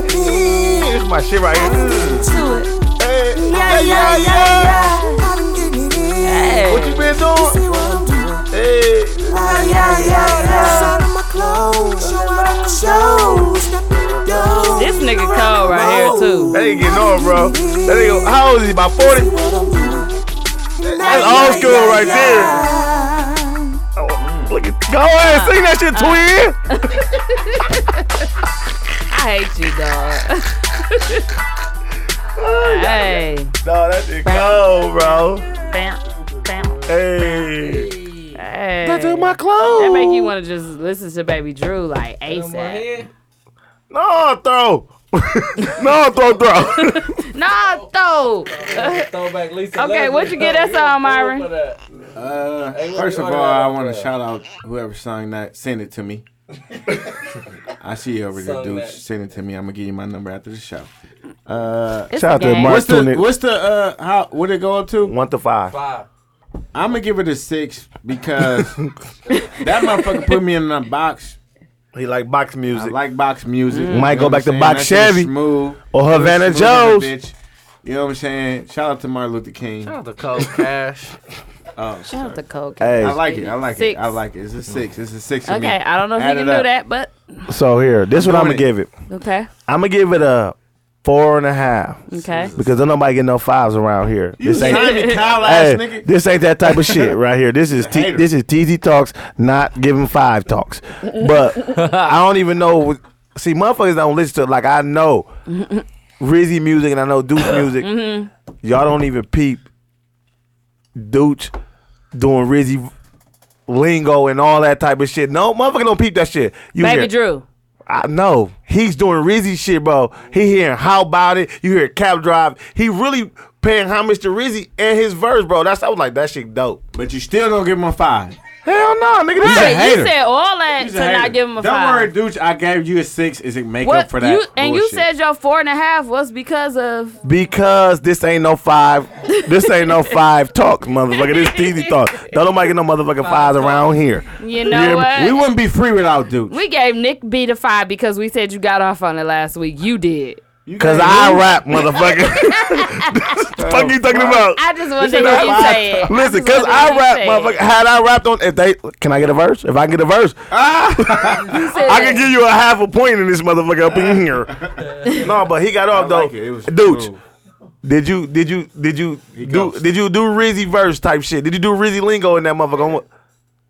[SPEAKER 5] This is my shit right here.
[SPEAKER 8] shit. Yeah, yeah, yeah.
[SPEAKER 3] Hey.
[SPEAKER 5] What you been doing? Ah, Hey,
[SPEAKER 3] This nigga cold right here, too.
[SPEAKER 5] that ain't getting on, bro. That ain't. How old is he? About forty. That's old school right there. Oh, Look at, go ahead, sing that shit,
[SPEAKER 3] Uh.
[SPEAKER 5] twin.
[SPEAKER 3] I hate you, dog. hey.
[SPEAKER 5] No, that shit cold, bro.
[SPEAKER 3] Bam, bam.
[SPEAKER 5] Hey,
[SPEAKER 3] Hey.
[SPEAKER 5] that's in
[SPEAKER 3] That
[SPEAKER 5] my clothes.
[SPEAKER 3] make you want to just listen to Baby Drew like ASAP.
[SPEAKER 5] No, throw. no, throw, throw.
[SPEAKER 3] Nah, though.
[SPEAKER 6] Throwback Lisa.
[SPEAKER 3] Okay, what'd you get that song, Myron?
[SPEAKER 4] Uh, first of all, I want to shout out whoever sung that. Send it to me. I see you over there,
[SPEAKER 6] Sung
[SPEAKER 4] dude.
[SPEAKER 6] that.
[SPEAKER 4] Send it to me. I'm gonna give you my number after the show. Uh,
[SPEAKER 3] It's
[SPEAKER 5] Shout
[SPEAKER 3] a
[SPEAKER 5] out to
[SPEAKER 3] game.
[SPEAKER 5] Myron.
[SPEAKER 4] What's the
[SPEAKER 5] Tune it.
[SPEAKER 4] What's the uh? How would it go up to?
[SPEAKER 5] One to five.
[SPEAKER 6] Five.
[SPEAKER 4] I'm gonna give it a six because that motherfucker put me in a box.
[SPEAKER 5] He like box
[SPEAKER 4] I
[SPEAKER 5] music.
[SPEAKER 4] like box music.
[SPEAKER 5] Might
[SPEAKER 4] You know
[SPEAKER 5] go
[SPEAKER 4] what
[SPEAKER 5] back to
[SPEAKER 4] I'm Mm-hmm. saying?
[SPEAKER 5] box
[SPEAKER 4] That shit
[SPEAKER 5] Chevy
[SPEAKER 4] smooth.
[SPEAKER 5] or
[SPEAKER 4] It was
[SPEAKER 5] Havana
[SPEAKER 4] smooth as a
[SPEAKER 5] Joe's.
[SPEAKER 4] bitch. You know what I'm saying? Shout out to Martin Luther King.
[SPEAKER 6] Shout out to Cold Cash.
[SPEAKER 4] Oh,
[SPEAKER 3] Shout out to Coke.
[SPEAKER 5] Hey,
[SPEAKER 4] I like it. I like
[SPEAKER 3] Six.
[SPEAKER 4] it. I like it. It's a six. It's a six. For me.
[SPEAKER 3] Okay, I don't know if
[SPEAKER 4] Add
[SPEAKER 3] you can
[SPEAKER 4] it
[SPEAKER 3] do
[SPEAKER 4] up.
[SPEAKER 3] that, but
[SPEAKER 5] so here, this what I'm gonna
[SPEAKER 4] doing it.
[SPEAKER 5] give it.
[SPEAKER 3] okay,
[SPEAKER 5] I'm gonna give it a four and a half
[SPEAKER 3] okay.
[SPEAKER 5] because don't nobody get no fives around here.
[SPEAKER 4] You
[SPEAKER 5] This ain't.
[SPEAKER 4] Simon Cowell ass
[SPEAKER 5] Hey,
[SPEAKER 4] nigga.
[SPEAKER 5] this ain't that type of shit right here. This is t-
[SPEAKER 4] Hater.
[SPEAKER 5] this is TZ talks, not giving five talks. But I don't even know. what- See, motherfuckers don't listen to it. like I know Rizzy music and I know Dooch music.
[SPEAKER 3] Mm-hmm.
[SPEAKER 5] Y'all don't even peep Dooch doing Rizzy lingo and all that type of shit. No, motherfucker don't peep that shit. You
[SPEAKER 3] Baby
[SPEAKER 5] hear-
[SPEAKER 3] Drew.
[SPEAKER 5] I know he's doing Rizzy shit, bro. He hearing how about it? You hear cab drive? He really paying homage to Rizzy and his verse, bro. That's I was like that shit dope.
[SPEAKER 4] But you still don't give him a five.
[SPEAKER 5] Hell no, nigga. This
[SPEAKER 3] Right,
[SPEAKER 5] a hater.
[SPEAKER 3] you said all that
[SPEAKER 4] He's
[SPEAKER 3] to
[SPEAKER 4] a hater.
[SPEAKER 3] not give him a
[SPEAKER 4] don't
[SPEAKER 3] five.
[SPEAKER 4] worry, dude. I gave you a six. Is it make up
[SPEAKER 3] what
[SPEAKER 4] for that?
[SPEAKER 3] you and you
[SPEAKER 4] bullshit?
[SPEAKER 3] said your four and a half was because of
[SPEAKER 5] because this ain't no five. this ain't no five talk, motherfucker. This TZ talk. Don't nobody get no motherfucking fives around here.
[SPEAKER 3] you
[SPEAKER 5] hear
[SPEAKER 3] know
[SPEAKER 5] me?
[SPEAKER 3] what
[SPEAKER 4] we wouldn't be free without dude.
[SPEAKER 3] we gave Nick B the five because we said you got off on it last week. You did.
[SPEAKER 5] Cause I rap, motherfucker. fuck you talking about?
[SPEAKER 3] I just wanted to hear you
[SPEAKER 5] five.
[SPEAKER 3] say it.
[SPEAKER 5] Listen,
[SPEAKER 3] just
[SPEAKER 5] cause
[SPEAKER 3] wanted to hear
[SPEAKER 5] I
[SPEAKER 3] you
[SPEAKER 5] rap,
[SPEAKER 3] say
[SPEAKER 5] motherfucker.
[SPEAKER 3] it.
[SPEAKER 5] Had I rapped on, if they, can I get a verse? If I can get a verse,
[SPEAKER 3] You said
[SPEAKER 5] I
[SPEAKER 3] that.
[SPEAKER 5] can give you a half a point in this motherfucker up in here. no, but he got off though.
[SPEAKER 4] like it. It was
[SPEAKER 5] Dude,
[SPEAKER 4] smooth.
[SPEAKER 5] did you did you did you do
[SPEAKER 4] goes.
[SPEAKER 5] did you do Rizzy verse type shit? Did you do Rizzy lingo in that motherfucker? I'm wa-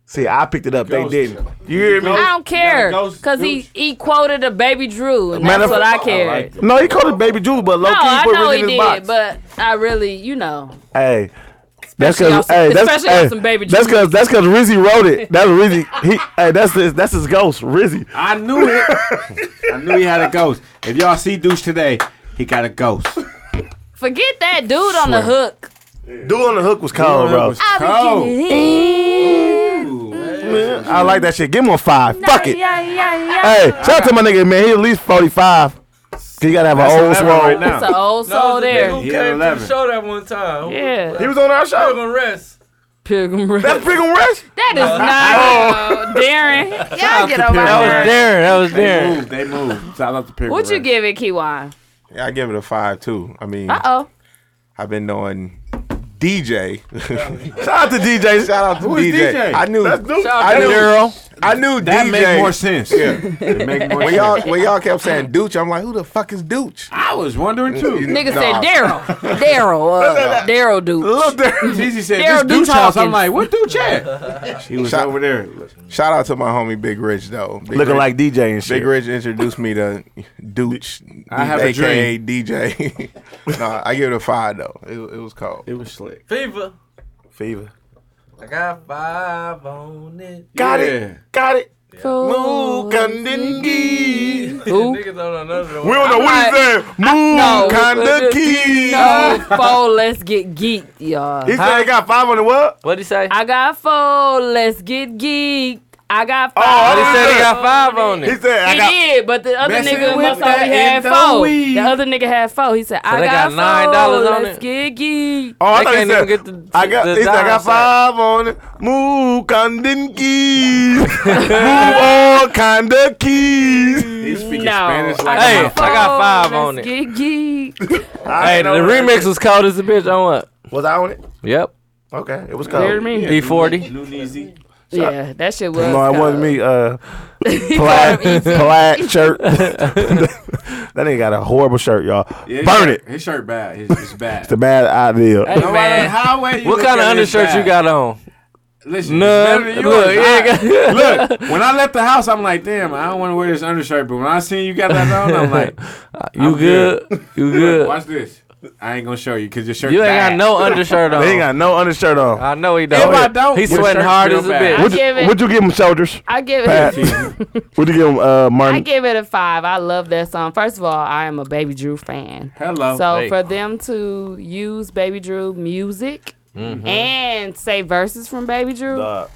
[SPEAKER 5] See, I picked it up. They
[SPEAKER 4] Ghost.
[SPEAKER 5] didn't. You hear me?
[SPEAKER 3] I don't care
[SPEAKER 4] Now, those
[SPEAKER 3] because he,
[SPEAKER 4] dudes-
[SPEAKER 3] he quoted a Baby Drew and
[SPEAKER 5] Man,
[SPEAKER 3] that's
[SPEAKER 5] I-
[SPEAKER 3] what I
[SPEAKER 5] I
[SPEAKER 3] cared.
[SPEAKER 4] like it.
[SPEAKER 5] No, he called it Baby Jew, but low
[SPEAKER 3] no,
[SPEAKER 5] key he
[SPEAKER 3] I
[SPEAKER 5] put
[SPEAKER 3] know
[SPEAKER 5] Rizzy
[SPEAKER 3] he
[SPEAKER 5] in his
[SPEAKER 3] did,
[SPEAKER 5] box.
[SPEAKER 3] but I really you know
[SPEAKER 5] Hey. That's
[SPEAKER 3] Especially on
[SPEAKER 5] cause,
[SPEAKER 3] some-
[SPEAKER 5] hey, that's,
[SPEAKER 3] especially on
[SPEAKER 5] hey,
[SPEAKER 3] some Baby
[SPEAKER 5] that's
[SPEAKER 3] Jew.
[SPEAKER 5] cause that's cause Rizzy wrote it. That's Rizzy. He, hey, that's his that's his ghost, Rizzy.
[SPEAKER 4] I knew it. I knew he had a ghost. If y'all see Deuce today, he got a ghost.
[SPEAKER 3] forget that dude on the hook.
[SPEAKER 5] Dude on the hook was cold, bro.
[SPEAKER 4] It was cold.
[SPEAKER 5] I like that shit. Give him a five. Fuck it.
[SPEAKER 3] Yeah, yeah, yeah.
[SPEAKER 5] Hey, shout out to my nigga, man. He at least 45. He gotta have an old
[SPEAKER 4] That's
[SPEAKER 5] swole.
[SPEAKER 4] eleven right now.
[SPEAKER 3] It's an old soul there.
[SPEAKER 4] He
[SPEAKER 6] came
[SPEAKER 4] had
[SPEAKER 6] to the
[SPEAKER 4] 11.
[SPEAKER 6] show that one time.
[SPEAKER 3] Yeah.
[SPEAKER 5] He was on our show.
[SPEAKER 6] Pilgrim Rest.
[SPEAKER 3] Pilgrim Rush.
[SPEAKER 5] That's Pilgrim Rush?
[SPEAKER 3] That is not oh. Darren. Y'all get on my nerves.
[SPEAKER 6] That was
[SPEAKER 11] Darren. They moved. They moved. Shout out to Pickle
[SPEAKER 3] What you give it, Kiwan?
[SPEAKER 9] Yeah, I give it a five too. I mean,
[SPEAKER 3] Uh oh.
[SPEAKER 9] I've been knowing DJ.
[SPEAKER 5] Shout out to DJ.
[SPEAKER 9] Shout out to
[SPEAKER 11] Who is DJ?
[SPEAKER 9] I knew.
[SPEAKER 5] That's new.
[SPEAKER 9] I knew. I knew
[SPEAKER 11] That
[SPEAKER 9] DJ.
[SPEAKER 11] make more sense.
[SPEAKER 9] Yeah.
[SPEAKER 11] It make more
[SPEAKER 9] when
[SPEAKER 11] sense.
[SPEAKER 9] y'all when y'all kept saying Dooch, I'm like, who the fuck is Dooch?
[SPEAKER 11] I was wondering too.
[SPEAKER 9] You-
[SPEAKER 14] Nigga
[SPEAKER 9] Nah.
[SPEAKER 14] said Daryl. Daryl. Uh, Daryl dude.
[SPEAKER 5] Look there.
[SPEAKER 11] Jeezy said,
[SPEAKER 14] Daryl
[SPEAKER 11] "This dude's house." I'm
[SPEAKER 14] Dutchhawkins.
[SPEAKER 11] like, "What dude chat?" She was
[SPEAKER 9] Shout-
[SPEAKER 11] over there.
[SPEAKER 9] Shout out to my homie Big Rich though. Big
[SPEAKER 5] Looking
[SPEAKER 9] Rich-
[SPEAKER 5] like DJ and shit.
[SPEAKER 9] Big Rich introduced me to Dooch,
[SPEAKER 11] I have a
[SPEAKER 9] aka DJ. no, I give it a five though. It, it was cold.
[SPEAKER 11] It was slick.
[SPEAKER 6] Fever.
[SPEAKER 5] Fever.
[SPEAKER 6] I got five on it.
[SPEAKER 5] Got
[SPEAKER 11] Yeah.
[SPEAKER 5] it. Got it.
[SPEAKER 3] Fool.
[SPEAKER 5] Move Kandingi.
[SPEAKER 3] Ooh.
[SPEAKER 6] Niggas don't know nothing.
[SPEAKER 5] We don't know what he said. Move
[SPEAKER 3] No.
[SPEAKER 5] kinda key.
[SPEAKER 3] No, four, let's get geeked, y'all.
[SPEAKER 5] He said he got five on the what?
[SPEAKER 6] What'd he say?
[SPEAKER 3] I got four, let's get geeked. I got five.
[SPEAKER 5] Oh,
[SPEAKER 6] He said he
[SPEAKER 5] Yeah.
[SPEAKER 6] got five on
[SPEAKER 5] He
[SPEAKER 6] it.
[SPEAKER 5] said I
[SPEAKER 3] He
[SPEAKER 5] got
[SPEAKER 3] did, but the other
[SPEAKER 11] Messing
[SPEAKER 3] nigga
[SPEAKER 11] with
[SPEAKER 3] must only
[SPEAKER 11] that
[SPEAKER 3] had
[SPEAKER 11] in the
[SPEAKER 3] four.
[SPEAKER 11] weed.
[SPEAKER 3] The other nigga had four. He said, I
[SPEAKER 6] they
[SPEAKER 3] got,
[SPEAKER 6] got $9
[SPEAKER 3] four,
[SPEAKER 6] on
[SPEAKER 3] let's
[SPEAKER 6] it?
[SPEAKER 3] get geeked.
[SPEAKER 5] Oh, I
[SPEAKER 6] They
[SPEAKER 5] thought he
[SPEAKER 6] can't
[SPEAKER 5] said,
[SPEAKER 6] even get the-
[SPEAKER 5] I got,
[SPEAKER 6] the
[SPEAKER 5] he said, I got
[SPEAKER 6] dime set.
[SPEAKER 5] five on it. Move Condon keys. Move all kind of keys.
[SPEAKER 11] He speaking
[SPEAKER 3] No.
[SPEAKER 11] Spanish like
[SPEAKER 6] Hey,
[SPEAKER 11] a
[SPEAKER 6] I got five
[SPEAKER 3] Four,
[SPEAKER 6] on
[SPEAKER 3] let's Get
[SPEAKER 6] it.
[SPEAKER 3] geeked.
[SPEAKER 6] Hey, the remix was cold as a bitch on what?
[SPEAKER 5] Was I on it?
[SPEAKER 6] Yep.
[SPEAKER 5] Okay, it was
[SPEAKER 3] You know
[SPEAKER 5] cold.
[SPEAKER 3] what I mean?
[SPEAKER 6] E40.
[SPEAKER 11] Luneezy.
[SPEAKER 3] Yeah, that shit was.
[SPEAKER 5] No, it
[SPEAKER 3] cold.
[SPEAKER 5] wasn't me. Uh, plaid, plaid shirt. that nigga got a horrible shirt, y'all.
[SPEAKER 11] Yeah, his
[SPEAKER 5] Burn
[SPEAKER 11] shirt-
[SPEAKER 5] it.
[SPEAKER 11] His shirt bad. His, it's bad.
[SPEAKER 5] It's a bad idea.
[SPEAKER 6] Hey,
[SPEAKER 11] No matter
[SPEAKER 6] man.
[SPEAKER 11] how way you
[SPEAKER 6] What
[SPEAKER 11] look
[SPEAKER 6] kind of
[SPEAKER 11] at it, it's
[SPEAKER 6] undershirt you
[SPEAKER 11] bad.
[SPEAKER 6] got on?
[SPEAKER 11] Listen,
[SPEAKER 6] No.
[SPEAKER 11] it's better than yours.
[SPEAKER 6] Look, he ain't got-
[SPEAKER 11] I- look, when I left the house, I'm like, damn, I don't want to wear this undershirt. But when I seen you got that on, I'm like,
[SPEAKER 6] You
[SPEAKER 11] I'm
[SPEAKER 6] good?
[SPEAKER 11] good.
[SPEAKER 6] You good?
[SPEAKER 11] watch this. I ain't gonna show you because your shirt.
[SPEAKER 6] You ain't got no undershirt on.
[SPEAKER 5] They ain't got no undershirt on.
[SPEAKER 6] I know he don't.
[SPEAKER 11] If I don't,
[SPEAKER 6] he's
[SPEAKER 11] your
[SPEAKER 6] sweating
[SPEAKER 11] shirt
[SPEAKER 6] hard
[SPEAKER 11] still
[SPEAKER 6] as a
[SPEAKER 11] bad.
[SPEAKER 6] bitch.
[SPEAKER 5] What'd
[SPEAKER 3] give it-
[SPEAKER 5] you, what'd you give him, soldiers?
[SPEAKER 3] I give it.
[SPEAKER 5] Pat. What'd you give him, uh,
[SPEAKER 3] I
[SPEAKER 5] Martin?
[SPEAKER 3] give it a five. I love that song. First of all, I am a Baby Drew fan.
[SPEAKER 11] Hello.
[SPEAKER 3] So
[SPEAKER 6] Hey.
[SPEAKER 3] for them to use Baby Drew music
[SPEAKER 5] Mm-hmm.
[SPEAKER 11] Mm-hmm.
[SPEAKER 3] and say verses from Baby Drew
[SPEAKER 5] Uh,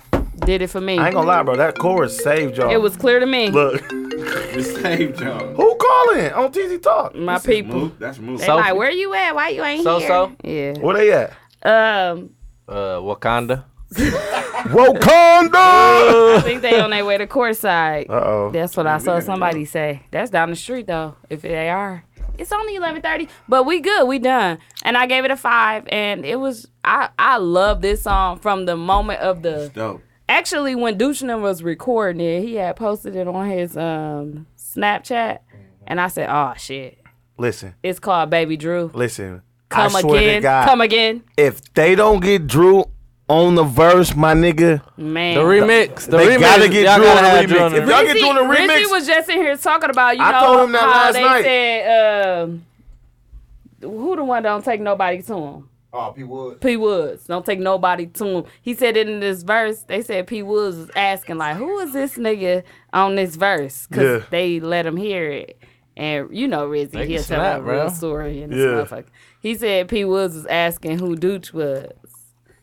[SPEAKER 3] did it for me.
[SPEAKER 5] I ain't gonna lie, bro. That chorus saved y'all.
[SPEAKER 3] It was clear to me.
[SPEAKER 5] Look,
[SPEAKER 11] the same job.
[SPEAKER 5] who calling on TZ Talk?
[SPEAKER 3] my people.
[SPEAKER 11] That's move.
[SPEAKER 3] They
[SPEAKER 6] Sophie.
[SPEAKER 3] like, where you at? Why you ain't
[SPEAKER 6] So, so?
[SPEAKER 3] here?
[SPEAKER 5] Where they at?
[SPEAKER 3] Yeah. Um,
[SPEAKER 6] Uh, Wakanda.
[SPEAKER 3] I
[SPEAKER 5] Wakanda.
[SPEAKER 3] think they on their way to courtside.
[SPEAKER 5] Uh oh.
[SPEAKER 3] That's what I saw somebody say. That's down the street though. If they are, it's only eleven thirty, but we good. We done. And I gave it a five, and it was I I love this song from the moment of the.
[SPEAKER 11] Dope.
[SPEAKER 3] Actually, when Dushman was recording it, he had posted it on his um Snapchat, and I said, "Oh shit,
[SPEAKER 5] Listen,
[SPEAKER 3] it's called Baby Drew.
[SPEAKER 5] listen.
[SPEAKER 3] Come
[SPEAKER 5] I swear
[SPEAKER 3] again,
[SPEAKER 5] to God,
[SPEAKER 3] come again,
[SPEAKER 5] if they don't get Drew on the verse, my nigga,
[SPEAKER 3] man."
[SPEAKER 6] The remix. The
[SPEAKER 5] they
[SPEAKER 6] remix.
[SPEAKER 5] gotta get
[SPEAKER 6] y'all
[SPEAKER 5] Drew
[SPEAKER 6] gotta
[SPEAKER 5] on the
[SPEAKER 6] have Drew
[SPEAKER 5] remix.
[SPEAKER 6] on the
[SPEAKER 5] If y'all get Drew on the
[SPEAKER 3] Rizzy
[SPEAKER 5] remix,
[SPEAKER 3] was just in here talking about you
[SPEAKER 5] I
[SPEAKER 3] know
[SPEAKER 5] told him that
[SPEAKER 3] how
[SPEAKER 5] last
[SPEAKER 3] they
[SPEAKER 5] night.
[SPEAKER 3] said um, who the one don't take nobody to him.
[SPEAKER 15] Oh, P Wood.
[SPEAKER 3] P Woods don't take nobody to him. He said in this verse, they said P Woods was asking like, "Who is this nigga on this verse?" Because
[SPEAKER 5] Yeah.
[SPEAKER 3] they let him hear it, and you know Rizzy,
[SPEAKER 6] They
[SPEAKER 3] he'll
[SPEAKER 6] can
[SPEAKER 3] tell
[SPEAKER 6] snap,
[SPEAKER 3] a
[SPEAKER 6] bro.
[SPEAKER 3] real story in this
[SPEAKER 5] Yeah.
[SPEAKER 3] motherfucker. He said P Woods was asking who Dooch was,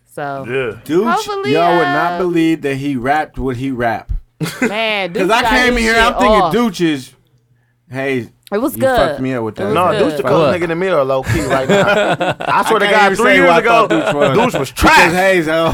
[SPEAKER 3] so
[SPEAKER 5] yeah.
[SPEAKER 11] Dude,
[SPEAKER 3] Hopefully,
[SPEAKER 11] y'all would
[SPEAKER 3] uh,
[SPEAKER 11] not believe that he rapped what he rapped.
[SPEAKER 3] man,
[SPEAKER 11] Cause
[SPEAKER 3] Dooch
[SPEAKER 11] I
[SPEAKER 3] got
[SPEAKER 11] came in
[SPEAKER 3] his
[SPEAKER 11] here,
[SPEAKER 3] shit
[SPEAKER 11] I'm thinking
[SPEAKER 3] off.
[SPEAKER 11] Dooch is, hey,
[SPEAKER 3] It was
[SPEAKER 11] you
[SPEAKER 3] good.
[SPEAKER 11] fucked me up with that.
[SPEAKER 3] was
[SPEAKER 5] No,
[SPEAKER 3] good.
[SPEAKER 5] Deuce the
[SPEAKER 6] Look.
[SPEAKER 5] coolest nigga in the middle, low key right now. I swear to
[SPEAKER 11] I can't
[SPEAKER 5] God,
[SPEAKER 11] even
[SPEAKER 5] three
[SPEAKER 11] say who
[SPEAKER 5] years
[SPEAKER 11] I
[SPEAKER 5] ago,
[SPEAKER 11] thought Dooch was.
[SPEAKER 5] Deuce was
[SPEAKER 11] Because
[SPEAKER 5] trash.
[SPEAKER 11] Hayes, oh,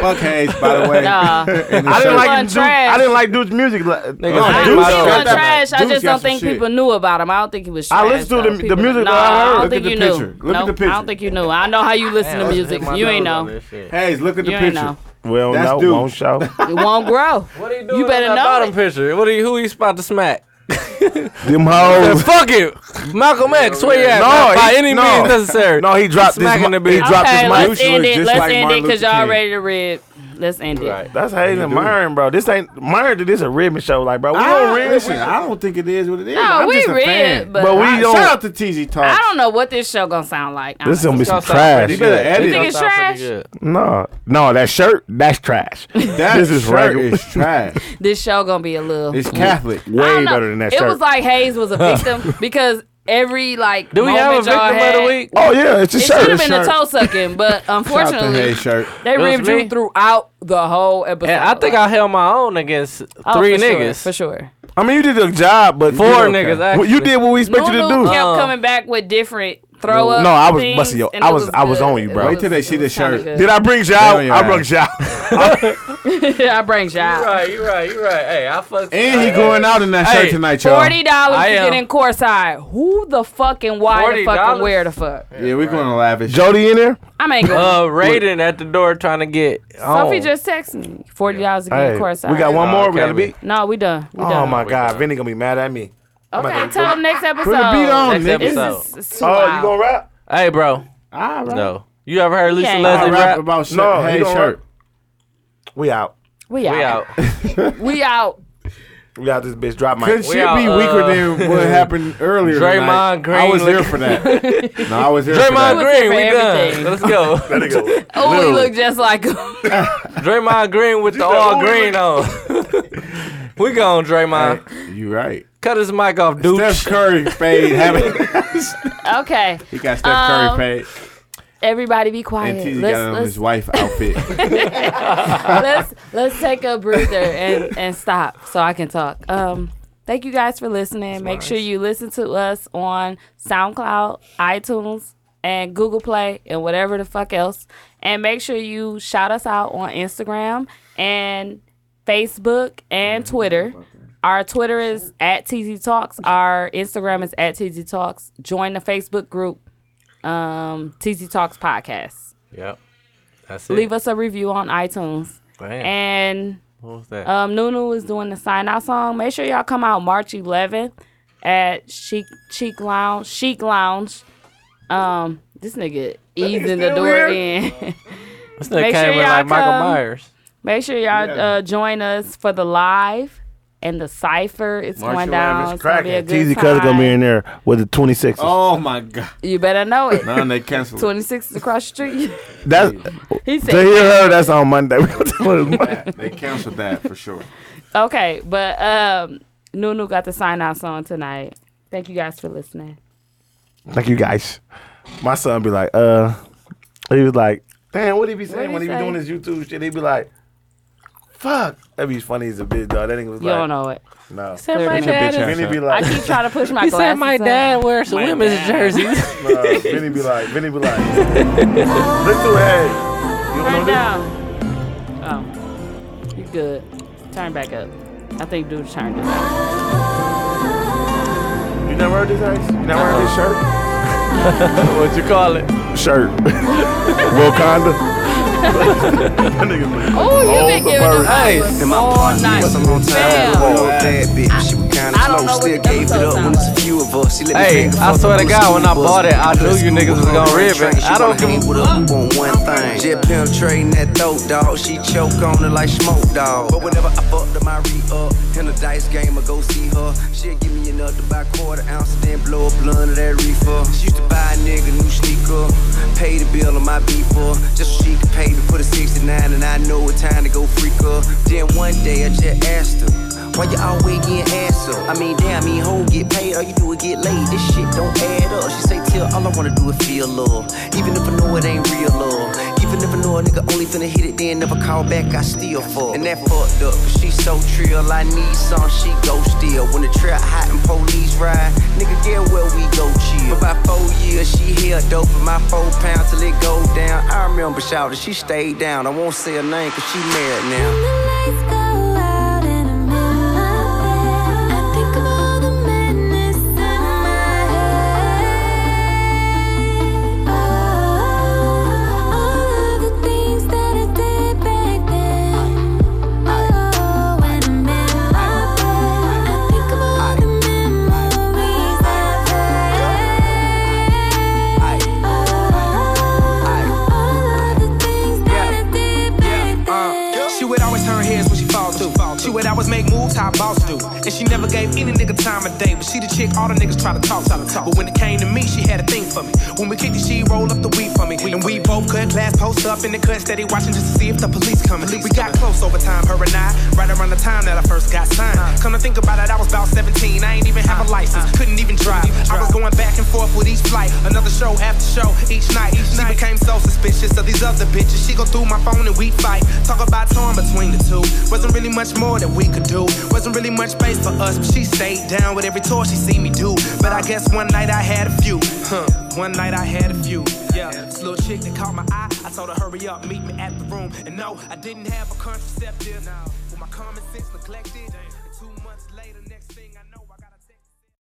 [SPEAKER 11] fuck Hayes, by the way.
[SPEAKER 3] Nah.
[SPEAKER 11] And his
[SPEAKER 5] I didn't
[SPEAKER 11] shirt.
[SPEAKER 5] like
[SPEAKER 3] wasn't
[SPEAKER 5] Deuce.
[SPEAKER 3] trash.
[SPEAKER 5] I didn't like Deuce music. like-
[SPEAKER 6] Niggas
[SPEAKER 5] I
[SPEAKER 6] hate
[SPEAKER 3] I
[SPEAKER 5] Deuce
[SPEAKER 3] think
[SPEAKER 6] my
[SPEAKER 3] he
[SPEAKER 6] dog.
[SPEAKER 5] got
[SPEAKER 3] was
[SPEAKER 5] that-
[SPEAKER 3] trash. I
[SPEAKER 11] Dude's
[SPEAKER 3] just
[SPEAKER 11] got
[SPEAKER 3] don't
[SPEAKER 11] some
[SPEAKER 3] think
[SPEAKER 11] shit.
[SPEAKER 3] people knew about him. I don't think he was trash.
[SPEAKER 5] I listened to
[SPEAKER 3] though.
[SPEAKER 5] the- the
[SPEAKER 3] People-
[SPEAKER 5] music
[SPEAKER 3] no,
[SPEAKER 5] that I heard.
[SPEAKER 3] don't
[SPEAKER 5] Look
[SPEAKER 3] think
[SPEAKER 11] at
[SPEAKER 3] you
[SPEAKER 11] the
[SPEAKER 3] knew.
[SPEAKER 11] picture. Look at
[SPEAKER 3] Nope,
[SPEAKER 11] the
[SPEAKER 3] I
[SPEAKER 11] picture.
[SPEAKER 3] don't think you knew. I know how you listen to
[SPEAKER 6] let's hit
[SPEAKER 3] music.
[SPEAKER 6] my
[SPEAKER 3] You ain't
[SPEAKER 6] nose on
[SPEAKER 3] know.
[SPEAKER 6] this shit.
[SPEAKER 11] Hayes, look at the
[SPEAKER 3] You ain't
[SPEAKER 11] picture.
[SPEAKER 3] know.
[SPEAKER 5] Well,
[SPEAKER 11] That's
[SPEAKER 5] no,
[SPEAKER 11] Deuce.
[SPEAKER 5] won't show.
[SPEAKER 3] It won't grow.
[SPEAKER 6] What he doing
[SPEAKER 3] You better
[SPEAKER 6] on that
[SPEAKER 3] know
[SPEAKER 6] bottom
[SPEAKER 3] it.
[SPEAKER 6] picture. What he, who he about to smack?
[SPEAKER 5] Them hoes.
[SPEAKER 6] Fuck it. Malcolm X, where you at?
[SPEAKER 5] Oh. No,
[SPEAKER 6] man? by
[SPEAKER 5] he-
[SPEAKER 6] any
[SPEAKER 5] no.
[SPEAKER 6] means necessary.
[SPEAKER 5] No, he dropped this.
[SPEAKER 6] Smacking
[SPEAKER 5] mi-
[SPEAKER 6] the bitch.
[SPEAKER 5] He dropped
[SPEAKER 3] okay,
[SPEAKER 5] this mic.
[SPEAKER 3] let's end it.
[SPEAKER 11] just
[SPEAKER 3] Let's
[SPEAKER 11] like
[SPEAKER 3] end
[SPEAKER 11] Martin
[SPEAKER 3] it because
[SPEAKER 11] Luther
[SPEAKER 3] y'all
[SPEAKER 11] King.
[SPEAKER 3] ready to rib. Let's end it.
[SPEAKER 6] Right.
[SPEAKER 5] That's Hayes and Myron, bro. This ain't Myron. did This a ribbon show, like, bro. We
[SPEAKER 11] I,
[SPEAKER 5] don't rib.
[SPEAKER 11] listen, I don't think it is what it is.
[SPEAKER 3] No,
[SPEAKER 11] I'm
[SPEAKER 3] Ah, we
[SPEAKER 11] just a
[SPEAKER 3] read,
[SPEAKER 11] fan.
[SPEAKER 3] but,
[SPEAKER 5] But we
[SPEAKER 3] I,
[SPEAKER 5] don't-
[SPEAKER 11] Shout out to TZ Talk.
[SPEAKER 3] I don't know what this show gonna sound like.
[SPEAKER 5] This is gonna be
[SPEAKER 3] honestly.
[SPEAKER 5] some
[SPEAKER 6] Y'all sound pretty
[SPEAKER 5] trash.
[SPEAKER 11] You better
[SPEAKER 6] good.
[SPEAKER 11] edit.
[SPEAKER 3] You think it's
[SPEAKER 6] Y'all sound pretty
[SPEAKER 3] trash?
[SPEAKER 6] good.
[SPEAKER 5] No, no, that shirt, that's trash.
[SPEAKER 11] That
[SPEAKER 5] this is
[SPEAKER 11] shirt
[SPEAKER 5] regular.
[SPEAKER 11] is trash.
[SPEAKER 3] this show gonna be a little.
[SPEAKER 11] It's Catholic.
[SPEAKER 3] I don't
[SPEAKER 5] Way
[SPEAKER 3] know.
[SPEAKER 5] better than that
[SPEAKER 3] It
[SPEAKER 5] shirt.
[SPEAKER 3] was like Hayes was a victim because every like
[SPEAKER 6] Do we have a
[SPEAKER 3] moment y'all
[SPEAKER 6] victim of the
[SPEAKER 3] had-
[SPEAKER 6] week?
[SPEAKER 5] oh yeah, it's a
[SPEAKER 3] It
[SPEAKER 5] shirt.
[SPEAKER 3] should have been
[SPEAKER 5] It's
[SPEAKER 3] a toe sucking, but
[SPEAKER 11] Shout out to Hayes
[SPEAKER 3] unfortunately,
[SPEAKER 11] shirt.
[SPEAKER 3] they
[SPEAKER 6] was
[SPEAKER 3] ribbed
[SPEAKER 6] me.
[SPEAKER 3] you throughout the whole episode.
[SPEAKER 6] And I think I held my own against three
[SPEAKER 3] Oh, for sure,
[SPEAKER 6] niggas.
[SPEAKER 3] for sure.
[SPEAKER 5] I mean, you did a job, but
[SPEAKER 6] Four
[SPEAKER 5] you
[SPEAKER 6] niggas,
[SPEAKER 5] Well, you
[SPEAKER 6] actually.
[SPEAKER 5] did what we expected
[SPEAKER 3] Nunu
[SPEAKER 5] you to do.
[SPEAKER 3] kept
[SPEAKER 6] Uh,
[SPEAKER 3] coming back with different throw up.
[SPEAKER 5] No, I was
[SPEAKER 3] things,
[SPEAKER 5] busting yo.
[SPEAKER 3] and
[SPEAKER 5] I
[SPEAKER 3] it
[SPEAKER 5] was, I was
[SPEAKER 3] good.
[SPEAKER 5] on you, bro.
[SPEAKER 3] It was- it was kinda good.
[SPEAKER 5] Did I bring you out?
[SPEAKER 4] on your
[SPEAKER 5] I
[SPEAKER 4] ass.
[SPEAKER 5] brought you out.
[SPEAKER 3] I bring y'all.
[SPEAKER 6] right, you right, you right. Hey, I fucked.
[SPEAKER 4] And he going out in that shirt
[SPEAKER 6] Hey,
[SPEAKER 4] tonight, y'all.
[SPEAKER 3] Forty dollars
[SPEAKER 6] I
[SPEAKER 3] to get
[SPEAKER 6] am.
[SPEAKER 3] in courtside. Who the fuck and why the fuck and
[SPEAKER 6] $40?
[SPEAKER 3] where the fuck?
[SPEAKER 4] Yeah, we're going to lavish.
[SPEAKER 5] Jody in there?
[SPEAKER 3] I'm ain't going.
[SPEAKER 6] Uh, Raiden at the door trying to get home.
[SPEAKER 3] Sophie just texted me. Forty dollars to get
[SPEAKER 5] Hey,
[SPEAKER 3] in courtside.
[SPEAKER 5] we got one more.
[SPEAKER 6] Okay,
[SPEAKER 5] we got to beat.
[SPEAKER 3] No, we done. We
[SPEAKER 5] Oh
[SPEAKER 3] done.
[SPEAKER 5] my God, Vinny gonna be mad at me.
[SPEAKER 3] Okay, tell them next episode.
[SPEAKER 4] beat on,
[SPEAKER 6] Next
[SPEAKER 3] This
[SPEAKER 6] episode.
[SPEAKER 3] is- it's too
[SPEAKER 5] Oh,
[SPEAKER 3] wild.
[SPEAKER 5] you gonna rap?
[SPEAKER 6] Hey, bro.
[SPEAKER 4] All right.
[SPEAKER 6] No. You ever heard Lisa
[SPEAKER 3] Yeah.
[SPEAKER 4] I
[SPEAKER 6] Leslie
[SPEAKER 4] rap
[SPEAKER 6] rap?
[SPEAKER 4] about shirt.
[SPEAKER 5] No, he
[SPEAKER 4] hey,
[SPEAKER 5] don't
[SPEAKER 4] shirt.
[SPEAKER 5] We out.
[SPEAKER 3] We out.
[SPEAKER 6] We out.
[SPEAKER 3] We out.
[SPEAKER 5] We out. This bitch drop
[SPEAKER 4] Could
[SPEAKER 5] mic.
[SPEAKER 4] shit
[SPEAKER 6] out,
[SPEAKER 4] be
[SPEAKER 6] uh,
[SPEAKER 4] weaker than what happened earlier?
[SPEAKER 6] Draymond
[SPEAKER 4] tonight. I was
[SPEAKER 6] Green
[SPEAKER 4] here for that. no, I was here for
[SPEAKER 6] Draymond
[SPEAKER 4] that.
[SPEAKER 6] Green,
[SPEAKER 3] for
[SPEAKER 6] we done.
[SPEAKER 3] everything.
[SPEAKER 6] Let's go.
[SPEAKER 5] Let it go.
[SPEAKER 3] Oh, we look just like him.
[SPEAKER 6] Draymond Green with the all green on. we gone, Draymond.
[SPEAKER 4] You right.
[SPEAKER 6] Cut his mic off, dude.
[SPEAKER 4] Steph Curry fade. Having,
[SPEAKER 3] Okay.
[SPEAKER 4] he got Steph
[SPEAKER 3] Um,
[SPEAKER 4] Curry fade.
[SPEAKER 3] Everybody be
[SPEAKER 4] And
[SPEAKER 3] quiet.
[SPEAKER 4] TZ got
[SPEAKER 3] Let's
[SPEAKER 4] on
[SPEAKER 3] let's,
[SPEAKER 4] his wife outfit.
[SPEAKER 3] let's let's take a breather and, and stop so I can talk. Um thank you guys for listening. Make sure you listen to us on SoundCloud, iTunes, and Google Play and whatever the fuck else. And make sure you shout us out on Instagram and Facebook and Twitter. Our Twitter is at TZ Talks. Our Instagram is at TZ Talks. Join the Facebook group, um, TZ Talks Podcast.
[SPEAKER 6] Yep. That's it.
[SPEAKER 3] Leave us a review on iTunes.
[SPEAKER 6] Damn.
[SPEAKER 3] And
[SPEAKER 6] What was that?
[SPEAKER 3] um, Nunu is doing the sign out song. Make sure y'all come out March 11th at Chic Chic Lounge. Chic Lounge. Um, this nigga easing the door in.
[SPEAKER 6] this nigga
[SPEAKER 3] make
[SPEAKER 6] came
[SPEAKER 3] sure
[SPEAKER 6] in
[SPEAKER 3] y'all
[SPEAKER 6] like Michael
[SPEAKER 3] come.
[SPEAKER 6] Myers.
[SPEAKER 3] Make sure y'all uh, join us for the live and the cipher. It's going down. It's gonna be a good
[SPEAKER 5] TZ
[SPEAKER 3] time.
[SPEAKER 5] Cuz gonna be in there with the 26.
[SPEAKER 4] oh my god.
[SPEAKER 3] You better know it.
[SPEAKER 4] Now they canceled. it.
[SPEAKER 3] 26 is across the street.
[SPEAKER 5] That's
[SPEAKER 3] he
[SPEAKER 5] to
[SPEAKER 3] said,
[SPEAKER 5] hear her. That's on Monday. We gonna tell her Monday.
[SPEAKER 4] They canceled that for sure.
[SPEAKER 3] okay, but um, Nunu got the sign out song tonight. Thank you guys for listening.
[SPEAKER 5] Thank you guys. My son be like, uh, he was like, damn, what he be saying
[SPEAKER 3] he
[SPEAKER 5] when he be
[SPEAKER 3] say?
[SPEAKER 5] doing his YouTube shit? He be like, fuck. That be funny as a bitch, dog. That nigga was
[SPEAKER 3] You
[SPEAKER 5] like,
[SPEAKER 3] don't know it.
[SPEAKER 5] no.
[SPEAKER 6] Said my dad
[SPEAKER 5] Vinny be
[SPEAKER 3] I
[SPEAKER 5] like,
[SPEAKER 3] keep trying to push my
[SPEAKER 6] He
[SPEAKER 3] glasses
[SPEAKER 6] said my
[SPEAKER 3] up.
[SPEAKER 6] dad wears women's jerseys.
[SPEAKER 5] no. Vinny be like, Vinny be like, look to hey. You
[SPEAKER 3] Turn
[SPEAKER 5] don't know
[SPEAKER 3] down. Oh, you good? Turn back up. I think dude turned it. up.
[SPEAKER 5] this? You never heard this, Ice? You never heard this
[SPEAKER 3] Uh-uh.
[SPEAKER 5] shirt?
[SPEAKER 6] what you call it?
[SPEAKER 5] Shirt. Wakanda. that nigga
[SPEAKER 3] Oh, you been giving this ice all night. Damn.
[SPEAKER 15] Bad bitch, she was kinda
[SPEAKER 3] I
[SPEAKER 15] slow,
[SPEAKER 3] don't know what
[SPEAKER 15] still
[SPEAKER 3] the
[SPEAKER 15] gave it
[SPEAKER 3] episode
[SPEAKER 15] up when
[SPEAKER 3] sound
[SPEAKER 15] it's a few of us. She let me
[SPEAKER 6] Hey,
[SPEAKER 15] finger
[SPEAKER 6] I
[SPEAKER 15] fuck
[SPEAKER 6] swear to
[SPEAKER 15] her
[SPEAKER 6] God,
[SPEAKER 15] smooth
[SPEAKER 6] when I
[SPEAKER 15] pussy.
[SPEAKER 6] bought it, I knew you niggas was gonna rip
[SPEAKER 15] Train,
[SPEAKER 6] it.
[SPEAKER 15] she
[SPEAKER 6] I don't
[SPEAKER 15] wanna
[SPEAKER 6] give
[SPEAKER 15] hang
[SPEAKER 6] a
[SPEAKER 15] with her, we want one thing. Jet penetrating that throat, dog. She choke on it like smoke, dog. But whenever I fucked up my re up in a dice game, I go see her. She'll give me enough to buy quarter ounce, then blow a blunt of that reefer. She used to buy a nigga new sneaker, pay the bill on my beeper, just so she could pay to put a 69, and I know it's time to go freak her. Then one day I just asked her. Why you always getting ass up? I mean, damn, I mean, hoe get paid, all you do is get laid. This shit don't add up. She say, Till all I wanna do is feel love. Even if I know it ain't real love. Even if I know a nigga only finna hit it, then never call back, I still fuck. And that fucked up, 'cause she so trill. I need some, she go still. When the trap hot and police ride, nigga, get where we go chill. For about four years, she held dope in my four pounds till it go down. I remember shouting, she stayed down. I won't say her name, cause she married now.
[SPEAKER 11] Oh,
[SPEAKER 15] Uh, She would always turn heads when she fall through. She would always make moves how boss do. And she never gave any nigga time of day. But she the chick all the niggas try to talk, try to talk. But when it came to me, she had a thing for me. When we kicked it, she roll up the weed for me. And we both cut glass posts up in the cut, steady watching just to see if the police coming. We got close over time, her and I, right around the time that I first got signed. Come to think about it, I was about 17. I ain't even have a license, couldn't even drive. I was going back and forth with each flight, another show after show each night. She became so suspicious of these other bitches. She go through my phone and we fight. Talk about torn between the two. Wasn't really much more that we could do. Wasn't really much space for us was, but she stayed down with every tour she see me do. But I guess one night I had a few. Huh. One night I had a few. Yeah. This little chick that caught my eye, I told her hurry up, meet me at the room. And no, I didn't have a contraceptive. No. With my common sense neglected.